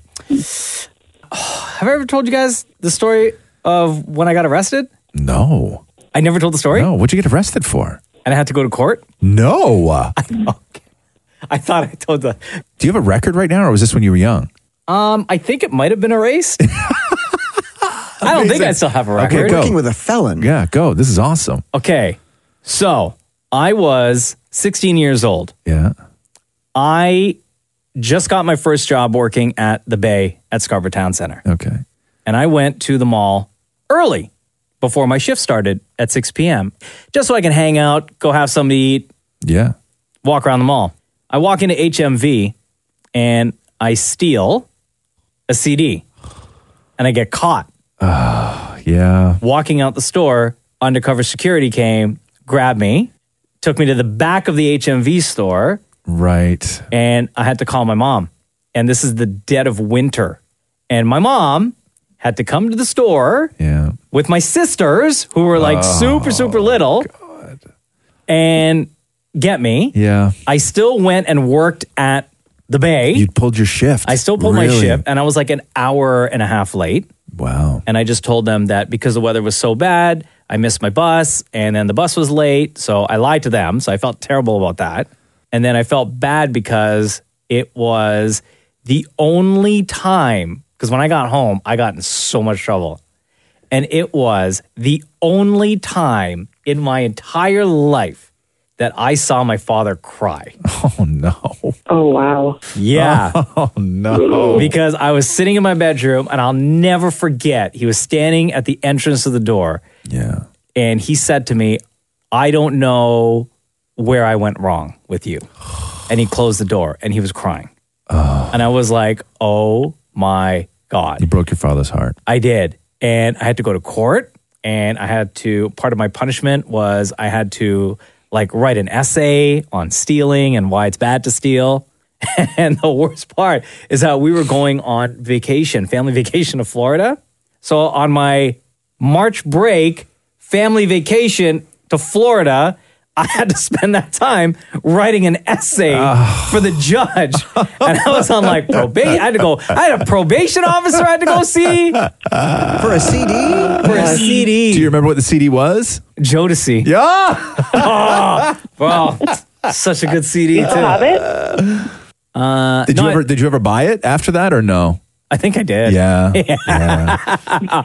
Speaker 2: Have I ever told you guys the story of when I got arrested?
Speaker 3: No. Oh.
Speaker 2: I never told the story?
Speaker 3: No. What'd you get arrested for?
Speaker 2: And I had to go to court?
Speaker 3: No.
Speaker 2: I thought I told the.
Speaker 3: Do you have a record right now, or was this when you were young?
Speaker 2: Um, I think it might have been erased. I don't think I still have a record.
Speaker 3: Okay, go.
Speaker 2: with
Speaker 3: a felon. Yeah, go. This is awesome.
Speaker 2: Okay. So I was 16 years old.
Speaker 3: Yeah.
Speaker 2: I just got my first job working at the Bay at Scarborough Town Center.
Speaker 3: Okay.
Speaker 2: And I went to the mall early before my shift started at 6 p.m. just so I can hang out, go have something to eat,
Speaker 3: Yeah.
Speaker 2: walk around the mall. I walk into HMV and I steal a CD and I get caught.
Speaker 3: Yeah.
Speaker 2: Walking out the store, undercover security came, grabbed me, took me to the back of the HMV store,
Speaker 3: Right.
Speaker 2: and I had to call my mom. And this is the dead of winter. And my mom had to come to the store with my sisters, who were like
Speaker 3: Oh,
Speaker 2: super, super little, and get me.
Speaker 3: Yeah.
Speaker 2: I still went and worked at the Bay. You
Speaker 3: pulled your shift.
Speaker 2: I still pulled my
Speaker 3: Really?
Speaker 2: shift, and I was like an hour and a half late.
Speaker 3: Wow.
Speaker 2: And I just told them that because the weather was so bad, I missed my bus, and then the bus was late. So I lied to them. So I felt terrible about that. And then I felt bad because it was the only time, because when I got home, I got in so much trouble. And it was the only time in my entire life that I saw my father cry.
Speaker 36: Oh, wow.
Speaker 2: Yeah.
Speaker 3: Oh, no.
Speaker 2: Because I was sitting in my bedroom and I'll never forget, he was standing at the entrance of the door.
Speaker 3: Yeah.
Speaker 2: And he said to me, I don't know where I went wrong with you. And he closed the door and he was crying. And I was like, oh my God. You
Speaker 3: broke your father's heart.
Speaker 2: I did. And I had to go to court and I had to, part of my punishment was I had to like write an essay on stealing and why it's bad to steal. And the worst part is that we were going on vacation, family vacation to Florida. So on my March break, family vacation to Florida, I had to spend that time writing an essay for the judge. And I was on like probation. I had to go, I had a probation officer I had to go see.
Speaker 6: For a CD?
Speaker 2: For a CD.
Speaker 3: Do you remember what the CD was?
Speaker 2: Jodeci.
Speaker 3: Yeah.
Speaker 2: oh, wow. Such a good CD, too.
Speaker 3: You still have
Speaker 2: it? Uh,
Speaker 3: Did
Speaker 2: no,
Speaker 3: you
Speaker 2: I-
Speaker 3: ever did you ever buy it after that or no?
Speaker 2: I think I did. Ah.
Speaker 3: Yeah. yeah.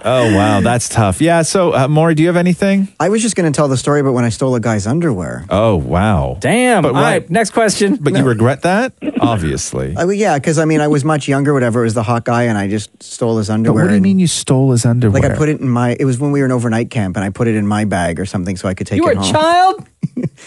Speaker 3: oh wow, that's tough. Yeah. So, uh, Maury, do you have anything?
Speaker 6: I was just going to tell the story about when I stole a guy's underwear.
Speaker 3: Oh wow.
Speaker 2: Damn.
Speaker 3: But
Speaker 6: all
Speaker 3: why-
Speaker 6: right,
Speaker 2: next question.
Speaker 3: But you regret that, obviously.
Speaker 6: I, well, yeah, because I mean, I was much younger, whatever. It was the hot guy, and I just stole his
Speaker 3: But
Speaker 6: underwear.
Speaker 3: what do you mean you stole his underwear?
Speaker 6: Like I put it in my. It was when we were in overnight camp, and I put it in my bag or something so I could take
Speaker 2: You were
Speaker 6: it
Speaker 2: a
Speaker 6: home.
Speaker 2: child.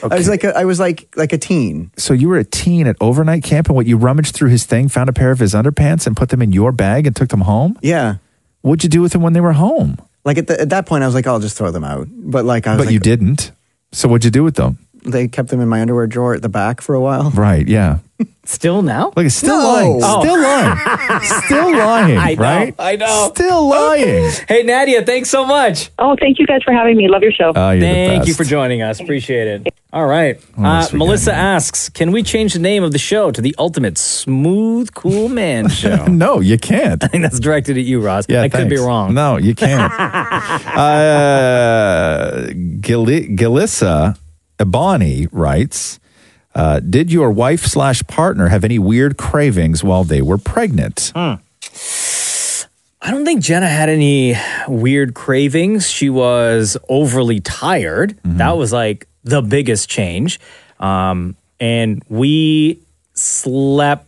Speaker 6: I was like a, I was like like a teen.
Speaker 3: So you were a teen at overnight camp, and what you rummaged through his thing, found a pair of his underpants, and put them in your bag and took them home.
Speaker 6: Yeah.
Speaker 3: What'd you do with them when they were home?
Speaker 6: Like at, the, at that point, I was like, I'll just throw them out. But like I was
Speaker 3: But
Speaker 6: like,
Speaker 3: you didn't. So what'd you do with them?
Speaker 6: they kept them in my underwear drawer at the back for a while.
Speaker 3: Right. Yeah.
Speaker 2: Still now?
Speaker 3: Like it's still
Speaker 6: No.
Speaker 3: lying.
Speaker 6: Oh.
Speaker 3: Still lying. still lying.
Speaker 2: I know,
Speaker 3: right.
Speaker 2: I know.
Speaker 3: Still lying.
Speaker 2: hey, Nadia, thanks so much.
Speaker 36: Oh, thank you guys for having me. Love your show.
Speaker 3: Oh, you're the
Speaker 2: Thank you
Speaker 3: best.
Speaker 2: for joining us. Appreciate it. All right.
Speaker 3: What
Speaker 2: Uh,
Speaker 3: else we got
Speaker 2: Melissa asks Can we change the name of the show to the Ultimate Smooth Cool Man Show?
Speaker 3: no, you can't. I
Speaker 2: think that's directed at you, Ross.
Speaker 3: Yeah,
Speaker 2: I could be
Speaker 3: thanks.
Speaker 2: wrong.
Speaker 3: No, you can't. uh, Gili- Galissa Ebony writes, uh, "Did your wife slash partner have any weird cravings while they were pregnant?"
Speaker 2: Hmm. I don't think Jenna had any weird cravings. She was overly tired.
Speaker 3: Mm-hmm.
Speaker 2: That was like the biggest change. Um, and we slept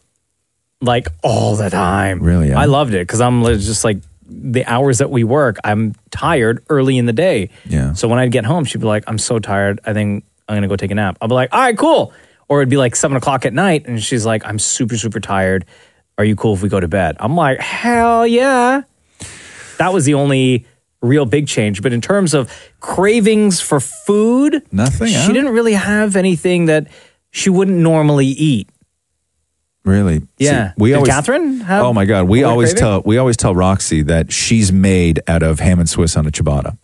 Speaker 2: like all the time. Really? I loved it because I'm li- just like the hours that we work, I'm tired early in the day. Yeah. So when I'd get home, she'd be like, I'm so tired. I think I'm going to go take a nap. I'll be like, all right, cool. Or it'd be like seven o'clock at night. And she's like, I'm super, super tired. Are you cool if we go to bed? I'm like, hell yeah. That was the only real big change. But in terms of cravings for food,
Speaker 3: nothing.
Speaker 2: She
Speaker 3: huh?
Speaker 2: didn't really have anything that she wouldn't normally eat.
Speaker 3: Really?
Speaker 2: Yeah.
Speaker 3: See, we
Speaker 2: Did
Speaker 3: always,
Speaker 2: Catherine have
Speaker 3: oh my God, we
Speaker 2: a
Speaker 3: always
Speaker 2: craving?
Speaker 3: tell we always tell Roxy that she's made out of ham and Swiss on a ciabatta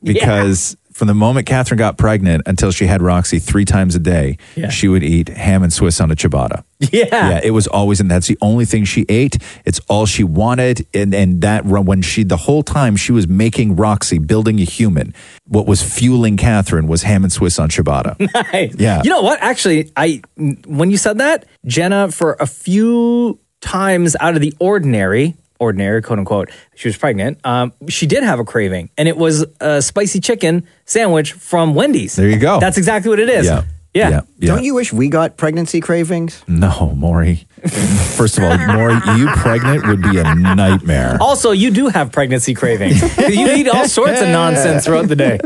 Speaker 3: because From the moment Catherine got pregnant until she had Roxy three times a day,
Speaker 10: Yeah.
Speaker 3: she would eat ham and Swiss on a ciabatta.
Speaker 10: Yeah.
Speaker 3: Yeah, it was always, and that's the only thing she ate. It's all she wanted, and and that ru- when she the whole time she was making Roxy, building a human. What was fueling Catherine was ham and Swiss on ciabatta.
Speaker 2: nice.
Speaker 3: Yeah.
Speaker 2: You know what? Actually, I when you said that, Jenna, for a few times out of the ordinary, ordinary quote unquote, she was pregnant. Um, she did have a craving, and it was a uh, spicy chicken sandwich from Wendy's. There
Speaker 3: you go.
Speaker 2: That's exactly what it is.
Speaker 3: Yeah.
Speaker 2: Yeah.
Speaker 3: Yeah.
Speaker 6: Don't you wish we got pregnancy cravings?
Speaker 3: No, Maury. First of all, Maury, you pregnant would be a nightmare.
Speaker 2: Also, you do have pregnancy cravings. you eat all sorts of nonsense throughout the day.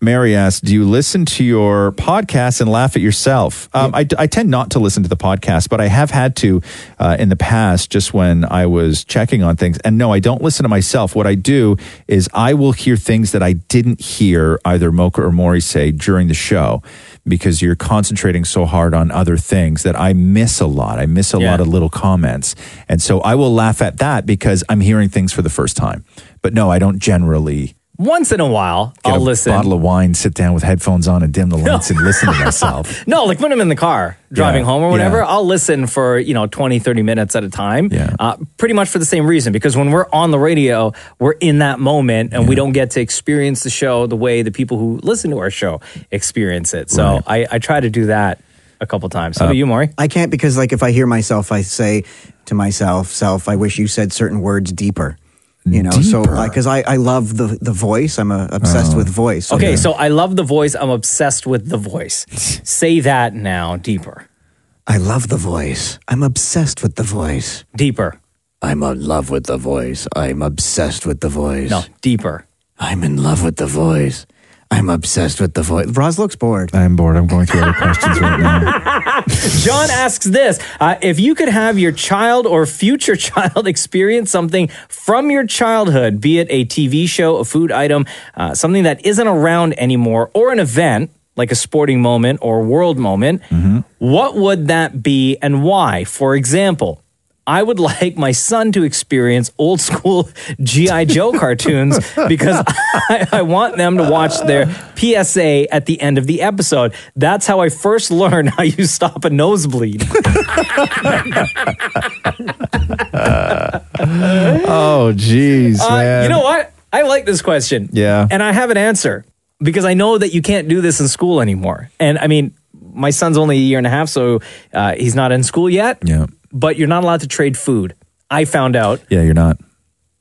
Speaker 3: Mary asked, "Do you listen to your podcast and laugh at yourself?" Um, I, I tend not to listen to the podcast, but I have had to uh, in the past, just when I was checking on things. And no, I don't listen to myself. What I do is I will hear things that I didn't hear either Mocha or Maury say during the show because you're concentrating so hard on other things that I miss a lot. I miss a lot of little comments, and so I will laugh at that because I'm hearing things for the first time. But no, I don't generally
Speaker 2: Once in a while,
Speaker 3: get a
Speaker 2: I'll listen.
Speaker 3: bottle of wine, sit down with headphones on, and dim the lights and listen to myself.
Speaker 2: No, like when I'm in the car driving
Speaker 3: Yeah,
Speaker 2: home or whatever,
Speaker 3: yeah.
Speaker 2: I'll listen for, you know, 20, 30 minutes at a time. Yeah. Uh, pretty much for the same reason, because when we're on the radio, we're in that moment and we don't get to experience the show the way the people who listen to our show experience it. So I, I try to do that a couple times. How
Speaker 3: Uh,
Speaker 6: Uh,
Speaker 2: about you, Maury?
Speaker 6: I can't because, like, if I hear myself, I say to myself, "Self, I wish you said certain words deeper." You know, so because I, I love the the voice, I'm uh, obsessed
Speaker 3: Uh-huh.
Speaker 6: with voice.
Speaker 2: Okay, so I love the voice. I'm obsessed with the voice. Say that now deeper.
Speaker 6: I love the voice. I'm obsessed with the voice.
Speaker 2: Deeper.
Speaker 6: I'm in love with the voice. I'm obsessed with the voice. No,
Speaker 2: deeper.
Speaker 6: I'm in love with the voice. I'm obsessed with the voice. Roz looks bored.
Speaker 3: I'm bored. I'm going through other questions right now.
Speaker 2: John asks this uh, If you could have your child or future child experience something from your childhood, be it a TV show, a food item, uh, something that isn't around anymore, or an event like a sporting moment or world moment, what would that be and why? For example, I would like my son to experience old school G.I. Joe cartoons because I, I want them to watch their PSA at the end of the episode. That's how I first learned how you stop a nosebleed.
Speaker 3: oh, jeez,
Speaker 2: Uh, you know what? I like this question.
Speaker 3: Yeah.
Speaker 2: And I have an answer because I know that you can't do this in school anymore. And I mean, my son's only a year and a half, so uh, he's not in school yet.
Speaker 3: Yeah.
Speaker 2: But you're not allowed to trade food. I found out.
Speaker 3: Yeah, you're not.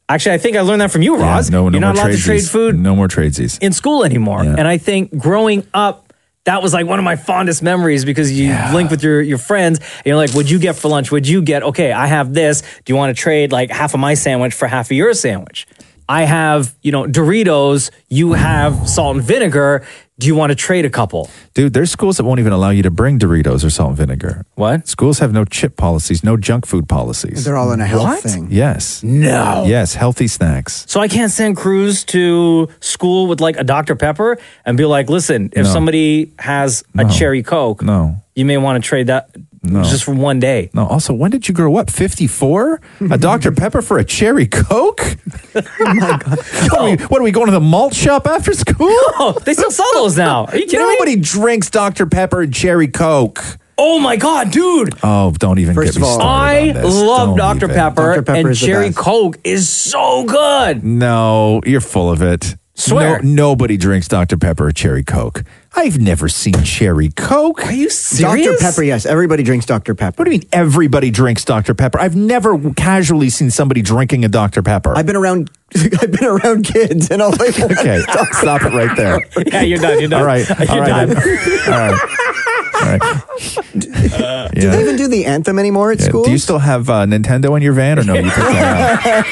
Speaker 2: Actually, I think I learned that from you, Roz.
Speaker 3: no, no
Speaker 2: you're not
Speaker 3: more
Speaker 2: allowed to trade
Speaker 3: tradesies.
Speaker 2: food
Speaker 3: No more tradesies.
Speaker 2: in school anymore. And I think growing up, that was like one of my fondest memories because you link with your, your friends and you're like, what'd you get for lunch? What'd you get? Okay, I have this. Do you want to trade like half of my sandwich for half of your sandwich? I have, you know, Doritos. You have salt and vinegar. Do you want to trade a couple?
Speaker 3: Dude, there's schools that won't even allow you to bring Doritos or salt and vinegar.
Speaker 2: What?
Speaker 3: Schools have no chip policies, no junk food policies.
Speaker 6: They're all in a health What? thing.
Speaker 3: Yes.
Speaker 2: No.
Speaker 3: Yes, healthy snacks.
Speaker 2: So I can't send Cruz to school with like a Dr. Pepper and be like, listen, if
Speaker 3: No.
Speaker 2: somebody has a
Speaker 3: No.
Speaker 2: cherry Coke,
Speaker 3: No.
Speaker 2: you may want to trade that
Speaker 3: No.
Speaker 2: just for one day.
Speaker 3: No. Also, when did you grow up? 54? A Dr. Pepper for a cherry Coke? oh my God. What, are we, what are we, going to the malt shop after school?
Speaker 2: No, they still sell those now. Are you kidding
Speaker 3: Nobody drinks Dr. Pepper and cherry Coke.
Speaker 2: Oh my God, dude.
Speaker 3: Oh, don't even
Speaker 2: First
Speaker 3: get me
Speaker 2: of all,
Speaker 3: started
Speaker 2: I
Speaker 3: on this.
Speaker 2: love
Speaker 3: Don't
Speaker 2: Dr.
Speaker 3: even.
Speaker 2: Pepper, and Cherry Coke is so good.
Speaker 3: No, you're full of it.
Speaker 2: Swear.
Speaker 3: No- nobody drinks Dr. Pepper or cherry Coke. I've never seen cherry Coke. Are
Speaker 2: you
Speaker 6: Dr. Pepper, yes. Everybody drinks Dr. Pepper.
Speaker 3: What do you mean everybody drinks Dr. Pepper? I've never casually seen somebody drinking a Dr. Pepper.
Speaker 6: I've been around. I've been around kids, and all I want
Speaker 3: Okay,
Speaker 6: is Dr.
Speaker 3: stop it right there.
Speaker 2: Yeah, you're done. You're done.
Speaker 3: All right.
Speaker 2: You're
Speaker 3: all right.
Speaker 2: done.
Speaker 3: All right. All right.
Speaker 6: Do
Speaker 3: Yeah.
Speaker 6: they even do the anthem anymore at
Speaker 3: Yeah.
Speaker 6: school?
Speaker 3: Do you still have uh, Nintendo in your van or no? You took that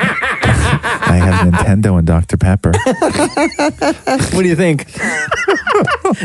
Speaker 3: out. I have Nintendo and Dr. Pepper.
Speaker 2: what do you think?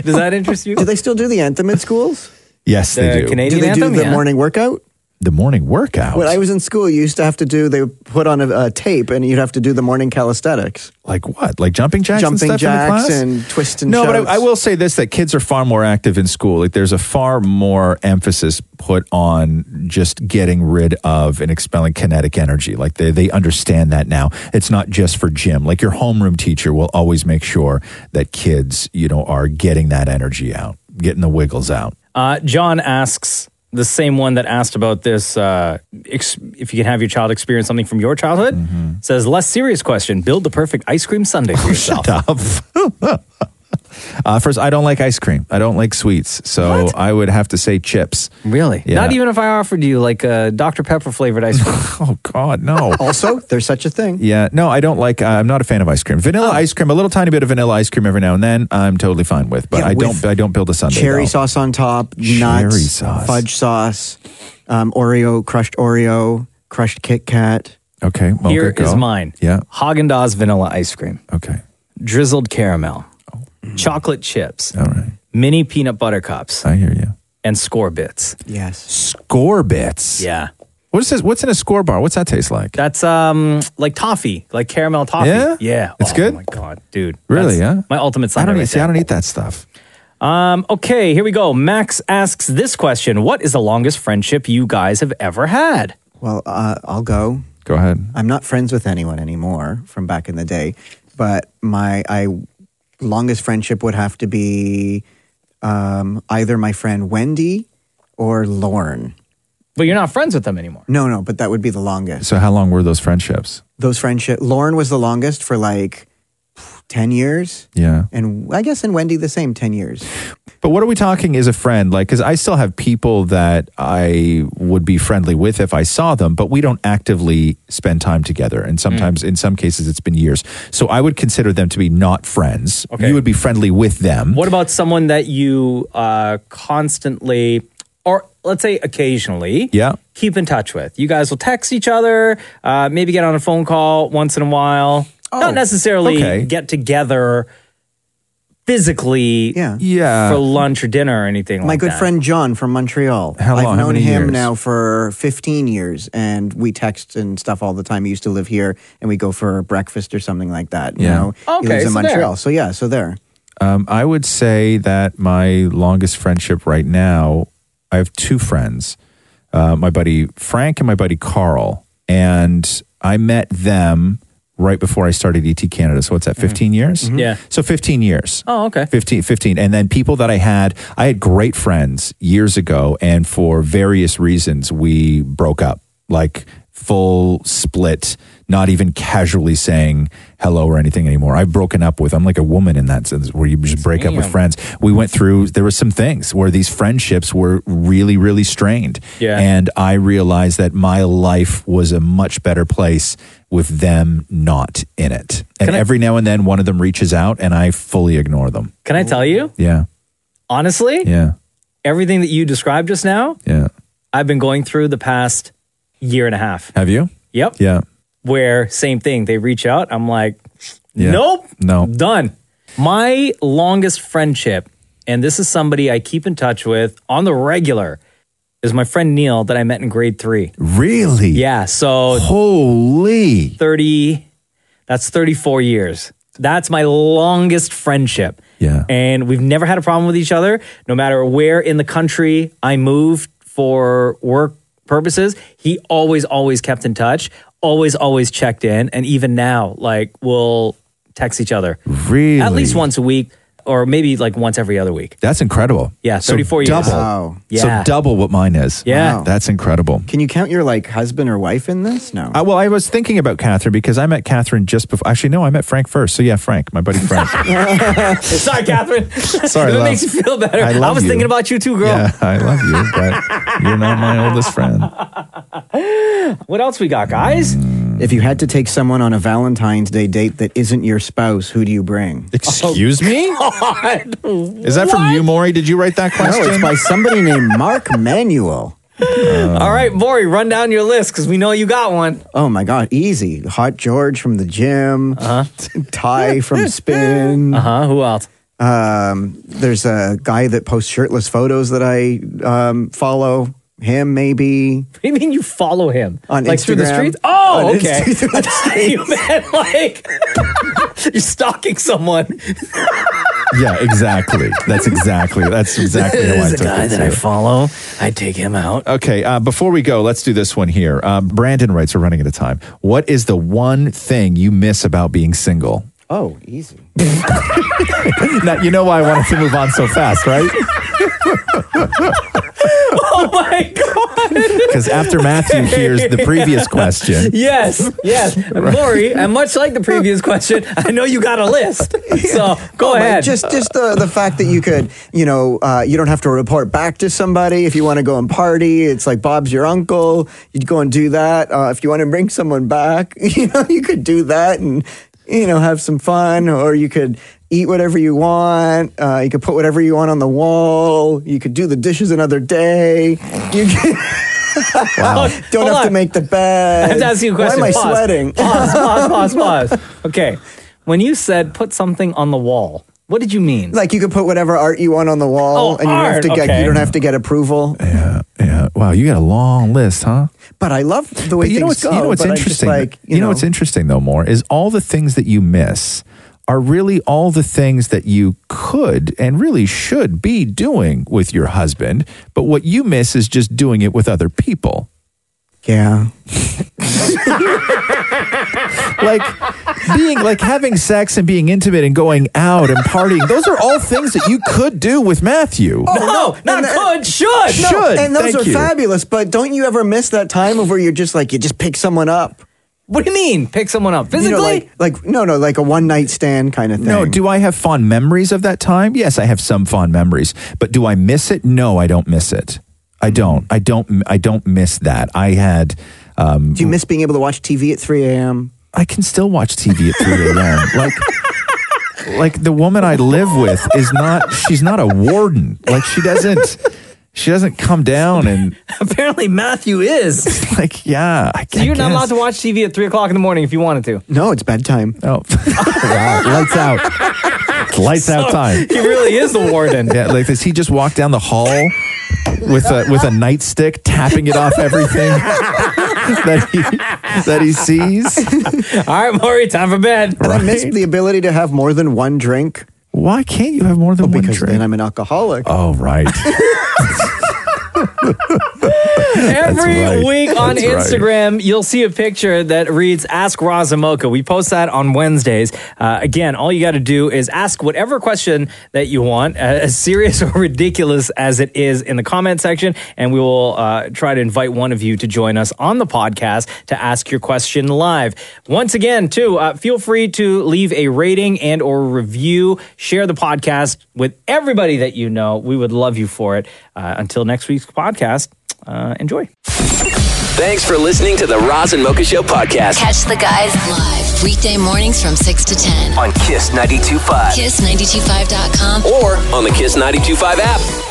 Speaker 2: Does that interest you?
Speaker 6: Do they still do the anthem at schools?
Speaker 3: Yes, they do.
Speaker 6: do they do the morning workout?
Speaker 3: the morning workout.
Speaker 6: When I was in school, you used to have to do, they would put on a, a tape and you'd have to do the morning calisthenics.
Speaker 3: Like what? Like jumping jacks?
Speaker 6: Jumping
Speaker 3: and stuff
Speaker 6: jacks
Speaker 3: in the class?
Speaker 6: and twists and
Speaker 3: no, but I, I
Speaker 6: shouts.
Speaker 3: will say this: that kids are far more active in school. Like there's a far more emphasis put on just getting rid of and expelling kinetic energy. Like they they understand that now. It's not just for gym. Like your homeroom teacher will always make sure that kids, you know, are getting that energy out, getting the wiggles out.
Speaker 2: Uh, John asks the same one that asked about this uh, ex- if you can have your child experience something from your childhood.
Speaker 3: Mm-hmm.
Speaker 2: Says, less serious question build the perfect ice cream sundae
Speaker 3: Oh,
Speaker 2: for yourself.
Speaker 3: Uh, first, I don't like ice cream. I don't like sweets, so I would have to say chips.
Speaker 2: Really?
Speaker 3: Yeah.
Speaker 2: Not even if I offered you like a Dr. Pepper flavored ice cream.
Speaker 3: oh, God, no.
Speaker 6: also, there's such a thing.
Speaker 3: Yeah, no, I don't like. Uh, I'm not a fan of ice cream. Vanilla
Speaker 6: Um,
Speaker 3: ice cream, a little tiny bit of vanilla ice cream every now and then, I'm totally fine with. But
Speaker 6: Yeah,
Speaker 3: I
Speaker 6: with
Speaker 3: don't. I don't build a sundae.
Speaker 6: Cherry
Speaker 3: though.
Speaker 6: sauce on top,
Speaker 3: Cherry
Speaker 6: nuts,
Speaker 3: sauce.
Speaker 6: fudge sauce, um, Oreo, crushed Oreo, crushed Kit Kat.
Speaker 3: Okay, well,
Speaker 2: Here
Speaker 3: good girl.
Speaker 2: is mine.
Speaker 3: Yeah.
Speaker 2: Haagen Dazs vanilla ice cream.
Speaker 3: Okay. Oh.
Speaker 2: Drizzled caramel. Chocolate chips.
Speaker 3: All right.
Speaker 2: Mini peanut butter cups.
Speaker 3: I hear you.
Speaker 2: And score bits.
Speaker 6: Yes.
Speaker 3: Score bits.
Speaker 2: Yeah.
Speaker 3: What is this? What's in a score bar? What's that taste like?
Speaker 2: That's um like toffee, like caramel toffee.
Speaker 3: Yeah?
Speaker 2: Yeah.
Speaker 3: It's
Speaker 2: oh,
Speaker 3: good?
Speaker 2: my God, dude.
Speaker 3: Really?
Speaker 2: That's
Speaker 3: Yeah.
Speaker 2: My ultimate
Speaker 3: I
Speaker 2: sundae.
Speaker 3: don't eat.
Speaker 2: right
Speaker 3: See, I don't eat that stuff.
Speaker 2: Um, okay, here we go. Max asks this question What is the longest friendship you guys have ever had?
Speaker 6: Well, uh, I'll go.
Speaker 3: Go ahead.
Speaker 6: I'm not friends with anyone anymore from back in the day, but my I longest friendship would have to be um, either my friend Wendy or Lorne.
Speaker 2: But you're not friends with them anymore.
Speaker 6: No, no, but that would be the longest.
Speaker 3: So, how long were those friendships?
Speaker 6: Those friendship Lauren was the longest for like ten years,
Speaker 3: Yeah.
Speaker 6: and I guess and Wendy the same ten years.
Speaker 3: But what are we talking as a friend? Like, because I still have people that I would be friendly with if I saw them, but we don't actively spend time together. And
Speaker 6: Mm.
Speaker 3: sometimes, in some cases, it's been years. So I would consider them to be not friends. You would be friendly with them.
Speaker 2: What about someone that you uh, constantly, or let's say occasionally,
Speaker 3: Yeah.
Speaker 2: keep in touch with? You guys will text each other, uh, maybe get on a phone call once in a while. Not necessarily
Speaker 3: okay.
Speaker 2: get together physically yeah.
Speaker 3: Yeah.
Speaker 2: for lunch or dinner or anything
Speaker 6: my
Speaker 2: like that.
Speaker 6: good friend John from Montreal.
Speaker 2: How long?
Speaker 6: I've
Speaker 2: How
Speaker 6: known
Speaker 2: many
Speaker 6: him
Speaker 2: years?
Speaker 6: now for 15 years, and we text and stuff all the time. He used to live here, and we go for breakfast or something like that. You
Speaker 3: Yeah.
Speaker 6: know, he
Speaker 2: Okay,
Speaker 6: lives in
Speaker 2: so there.
Speaker 6: Montreal, so yeah, so there.
Speaker 3: Um, I would say that my longest friendship right now, I have two friends, uh, my buddy Frank and my buddy Carl. And I met them right before I started ET Canada. So what's that, 15 years?
Speaker 2: Mhm. Yeah.
Speaker 3: So 15 years.
Speaker 2: Oh, okay.
Speaker 3: 15, 15. And then people that I had, I had great friends years ago. And for various reasons, we broke up like full split, not even casually saying hello or anything anymore. I've broken up with, I'm like a woman in that sense where you just break up with
Speaker 2: Damn.
Speaker 3: friends. We went through, there were some things where these friendships were really, really strained.
Speaker 2: Yeah.
Speaker 3: And I realized that my life was a much better place with them not in it. And
Speaker 2: Can I-
Speaker 3: every now and then one of them reaches out and I fully ignore them.
Speaker 2: Can I tell you,
Speaker 3: Yeah.
Speaker 2: honestly,
Speaker 3: Yeah.
Speaker 2: everything that you described just now,
Speaker 3: Yeah.
Speaker 2: I've been going through the past year and a half.
Speaker 3: Have you?
Speaker 2: Yep.
Speaker 3: Yeah.
Speaker 2: Where same thing, they reach out. I'm like, nope,
Speaker 3: No.
Speaker 2: done. My longest friendship, and this is somebody I keep in touch with on the regular, is my friend Neil that I met in grade three.
Speaker 3: Really?
Speaker 2: Yeah. So
Speaker 3: holy
Speaker 2: thirty. That's thirty four years. That's my longest friendship.
Speaker 3: Yeah.
Speaker 2: And we've never had a problem with each other. No matter where in the country I moved for work purposes, he always, always kept in touch, always, always checked in. And even now, like, we'll text each other.
Speaker 3: Really?
Speaker 2: At least once a week, or maybe like once every other week.
Speaker 3: That's incredible.
Speaker 2: Yeah, 34 years.
Speaker 3: Double.
Speaker 2: Wow.
Speaker 3: So
Speaker 2: Yeah.
Speaker 3: double what mine is.
Speaker 2: Yeah. Wow.
Speaker 3: That's incredible.
Speaker 6: Can you count your like husband or wife in this? No.
Speaker 3: Uh, well, I was thinking about Catherine because I met Catherine just before. Actually, no, I met Frank first. So yeah, Frank, my buddy Frank.
Speaker 2: Sorry, Catherine.
Speaker 3: Sorry,
Speaker 2: if it
Speaker 3: love.
Speaker 2: makes you feel better.
Speaker 3: I love
Speaker 2: was
Speaker 3: you.
Speaker 2: thinking about you too, girl.
Speaker 3: yeah, I love you, but you're not my oldest friend.
Speaker 2: Oh, What else we got, guys?
Speaker 6: If you had to take someone on a Valentine's Day date that isn't your spouse, who do you bring?
Speaker 3: Excuse me? Is that from you, Maury? Did you write that
Speaker 6: No,
Speaker 3: question?
Speaker 6: it's by somebody named Mark Manuel.
Speaker 2: All right, Maury, run down your list because we know you got one.
Speaker 6: Oh my God, easy. Hot George from the gym. Uh-huh. Ty from Spin. Uh
Speaker 2: huh. Uh-huh, Who else?
Speaker 6: Um, there's a guy that posts shirtless photos that I um, follow. him maybe.
Speaker 2: What do you mean you follow him?
Speaker 6: On
Speaker 2: like through the
Speaker 6: Instagram?
Speaker 2: streets? Oh,
Speaker 6: On
Speaker 2: okay.
Speaker 6: Insta- through
Speaker 2: I
Speaker 6: the
Speaker 2: thought you meant like you're stalking someone.
Speaker 3: Yeah, exactly. That's exactly. That's exactly how I
Speaker 2: There's a
Speaker 3: took
Speaker 2: guy
Speaker 3: it,
Speaker 2: that I
Speaker 3: too.
Speaker 2: follow. I take him out.
Speaker 3: Okay, uh, before we go, let's do this one here. Uh, Brandon writes, we're running out of time. What is the one thing you miss about being single?
Speaker 6: Oh, easy.
Speaker 3: now, you know why I wanted to move on so fast, right?
Speaker 2: oh my god!
Speaker 3: Because after Matthew hears the previous question-
Speaker 2: yes, yes, Lori, and much like the previous question, I know you got a list. So go
Speaker 6: Oh, my-
Speaker 2: ahead.
Speaker 6: Just just the the fact that you could, you know, uh, you don't have to report back to somebody if you want to go and party. It's like Bob's your uncle. You'd go and do that. Uh, if you want to bring someone back, you know, you could do that and you know have some fun, or you could. Eat whatever you want. Uh, you could put whatever you want on the wall. You could do the dishes another day. You could, don't
Speaker 2: Hold
Speaker 6: have to
Speaker 2: on.
Speaker 6: make the bed.
Speaker 2: I have to ask you a question.
Speaker 6: Why am I
Speaker 2: Pause.
Speaker 6: sweating?
Speaker 2: Pause, pause, pause, pause. Okay. When you said put something on the wall, what did you mean?
Speaker 6: Like you could put whatever art you want on the wall,
Speaker 2: Oh,
Speaker 6: and you don't have
Speaker 2: art,
Speaker 6: to get
Speaker 2: okay.
Speaker 6: you don't have to get approval.
Speaker 3: Yeah. Wow, you got a long list, huh?
Speaker 6: But I love the way
Speaker 3: But you know what's,
Speaker 6: things go.
Speaker 3: you know what's
Speaker 6: but I just
Speaker 3: interesting?
Speaker 6: Like
Speaker 3: you, know, what's interesting though, more is all the things that you miss are really all the things that you could and really should be doing with your husband, but what you miss is just doing it with other people.
Speaker 6: Yeah.
Speaker 3: like being like having sex and being intimate and going out and partying. Those are all things that you could do with Matthew.
Speaker 6: Oh,
Speaker 2: no, not could, should,
Speaker 6: No,
Speaker 3: Should,
Speaker 6: and those
Speaker 3: thank
Speaker 6: are
Speaker 3: you.
Speaker 6: fabulous. But don't you ever miss that time of where you're just like you just pick someone up?
Speaker 2: What do you mean? Pick someone up physically?
Speaker 6: like, like no, no, like a one night stand kind of thing.
Speaker 3: No, do I have fond memories of that time? Yes, I have some fond memories. But do I miss it? No, I don't miss it. I
Speaker 6: Hmm.
Speaker 3: don't. I don't I don't miss that. I had um
Speaker 6: Do you miss being able to watch TV at 3 a.m.?
Speaker 3: I can still watch TV at 3 a.m. like like the woman I live with is not she's not a warden. Like she doesn't she doesn't come down and
Speaker 2: Apparently Matthew is.
Speaker 3: like yeah, I,
Speaker 2: So you're not allowed
Speaker 3: guess.
Speaker 2: to watch TV at three o'clock in the morning if you wanted to.
Speaker 6: No, it's bedtime.
Speaker 3: Oh, wow, lights out. It's lights out time.
Speaker 2: He really is the warden.
Speaker 3: Yeah, like does he just walk down the hall with a with a nightstick tapping it off everything that he that he sees?
Speaker 2: All right, Maury, time for bed.
Speaker 6: And I miss the ability to have more than one drink.
Speaker 3: Why can't you have more than
Speaker 6: one drink? Then I'm an alcoholic.
Speaker 3: Oh right.
Speaker 2: Every
Speaker 3: right.
Speaker 2: week on
Speaker 3: That's right.
Speaker 2: Instagram, you'll see a picture that reads Ask Razamoka. We post that on Wednesdays. Uh, again, all you got to do is ask whatever question that you want, uh, as serious or ridiculous as it is, in the comment section. And we will uh, try to invite one of you to join us on the podcast to ask your question live. Once again, too, uh, feel free to leave a rating and or review. Share the podcast with everybody that you know. We would love you for it. Uh, until next week's podcast, uh, enjoy.
Speaker 13: Thanks for listening to the Roz and Mocha Show podcast
Speaker 8: Catch the guys live weekday mornings from 6 to 10.
Speaker 13: on Kiss 92.5
Speaker 8: Kiss925.com
Speaker 13: or on the Kiss 92.5 app.